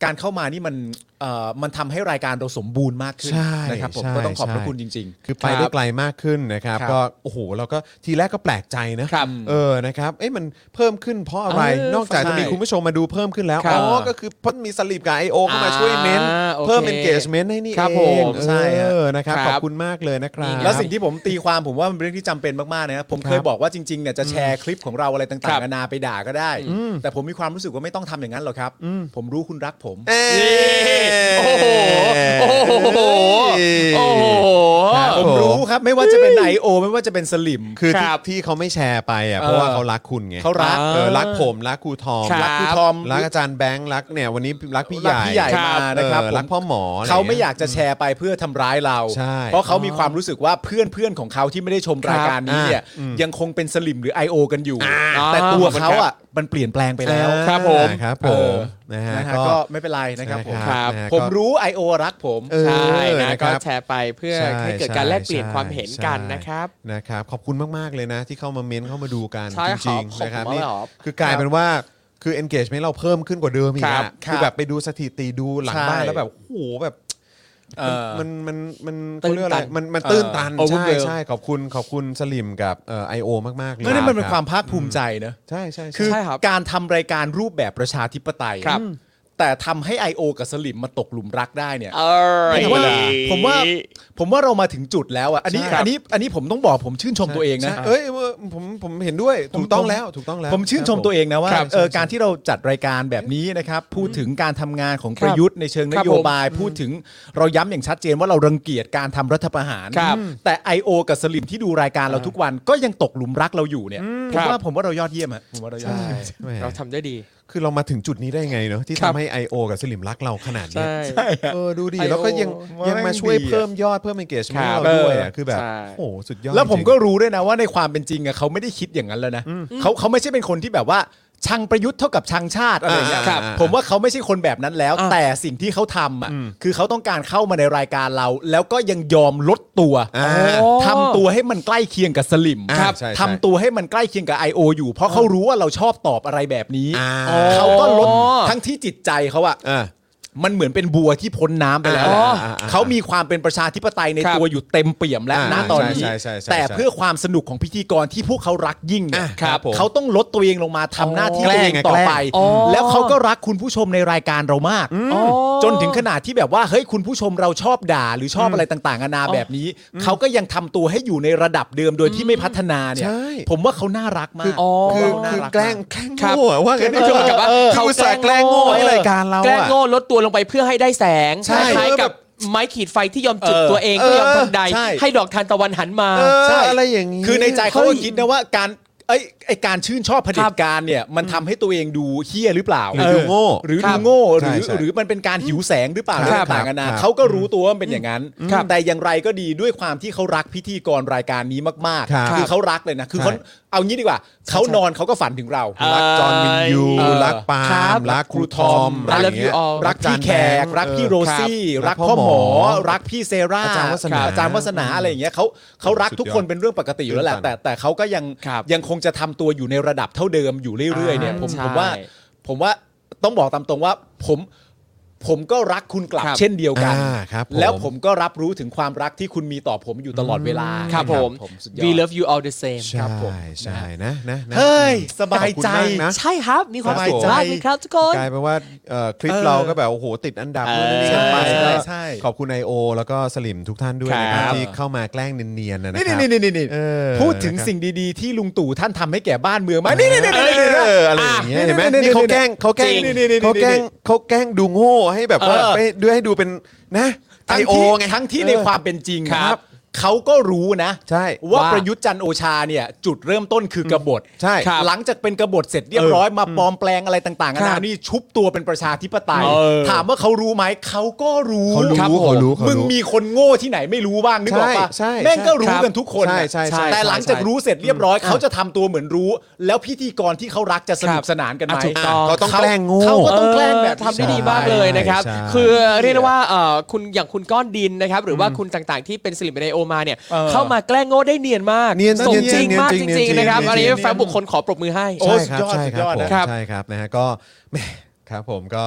การเข้ามานี่มันเอ่อมันทำให้รายการเราสมบูรณ์มากขึ้น ใช่ นะครับผม ใช่ ก็ต้องขอบพระ ใช่ คุณจริง ๆ คือไปได้ไกลมากขึ้นนะครับ ครับ ก็โอ้โหเราก็ทีแรกก็แปลกใจนะครับเออนะครับเอ้มันเพิ่มขึ้นเพราะอะไร เออน อกจากจะมี ใช่ คุณผู้ชมมาดูเพิ่มขึ้นแล้ว คอ๋รับ อก็คือเพราะมีสลิปกับ I.O. เข้ามาช่วยเม้นต์ อ่าโอเค เพิ่ม engagement ให้นี่ ครับ เอ ผ ง ม ใช่ ครับ เออนะครับ ครับ ขอบคุณมากเลยนะครับ แล้วสิ่งที่ผมตีความผมว่ามันเป็นเรื่องที่จำเป็นมากๆนะครับผมเค ค ย รับ บอกว่าจริงๆเนี่ยจะแชร์คลิปของเราอะไรต่า ครั ง บ ๆนานาไปด่าก็ได้ แต่ผมมีความรู้สึกว่าไม่ต้องทำอย่างนั้นหรอกครับ ผมรู้คุณรักผม เอ้ย นี่โอ้โห โอ้โห โอ้โห ครับ ผมรู้ ครับ ไม่ว่าจะเป็น IO ไม่ว่าจะเป็นสลิม คือที่ ครับ ที่เขาไม่แชร์ไปอ่ะเพราะว่าเขารักคุณไง เขารัก เออรักผมรักครูทอม ครับ รักครูทอมรักอาจารย์แบงค์รักเนี่ยวันนี้รักพี่ใหญ่ รักพี่ใหญ่ ครับ มานะครับ เออ ผม รักพ่อหมออะร เขาไม่อยากจะแชร์ไปเพื่อทำร้ายเรา ใช่ เพราะเขามีความรู้สึกว่าเพื่อนเพื่อนๆของเขาที่ไม่ได้ชมรายการนี้เนี่ยยังคงเป็นสลิมหรือ IO กันอยู่ แต่ตัวเขาอ่ะมันเปลี่ยนแปลงไปแล้ว อ่า ครับผม ครับผ เออ มนะฮะ นะฮะ ก็ ก็ไม่เป็นไรนะครับผม ครับ ผมรู้ IO รักผม เออ ใช่นะ นะค ก็ รับ แชร์ไปเพื่อ ใช่ ให้เกิดการแลกเปลี่ยน ใช่ ความเห็นกันนะครับ ใช่นะครับ ขอบคุณมาก ๆ เลยนะ ที่เข้ามาเม้นเข้ามาดูกัน ใช่ จ ครับ ริง ๆ นะครับ ขอบคุณมาก นี่ เลยครับ คือกลายเป็นว่าคือ engagement เราเพิ่มขึ้นกว่าเดิมอีก ครั อะ บ คือแบบไปดูสถิติดูหลัง ใช่ บ้านแล้วแบบโอ้โหแบบ เออ มันมันมัน ตื้ เขา นตัน เรียกอะไรมันมันตื้นตัน เออ ใช่ overwhelm ใช่ขอบคุณขอบคุณสลิมกับเอ่อไอโอมาก ๆ เลย ก็นี่มันเป็น รับ ความภาคภูมิใจนะ ใช่ใช่ใช่ คือ ใช่ครับ การทำรายการรูปแบบประชาธิปไตย ครับ แต่ทำให้ IO กับสลิมมาตกหลุมรักได้เนี่ย เออ ผมว่าผมว่าผมว่าเรามาถึงจุดแล้วอ่ะอันนี้ ใช่ครับ อันนี้อันนี้ผมต้องบอกผมชื่นชมตัวเองนะ ใช่เอ้ยผมผมเห็นด้วยถูกต้องแล้วถูกต้องแล้ว ผมชื่นชม ครับ ตัวเองนะว่า ครับ เออ ใช่ การที่เราจัดรายการแบบนี้นะครับพูดถึงการทำงานของประยุทธ์ในเชิงนโยบาย พูดถึงเราย้ำอย่างชัดเจนว่าเรารังเกียจการทำรัฐประหาร ครับ แต่ IO กับสลิมที่ดูรายการเราทุกวันก็ยังตกหลุมรักเราอยู่เนี่ยผ ครั ม บ ว่าผมว่าเรายอดเยี่ยมอะผมว่าเรายอดเยี่ยม แหม เราทำได้ดี คือเรามาถึงจุดนี้ได้ไงเนอะที่ ครับ ทำให้ I.O. กับสลิมรักเราขนาดนี้ ใช่ เออดูดิ IO แล้วก็ยังยังมาช่วย ดีอะ เพิ่มยอดเพิ่ม engagement ครั ให้ บ เราด้วยอะคือแบบ ใช่ โอ้โหสุดยอด แล้วผมจก็ริง รู้ด้วยนะว่าในความเป็นจริงอะเขาไม่ได้คิดอย่างนั้นแล้วนะเขาเขาไม่ใช่เป็นคนที่แบบว่าชังประยุทธ์เท่ากับชังชาติอะไรอย่างเงี้ย อ่าครับ ผมว่าเขาไม่ใช่คนแบบนั้นแล้ว อ่า แต่สิ่งที่เขาทำอ่ะคือเขาต้องการเข้ามาในรายการเรา แล้วก็ยังยอมลดตัว อ่า ทำตัวให้มันใกล้เคียงกับสลิม อ่าครับใช่ใช่ ทำตัวให้มันใกล้เคียงกับ IO อยู่เพราะเขารู้ว่าเราชอบตอบอะไรแบบนี้ อ่า อ๋อ เขาก็ลดทั้งที่จิตใจเขาอะ อ่ะ มันเหมือนเป็นบัวที่พ้นน้ำไปแล้ว อ๋อ นะเขามีความเป็นประชาธิปไตยใน ครับ ตัวอยู่เต็มเปี่ยมแล้ว อ่า นะตอนนี้ ใช่ใช่ใช่ใช่ แต่เพื่อความสนุกของพิธีกรที่พวกเขารักยิ่งเนี่ย อ่ะครับผม เขาต้องลดตัวเองลงมาทำหน้าที่ แกล้ ตัว ง เองต่อ ไงแกล้ง ไป อ๋อ แล้วเขาก็รักคุณผู้ชมในรายการเรามาก อ๋อ จนถึงขนาดที่แบบว่าเฮ้ยคุณผู้ชมเราชอบด่า หรือชอบอะไรต่างๆนานาแบบนี้ เขาก็ยังทำตัวให้อยู่ในระดับเดิมโดยที่ไม่พัฒนาเนี่ย ใช่ ผมว่าเขาน่ารักมาก อ๋อ คือ เขาน่า คือ รั แกล้ง มา แกล้ง ครับ โง่อะว่ากัน คือคือเหมือนกับว่า เออ เขา คืออุตส่าห์แกล้งโง่ แกล้งโง่ ให้รายการเรา แกล้ง อะ โง่ลดตัวลงไปเพื่อให้ได้แสง ใช่ คล้ายๆกับไม้ขีดไฟที่ยอมจุด เออ ตัวเอง เออ ก็ยอมทันใด ใช่ ให้ดอกทานตะวันหันมา เออ ใช่ อะไรอย่างนี้ คือในใจเขาก็คิดนะว่าการไอ้ยไอ้การชื่นชอบเผด็จการเนี่ยมันทำให้ตัวเองดูเฮี้ยหรือเปล่า หรือดูโง่ หรือ ครั ดู บ โง่ห ใช่ รือ ใช่ หรือมันเป็นการหิวแสงหรือเปล่า ค ห รับ รือต่างๆกันา ครับ เขาก็รู้ตัวว่ามันเป็นอย่างนั้น แต่อย่างไรก็ดีด้วยความที่เขารักพิธีกรรายการนี้มาก ครับ คือเขารักเลยนะคือเขา ใช่ เอางี้ดีกว่าเขานอนเขาก็ฝันถึงเรา เออ รักจอห์นวินยู เออ รักปา ครั ล์ม บ รักครูทอม I รัก love อย่างเงี้ย you all รักพี่แขกรักพี่โรซี่ ครับ รักพ่อหมรัอกพ่อหมอ รักพี่เซร่า อาจารย์วาสนา อาจารย์วัสนาอะไรอย่างเงี้ยเขาเขารักทุกคนเป็นเรื่องปกติอยู่แล้วแหละ ตื่นตัน แต่แต่เขาก็ยัง ครับ ยังคงจะทำตัวอยู่ในระดับเท่าเดิมอยู่เรื่อยๆเนี่ยผม ใช่ ผมว่าผมว่าต้องบอกตามตรงว่าผมผมก็รักคุณกลับ ครับ เช่นเดียวกัน อ่าครับผม แล้วผมก็รับรู้ถึงความรักที่คุณมีต่อผมอยู่ตลอดเวลา ครับ นะ ผม สุดยอด we love you all the same ใช่ ครับผม ใช่นะนะนะ เฮ้ยสบายขใจอบคุณมากนะ ใช่ครับ มีความ ครับ สุข ผม มากเลยครับทุกคน กลายเป็นว่าเอ่อคลิป เออ เราก็แบบโอ้โหติดอันดับ เออ นู่นนี่กันไป ใช่ ก็ ใช่ ขอบคุณไอโอแล้วก็สลิมทุกท่านด้วยนะครับ ครับ ที่เข้ามาแกล้งเนียนๆนะนะ นี่ ครั นี่นี่นี่นี่ เออ พูดถึงสิ่งดีๆ ที่ลุงตู่ท่านทำให้แก่บ้านเมืองไหมานี่นี่นี่ เอ นี่นี่นี่ ออะไรอย่างเงี้ย อ่ะ เห็นไหม นี่นี่ นี่เขาแกล้งเขาแกล้ง จริงนี่นี่นี่ เขาแกล้ง นี่ เขาแกล้งดูโง่ให้แบบว่า เออ ไปด้วยให้ดูเป็นนะไอ ทั้ง โอ ที่ ไง ทั้งที่ในความเป็นจริง ครับ ครับเขาก็รู้นะ ใช่ ว่า ว่า ประยุทธ์จันทร์โอชาเนี่ย จุดเริ่มต้นคือกบฏ ใช่ ครับหลังจากเป็นกบฏเสร็จเรียบร้อยมาปลอมแปลงอะไรต่างๆกั ครั นา บ นี่ชุบตัวเป็นประชาธิปไตย เออ ถามว่าเขารู้ไหมเขาก็รู้ เขารู้ ครับผม เขารู้เขารู้ มึงมีคนโง่ที่ไหนไม่รู้บ้างนึกออกปะ ใช่ใช่ แม่งก็รู้ ใช่ กันทุกคน ใช่ นะ ใช่ใช่ แต่ ใช่ หลังจากรู้เสร็จเรียบร้อย เขาจะทำตัวเหมือนรู้ แล้วพิธีกรที่เขารักจะสนุ ค ก รับ สนานกันไหม อ่ะถูกต้อง เขาต้องแกล้งโง่ เขาก็ต้องแกล้งแบบ เออ นี้ ทำได้ดีมากเลยนะครับ ใช่ คือเรียกได้ว่าเอ่อคุณอย่างคุณก้อนดินนะครับ หรือว่าคุณต่างๆที่เป็นสิริเมไดโอมาเนี่ย เออ เข้ามาแกล้งโง่ได้เนียนมาก เนียน สมจริง เนียน มาก จริ จ ง ริงๆ เนียน นะครับ เนียน อันนี้ เนียน แฟนบุคคลขอปรบมือให้ โอ้ ใช่ครับ สุดยอด ใช่ สุด ค ย รั อบผมดนะ ใช่ครับนะฮะก็ [laughs] แหมครับผมก็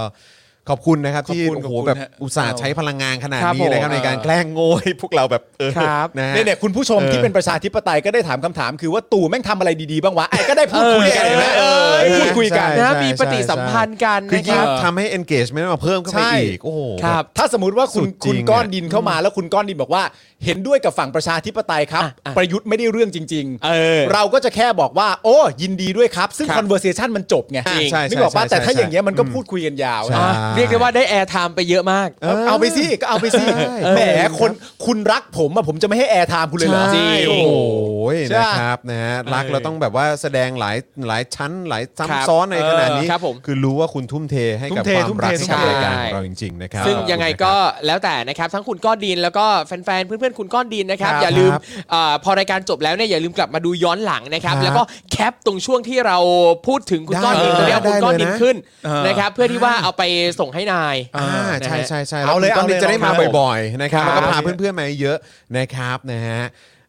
ขอบคุณนะครับที่ ขอบคุณ โอ้โห ขอบคุณ แบบ ฮะ อุตส่าห์ใช้พลังงานขนาด ครับ นี้นะครับ ผม ในการแกล้งโง่ให้พวกเราแบบเออ ครับ นะฮะ เนี่ยเนี่ยคุณผู้ชม เออ ที่เป็นประชาธิปไตยก็ได้ถามคำถามคือว่าตู่แม่งทำอะไรดีๆบ้างวะไอ้ก็ได้พูดคุยกันเห็นไหมเออได้พูดคุยกัน ใช่ นะมีปฏิสัมพันธ์กัน คือ นะค ยิ่ง รับ ทำให้ engagement มาเพิ่มเข้าไป ใช่ อีกโอ้โห ครับ ถ้าสมมติว่าคุณ สุดจริง คุณก้อนดินเข้ามาแล้วคุณก้อนดินบอกว่า เห็นด้วยกับฝั่งประชาธิปไตยครับ อ่ะอ่ะ ประยุทธ์ไม่ได้เรื่องจริง เออ เราก็จะแค่บอกว่า โอ้ยินดีด้วยครับ ซึ่ง ครับ conversation มันจบไง จริงใช่ใช่ นึกออกปะ ใช่ แต่ถ้า ใช่ อย่างเงี้ยมันก็พูดคุยกันยาว ใช่ อ่ะ เรียกได้ว่าได้แอร์ไทม์ไปเยอะมาก เอาเอาไปสิก็เอาไปสิ ใช่ แหมคนคุณรักผมอะผมจะไม่ให้แอร์ไทม์คุณเลยเหรอ ใช่ จริง โอ้ย ใช่ นะครับนะฮะรักเราต้องแบบว่าแสดงหลายหลายชั้นหลายซ้ำซ้อนในขนาดนี้ เออครับผม อรู้ว่าคุณทุ่มเทให้กับ ทุ่มคเทวาม ทุ่ม รัก เท ให้กับรายการ ใช่ ของเราจริงๆนะครับ ซึ่งยังไง ขอบคุณนะครับ ก็แล้วแต่นะครับ ทั้งคุณก้อนดินแล้วก็แฟนๆ เพื่อนๆ คุณก้อนดิน [laughs] นะครับ ครับ อย่าลืมเออพอรายการจบแล้วเนี่ยอย่าลืมกลับมาดูย้อนหลังนะครัคบรับ แล้วก็แคปตรงช่วงที่เราพูดถึงคุณก้อนดิน ได้ ตรงนี้เอา ได้ คุณก้อนดิน เลยนะ ขึ้น เออ นะครับเพื่อที่ว่าเอาไปส่งให้นาย อ่าใช่ นะฮะ ใช่ใช่ เอาเลย คุณต้น เอาเลย จะได้มา ครับผม บ่อยๆนะครับ ครั แล้ว บ ก็พาเพื่อนๆมาเยอะนะครับนะฮะ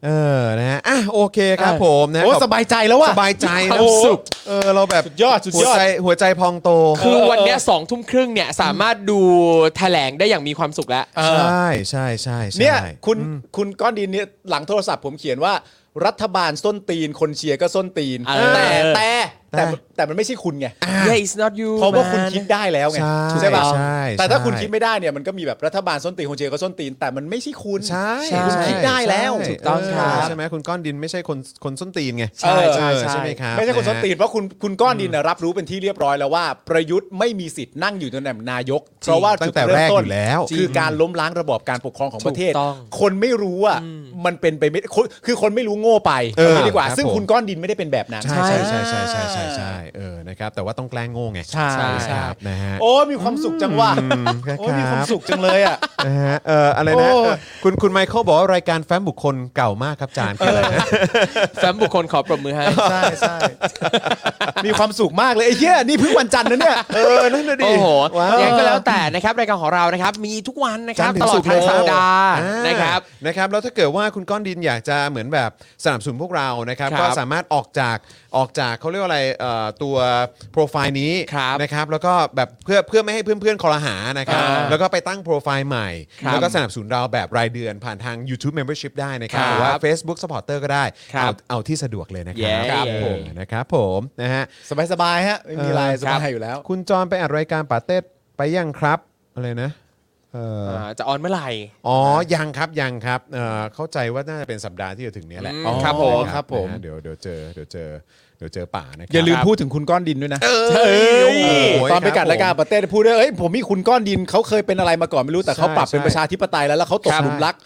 เออนะฮะอ่ะโอเคครับ เออ ผมนะ โอ้ ขอบ สบายใจแล้วว่ะ สบายใจ มีความ นะ สุข เออเราแบบ สุดยอดสุดยหัอดวใจหัวใจพองโต คือวันเนี้ยสองทุ่มครึ่งเนี่ยสามารถดูแถลงได้อย่างมีความสุขแล้ว เออ ใช่ใช่ใช่ใช่ เนี่ยคุณคุณก้อนดินเนี่ยหลังโทรศัพท์ผมเขียนว่า รัฐบาลส้นตีนคนเชียร์ก็ส้นตีน เออ แต่แต่ แต่ แต่แต่มันไม่ใช่คุณไง Yeah it's not you เพราะว่าคุณ man คิดได้แล้วไง ใช่ ป่ะ ใช่ แต่ถ้า ใช่ คุณคิดไม่ได้เนี่ยมันก็มีแบบรัฐบาลส้นตีนคนเชียร์ก็ส้นตีน แต่มันไม่ใช่คุณ ใช่ ใช่ ใช่ คิดได้แล้ว ใช่ ถูกต้อง เ ครับ ใช่ไหมคุณก้อนดินไม่ใช่คนคนส้นตีนไง ใช่ใช่ เออ ใช่ ใช่ไหมครับ ไม่ใช่คนส้นตี ะฮะ นเพราะคุณคุณก้อนดินน่ะรับรู้เป็นที่เรียบร้อยแล้วว่าประยุทธ์ไม่มีสิทธิ์นั่งอยู่ตำแหน่งนายก เพราะว่า ตั้ จุด งแต่ เริ่ แร ม ก ต้อนยู่แล้ว คือการล้มล้างระบอบการปกครองของประเทศ ถูกต้อง คนไม่รู้อ่ะมันเป็นไปไม่คนคือคนไม่รู้โง่ไป เออ ดีกว่า ครับ ซึ่ง ผม คุณก้อนดินไม่ได้เป็นแบบนั้น ใช่ใช่ใช่ใช่ใช่ใช่ใช่เออนะครับแต่ว่าต้องแกล้งโง่ไง ใช่ ครับนะฮะ โอ้ยมีความสุขจังว่ะ อืมครับ โอ้ยมีความสุขจังเลยอ่ะ นะฮะเอ่ออะไรนะ โอ้ เอ่อคุณคุณไมเคิลบอกว่ารายการแฟ้มบุคคลเก่ามากครับจานคืออะไรนะ แฟมบุคคลขอปรบมือให้ ใช่ใช่มีความสุขมากเลยไอ้เหี้ยนี่เพิ่งวันจันทร์นะเนี่ย เออ นั่นน่ะดิ โอ้โห ว้าว ยังไงก็แล้วแต่นะครับรายการของเรานะครับ มีทุกวันนะครับ จัน ต ทร์ถึงลอดศุกร์ ทั้งสัปดาห์ อ่า นะครับ นะครับ แล้วถ้าเกิดว่าคุณก้อนดินอยากจะเหมือนแบบสนับสนุนพวกเรานะครับ ครับ ก็สามารถออกจากออกจากเขาเรียกว่าอะไรเอ่อตัวโปรไฟล์นี้ ครับ นะครับ แล้วก็แบบเพื่อเพื่อไม่ให้เพื่อนๆคอรหานะครับ อ่า แล้วก็ไปตั้งโปรไฟล์ใหม่ ครับ แล้วก็สนับสนุนเราแบบรายเดือนผ่านทาง YouTube Membership ได้นะครับ ครับ หรือว่า Facebook Supporter ก็ได้ ครับ เอาเอาที่สะดวกเลยนะครั เย้ ครับผมนะครับผมนะฮะ สบายสบายๆฮะไม่มีอะไร เออ สบายอยู่แล้ว คุณจอนไปอัดรายการปาเต้ไปยังครับอะไรนะเอ่อ อ่าจะออนเมื่อไหร่ อ๋อ ยังครับ ยังครับเอ่อเข้าใจว่าน่าจะเป็นสัปดาห์ที่จะถึงเนี้ยแหละ อืมครับผม ครับผม นะฮะเดี๋ยวเดี๋ยวเจอ เดี๋ยวเจอ เดี๋ยวเจอป่านะครับ อย่าลืมพูดถึงคุณก้อนดินด้วยนะ เอ้ย เออ โอ้ย ตอนไปกัคดรับ รายการประเทศพูดด้วยเอ้ยผมมีคุณก้อนดินเขาเคยเป็นอะไรมาก่อนไม่รู้แต่เขาปรับ ใช่ เป็นประชาธิปไตยแล้วแล้วเขาตกหลุมรัก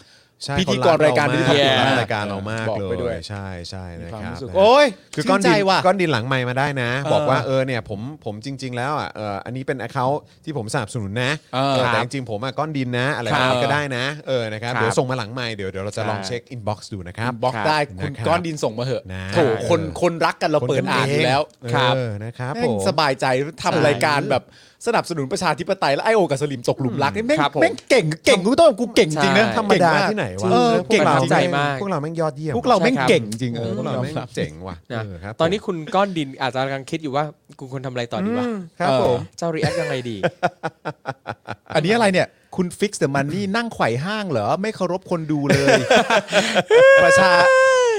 ใช่ พิธีกรรายการ พิ พิธี ธี กร กร ราย ราย กา การ ร เรามามเราาก ก เล เลยย บอกไปด้วย ใช่ใช่นะควคาม รับ รู้สึก นะฮะ โอ้ย คือก้อนดินชื่ใจว่ะ ก้อนดินหลังไมค์มาได้นะ เออ บอกว่าเออเนี่ยผมผมจริง ๆ แล้วอ่ะเอออันนี้เป็นแอคเคาท์ที่ผมสนับสนุนนะ เออ เออแต่ ครับ จริงๆผมอ่ะก้อนดินนะ อะไร ค แบ รั บบ นี้ก็ได้นะเออนะครับ ครับ เดี๋ยวส่งมาหลังไมค์เดี๋ยวเดี๋ยวเราจะลองเช็คอินบ็อกซ์ดูนะครับ บล็อกได้ นะ คุณ ครับ ก้อนดินส่งมาเหอะ นะ โถคน เออ คนรักกันเราเปิดอ่านอยู่แล้ว เออนะครับ แม่ ผ ง ม สบายใจทำรายการแบบสนับสนุนประชาธิปไตยแล้วไอโอกับสลิมตกหลุมรักนี่แม่ง ครับผม แม่งเก่งเก่งกูต้องกูเก่งจริงนะ ใช่ ธรรมดา เก่งก ที่ไหนวะ เออ พว เก่ง เรา จริง ใจ แม่ง มาก พวกเราแม่งยอดเยี่ยม พวกเราแม่งเก่งจริงเอ เอ อ อพวกเรา ยอม แม่ง รับ เจ๋งว่ะ นะ เครับ ตอนนี้ ผม คุณก้อนดินอาจจะกำลังคิดอยู่ว่ากูควรทำอะไรต่อดีวะ ครับผม เจ้ารีแอคยังไงดี อันนี้อะไรเนี่ย คุณฟิกซ์เดอะมันนี่นั่งไขว่ห้างเหรอ ไม่เคารพคนดูเลย ประชา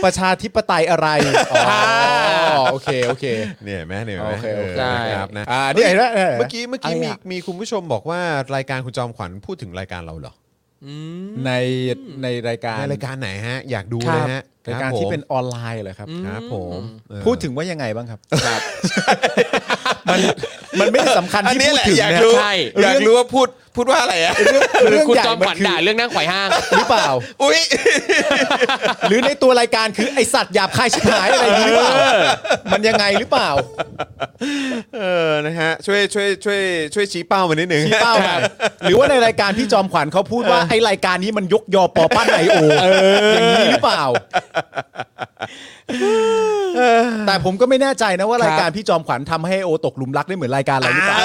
ประชาธิปไตยอะไร อ๋อ โอเค โอเค เนี่ยแม่เนี่ย โอเคโอเค เออนะครับนะ อ่านี่เห็นไหมเห็นไหม เมื่อกี้เมื่อกี้ อะไร มี อ่ะ มีคุณผู้ชมบอกว่ารายการคุณจอมขวัญพูดถึงรายการเราเหรอ ในในรายการ ในรายการไหนฮะ อยากดู ค เลย รับ ฮะ รายการที่เป็นออนไลน์เหรอครับ ครับผมเออ พูดถึงว่ายังไงบ้างครับ [laughs] มันมันไม่ได้สำคัญ อัน ที่ นี้แหละพูดถึง อยาก นะ รู้ ใช่ อยากรู้ว่าพูดพูดว่าอะไรอ่ะ หรือคุณ ใหญ่ จอมขวัญ น ด่าเรื่องนั่งไขว่ห้าง หรือเปล่า อุ๊ย หรือในตัวรายการคือไอสัตว์หยาบคายชิบหายอะไรอย่างนี้หรือเปล่า มันยังไงหรือเปล่า เออนะฮะช่วยช่วยช่วยช่วยชี้เป้ามานิดนึง ชี้เป้าครับหรือว่าในรายการพี่จอมขวัญเขาพูดว่าไอรายการนี้มันยกยอปอปั้นไอโออย่างนี้หรือเปล่า แต่ผมก็ไม่แน่ใจนะว่า ครับ รายการพี่จอมขวัญทำให้โอตกหลุมรักได้เหมือนรายการอะไรหรือเปล่า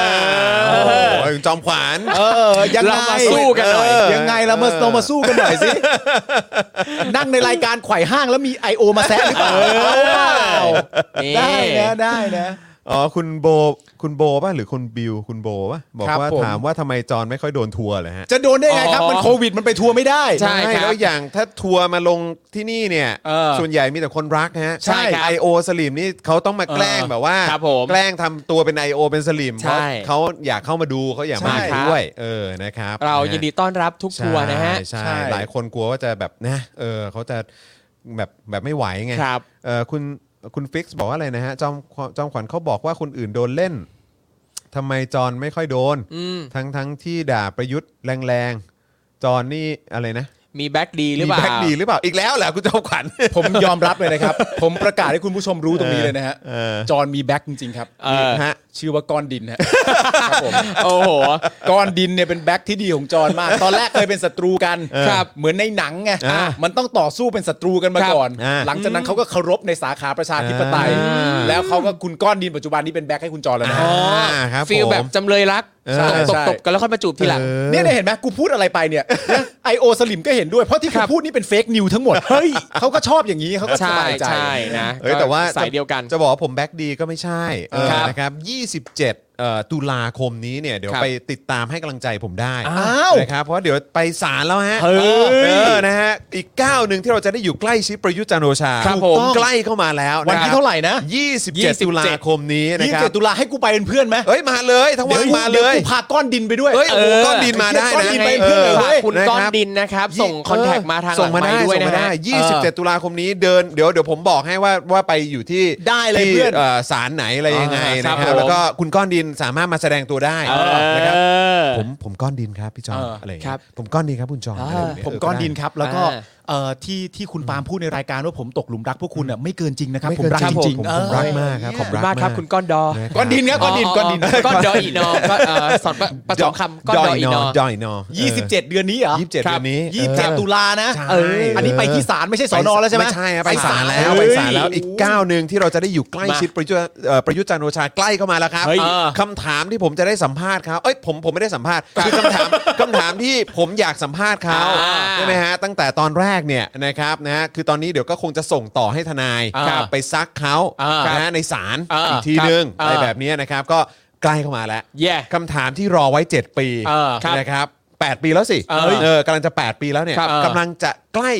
โอ้โหจอมขวัญ เออยังไง เรามาสู้กันหน่อย เยังไงเรามาเรามาสู้กันหน่อยสินั่งในรายการไขว่ห้างแล้วมีไอโอมาแซะหรือเปล่า นี่ ได้นะได้นะ อ๋อคุณโบคุณโบป่ะหรือคุณบิวคุณโบป่ะบอก ครับ ว่า ผม ถามว่าทำไมจอนไม่ค่อยโดนทัวร์เลยฮะ จะโดนได้ไงครับ มันโควิดมันไปทัวร์ไม่ได้ ใช่ครับ แล้วอย่างถ้าทัวร์มาลงที่นี่เนี่ย เออ ส่วนใหญ่มีแต่คนรักฮะ ใช่ครับ ไอโอสลิมนี่เขาต้องมาแกล้ง เออ แบบว่า ครับผม แกล้งทำตัวเป็น I.O. เป็นสลิมเพ ใช่ ราะเขาอยากเข้ามาดูเขาอยากมา ใช่ครับ ด้วยเออนะครับ เรา ะ ยินดีต้อนรับทุก ใช่ ทัวร์นะฮะ ใช่ ใช่ หลายคนกลัวว่าจะแบบนะเออเขาจะแบบแบบไม่ไหวไง ครับ เออคุณคุณฟิกซ์บอกว่าอะไรนะฮะจอมจอมขวัญเขาบอกว่าคนอื่นโดนเล่น ทำไมจอนไม่ค่อยโดน ทั้งทั้งที่ด่าประยุทธ์แรงๆ จอนนี่อะไรนะ มีแบ็กดีหรือเปมีล่าแบ็คดีหรือเปล่าอีกแล้วเหรอคุณจอมขวัญ ผมยอมรับเลยนะครับ [laughs] ผมประกาศให้คุณผู้ชมรู้ตรงนี้เลยนะฮะ เออ จอห์นมีแบ็คจริงๆครับ เออ ฮะ ชื่อว่าก้อนดินฮะครับผม โอ้โห ก้อนดินเนี่ยเป็นแบ็คที่ดีของจอห์นมาก ตอนแรกเคยเป็นศัตรูกัน เออ ครับเหมือนในหนังไง อ่า มันต้องต่อสู้เป็นศัตรูกันมา ครับ ก่อน อ่า หลังจากนั้นเขาก็เคารพในสาขาประชาธิปไตย อ่า แล้วเขาก็คุณก้อนดินปัจจุบันนี้เป็นแบ็คให้คุณจอห์นแล้วนะ อ่าครับ ฟีล ผม แบบจำเลยรัก เออ ตบตบ ใช่ ตบกันแล้วค่อยมาจูบทีหลัง เออ เนี่ยเนี่ยเห็นไหมกูพูดอะไรไปเนี่ย [laughs] ไอโอสลิมก็เห็นด้วย เพราะที่กู ครับ พูดนี่เป็นเฟกนิวทั้งหมดเฮ้ยเขาก็ชอบอย่างนี้เขาก็ส ใช่ บายใจ ใช่นะ เอ้ยแต่ว่า สายเดียวกัน จะบอกว่าผมแบ็กดีก็ไม่ใช่เออ ครับ นะครับ 27เอ่อตุลาคมนี้เนี่ยเดี๋ยว ครับ ไปติดตามให้กำลังใจผมได้ อ้าว นะครับเพราะเดี๋ยวไปศาลแล้วฮะ เฮ้ย เออนะฮะอีกก้าวหนึ่งที่เราจะได้อยู่ใกล้ชิดประยุทธ์จันทร์โอชา ครับ ถูก ผ ต้อ ม งใกล้เข้ามาแล้ว วันะที่คบ เท่าไหร่นะ 27 ตุลาคมนี้นะ ยี่ ครัสิบเจ็ บ ดตุลาให้กูไปเป็นเพื่อนไหม เอ้ยมาเลยทั้งวั เดี๋ยวน กู มาเลย ดี๋วกูพาก้อนดินไปด้วย เอ้ยโอ้โห เออ ก้อนดินมาได้ ก้อน นะ ดินไปเพื่อนเลยเว้ ฝาก ย คุณ ะรับ ก้อนดินนะครับ ส่งคอนแทคมาทาง ส่งมา หลั ได้ ไค์ด้วย ส่ง นะ มาได้ ฮะ 27 ตุลาคมนี้เดินเดี๋ยวเดี๋ยวผมบอกให้ว่าว่าไปอยู่ที่ ได้เลย ที่ เพื่อน อสารไหนอะไรยังไง อ่าครั นะ บ ครั ผ บ ม แล้วก็คุณก้อนดินสามารถมาแสดงตัวได้นะครับผมผมก้อนดินครับพี่จอน เอออ อะไรอย่าง ครั เงี้ บ ยผมก้อนดินครับคุณจอน อ่า อะไรแบบเย ผมก้อน เ ดินครับ แล้วก็ อ่า เอ่อที่ที่คุณปาล์มพูดในรายการว่าผมตกหลุมรักพวกคุณอ่ะไม่เกินจริงนะครับ ไม่ ผ เกิ ม น รัก จริงจริง ผม ๆเออ ผมรักมากครับผมรัก มากครับ มาก คุณก้อนดอ ะครับ ก้อนดินครับก้อนดินก้อนดิน ก้อนดออีนอก็เอ่อสอนประสมคำก้อนดออีนอ ดอยนอ ยี่สิบเจ็ดเดือนนี้เหรอ ยี่สิบเจ็ดเดือนนี้ ยี่สิบเจ็ด ออ ตุลานะ ใช่ เอออันนี้ไปที่ศาลไม่ใช่สอนอแล้วใช่ไหม ไม่ใช่ครับไปศาลแล้วไป เฮ้ย ศาลแล้วอีกก้าวหนึ่งที่เราจะได้อยู่ใกล้ชิดประยุทธ์เอ่อประยุทธ์จันทร์โอชาใกล้เข้ามาแล้วครับ เฮ้ย เออคำถามที่ผมจะได้สัมภาษณ์เขาเอ้ยผมผมไม่ได้สัมภาษณ์คือคำถามคำถามที่ผมอยากสัมภาษณ์เขา อ่า ใช่ไหมฮะตั้งแต่ตอนแรกเนี่ยนะครับนะฮะคือตอนนี้เดี๋ยวก็คงจะส่งต่อให้ทนาย ครับ ไปซักเขา อ่าน นะฮะในศาล อ่า อีกที ครับ นึง อ่า อะไรแบบนี้นะครับก็ใกล้เข้ามาแล้ว แย่ คำถามที่รอไว้ 7 ปี เออครับ นะครับ8ปีแล้วสิ เออ เออกำลังจะ 8 ปีแล้วเนี่ย ครับเออ กำลังจะใกล้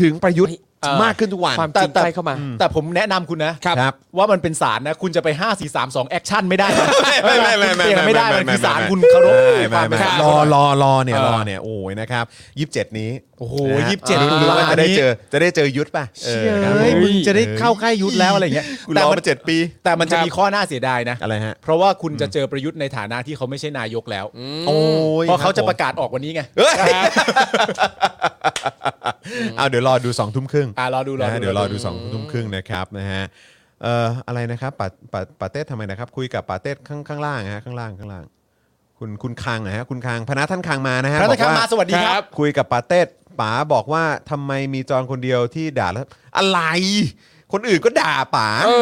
ถึงประยุทธ์ เออ มากขึ้นทุกวัน ความจริงใกล้เข้ามา แต่ผมแนะนำคุณนะครับ ครับ ว่ามันเป็นศาลนะ คุณจะไป 5 4 3 2แอคชั่นไม่ได้นะ ไม่ไม่ไม่ไม่ไม่ คุณเปลี่ยนไม่ได้ ไม่ มัน ไม่ คือศาล ไม่ คุณเคารพ ไม่ ค ไม่ วามเป็ ไม่ นศาล รอรอรอเนี่ย เออ รอเนี่ยโอ้ยนะครับ 27 นี้ โอ้โห นะฮะ ยี่สิบเจ็ด ไม่รู้ว่า ตุลา จะได้ นี้ เจอจะได้เจอยุทธป่ะ เชี่ย ออครับ เฮ้ย ผม มึงจะได้เข้าใกล้ยุทธแล้วอะไรอย่างเงี้ย กู แต่ รอ มัน มาเจ็ดปี แต่มันคจะรับ มีข้อน่าเสียดายนะ อะไรฮะ เพราะว่าคุณจะเจอประยุทธ์ในฐานะที่เขาไม่ใช่นายกแล้ว โอ้ย เพราะเขาจะประ คบ กาศออกวันนี้ไง ผมเอ้ยเอาเดี๋ยวรอดูสองทุ่มครึ่ง อ่ารอดูรอ นะ ดู ฮะเดี๋ยวรอดูสองทุ่มครึ่งนะครับนะฮะเอ่ออะไรนะครับปาปาปาเต้ทำไมนะครับ คุยกับปาเต้ข้างข้างล่างฮะข้างล่างข้างล่าง คุณคุณคังนะฮะคุณคังพนักท่านคังมานะฮะ พนักท่านคัง บอก มาสวัสดีครับ คุยกับปาเต้ป๋าบอกว่าทำไมมีจอนคนเดียวที่ด่าแล้วอะไร คนอื่นก็ด่าป๋าเอ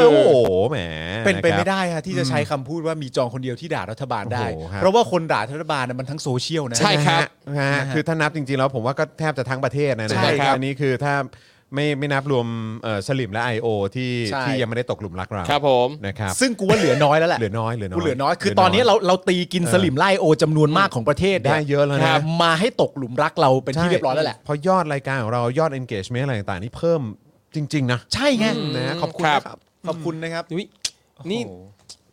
อโอ้โหแหม เป็นไปะคไม่รับ ได้ฮะที่จะใช้คำพูดว่ามีจองคนเดียวที่ด่ารัฐบาลได้ โอ้โหครับ เพราะว่าคนด่ารัฐบาลน่ะมันทั้งโซเชียลนะ ใช่ ครับ นะฮะคือถ้านับจริงๆแล้วผมว่าก็แทบจะทั้งประเทศนะนะ ใช่ครับ อันนี้คือถ้าไม่ไม่นับรวมเอ่อสลิมและ IO ที่ ใช่ ที่ยังไม่ได้ตกหลุมรักเรา ครับผม นะครับ ซึ่งกูว่าเหลือน้อยแล้วแห [laughs] ละ เหลือน้อยเหลือน้อย กูเหลือน้อยคือตอนนี้เราเราตีกินสลิมไล่โอจำนวนมากของประเทศนี่ ได้เยอะแล้วนะ ครับมาให้ตกหลุมรักเราเป็นที่เรียบร้อยแล้วแหละ พอยอดรายการของเรายอด engagement อะไรต่างๆ นี่เพิ่มจริง ๆ นะ ใช่ไง นะฮะขอบคุณ ครับ นะครับ ขอบคุณนะครับ อุ๊ยนี่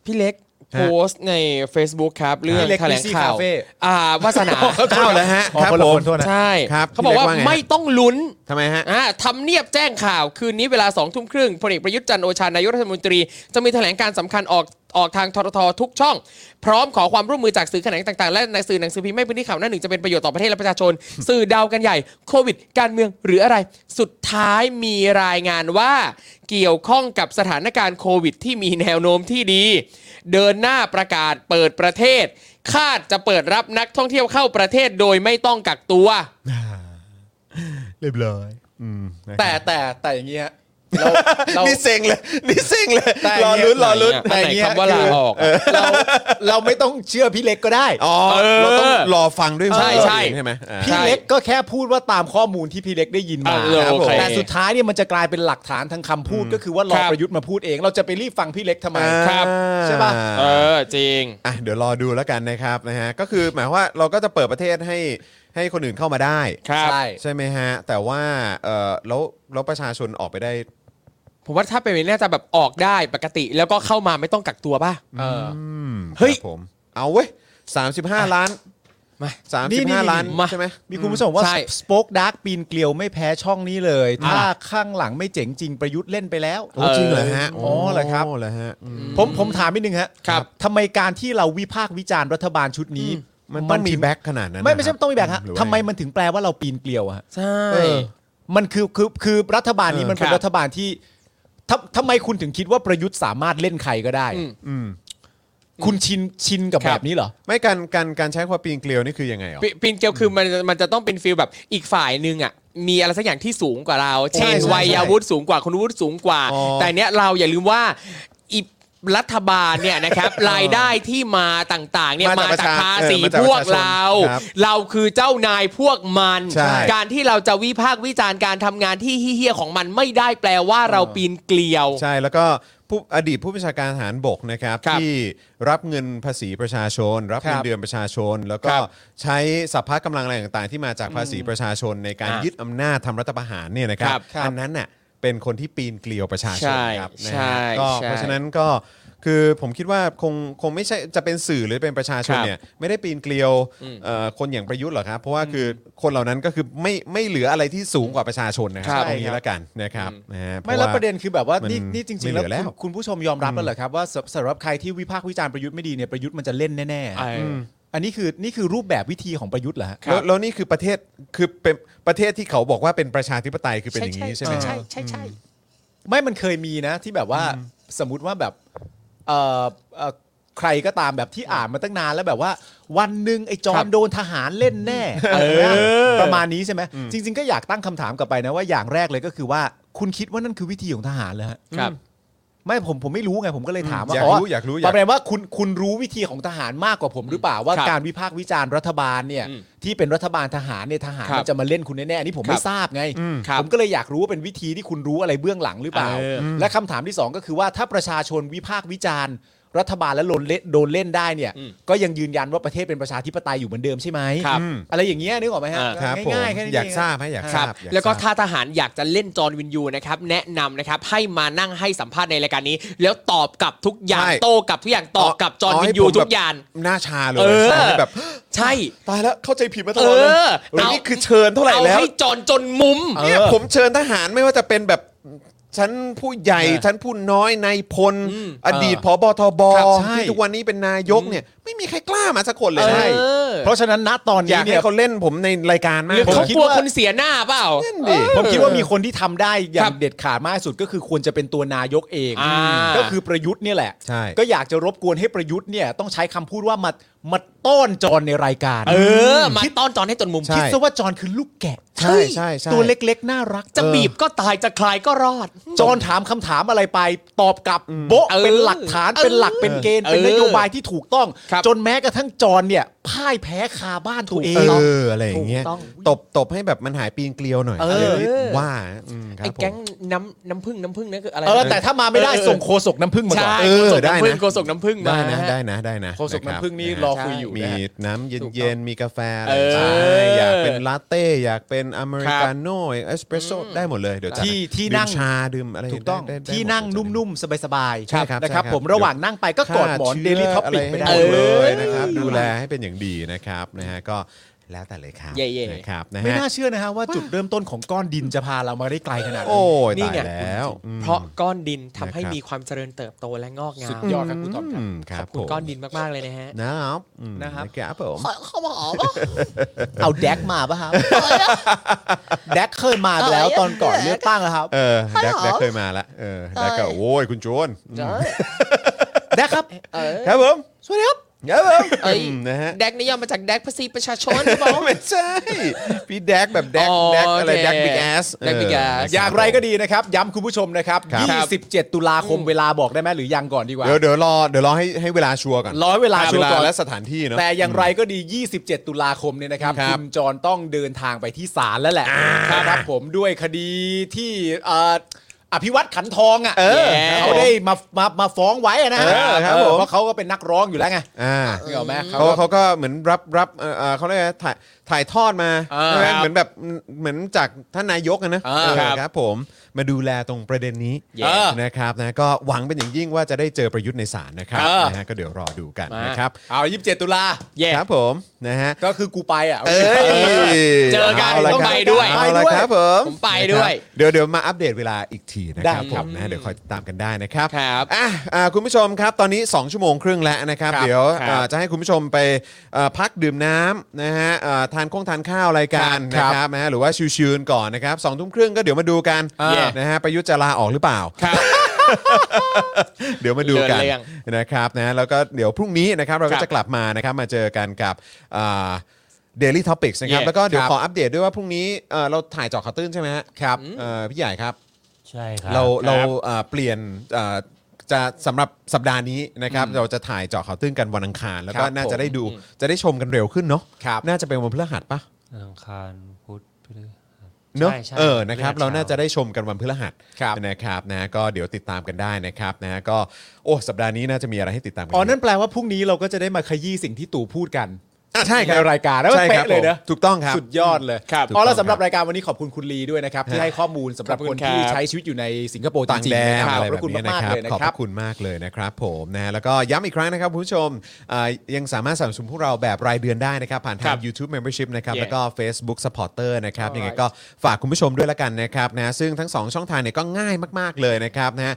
พี่เล็กโพสต์ใน Facebook ครับ เรื่อง พี่เล็ก แถลง Busy ข่าว Cafe อ่าวาสนา เข้าแล้วฮะ อ๋อ ครับ คนละ ผ ค ม นโทษนะ ใช่ ครับ เขาบอกว่า พี่เล็กว่าไง ไม่ต้องลุ้น ทำไมฮะ อ่าทำเนียบแจ้งข่าว คืนนี้เวลา2องทุ่มครึ่งพลเอกประยุทธ์จันทร์โอชานายกรัฐมนตรี จะมีแถลงการสำคัญออกออกทางทรททุกช่อง พร้อมขอความร่วมมือจากสื่อแขนงต่าง ๆ และในสื่อหนังสือพิมพ์ไม่พื้นที่ข่าวหน้าหนึ่งจะเป็นประโยชน์ต่อประเทศและประชาชน สื่อเดาวกันใหญ่โควิด การเมืองหรืออะไร สุดท้ายมีรายงานว่า เกี่ยวข้องกับสถานการณ์โควิด ที่มีแนวโน้มที่ดี เดินหน้าประกาศเปิดประเทศ คาดจะเปิดรับนักท่องเที่ยวเข้าประเทศโดยไม่ต้องกักตัว เรียบร้อยอืมนะครับ แต่แต่แต่อย่างนี้ฮะเราเรา นี่เซ็งเลยนี่เซ็งเลย แต่ รอลุ้นรเนี่ยอลุ้น แต่อย่างเงี้ย คำว่าลาออก เราเราไม่ต้องเชื่อพี่เล็กก็ได้ อ๋อ เออ เราต้องรอฟังด้วย ใช่ใช่ ใช่ไหมอ่า พี่เล็กก็แค่พูดว่าตามข้อมูลที่พี่เล็กได้ยินมา อ่ะเออ ครับ โอ ผม เค แต่สุดท้ายเนี่ยมันจะกลายเป็นหลักฐานทางคำพูดก็คือว่ารอ ครับ ประยุทธ์มาพูดเอง เราจะไปรีบฟังพี่เล็กทำไม อ่า ใช่ปะ เออจริง อ่ะเดี๋ยวรอดูแล้วกันนะครับนะฮะก็คือหมายความว่าเราก็จะเปิดประเทศให้ให้คนอื่นเข้ามาได้ ครับ ใช่ ใช่ไหมฮะ แต่ว่าเออแล้วแล้วประชาชนออกไปได้ ผมว่าถ้าเป็นแบบนี้น่าจะแบบออกได้ปกติ แล้วก็เข้ามาไม่ต้องกักตัวป่ะ เออ อืม เฮ้ย ครับผม เอาเว้ย 35 ล้าน มา สาม นี่ สิบ นี่ ห้าล้าน นี่ ใช่ไหม มีคุณผู้ชมว่า ใช่ สป็อคดาร์กปีนเกลียวไม่แพ้ช่องนี้เลย อ่า ถ้าข้างหลังไม่เจ๋งจริงประยุทธ์เล่นไปแล้ว โอ้จริงเหรอฮะ เอออ๋อเหรอครับ เหรอฮะอืม ผมผมถามนิดนึงฮะ ครับ ทำไมการที่เราวิพากษ์วิจารณ์รัฐบาลชุดนี้ มันต้องมี ถึ แบ็คขนาดนั้น ไม่ไม่ใช่ต้องมีแบ็คฮะ หรือว่า ทำไมมันถึงแปลว่าเราปีนเกลียวอะฮะ ใช่ เออมันคือคือคือรัฐบาลนี้มันเป็ คน รับ รัฐบาลที่ทำทำไมคุณถึงคิดว่าประยุทธ์สามารถเล่นใครก็ได้อะคุณชินชินกับ ครั แบบ บนี้เหรอ ไม่การการการใช้ความปีนเกลียวนี่คือยังไงอ่อ ปีปีนเกลียวคือมันมันจะต้องเป็นฟีลแบบอีกฝ่ายหนึ่งอ่ะมีอะไรสักอย่างที่สูงกว่าเรา เช่น ใช่ใช่ วัยวุฒิสูงกว่าคุณวุฒิสูงกว่า อ๋อ แต่เนี้ยเราอย่าลืมว่าอีรัฐบาลเนี่ย [laughs] นะครับ รายได้ที่มาต่างๆเนี่ยมาจากภาษีพวกเรา ครับ เราคือเจ้านายพวกมัน ใช่ การที่เราจะวิพากษ์วิจารณ์การทำงานที่เฮี้ยๆของมันไม่ได้แปลว่าเราปีนเกลียว ใช่แล้วก็ผู้อดีตผู้บัญชาการทหารบกนะครับ ครับ ที่รับเงินภาษีประชาชน รับ ครั เงิ บ นเดือนประชาชน แล้วก็ ครับ ใช้สัพพะกำลังอะไรต่างๆ ที่มาจากภาษีประชาชนในการ อ่ะ ยึดอำนาจทำรัฐประหารเนี่ยนะครั ครับ บครับ อันนั้นน่ะเป็นคนที่ปีนเกลียวประชาชน ใช่ ครับนะ ใช่ ฮะก็ ใช่ เพราะฉะนั้นก็คือผมคิดว่าคงคงไม่ใช่จะเป็นสื่อหรือเป็นประชาชน ครับ เนี่ยไม่ได้ปีนเกลียวเอ่อคนอย่างประยุทธ์หรอกครับเพราะว่าคือคนเหล่านั้นก็คือไม่ไม่เหลืออะไรที่สูงกว่าประชาชนนะค ครั รับบ ตรงนี้ละกันนะครับนะฮะ ไม่แล้ว พาว่า ประเด็นคือแบบว่า มัน นี่นี่จริง ๆ ไม่ แล้ว เหลือแล้ว คุณคุณผู้ชมยอมรับแล้วเหรอครับว่าสำสำหรับใครที่วิพากษ์วิจารณ์ประยุทธ์ไม่ดีเนี่ยประยุทธ์มันจะเล่นแน่ๆฮะอันนี้คือนี่คือรูปแบบวิธีของประยุทธ์เหรอฮะ ครับ แล้วแล้วนี่คือประเทศคือเป็นประเทศที่เขาบอกว่าเป็นประชาธิปไตยคือเป็นอย่างนี้ใช่ไหม ใช่ เออ ไม่มันเคยมีนะ ที่แบบว่าสมมติว่าแบบเอ่อเอ่อใครก็ตามแบบที่อ่านมาตั้งนานแล้วแบบว่า วันหนึ่งไอ้จอ ครั ม บ โดนทหารเล่นแน่นะประมาณนี้ใช่ไหมจริง ๆ ก็อยากตั้งคำถามกลับไปนะว่าอย่างแรกเลยก็คือว่าคุณคิดว่านั่นคือวิธีของทหารเลยฮะ ครับ ไม่ผมผมไม่รู้ไงผมก็เลยถามว่า อยากรู้อยากรู้อยาก ประเด็นว่าคุณคุณรู้วิธีของทหารมากกว่าผมหรือเปล่าว่า ครับ การวิพากษ์วิจารณ์รัฐบาลเนี่ย อืม ที่เป็นรัฐบาลทหารเนี่ยทหาร ครับ มันจะมาเล่นคุณแน่ๆอันนี่ผม ค ไม่ รับ ทราบไง ครับ ผมก็เลยอยากรู้ว่าเป็นวิธีที่คุณรู้อะไรเบื้องหลังหรือเปล่า เออ และคำถามที่สองก็คือว่าถ้าประชาชนวิพากษ์วิจารณ์ รัฐบาลและโดนเล่นโดนเล่นได้เนี่ย ก็ยังยืนยันว่าประเทศเป็นประชาธิปไตยอยู่เหมือนเดิมใช่ไหม ครับ อะไรอย่างเงี้ยนึกออกไหมฮะ อ่า ครับผม ง่ายๆแค่นี้ อยาก เง ทราบไหมอยาก ค ท รั รา บอบยาทราบ แล้วก็ถ้าทหารอยากจะเล่นจอร์นวินยูนะครับแนะนำนะครับให้มานั่งให้สัมภาษณ์ในรายการนี้ แล้วตอบกลับทุกอย่าง ใช่ โต้กลับทุกอย่างตอบกลับจอร์นวิ ให้ นยู ผม ทุ แบบ กอย่าง หน้าชาเลย เออ ให้แบบ [gasps] ใช่ ตายแล้วเข้าใจผิดมาต เอ ลอดเลย อ เออนี่คือเชิญเท่าไหร่ เอา แล้ว ให้จอร์นจนมุม เออ เนี่ยผมเชิญทหารไม่ว่าจะเป็นแบบชั้นผู้ใหญ่ชั้นผู้น้อยนายพล อืม อดีตผบทบ ครับใช่ ที่ทุกวันนี้เป็นนายกเนี่ยไม่มีใครกล้ามาสักคนเลย เอ นะ อ เพราะฉะนั้นณตอน อ นี้ ยาก เนี่ ให้ ย เขาเล่นผมในรายการมากหรือ ผ เขา ม กลัวคนเสียหน้าเปล่า นั่นดิ ผมคิดว่ามีคนที่ทำได้อย่า ครั ง บ เด็ดขาดมากที่สุดก็คือควรจะเป็นตัวนายกเอง อ่า ก็คือประยุทธ์เนี่ยแหละ ใช่ ก็อยากจะรบกวนให้ประยุทธ์เนี่ยต้องใช้คำพูดว่ามามาต้อนจอนในรายการ เออ มาต้อนจอร์นให้จนมุม ใช่ คิดซะว่าจอนคือลูกแกะ ใช่ เฮ้ย ใช่ใช่ ตัวเล็กๆ น่ารัก จะบีบก็ตายจะคลายก็รอด จอนถามคำถามอะไรไป ตอบกลับโบ๊ะ เออ เป็นหลักฐานเป็นหลักเป็นเกณฑ์เป็น เออน โยบายที่ถูกต้อง ครับ จนแม้กระทั่งจอนเนี่ยพ่ายแพ้คาบ้านตัวเอง เอออะไรอย่างเงี้ย ถูกต้อง ตบตบให้แบบมันหายปีนเกลียวหน่อเออยะไรที่ว่าอืมครับ ไอ้ ผม แก๊งน้ำน้ำพึ่งน้ำพึ่งนั่นคืออะไร เออแต่ถ้ามาไม่ได้ เออ ส่งโคศกน้ำผึ้งมาก่อน ใช่ เออ โฆษก ได้ น้ำ นะ พึ่งโคศกน้ำพึ่งมา ได้นะได้นะได้นะ โฆษก ะรับ น้ำผึ้งนี่ ะฮะ รอคุยอยู่ มี นะฮะ น้ำ ถูกต้ เย็ อน ง ๆ มีกาแฟอะไร เออ ใช่อยากเป็นลาเต้ อยากเป็นอเมริกาโน่เอสเปรสโซ่ได้หมดเลย เดี๋ยวจัด ที่ ให้ ที่ ดื่ม นั่ง ชาดื่มอะไร ถูกต้อง ได้ได้ ที่ หมด นั่ง เลย นุ่มๆ สบายๆ ใช่ครับ นะครับ ใช่ครับ ผมระหว่างนั่งไปก็กอดหมอน ฆ่า เด เด ลิ ลิ ท็ ท็ อ อ ปิ ปิ ก ก ไป ไป ได้ ได้ ออ เล เลย ย นะครับ ดูแลให้เป็นอย่างดีนะครับนะฮะก็แล้วแต่เลยครับ เย่ๆ นะครับนะ ไม่ ฮะ น่าเชื่อนะฮะว่าจุดเริ่มต้นของก้อนดินจะพาเรามาได้ไกลขนาดนี้ โอ้ น ย นี่ ตาย ไง แล้วอืม เพราะก้อนดินทำให้ นะครับ มีความเจริญเติบโตและงอกงาม สุดยอดครับคุณทอมครับ อืมค ข รั อ บบ คุณ ผม ก้อนดินมากๆเลยนะฮะ นะครับอืม นะครับ นะครับผม เขามาหอมเอาแดกมาปะครับแดกเคยมาไปแล้วตอนก่อนเลือกตั้งแล้วครับ เออแดกแดกเคยมาละเออแดกก็โอ้ยคุณโจน แดกครับ ครับผม สวัสดีครับ ครับผม เอ้ย อืม [laughs] นะฮะ แดกนิยมมาจากแดกภาษีประชาชนหรือเปล่า ไม่ใช่ พี่แดกแบบแดก อ๋อ แดกอะไร โอเค แดกบิ๊กแอส แดก Big Ass อยากไรก็ดีนะครับ ย้ำคุณผู้ชมนะครับ ครับ 27 ตุลาคมเวลาบอกได้ไหมหรือยังก่อนดีกว่า เดี๋ยวเดี๋ยวรอเดี๋ยวรอให้ให้เวลาชัวร์ก่อน ร้อยเวลา หา ชั เว วร์ ลา ก่อน และสถานที่เนาะ แต่อย่างไรก็ดี 27 ตุลาคมเนี่ยนะครับ ครับ คุณจรต้องเดินทางไปที่ศาลแล้วแหละครับผมด้วยคดีที่เอ่ออภิวัตขันทองอ่ะ เออ เขาได้มามามาฟ้องไว้อะนะ เออครับ เออ ผม เพราะเขาก็เป็นนักร้องอยู่แล้วไง อ่า เหรอไหม เขาเขาก็เหมือนรับรับเออเอ่อเขาเรียกอะไรถ่าย ถ่ายทอดมา อ่า ใช่ไหม ครับ เหมือนแบบเหมือนจากท่านนายกอะนะ อ่า เออ ครับ ครับผมมาดูแลตรงประเด็นนี้ Yes นะครับนะก็หวังเป็นอย่างยิ่งว่าจะได้เจอประยุทธ์ในศาลนะครับ อ่าน นะฮะก็เดี๋ยวรอดูกัน มา นะครับ เอายี่สิบเจ็ดตุลา แย่ ครับผมนะฮะ ก็คือกูไปอ่ะ เอ้ย เจอกัน าละ ต้อง ครับ ไปด้วย เอาละครับผม ผมไปด้วย นะครับเดี๋ยวเดี๋ยวมาอัปเดตเวลาอีกทีนะค ได้ รับ ค ผ รับ มนะเดี๋ยวคอยติดตามกันได้นะครับ ครับ อ่ะอ่าคุณผู้ชมครับ ตอนนี้ 2 ชั่วโมงครึ่งแล้วนะครับ ครับ เดี๋ยว ครับ อ่าจะให้คุณผู้ชมไปเอ่อพักดื่มน้ำนะฮะเอ่อทานข้องทานข้าวอะไรกัน ค นะ รับ ครับนะฮะหรือว่าชิวๆก่อนนะครับสองทุ่มครึ่งก็เดี๋ยวมาดูกัน อ่า นะฮะประยุทธ์จะลาออกหรือเปล่า ครับ เดี๋ยวมาดูกัน เรื่อง นะครับนะแล้วก็เดี๋ยวพรุ่งนี้นะครับเรา ครั ก็ บ จะกลับมานะครับมาเจอกันกับเดลี่ท็อปิกนะครับ Yes แล้วก็เดี๋ยว ครับ ขออัปเดตด้วยว่าพรุ่งนี้เอ่อเราถ่ายเจอข่าวตื้นใช่ไหมฮะครับพี่ใหญ่ครับ ใช่ครับ เราเราเอ่อเปลี่ยนเอ่อจะสำหรับสัปดาห์นี้นะครับเราจะถ่ายเจาะข่าวตื้นกันวันอังคาร แล้วก็ ครับ น่าจะได้ดู ผม จะได้ชมกันเร็วขึ้นเนาะน่าจะเป็นวันพฤหัสปะ อังคารพุธพฤหัส เนาะ ใช่ใช่ เออนะครับ พฤหัส เราน่า เช้า จะได้ชมกันวันพฤหัสนะครับนะก็เดี๋ยวติดตามกันได้นะครับนะก็โอ้สัปดาห์นี้น่าจะมีอะไรให้ติดตามกั อ๋อนั่นแปลว่าพรุ่งนี้เราก็จะได้มาขยี้สิ่งที่ตู่พูดกัน อ่ะใช่ครับ ในรายการแล้วมัน ใช่คบ เป๊ะเลยนะ ผมถูกต้องครับ สุดยอดเลย ครับ อ๋อแล้ว ถูกต้อง สำหรับรายการวันนี้ขอบคุณคุณลีด้วยนะครับ ที่ให้ข้อมูลสำหรับ ขอบ ค คุ น ณครับ ที่ใช้ชีวิตอยู่ในสิงคโปร์จ ต่าง ริง แดนๆนะครับ อะไร ขอบ แบบพระคุณ นี้นะ มาก ค ๆ รับ เลยนะ ขอบ คพรับ ระคุณมากเลยนะครับผมนะฮะแล้วก็ย้ำอีกครั้งนะครับคุณผู้ชมอ่ายังสามารถสนับสนุนพวกเราแบบรายเดือนได้นะครับ ผ่าน ค ทา รั ง บ YouTube Membership นะครับ Yeah แล้วก็ Facebook Supporter นะครับ Alright ยังไงก็ฝากคุณผู้ชมด้วยละกันนะครับนะซึ่งทั้ง 2 ช่องทางเนี่ยก็ง่ายมาก ๆ เลยนะครับนะ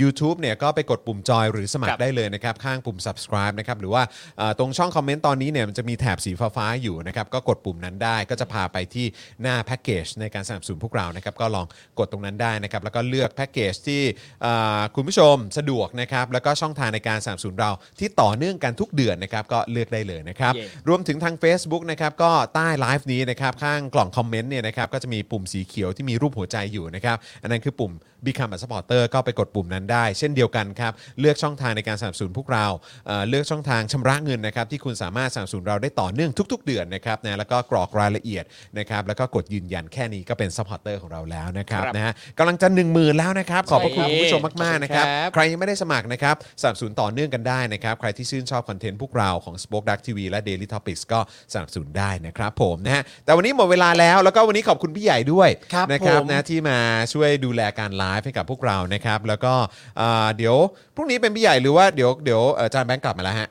ยูทูบเนี่ยก็ไปกดปุ่มจอยหรือสมัค ครั ร บ ได้เลยนะครับ ข้างปุ่ม subscribe นะครับหรือว่าอ่าตรงช่องคอมเมนต์ตอนนี้เนี่ยมันจะมีแถบสีฟ้าๆอยู่นะครับก็กดปุ่มนั้นได้ก็จะพาไปที่หน้าแพ็กเกจในการสนับสนุนพวกเรานะครับก็ลองกดตรงนั้นได้นะครับแล้วก็เลือกแพ็กเกจที่อ่าคุณผู้ชมสะดวกนะครับแล้วก็ช่องทางในการสนับสนุนเราที่ต่อเนื่องกันทุกเดือนนะครับก็เลือกได้เลยนะครับ Yeah รวมถึงทาง Facebook นะครับก็ใต้ไลฟ์นี้นะครับข้างกล่องคอมเมนต์เนี่ยนะครับก็จะมีปุ่มสีเขียวที่มีรูปหัวใจอยู่นะครับ อันนั้นคือปุ่ม Become a supporter ก็ไปกดปุ่มนั้นได้ เช่นเดียวกันครับเลือกช่องทางในการสนับสนุนพวกเราเอ่อเลือกช่องทางชำระเงินนะครับที่คุณสามารถสนับสนุนเราได้ต่อเนื่องทุก ๆ เดือนนะครับนะแล้วก็กรอกรายละเอียดนะครับแล้วก็กดยืนยันแค่นี้ก็เป็น supporter ของเราแล้วนะครับ ครับ นะฮะกำลังจะ1 0,000แล้วนะครับขอบพระคุณ ใช่ คุณผู้ชมมากๆนะครับ ขอบคุณครับ ใครยังไม่ได้สมัครนะครับสนับสนุนต่อเนื่องกันได้นะครับ ใครที่ชื่นชอบคอนเทนต์พวกเราของ Spoke Dark TV และ Daily Topics ก็สนับสนุนได้นะครับผมนะฮะแต่วันนี้หมดเวลาแล้วแล้วก็วันนี้ขอบคุณพี่ใหญ่ด้วย ครับ นะครับ ผม นะที่มาช่วยดูแลการไลฟ์ให้กับพวกเรานะครับ แล้วก็อ่าเดี๋ยวพรุ่งนี้เป็นพี่ใหญ่หรือว่าเดี๋ยวเดี๋ยวเอ่ออาจารย์แบงค์กลับมาแล้วฮะ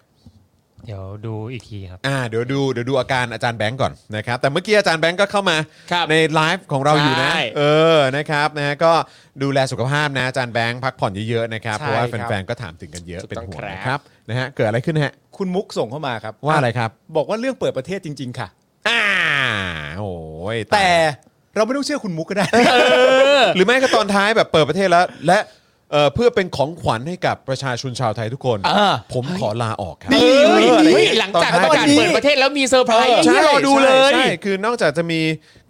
เดี๋ยวดูอีกทีครับ อ่าเดี๋ยวดูเดี๋ยวดูอาการอาจารย์แบงค์ก่อนนะครับแต่เมื่อกี้อาจารย์แบงค์ก็เข้ามา ครับ ในไลฟ์ของเราอยู่นะ ใช่ เออนะครับนะฮะก็ดูแลสุขภาพนะอาจารย์แบงค์พักผ่อนเยอะๆนะครับ ใช่ เพราะว่า ครับ แฟนๆก็ถามถึงกันเยอะ ถูก เป็น ต้อง ห่วง ครับ นะครับนะฮะเกิดอะไรขึ้นฮะ คุณมุกส่งเข้ามาครับ ว่าอะไรครับ บอกว่าเรื่องเปิดประเทศจริง ๆ ค่ะ อ่าโอ้ยาย แต่เราไม่ต้องเชื่อคุณมุกก็ได้ หรือไม่ก็ตอนท้ายแบบเปิดประเทศแล้ว และเอ่อเพื่อเป็นของขวัญให้กับประชาชนชาวไทยทุกคน อ่า ผมขอลาออกครับ ดี เอออะไรอย่า เฮ้ เย ยหลังจาก ตนประ ท้ กาย ศเปิดประเทศแล้วมีเซอร์ไพรส์ ใช่ ให้รอดูเลย ใช่คือนอกจากจะมี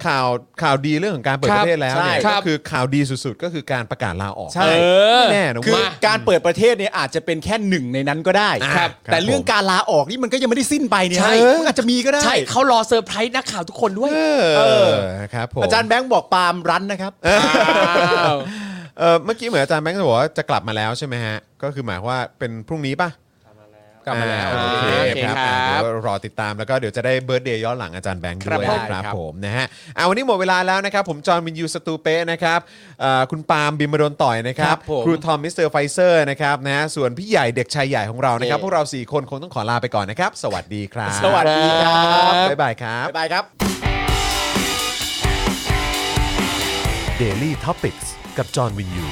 ข่าวข่าวดีเรื่องของการเปิดประเทศแล้วเนี่ย ครับ ก็คือข่าวดีสุดๆ ก็คือการประกาศลาออก ใช่ เออ แน่นะ คือ ว่า การเปิดประเทศเนี่ยอาจจะเป็นแค่หนึ่งในนั้นก็ได้ อ่าครับ แต่เรื่อง ผม การลาออกนี่มันก็ยังไม่ได้สิ้นไปเนี่ย ใช่ มันอาจจะมีก็ได้ ใช่เขารอเซอร์ไพรส์นักข่าวทุกคนด้วย เออครับผม อาจารย์แบงค์บอกปาล์มรั้นนะครับ อ้าว เออเมื่อกี้เหมือนอาจารย์แบงค์จะบอกว่าจะกลับมาแล้วใช่ไหมฮะก็คือหมายความว่าเป็นพรุ่งนี้ป่ะ กลับมาแล้ว อ่โอเค โอเค ครับ ครับ อ่าเดี๋ยวรอติดตามแล้วก็เดี๋ยวจะได้เบิร์ดเดย์ย้อนหลังอาจารย์แบงค์ด้วย ครับนะผมครับผมนะฮะเอาวันนี้หมดเวลาแล้วนะครับ ผมจอห์นวินยูสตูเป้นะครับเอ่อคุณปาล์มบิมบดนต่อยนะครับ ครับผม ครูทอมมิสเตอร์ไฟเซอร์นะครับนะฮะส่วนพี่ใหญ่เด็กชายใหญ่ของเรานะครับ เย้ พวกเรา 4 คนคงต้องขอลาไปก่อนนะครับ สวัสดีครับ สวัสดีครับ บ๊ายบายครับ บ๊ายบายครับ Daily Topics กับจอห์นวินยู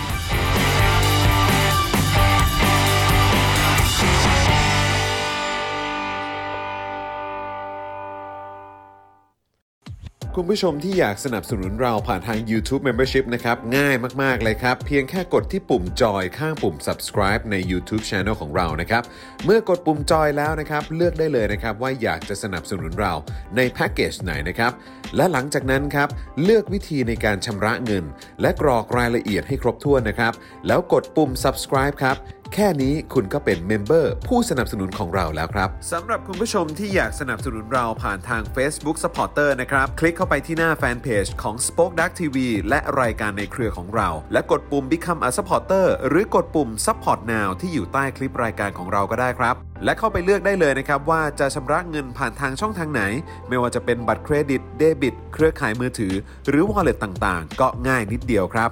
คุณผู้ชมที่อยากสนับสนุนเราผ่านทาง YouTube Membership นะครับ ง่ายมาก ๆ เลยครับ เพียงแค่กดที่ปุ่มจอยข้างปุ่ม subscribe ใน YouTube Channel ของเรานะครับ เมื่อกดปุ่มจอยแล้วนะครับ เลือกได้เลยนะครับ ว่าอยากจะสนับสนุนเราในแพ็กเกจไหนนะครับ และหลังจากนั้นครับ เลือกวิธีในการชำระเงิน และกรอกรายละเอียดให้ครบถ้วนนะครับ แล้วกดปุ่ม subscribe ครับ แค่นี้คุณก็เป็นเมมเบอร์ผู้สนับสนุนของเราแล้วครับสำหรับคุณผู้ชมที่อยากสนับสนุนเราผ่านทาง Facebook Supporter นะครับ คลิกเข้าไปที่หน้าแฟนเพจของ Spoke Dark TV และรายการในเครือของเรา และกดปุ่ม Become a Supporter หรือกดปุ่ม Support Now ที่อยู่ใต้คลิปรายการของเราก็ได้ครับ และเข้าไปเลือกได้เลยนะครับว่าจะชำระเงินผ่านทางช่องทางไหน ไม่ว่าจะเป็นบัตรเครดิตเดบิต เครือข่ายมือถือ หรือ Wallet ต่างๆ ก็ง่ายนิดเดียวครับ